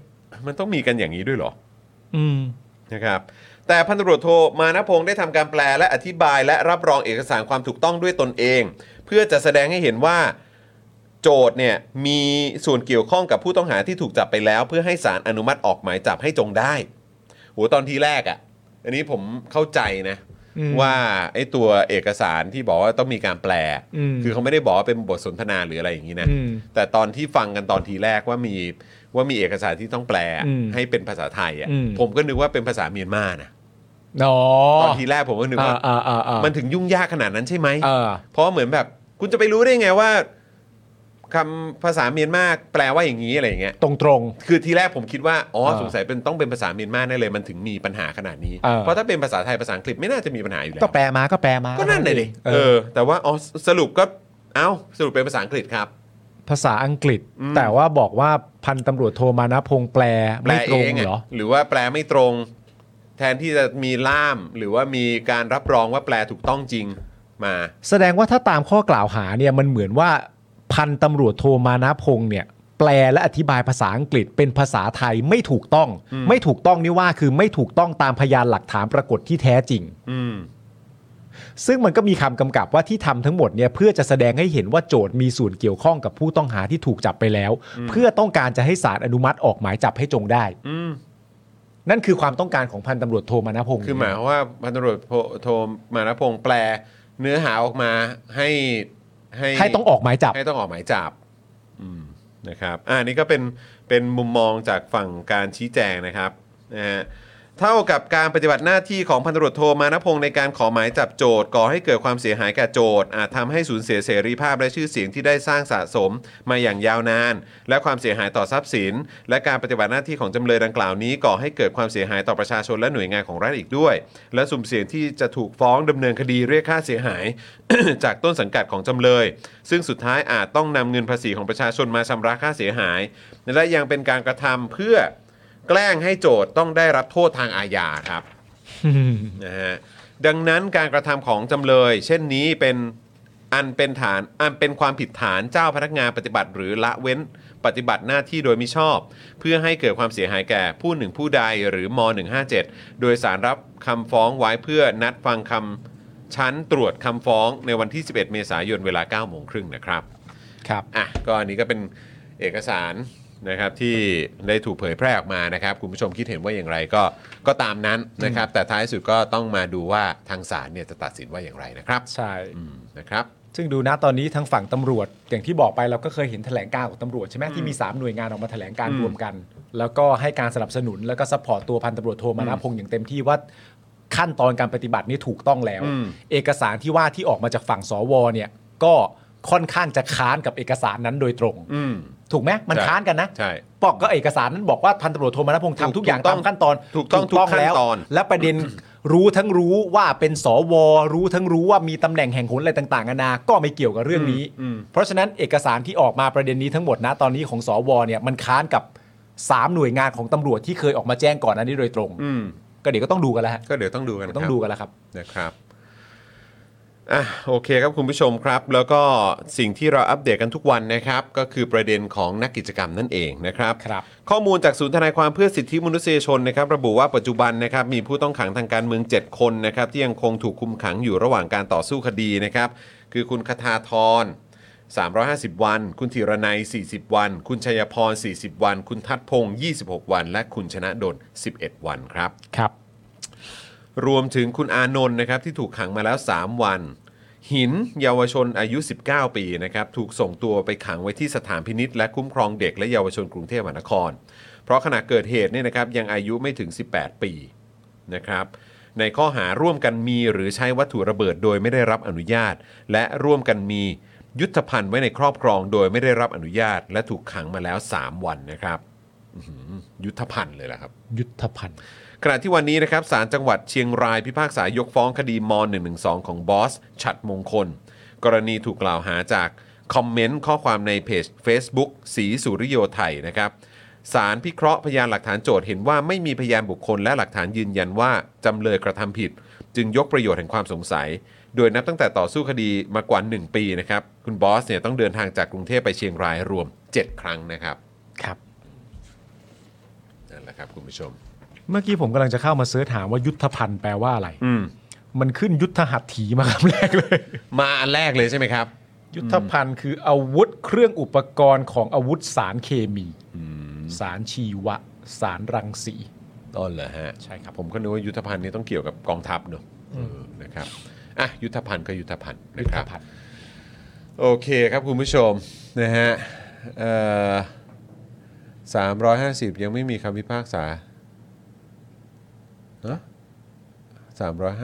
มันต้องมีกันอย่างนี้ด้วยเหรอ อืม นะครับ แต่พันตำรวจโทมานะพงศ์ได้ทำการแปลและอธิบายและรับรองเอกสารความถูกต้องด้วยตนเอง เพื่อจะแสดงให้เห็นว่า โจทย์เนี่ยมีส่วนเกี่ยวข้องกับผู้ต้องหาที่ถูกจับไปแล้ว เพื่อให้ศาลอนุมัติออกหมายจับให้จงได้โหตอนทีแรกอะ่ะ อันนี้ผมเข้าใจนะ อืม ว่าไอ้ตัวเอกสารที่บอกว่าต้องมีการแปล อืม คือเขาไม่ได้บอกว่าเป็นบทสนทนาหรืออะไรอย่างนี้นะ อืม แต่ตอนที่ฟังกันตอนทีแรกว่ามีว่ามีเอกสารที่ต้องแปล อืม ให้เป็นภาษาไทยอ่ะ อืม ผมก็นึกว่าเป็นภาษาเมียนมานะ อ๋อ ตอนทีแรกผมก็นึกว่า อ่าอ่าอ่า มันถึงยุ่งยากขนาดนั้นใช่ไหม เออ เพราะเหมือนแบบ คุณจะไปรู้ได้ไงว่า คำภาษาเมียนมาแปลว่าอย่างนี้อะไรอย่างเงี้ย ตรงตรง คือทีแรกผมคิดว่า อ๋อ เออ สงสัยเป็นต้องเป็นภาษาเมียนมาแน่เลยมันถึงมีปัญหาขนาดนี้ เออ เพราะถ้าเป็นภาษาไทยภาษาอังกฤษไม่น่าจะมีปัญหาอยู่แล้ ก็ ว แปลมาก็แปลมา ก็นั่นเลยดิ เอ เอ อ อ แต่ว่า อ๋อ สรุปก็ เอ้า สรุปเป็นภาษาอังกฤษครับ ภาษาอังกฤษ อืม แต่ว่าบอกว่าพันตำรวจโทมานะพงษ์แปล แปล ไม่เอตรง งอะ เหรอ หรือว่าแปลไม่ตรง แทนที่จะมีล่าม หรือว่ามีการรับรองว่าแปลถูกต้องจริงมา แสดงว่าถ้าตามข้อกล่าวหาเนี่ยมันเหมือนว่าพันตำรวจโทมานะพงษ์เนี่ย แปลและอธิบายภาษาอังกฤษเป็นภาษาไทยไม่ถูกต้อง ไม่ถูกต้องนี่ว่าคือไม่ถูกต้องตามพยานหลักฐานปรากฏที่แท้จริง อืม ซึ่งมันก็มีคำกำกับว่าที่ทำทั้งหมดเนี่ยเพื่อจะแสดงให้เห็นว่าโจทย์มีส่วนเกี่ยวข้องกับผู้ต้องหาที่ถูกจับไปแล้ว เพื่อต้องการจะให้ศาลอนุมัติออกหมายจับให้จงได้ อืม นั่นคือความต้องการของพันตำรวจโทมานะพงษ์ คือหมายความว่าพันตำรวจโทโทมานะพงษ์แปล เนื้อหาออกมาให้ให้ ให้ต้องออกหมายจับ ให้ต้องออกหมายจับอืมนะครับอ่านี่ก็เป็นเป็นมุมมองจากฝั่งการชี้แจงนะครับนะฮะเท่ากับการปฏิบัติหน้าที่ของพันตำรวจโทมานพงศ์ในการขอหมายจับโจทย์ก่อให้เกิดความเสียหายแก่โจทย์อาจทำให้สูญเสียเสรีภาพและชื่อเสียงที่ได้สร้างสะสมมาอย่างยาวนาน และความเสียหายต่อทรัพย์สิน และการปฏิบัติหน้าที่ของจำเลยดังกล่าวนี้ก่อให้เกิดความเสียหายต่อประชาชนและหน่วยงานของรัฐอีกด้วย และสุ่มเสี่ยงที่จะถูกฟ้องดำเนินคดีเรียกค่าเสียหาย จากต้นสังกัดของจำเลย ซึ่งสุดท้ายอาจต้องนำเงินภาษีของประชาชนมาชำระค่าเสียหาย และยังเป็นการกระทำเพื่อแกล้งให้โจทย์ต้องได้รับโทษทางอาญาครับ นะฮะดังนั้นการกระทำของจำเลย เช่นนี้เป็นอันเป็นฐานอันเป็นความผิดฐานเจ้าพนักงานปฏิบัติ หรือละเว้นปฏิบัติหน้าที่โดยมิชอบ เพื่อให้เกิดความเสียหายแก่ผู้หนึ่งผู้ใดหรือม .157 โดยสารรับคำฟ้องไว้เพื่อนัดฟังคำชั้นตรวจคำฟ้องในวันที่ 11 เมษายนเวลา9โมงครึ่งนะครับ ครับ อ่ะก็อันนี้ก็เป็นเอกสารนะครับที่ได้ถูกเผยแพร่ออกมานะครับ คุณผู้ชมคิดเห็นว่าอย่างไรก็ก็ตามนั้นนะครับ แต่ท้ายสุดก็ต้องมาดูว่าทางศาลเนี่ยจะตัดสินว่าอย่างไรนะครับ ใช่ อืมนะครับ ซึ่งดูนะตอนนี้ทางฝั่งตำรวจ อย่างที่บอกไปเราก็เคยเห็นแถลงการณ์ของตำรวจใช่ไหมที่มี 3 หน่วยงานออกมาแถลงการณ์ อืม รวมกัน แล้วก็ให้การสนับสนุนแล้วก็ซัพพอร์ตตัวพันตำรวจโทมานะพงษ์อย่างเต็มที่ว่าขั้นตอนการปฏิบัตินี่ถูกต้องแล้ว อืม เอกสารที่ว่าที่ออกมาจากฝั่งสวเนี่ยก็ค่อนข้างจะค้านกับเอกสารนั้นโดยตรง อืม ถูกไหมมัน ใช่ ค้านกันนะ ใช่ บอกก็เอกสารนั้นบอกว่าพันตำรวจโทมานพงษ์ ถูก ทำทุกอย่าง ถูกต้อ ตาง มขั้นตอน ถูกต้องทุกขั้น แล้ว ตอน และประเด็น รู้ทั้งรู้ว่าเป็นสว รู้ทั้งรู้ว่ามีตำแหน่งแห่งหนอะไรต่างๆนานาก็ไม่เกี่ยวกับเรื่องนี้ เพราะฉะนั้นเอกสารที่ออกมาประเด็นนี้ทั้งหมดนะตอนนี้ของสวเนี่ยมันค้านกับสามหน่วยงานของตำรวจที่เคยออกมาแจ้งก่อนอันนี้โดยตรง อืม ก็เดี๋ยวก็ต้องดูกันแล้วฮะ ก็เดี๋ยวต้องดูกันค ต้อง รับ ดูกันแล้วครับ นะครับอ่ะโอเคครับคุณผู้ชมครับ แล้วก็สิ่งที่เราอัปเดตกันทุกวันนะครับ ก็คือประเด็นของนักกิจกรรมนั่นเองนะครับ ครับ ข้อมูลจากศูนย์ทนายความเพื่อสิทธิมนุษยชนนะครับ ระบุว่าปัจจุบันนะครับมีผู้ต้องขังทางการเมือง 7 คนนะครับ ที่ยังคงถูกคุมขังอยู่ระหว่างการต่อสู้คดีนะครับ คือคุณคทาทร 350 วัน คุณธีรนัย 40 วัน คุณชัยพร 40 วัน คุณทัศพงศ์26 วัน และคุณชนะดล11 วันครับ ครับ รวมถึงคุณอานนท์นะครับที่ถูกขังมาแล้ว 3 วัน หินเยาวชนอายุ 19 ปีนะครับถูกส่งตัวไปขังไว้ที่สถานพินิษและคุ้มครองเด็กและเยาวชนกรุงเทพมหานคร เพราะขณะเกิดเหตุเนี่ยนะครับยังอายุไม่ถึง 18 ปีนะครับในข้อหาร่วมกันมีหรือใช้วัตถุระเบิดโดยไม่ได้รับอนุญาต และร่วมกันมียุทธภัณฑ์ไว้ในครอบครองโดยไม่ได้รับอนุญาต และถูกขังมาแล้ว 3 วันนะครับอื้อหือยุทธภัณฑ์เลยล่ะครับ ยุทธพันธ์ ขณะที่วันนี้นะครับศาลจังหวัดเชียงรายพิพากษายกฟ้องคดีม .112 ของบอส ฉัดมงคล กรณีถูกกล่าวหาจากคอมเมนต์ข้อความในเพจ Facebook สีสุริโยไทยนะครับสารพิเคราะห์พยานหลักฐานโจทย์เห็นว่าไม่มีพยานบุคคลและหลักฐานยืนยันว่า จำเลยกระทำผิด จึงยกประโยชน์แห่งความสงสัย โดยนับตั้งแต่ต่อสู้คดีมากว่า 1 ปีนะครับคุณบอสเนี่ยต้องเดินทางจากกรุงเทพไปเชียงรายรวม 7 ครั้งนะครับ ครับ นั่นแหละครับคุณผู้ชม เมื่อกี้ผมกำลังจะเข้ามาเสิร์ชหาว่ายุทธพันธ์แปลว่าอะไร อืม มันขึ้นยุทธหัตถีมาคำแรกเลย มาอันแรกเลยใช่ไหมครับ ยุทธภัณฑ์คืออาวุธเครื่องอุปกรณ์ของอาวุธสารเคมี สารชีวะ สารรังสี ต้นเหรอฮะ ใช่ครับ ผมก็นึกว่ายุทธภัณฑ์นี่ต้องเกี่ยวกับกองทัพเนอะเออนะครับอ่ะยุทธภัณฑ์ก็ยุทธภัณฑ์ ยุ นะ ท ค ธ รับ ภัณฑ์ โอเคครับคุณผู้ชมนะฮะเอ่อ350 ยังไม่มีคำพิพากษาเนอะ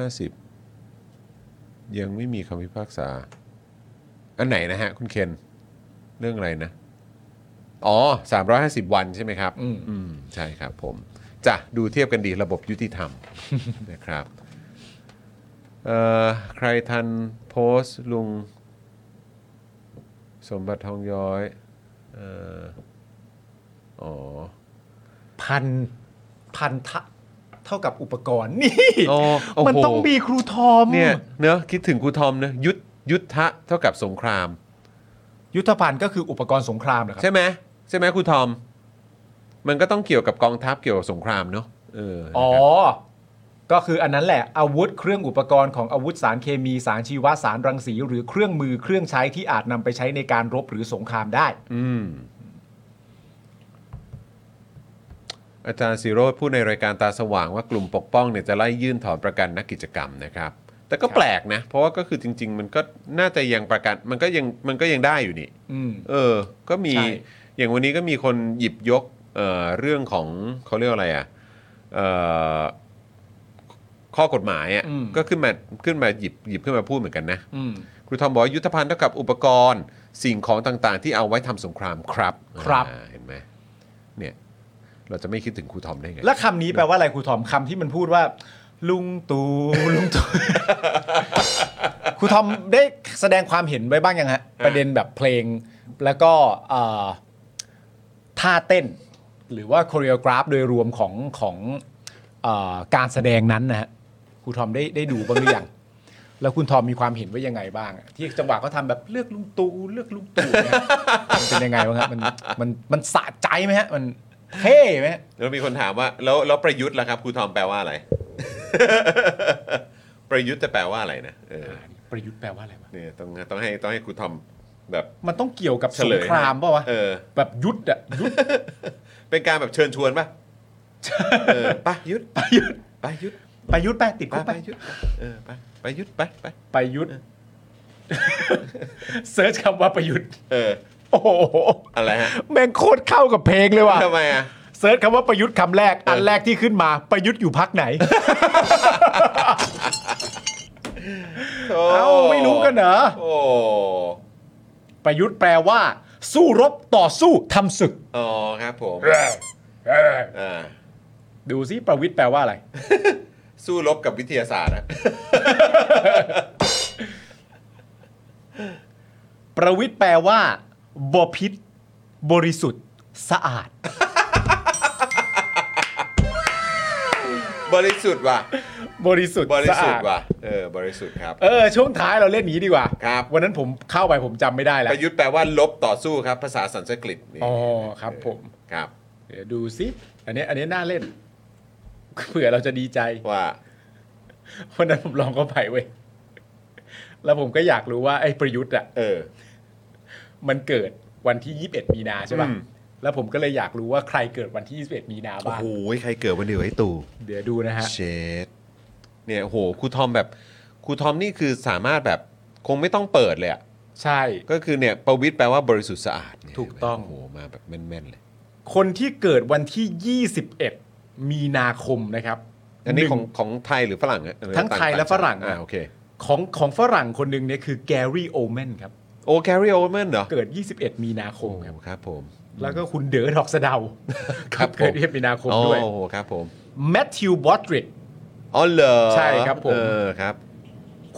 350 ยังไม่มีคำพิพากษา อันไหนนะฮะคุณเคน เรื่องอะไรนะ อ๋อ 350 วันใช่ไหมครับ อืม อืม ใช่ครับผมจะดูเทียบกันดีระบบยุติธรรม นะครับ เอ่อ ใครทันโพสต์ลุง สมบัติทองย้อยเอ่ออ๋อ พันพันทะเท่ากับอุปกรณ์ นี่ โอ้โอ้โห มันต้องมีครูทอม เนี่ยเนอะคิดถึงครูทอมเนอะยุทธยุทธะเท่ากับสงคราม ยุทธภัณฑ์ก็คืออุปกรณ์สงครามเหรอครั ใช่ไหมใช่ไหมครูทอม มันก็ต้องเกี่ยวกับกองทัพเกี่ยวกับสงครามเนอะเออนะครับ อ๋อ ก็คืออันนั้นแหละอาวุธเครื่องอุปกรณ์ของอาวุธสารเคมีสารชีวสารรังสี หรือเครื่องมือเครื่องใช้ที่อาจนำไปใช้ในการรบหรือสงครามได้ อืม อาจารย์ศิโรธพูดในรายการตาสว่างว่ากลุ่มปกป้องเนี่ยจะไล่ยื่นถอนประกันนักกิจกรรมนะครับ แต่ก็แปลกนะ เพราะว่าก็คือจริง ๆ มันก็น่าจะยังประกัน มันก็ยังมันก็ยังได้อยู่นี่ อืม เออ ก็มี ใช่ อย่างวันนี้ก็มีคนหยิบยกเอ่อเรื่องของเขาเรียกอะไรอ่ะเอ่อข้อกฎหมายอ่ะ อืม ก็ขึ้นมาขึ้นมาหยิบหยิบขึ้นมาพูดเหมือนกันนะ อืม ครูทอมบอกว่ายุทธภัณฑ์เท่ากับอุปกรณ์สิ่งของต่างๆ ที่เอาไว้ทำสงครามครับ ครับ อ่าเห็นไหมเนี่ยเราจะไม่คิดถึงครูทอมได้ไง แล้วคำนี้แปลว่าอะไรครูทอมคำที่มันพูดว่า ลุงตู่ลุงตู่ ครูทอมได้แสดงความเห็นไว้บ้างยังฮะ ประเด็นแบบเพลง แล้วก็เอ่อท่าเต้น หรือว่าคอเรียกราฟโดยรวมของของเออการแสดงนั้นนะฮะครูทอมได้ได้ดูบ้างหรือยัง แล้วคุณทอมมีความเห็นว่ายังไงบ้างอะที่จังหวะเขาทำแบบเลือกลุงตู่เลือกลุงตู่เนี่ยมันเป็นยังไงบ้างฮะมันมันมันสะใจไหมฮะมันเท่ไหมฮะ แล้วมีคนถามว่าแล้วแล้วประยุทธ์ล่ะครับครูทอมแปลว่าอะไร ประยุทธ์จะแปลว่าอะไรนะเออ ประยุทธ์แปลว่าอะไรวะ เนี่ยต้องต้องให้ต้องให้ครูทอมแบบ มันต้องเกี่ยวกับ เฉ ส ล ง ย ครามป่าวะ เออ แบบยุทธอะยุทธ เป็นการแบบเชิญชวนป่ะเออไปยุทธไปยุทธไปยุทธ ประยุทธ์ไปติด ไป คุก ไป ไป ยุทธเออไปไปยุทธไปไป ประยุทธ์ เซิร์ชคำว่าประยุทธ์ เออ โอ้โห อะไรฮะ แม่งโคตรเข้ากับเพลงเลยว่ะ ทำไมอ่ะ เซิร์ชคำว่าประยุทธ์คำแรก อันแรกที่ขึ้นมาประยุทธ์อยู่พักไหน เอ้าไม่รู้กันเหรอ โอ้ ประยุทธ์แปลว่า สู้รบต่อสู้ทำศึก อ๋อครับผมอ่า ดูซิประวิทย์แปลว่าอะไร สู้รบกับวิทยาศาสตร์นะ ประวิทย์แปลว่าบพิษบริสุทธิ์ สะอาด บริสุทธิ์ว่ะ บริสุทธิ์ บริ สะ สุท อาด ธิ์ว่ะเออบริสุทธิ์ครับ เออ ช่วงท้ายเราเล่นอย่างนี้ดีกว่า ครับ วันนั้นผมเข้าไปผมจำไม่ได้แล้ว ประยุทธ์แปลว่าลบต่อสู้ครับ ภาษาสันสกฤตนี่ อ๋อครับผม ครับ เดี๋ยวดูสิอันนี้อันนี้น่าเล่น เผื่อเราจะดีใจ ว่า วันนั้นผมลองเข้าไปเว้ยแล้วผมก็อยากรู้ว่าไอ้ประยุทธ์อ่ะ เออ มันเกิดวันที่ 21 มีนาใช่ป่ะ อืม แล้วผมก็เลยอยากรู้ว่าใครเกิดวันที่ 21 มีนา โอ้ บ้าง โหใครเกิดวันเดียวไอ้ตู่ เดี๋ยวดูนะฮะ เชดเนี่ยโอ้โหครูทอมแบบครูทอมนี่คือสามารถแบบคงไม่ต้องเปิดเลยอะ ใช่ ก็คือเนี่ยประวิทย์แปลว่าบริสุทธิ์สะอาดเนี่ย ถูกต้อง โอ้โหมาแบบแม่นๆเลย คนที่เกิดวันที่ 21 มีนาคมนะครับ อันนี้ ห ของของไทยหรือฝรั่งอะเออ ทั้งไทยและฝรั่ง อ่าโอเค ของของฝรั่งคนหนึ่งเนี่ยคือแกรี่โอเมนครับ โอ้แคริโอเมนเหรอ เกิด 21 มีนาคม โอ้ ครับ ครับผม แล้วก็คุณเดอ๋อดอกสะเดา ครับผม เกิด21มีนาคมด้วย โอ้โหครับผม แมทธิวบอตริก อ๋อเหรอ ใช่ครับผม เออครับ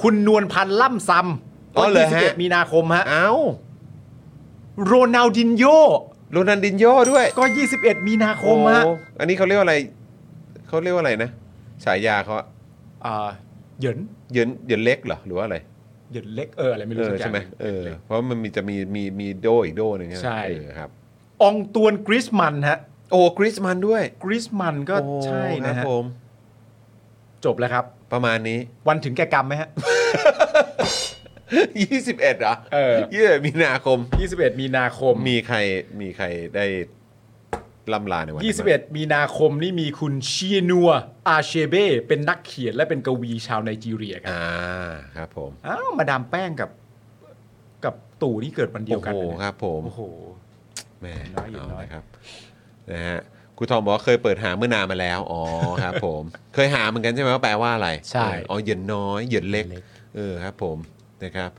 คุณนวลพันธ์ล่ำซำ อ๋ ก็ อเหรอฮะ 21 มีนาคมฮะ เอ้า โรนัลดินโย โรนันดินโยด้วย ก็ 21 มีนาคมฮะ โอ้อันนี้เขาเรียกว่าอะไร เขาเรียกว่าอะไรนะ ฉายาเขาอะ อ่าเหยิน เหยินเหยินเล็กเหรอ หรือว่าอะไร เหยินเล็กเอออะไรไม่ เอ รู้ อ สักอย่า ใช่ ง ไหมเออ เพราะมันมีจะมีมีมีโดอีกโดหนึงไหม ใช่ เออครับ อองตวนกริสมันฮะ โอ้คริสมันด้วย กริสมันก็ โอ้ ใช่ ครั นะ บ ฮะ ผม จบแล้วครับ ประมาณนี้ วันถึงแก่กรรมไหมฮะ 21เหรอ เออ ยี่สิบเอ็ดมีนาคม 21 มีนาคม มีใครมีใครได้ล่ำลาในวันนั้นบ้าง 21 มีนาคมนี่มีคุณเชียนัว อาเชเบ เป็นนักเขียนและเป็นกวีชาวไนจีเรียครับ อ่าครับผม อ้าวมาดามแป้งกับ กับตู่นี่เกิดวันเดียวกัน โอ้โหคนะเนี่ย รับผม โอ้โห แหม่ น้อยอยู่น้อย เาละครับนะฮะครูทอมบอกว่าเคยเปิดหาเมื่อนานมาแล้ว อ๋อครับผม เคยหาเหมือนกันใช่ไหมว่าแปลว่าอะไร ใช่ เอออ๋อเหย็นน้อยเหย็นเล็ก เหยินเล็ก เออครับผมนะครับ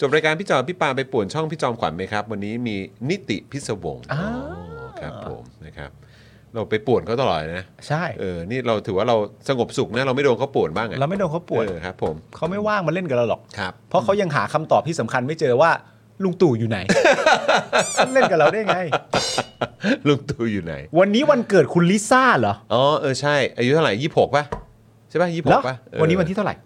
จบรายการพี่จอมพี่ปาไปป่วนช่องพี่จอมขวัญไหมครับ วันนี้มีนิติพิศวง อ้าว อ๋อครับผมนะครับ เราไปป่วนเขาตลอดเลยนะ ใช่ เออนี่เราถือว่าเราสงบสุขนะเราไม่โดนเขาป่วนบ้างอะ เราไม่โดนเขาปวด เออครับ ผม เขาไม่ว่างมาเล่นกับเราหรอก ครับ เพราะเขายังหาคำตอบที่สำคัญไม่เจอว่าลุงตู่อยู่ไหน เล่นกับเราได้ไง ลุงตู่อยู่ไหน วันนี้วันเกิดคุณลิซ่าเหรอ อ๋อเออใช่ อายุเท่าไหร่ยี่หกป่ะใช่ป่ะยี่ห แล้ ก ว ป่ะเออ วันนี้วันที่เท่าไหร่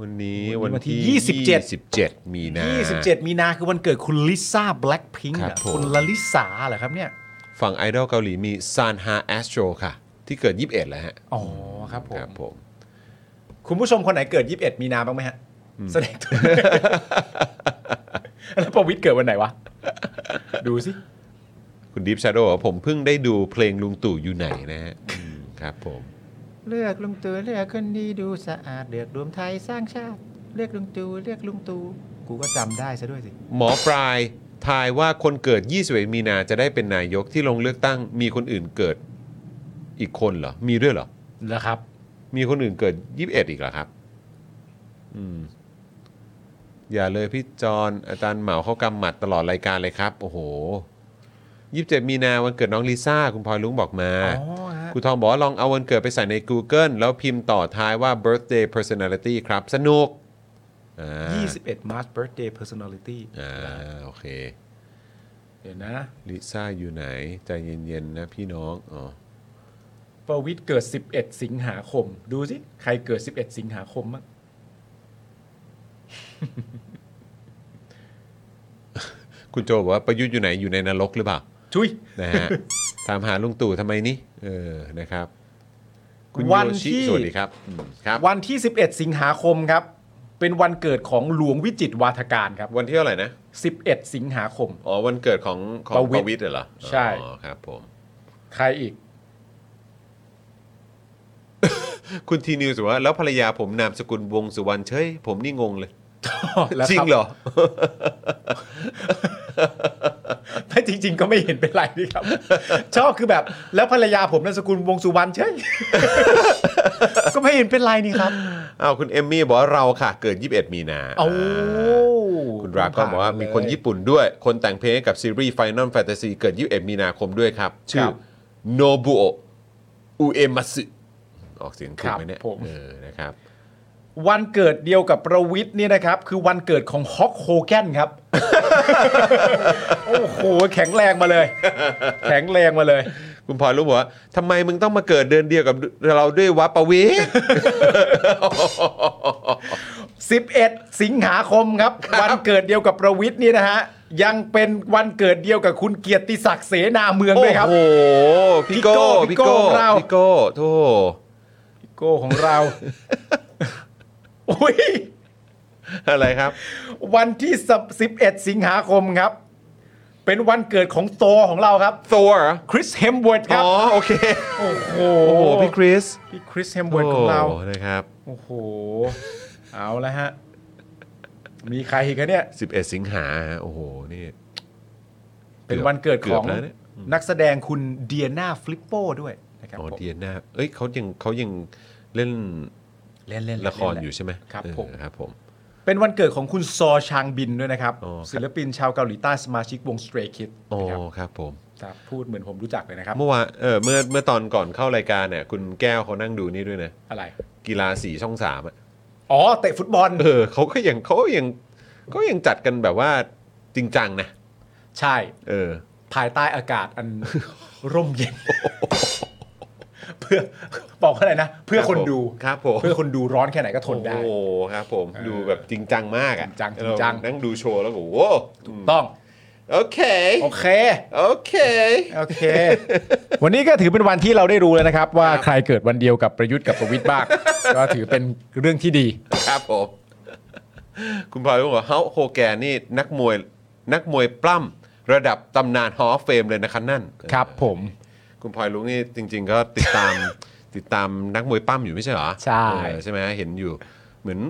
วันนี้ วั วัน นที่ ที่ ยี่สิบเจ็ด สิบเจ็ดมีนา 27 มีนาคือวันเกิดคุณลิซ่าแบล็ p พิงค์ ครับผม คุณลลิสาเหรอครับเนี่ย ฝั่งไอดอลเกาหลีมีซานฮาแอสโตรค่ะ ที่เกิด 21 แล้วฮะ อ๋อครับผ ครั ม บผม คุณผู้ชมคนไหนเกิด 21 มีนาบ้างไหมฮะ แสดงตัว แล้วประวิทย์เกิดวันไหนวะ ดูสิ คุณดิฟชาโดว์ผมเพิ่งได้ดูเพลงลุงตู่อยู่ไหนนะฮะอืมครับผม เลือกลุงตู่เลือกคนดีดูสะอาดเลือกรวมไทยสร้างชาติ เลือกลุงตู่เลือกลุงตู่กูก็จำได้ซะด้วยสิ หมอปลายทายว่าคนเกิด 21 มีนาจะได้เป็นนายกที่ลงเลือกตั้ง มีคนอื่นเกิดอีกคนเหรอ มีด้วยเหรอ แล้วครับ มีคนอื่นเกิด 21 อีกเหรอครับ อืม อย่าเลยพี่จอนอาจารย์เหมาเขากำหมัดตลอดรายการเลยครับ โอ้โห 27 มีนาวันเกิดน้องลิซ่า คุณพลอยลุงบอกมา อ๋อฮะ ครูทองบอกว่าลองเอาวันเกิดไปใส่ใน Google แล้วพิมพ์ต่อท้ายว่า birthday personality ครับ สนุกอ่า 21 March birthday personality อ่าโอเค เดี๋ยวนะ ลิซ่าอยู่ไหน ใจเย็น ๆ นะพี่น้อง อ๋อ ประวิทย์เกิด 11 สิงหาคม ดูสิ ใครเกิด 11 สิงหาคมบ้าง คุณโจบอกว่า ประยุทธ์อยู่ไหนอยู่ในนรกหรือเปล่า ชุย นะฮะ ถามหาลุงตู่ทำไมนี่ เออ นะครับ คุณ วัน โย ที่ ชิสวัสดีครับอืมครับ วันที่ 11 สิงหาคมครับ เป็นวันเกิดของหลวงวิจิตรวาทการครั วันที่เท่าไหร่นะ บ 11 สิงหาคม อ๋อ วันเกิดของของ ประปวิตร ระวิทย์เหรอ ใช่ อ๋อครับผม ใคร อีก คุณทีนิวส์บอกว่าแล้วภรรยาผมนามสกุลวงสุวรรณเฉยผมนี่งงเลย แล้วคบ จริงเหรอ ไม่จริง ๆ ก็ไม่เห็นเป็นไรนี่ครับ ชอบคือแบบ แล้วภรรยาผมนามสกุลวงสุวรรณเช่ย ก็ไม่เห็นเป็นไรนี่ครับ อ้าวคุณเอมมี่บอกว่าเราค่ะ เกิด 21 มีนา โอ้ คุณราก็บอกว่ามีคนญี่ปุ่นด้วย คนแต่งเพลงให้กับซีรีส์ Final Fantasy เกิด 21 มีนาคมด้วยครับ ชื่อโนบุโอะอุเอมัสึออกเสียงถูกไหมเนี่ยเออนะครับ วันเกิดเดียวกับประวิทย์เนี่ยนะครับ คือวันเกิดของฮอกโคแกนครับ โอ้โห แข็งแรงมาเลย แข็งแรงมาเลย คุณพลอยรู้บอกว่าทำไมมึงต้องมาเกิดเดือนเดียวกับเราด้วยวะประวิทย์ 11 สิงหาคมครับ วันเกิดเดียวกับประวิทย์นี่นะฮะ ยังเป็นวันเกิดเดียวกับคุณเกียรติศักดิ์เสนาเมืองด้วยครับ โอ้โหพี่โก้ พี่ พี่ โก้ โก้ ของเรา พี่โก้โธ่ โก้ของ เรา อุ้ย อะไรครับ วันที่11 สิงหาคมครับ เป็นวันเกิดของโตของเราครับ โซวเหรอ คริสเฮมเวิร์ดครับ อ๋อโอเค โอ้โห โอ้โหพี่คริส พี่คริสเฮมเวิร์ดของเรา โนะครับ โอ้โห เอาแล้วฮะ มีใครอีกอะเนี่ย 11 สิงหาฮะโอ้โห นี่ เป็นวันเกิดของ เกือบแล้วเนี่ย นักแสดงคุณเดียนาฟลิปโป้ด้วยนะครับ อ๋อ ผม เดียน่าเอ้ยเขายังเขายังเล่น เล่นๆเล่นๆ ละครอยู่ใช่ไหม ครับ เออ ผม ครับผม เป็นวันเกิดของคุณซอชางบินด้วยนะครับ อ๋อครับ ศิลปินชาวเกาหลีใต้สมาชิกวง Stray Kids โอ้ นะครับ ครับผม ครับพูดเหมือนผมรู้จักเลยนะครับ เมื่อวานเออเมื่อเมื่อตอนก่อนเข้ารายการเนี่ยคุณแก้วเขานั่งดูนี่ด้วยนะ อะไร กีฬาสีช่องสามอะ อ๋อ เตะฟุตบอล เออเขาก็ยังเขาก็ยังก็ยังจัดกันแบบว่าจริงจังนะ ใช่ เออ ภายใต้อากาศอัน ร่มเย็น เพื่อบอกว่าอะไรนะ เพื่อคนดู ครับผม เพื่อคนดูร้อนแค่ไหนก็ทนได้ โอ้โหครับผม เออ ดูแบบจริงจังมากอะ จริงจังจริงจัง เออนั่งดูโชว์แล้วก็โอ้โห ต้อง โอเค โอเค โอเค โอ เค วันนี้ก็ถือเป็นวันที่เราได้รู้แล้วนะครับ ว่าใครเกิดวันเดียวกับประยุทธ์กับประวิทย์บ้าง ก็ถือเป็นเรื่องที่ดี ครับผม คุณพลอยบอกว่าเฮ้าโคแกนนี่นักมวยนักมวยปล้ำระดับตำนานฮอเฟมเลยนะครับนั่น ครับผม คุณพลอยลุงนี่จริง ๆ ก็ติดตาม ติดตามนักมวยปล้ำอยู่ไม่ใช่เหรอ ใช่ เออใช่ไหมเห็นอยู่ เหมือน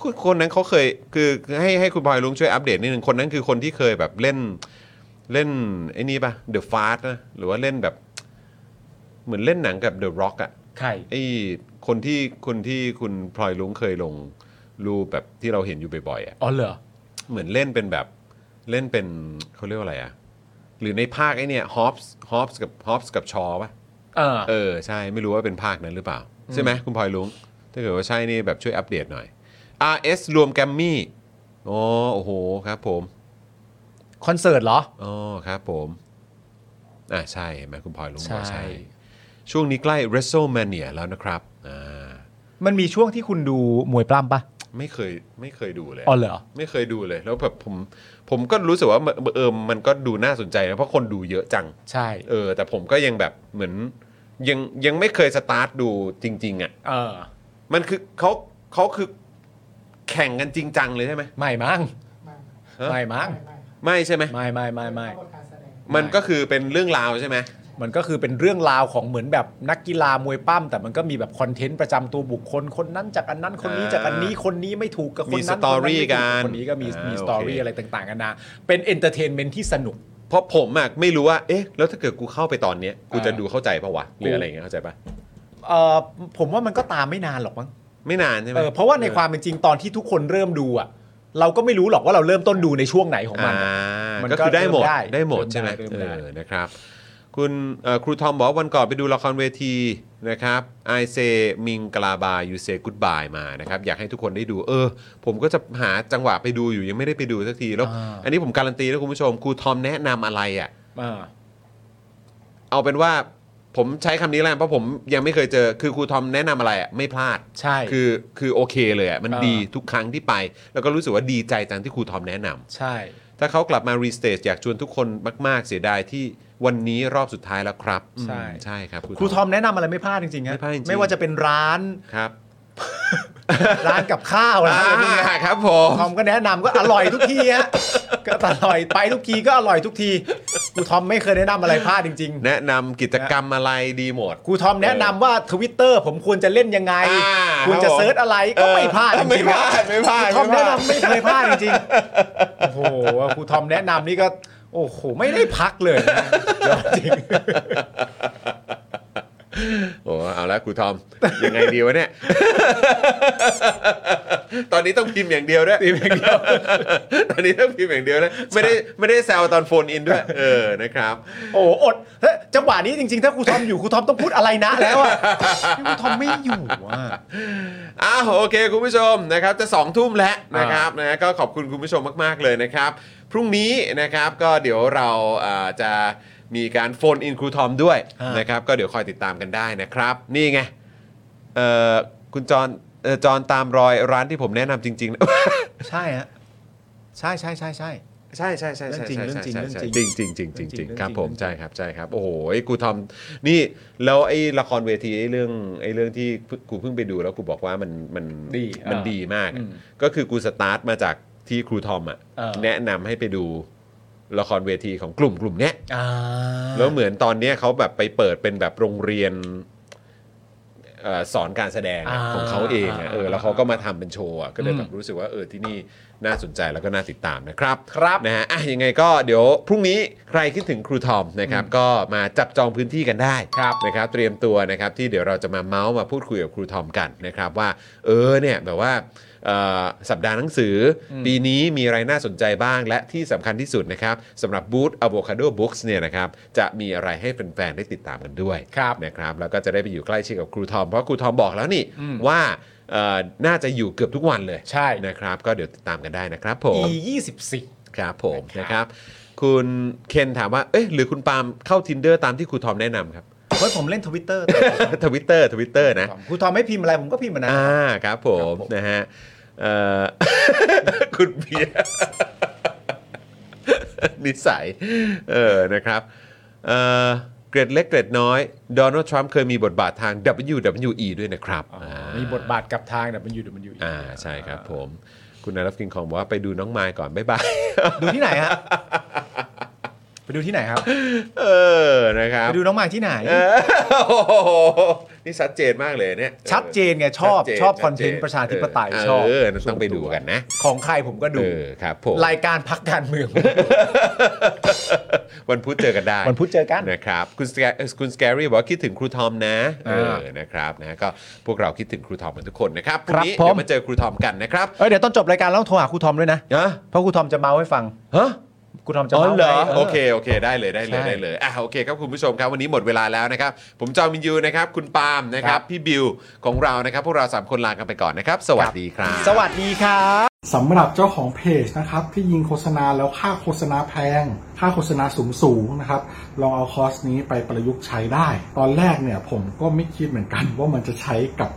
คนคนนั้นเขาเคยคือให้ให้คุณพลอยลุงช่วยอัปเดตนิดนึงคนนั้นคือคนที่เคยแบบเล่นเล่นไอ้นี่ป่ะเดอะฟาสนะหรือว่าเล่นแบบ เหมือนเล่นหนังกับเดอะร็อกอะ ใคร ไอ้คนที่คนที่คุณพลอยลุงเคยลงรูปแบบที่เราเห็นอยู่บ่อยๆอ่ะ อ๋อเหรอ เหมือนเล่นเป็นแบบเล่นเป็นเขาเรียกว่าอะไรอะหรือในภาคไอเนี่ยฮอปส์ฮอปส์กับฮอปส์กับชอปะ เออ เออใช่ไม่รู้ว่าเป็นภาคนั้นหรือเปล่า ใช่ไหมคุณพลอยลุงถ้าเกิดว่าใช่นี่แบบช่วยอัปเดตหน่อย RS รวมแกรมมี่อ๋อโอ้โหครับผม คอนเสิร์ตเหรอ อ๋อครับผมอ่าใช่เห็นไหมคุณพลอยลุงบอก ใช่ ใช่ ช่วงนี้ใกล้ WrestleMania แล้วนะครับอ่า มันมีช่วงที่คุณดูมวยปล้ำปะ ไม่เคยไม่เคยดูเลย อ๋อเหรอ ไม่เคยดูเลย แล้วแบบผมผมก็รู้สึกว่ามันเออมันก็ดูน่าสนใจนะเพราะคนดูเยอะจัง ใช่ เออ แต่ผมก็ยังแบบเหมือน ยังยังไม่เคยสตาร์ทดูจริง ๆอะ่ะ เออ มันคือเขาเขาคือแข่งกันจริงจังเลยใช่ไหม ไม่มั้ง ฮะ ไม่มั้ง ไม่ใช่ไหม ไม่ไม่ไม่ไม่ มันก็คือเป็นเรื่องราวใช่ไหม มันก็คือเป็นเรื่องราวของเหมือนแบบนักกีฬามวยปล้ำแต่มันก็มีแบบคอนเทนต์ประจำตัวบุคคลคนนั้นจากอันนั้นคนนี้ อ่า จากอันนี้คนนี้ไม่ถูกกับคน มี นั้น สตอรี่ คน กัน นไม่ถูบคนนี้ก็มี อ่า มี โอเค สตอรี่อะไรต่างๆกันานะเป็นเอนเตอร์เทนเมนต์ที่สนุก เพราะผมอะไม่รู้ว่า เอ๊ะ แล้วถ้าเกิดกูเข้าไปตอนเนี้ย กูจะ อ่า ดูเข้าใจปะวะ หรืออะไรอย่างเงี้ยเข้าใจปะ เออผมว่ามันก็ตามไม่นานหรอกมั้ง ไม่นานใช่ไหม เออเพราะว่าในความเป็นจริงตอนที่ทุกคนเริ่มดูอ่ะเราก็ไม่รู้หรอกว่าเราเริ่มต้นดูในช่วงไหนของ อ่ มันอะ า มัน ก็คือได้หมด ก็เริ่มได้ ได้หมด เริ่มได้ ใช่ไหม เริ่ม เอ ได้ อ นะครับ คุณเอ่อครูทอมบอกว่าวันก่อนไปดูละครเวทีนะครับไอเซมิงกลาบายูเซกุ b บายมานะครับ อยากให้ทุกคนได้ดู เออ ผมก็จะหาจังหวะไปดูอยู่ยังไม่ได้ไปดูสักที แล้ว อันนี้ผมการันตีนะคุณผู้ชม ครูทอมแนะนำอะไรอ่ะ อ่า เอาเป็นว่าผมใช้คำนี้แล้วกันเพราะผมยังไม่เคยเจอ คือครูทอมแนะนำอะไรอ่ะไม่พลาด ใช่ คือคือโอเคเลยอ่ะมัน เออ ดีทุกครั้งที่ไป แล้วก็รู้สึกว่าดีใจจังที่ครูทอมแนะนำ ใช่ ถ้าเขากลับมารีสเตจอยากชวนทุกคนมาก ๆ เสียดายที่วันนี้รอบสุดท้ายแล้วครับ ใช่ อืมใช่ครับ ครูทอมแนะนำอะไรไม่พลาดจริงๆนะ ไม่พลาดจริง ไม่ว่าจะเป็นร้าน ครับ ร้านกับข้าว ร้านอะไรพวกเนี้ย อ่าครับผม ทอมก็แนะนำก็อร่อยทุกทีฮะก็อร่อยไปทุกทีก็อร่อยทุกทีครูทอมไม่เคยแนะนำอะไรพลาดจริง แนะนำกิจกรรมอะไรดีหมด ๆครูทอมแนะนำว่าทวิตเตอร์ผมควรจะเล่นยังไง อ่า ควรจะเซิร์ชอะไรก็ไม่พลาดจริงๆ ไม่พลาด นะ ไม่พลาด ครูทอม ไม่พลาดแนะนำไม่เคยพลาดจริงๆโอ้โหครูทอมแนะนำนี่ก็ โอ้โหไม่ได้พักเลย นะยอดจริง โอ้เอาละครูทอม ยังไงดีวะเนี่ย ตอนนี้ต้องพิมพ์อย่างเดียวด้วยพิมพ์อย่างเดียว ตอนนี้ต้องพิมพ์อย่างเดียวนะไม่ได้ไม่ได้แซวตอนโฟนอินด้วย เออนะครับ โอ้อดเฮ้ยจังหวะนี้จริงๆ ถ้าครูทอมอยู่ครูทอมต้องพูดอะไรนะแล้วอ่ะครูทอมไม่อยู่อ่ะ อ้าวโอเค คุณผู้ชมนะครับจะ2องทุ่มแล้ว อ่าน นะครับนะก็ขอบคุณคุณผู้ชมมาก ๆ เลยนะครับ พรุ่งนี้นะครับก็เดี๋ยวเราอ่าจะมีการโฟนอินครูทอมด้วย อ่าน นะครับก็เดี๋ยวคอยติดตามกันได้นะครับ นี่ไงเอ่อคุณจอนเอ่อจอนตามรอยร้านที่ผมแนะนำจริง ๆ ใช่ฮะใช่ใช่ใช่ใช่ ใช่ใช่ใช่ใช่ เรื่องจริง ใช่ใช่ เรื่องจริง ใช่จริงจริงจริงจริงจริเรื่อง งจริง ครับผม เรื่องจริง ใช่ครับใช่ครับ โอ้โหกูทอมนี่แล้วไอ้ละครเวทีไอ้เรื่องไอ้เรื่องที่กูเพิ่งไปดูแล้วกูบอกว่ามันมัน ดี มัน อ่า ดีมากอะ อืม ก็คือกูสตาร์ทมาจากที่ครูทอมอ่ะ เออ แนะนำให้ไปดูละครเวทีของกลุ่มกลุ่มเนี้ย อ่า แล้วเหมือนตอนเนี้ยเขาแบบไปเปิดเป็นแบบโรงเรียนเอ่อสอนการแสดงอะของเขาเองอะเออแล้วเขาก็มาทำเป็นโชว์อะก็เลยแบบรู้สึกว่าเออที่นี่น่าสนใจแล้วก็น่าติดตามนะครับ ครับ นะฮะอ่ะยังไงก็เดี๋ยวพรุ่งนี้ใครคิดถึงครูทอมนะครับก็มาจับจองพื้นที่กันได้ ครับ นะครับ เตรียมตัวนะครับที่เดี๋ยวเราจะมาเมาส์มาพูดคุยกับครูทอมกันนะครับว่าเออเนี่ยแบบว่าเอ่อสัปดาห์หนังสืออปีนี้มีอะไรน่าสนใจบ้าง และที่สำคัญที่สุดนะครับสำหรับบูธ Avocado Books เนี่ยนะครับจะมีอะไรให้แฟนๆได้ติดตามกันด้วย ครับ นะครับแล้วก็จะได้ไปอยู่ใกล้ชิดกับครูทอมเพราะครูทอมบอกแล้วนี่ว่าเอ่อน่าจะอยู่เกือบทุกวันเลย ใช่ นะครับก็เดี๋ยวติดตามกันได้นะครับผม อียี่สิบสี่ ครับผมนะครับ คุณเคนถามว่า เอ๊ะหรือคุณปาล์มเข้า tinder ตามที่ครูทอมแนะนำครับ เฮ้ยผมเล่นทวิตเตอร์ ทวิตเตอร์ทวิตเตอร์นะ ครูทอมไม่พิมพ์อะไรผมก็พิมพ์มานะ อ่าครับผม ครับผม นะฮะเอ่อ คุณเบียร์ นิสัยเออนะครับเอ่อเกรดเล็กเกรดน้อยโดนัลด์ทรัมป์เคยมีบทบาททาง WWE ด้วยนะครับ อ๋อ อ่า มีบทบาทกับทางแต่มันอยู่เดี๋ยวมันอยู่ อ่าใช่ครับผม คุณนายรับกินของบอกว่าไปดูน้องมายก่อน บ๊ายบาย ดูที่ไหนฮะไปดูที่ไหนครับ เออนะครับ ไปดูน้องมายที่ไหน โอ้โหนี่ชัดเจนมากเลยเนี่ย ชัดเจนไงชอบ ดจ ชอบ ดจ คอนเทนต์ประชาธิปไตย เ ชอบ เออนั่นต้องไปดูกันนะ ของใครผมก็ดู เออครับผม รายการพักการเมือง วันพุธเจอกันได้ วันพุธเจอกัน นะครับคุณสแกเอ่อคุณสแกรี่บอกว่าคิดถึงครูทอมนะเอ อ่า อนะครับนะก็พวกเราคิดถึงครูทอมกันทุกคนนะครับพรุ่งนี้ ครับผเดี๋มยวมาเจอครูทอมกันนะครับ เออเดี๋ยวตอนจบรายการเราต้องโทรหาครูทอมด้วยนะ นะ เพราะครูทอมจะเมาให้ฟัง ฮะ ครูทอมจะ อ๋อ เมา เหรอ ให้ โอเคโอเคได้เลยได้เลย ใช่ ได้เลยอ่ะโอเคครับคุณผู้ชมครับวันนี้หมดเวลาแล้วนะครับ ผมจอมินยูนะครับคุณปาล์มนะครับพี่บิวของเรานะครับพวกเราสามคนลากันไปก่อนนะครับ สวัสดีครับ สวัสดีครับ สำหรับเจ้าของเพจนะครับที่ยิงโฆษณาแล้วค่าโฆษณาแพง ค่าโฆษณาสูงสูงๆนะครับ ลองเอาคอร์สนี้ไปประยุกต์ใช้ได้ ตอนแรกเนี่ยผมก็ไม่คิดเหมือนกัน ว่ามันจะใช้กับ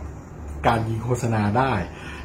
การยิงโฆษณาได้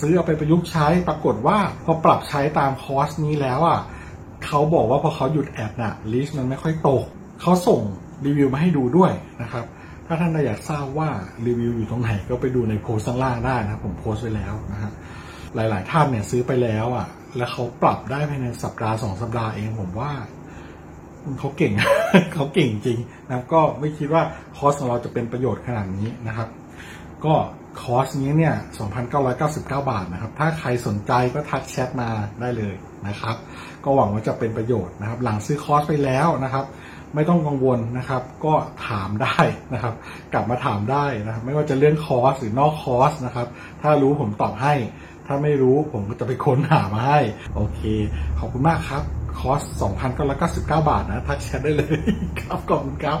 ซื้อเอาไปประยุกต์ใช้ปรากฏว่าพอปรับใช้ตามคอร์สนี้แล้วอ่ะเขาบอกว่าพอเขาหยุดแอดน่ะลิสต์มันไม่ค่อยตกเขาส่งรีวิวมาให้ดูด้วยนะครับ ถ้าท่านอยากทราบว่ารีวิวอยู่ตรงไหนก็ไปดูในโพสต์ข้างล่างได้นะครับผมโพสต์ไว้แล้วนะครับ หลาย ๆ ท่านเนี่ยซื้อไปแล้วอ่ะ แล้วเขาปรับได้ภายในสัปดาห์สองสัปดาห์เองผมว่าเขาเก่ง เขาเก่งจริงนะครับก็ไม่คิดว่าคอร์สของเราจะเป็นประโยชน์ขนาดนี้นะครับ ก็คอร์สนี้เนี่ย 2,999 บาทนะครับ ถ้าใครสนใจก็ทักแชทมาได้เลยนะครับ ก็หวังว่าจะเป็นประโยชน์นะครับ หลังซื้อคอร์สไปแล้วนะครับ ไม่ต้องกังวลนะครับ ก็ถามได้นะครับ กลับมาถามได้นะครับ ไม่ว่าจะเรื่องคอร์สหรือนอกคอร์สนะครับ ถ้ารู้ผมตอบให้ ถ้าไม่รู้ผมก็จะไปค้นหามาให้ โอเค ขอบคุณมากครับ คอร์ส 2,999 บาทนะ ทักแชทได้เลยครับ ขอบคุณครับ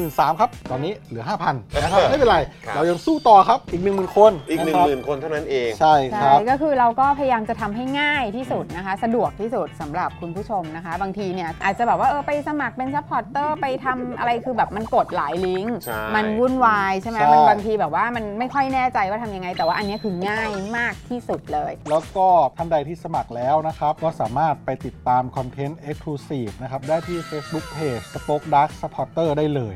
3ื่นครับ ตอนนี้เหลือ 5,000นะครับ ไม่เป็นไร ครับ เรายังสู้ต่อครับอีก 10,000 คน อีก 1 นะครับ 0,000 คนเท่านั้นเอง ใช่ค ใช่ รับ ก็คือเราก็พยายามจะทำให้ง่ายที่สุดนะคะ สะดวกที่สุดสำหรับคุณผู้ชมนะคะ บางทีเนี่ยอาจจะแบบว่าเออไปสมัครเป็นซัพพอร์ตเตอร์ไปทำอะไรคือแบบมันกดหลายลิงก์ ใช่ มันวุ่นวายใช่ไหม ใช่ มันบางทีแบบว่ามันไม่ค่อยแน่ใจว่าทำยังไง แต่ว่าอันเนี้ยคือง่ายมากที่สุดเลย แล้วก็ท่านใดที่สมัครแล้วนะครับ ก็สามารถไปติดตามคอนเทนต์ Exclusive นะครับ ได้ที่ Facebook Page Spoke Dark Supporter ได้เลย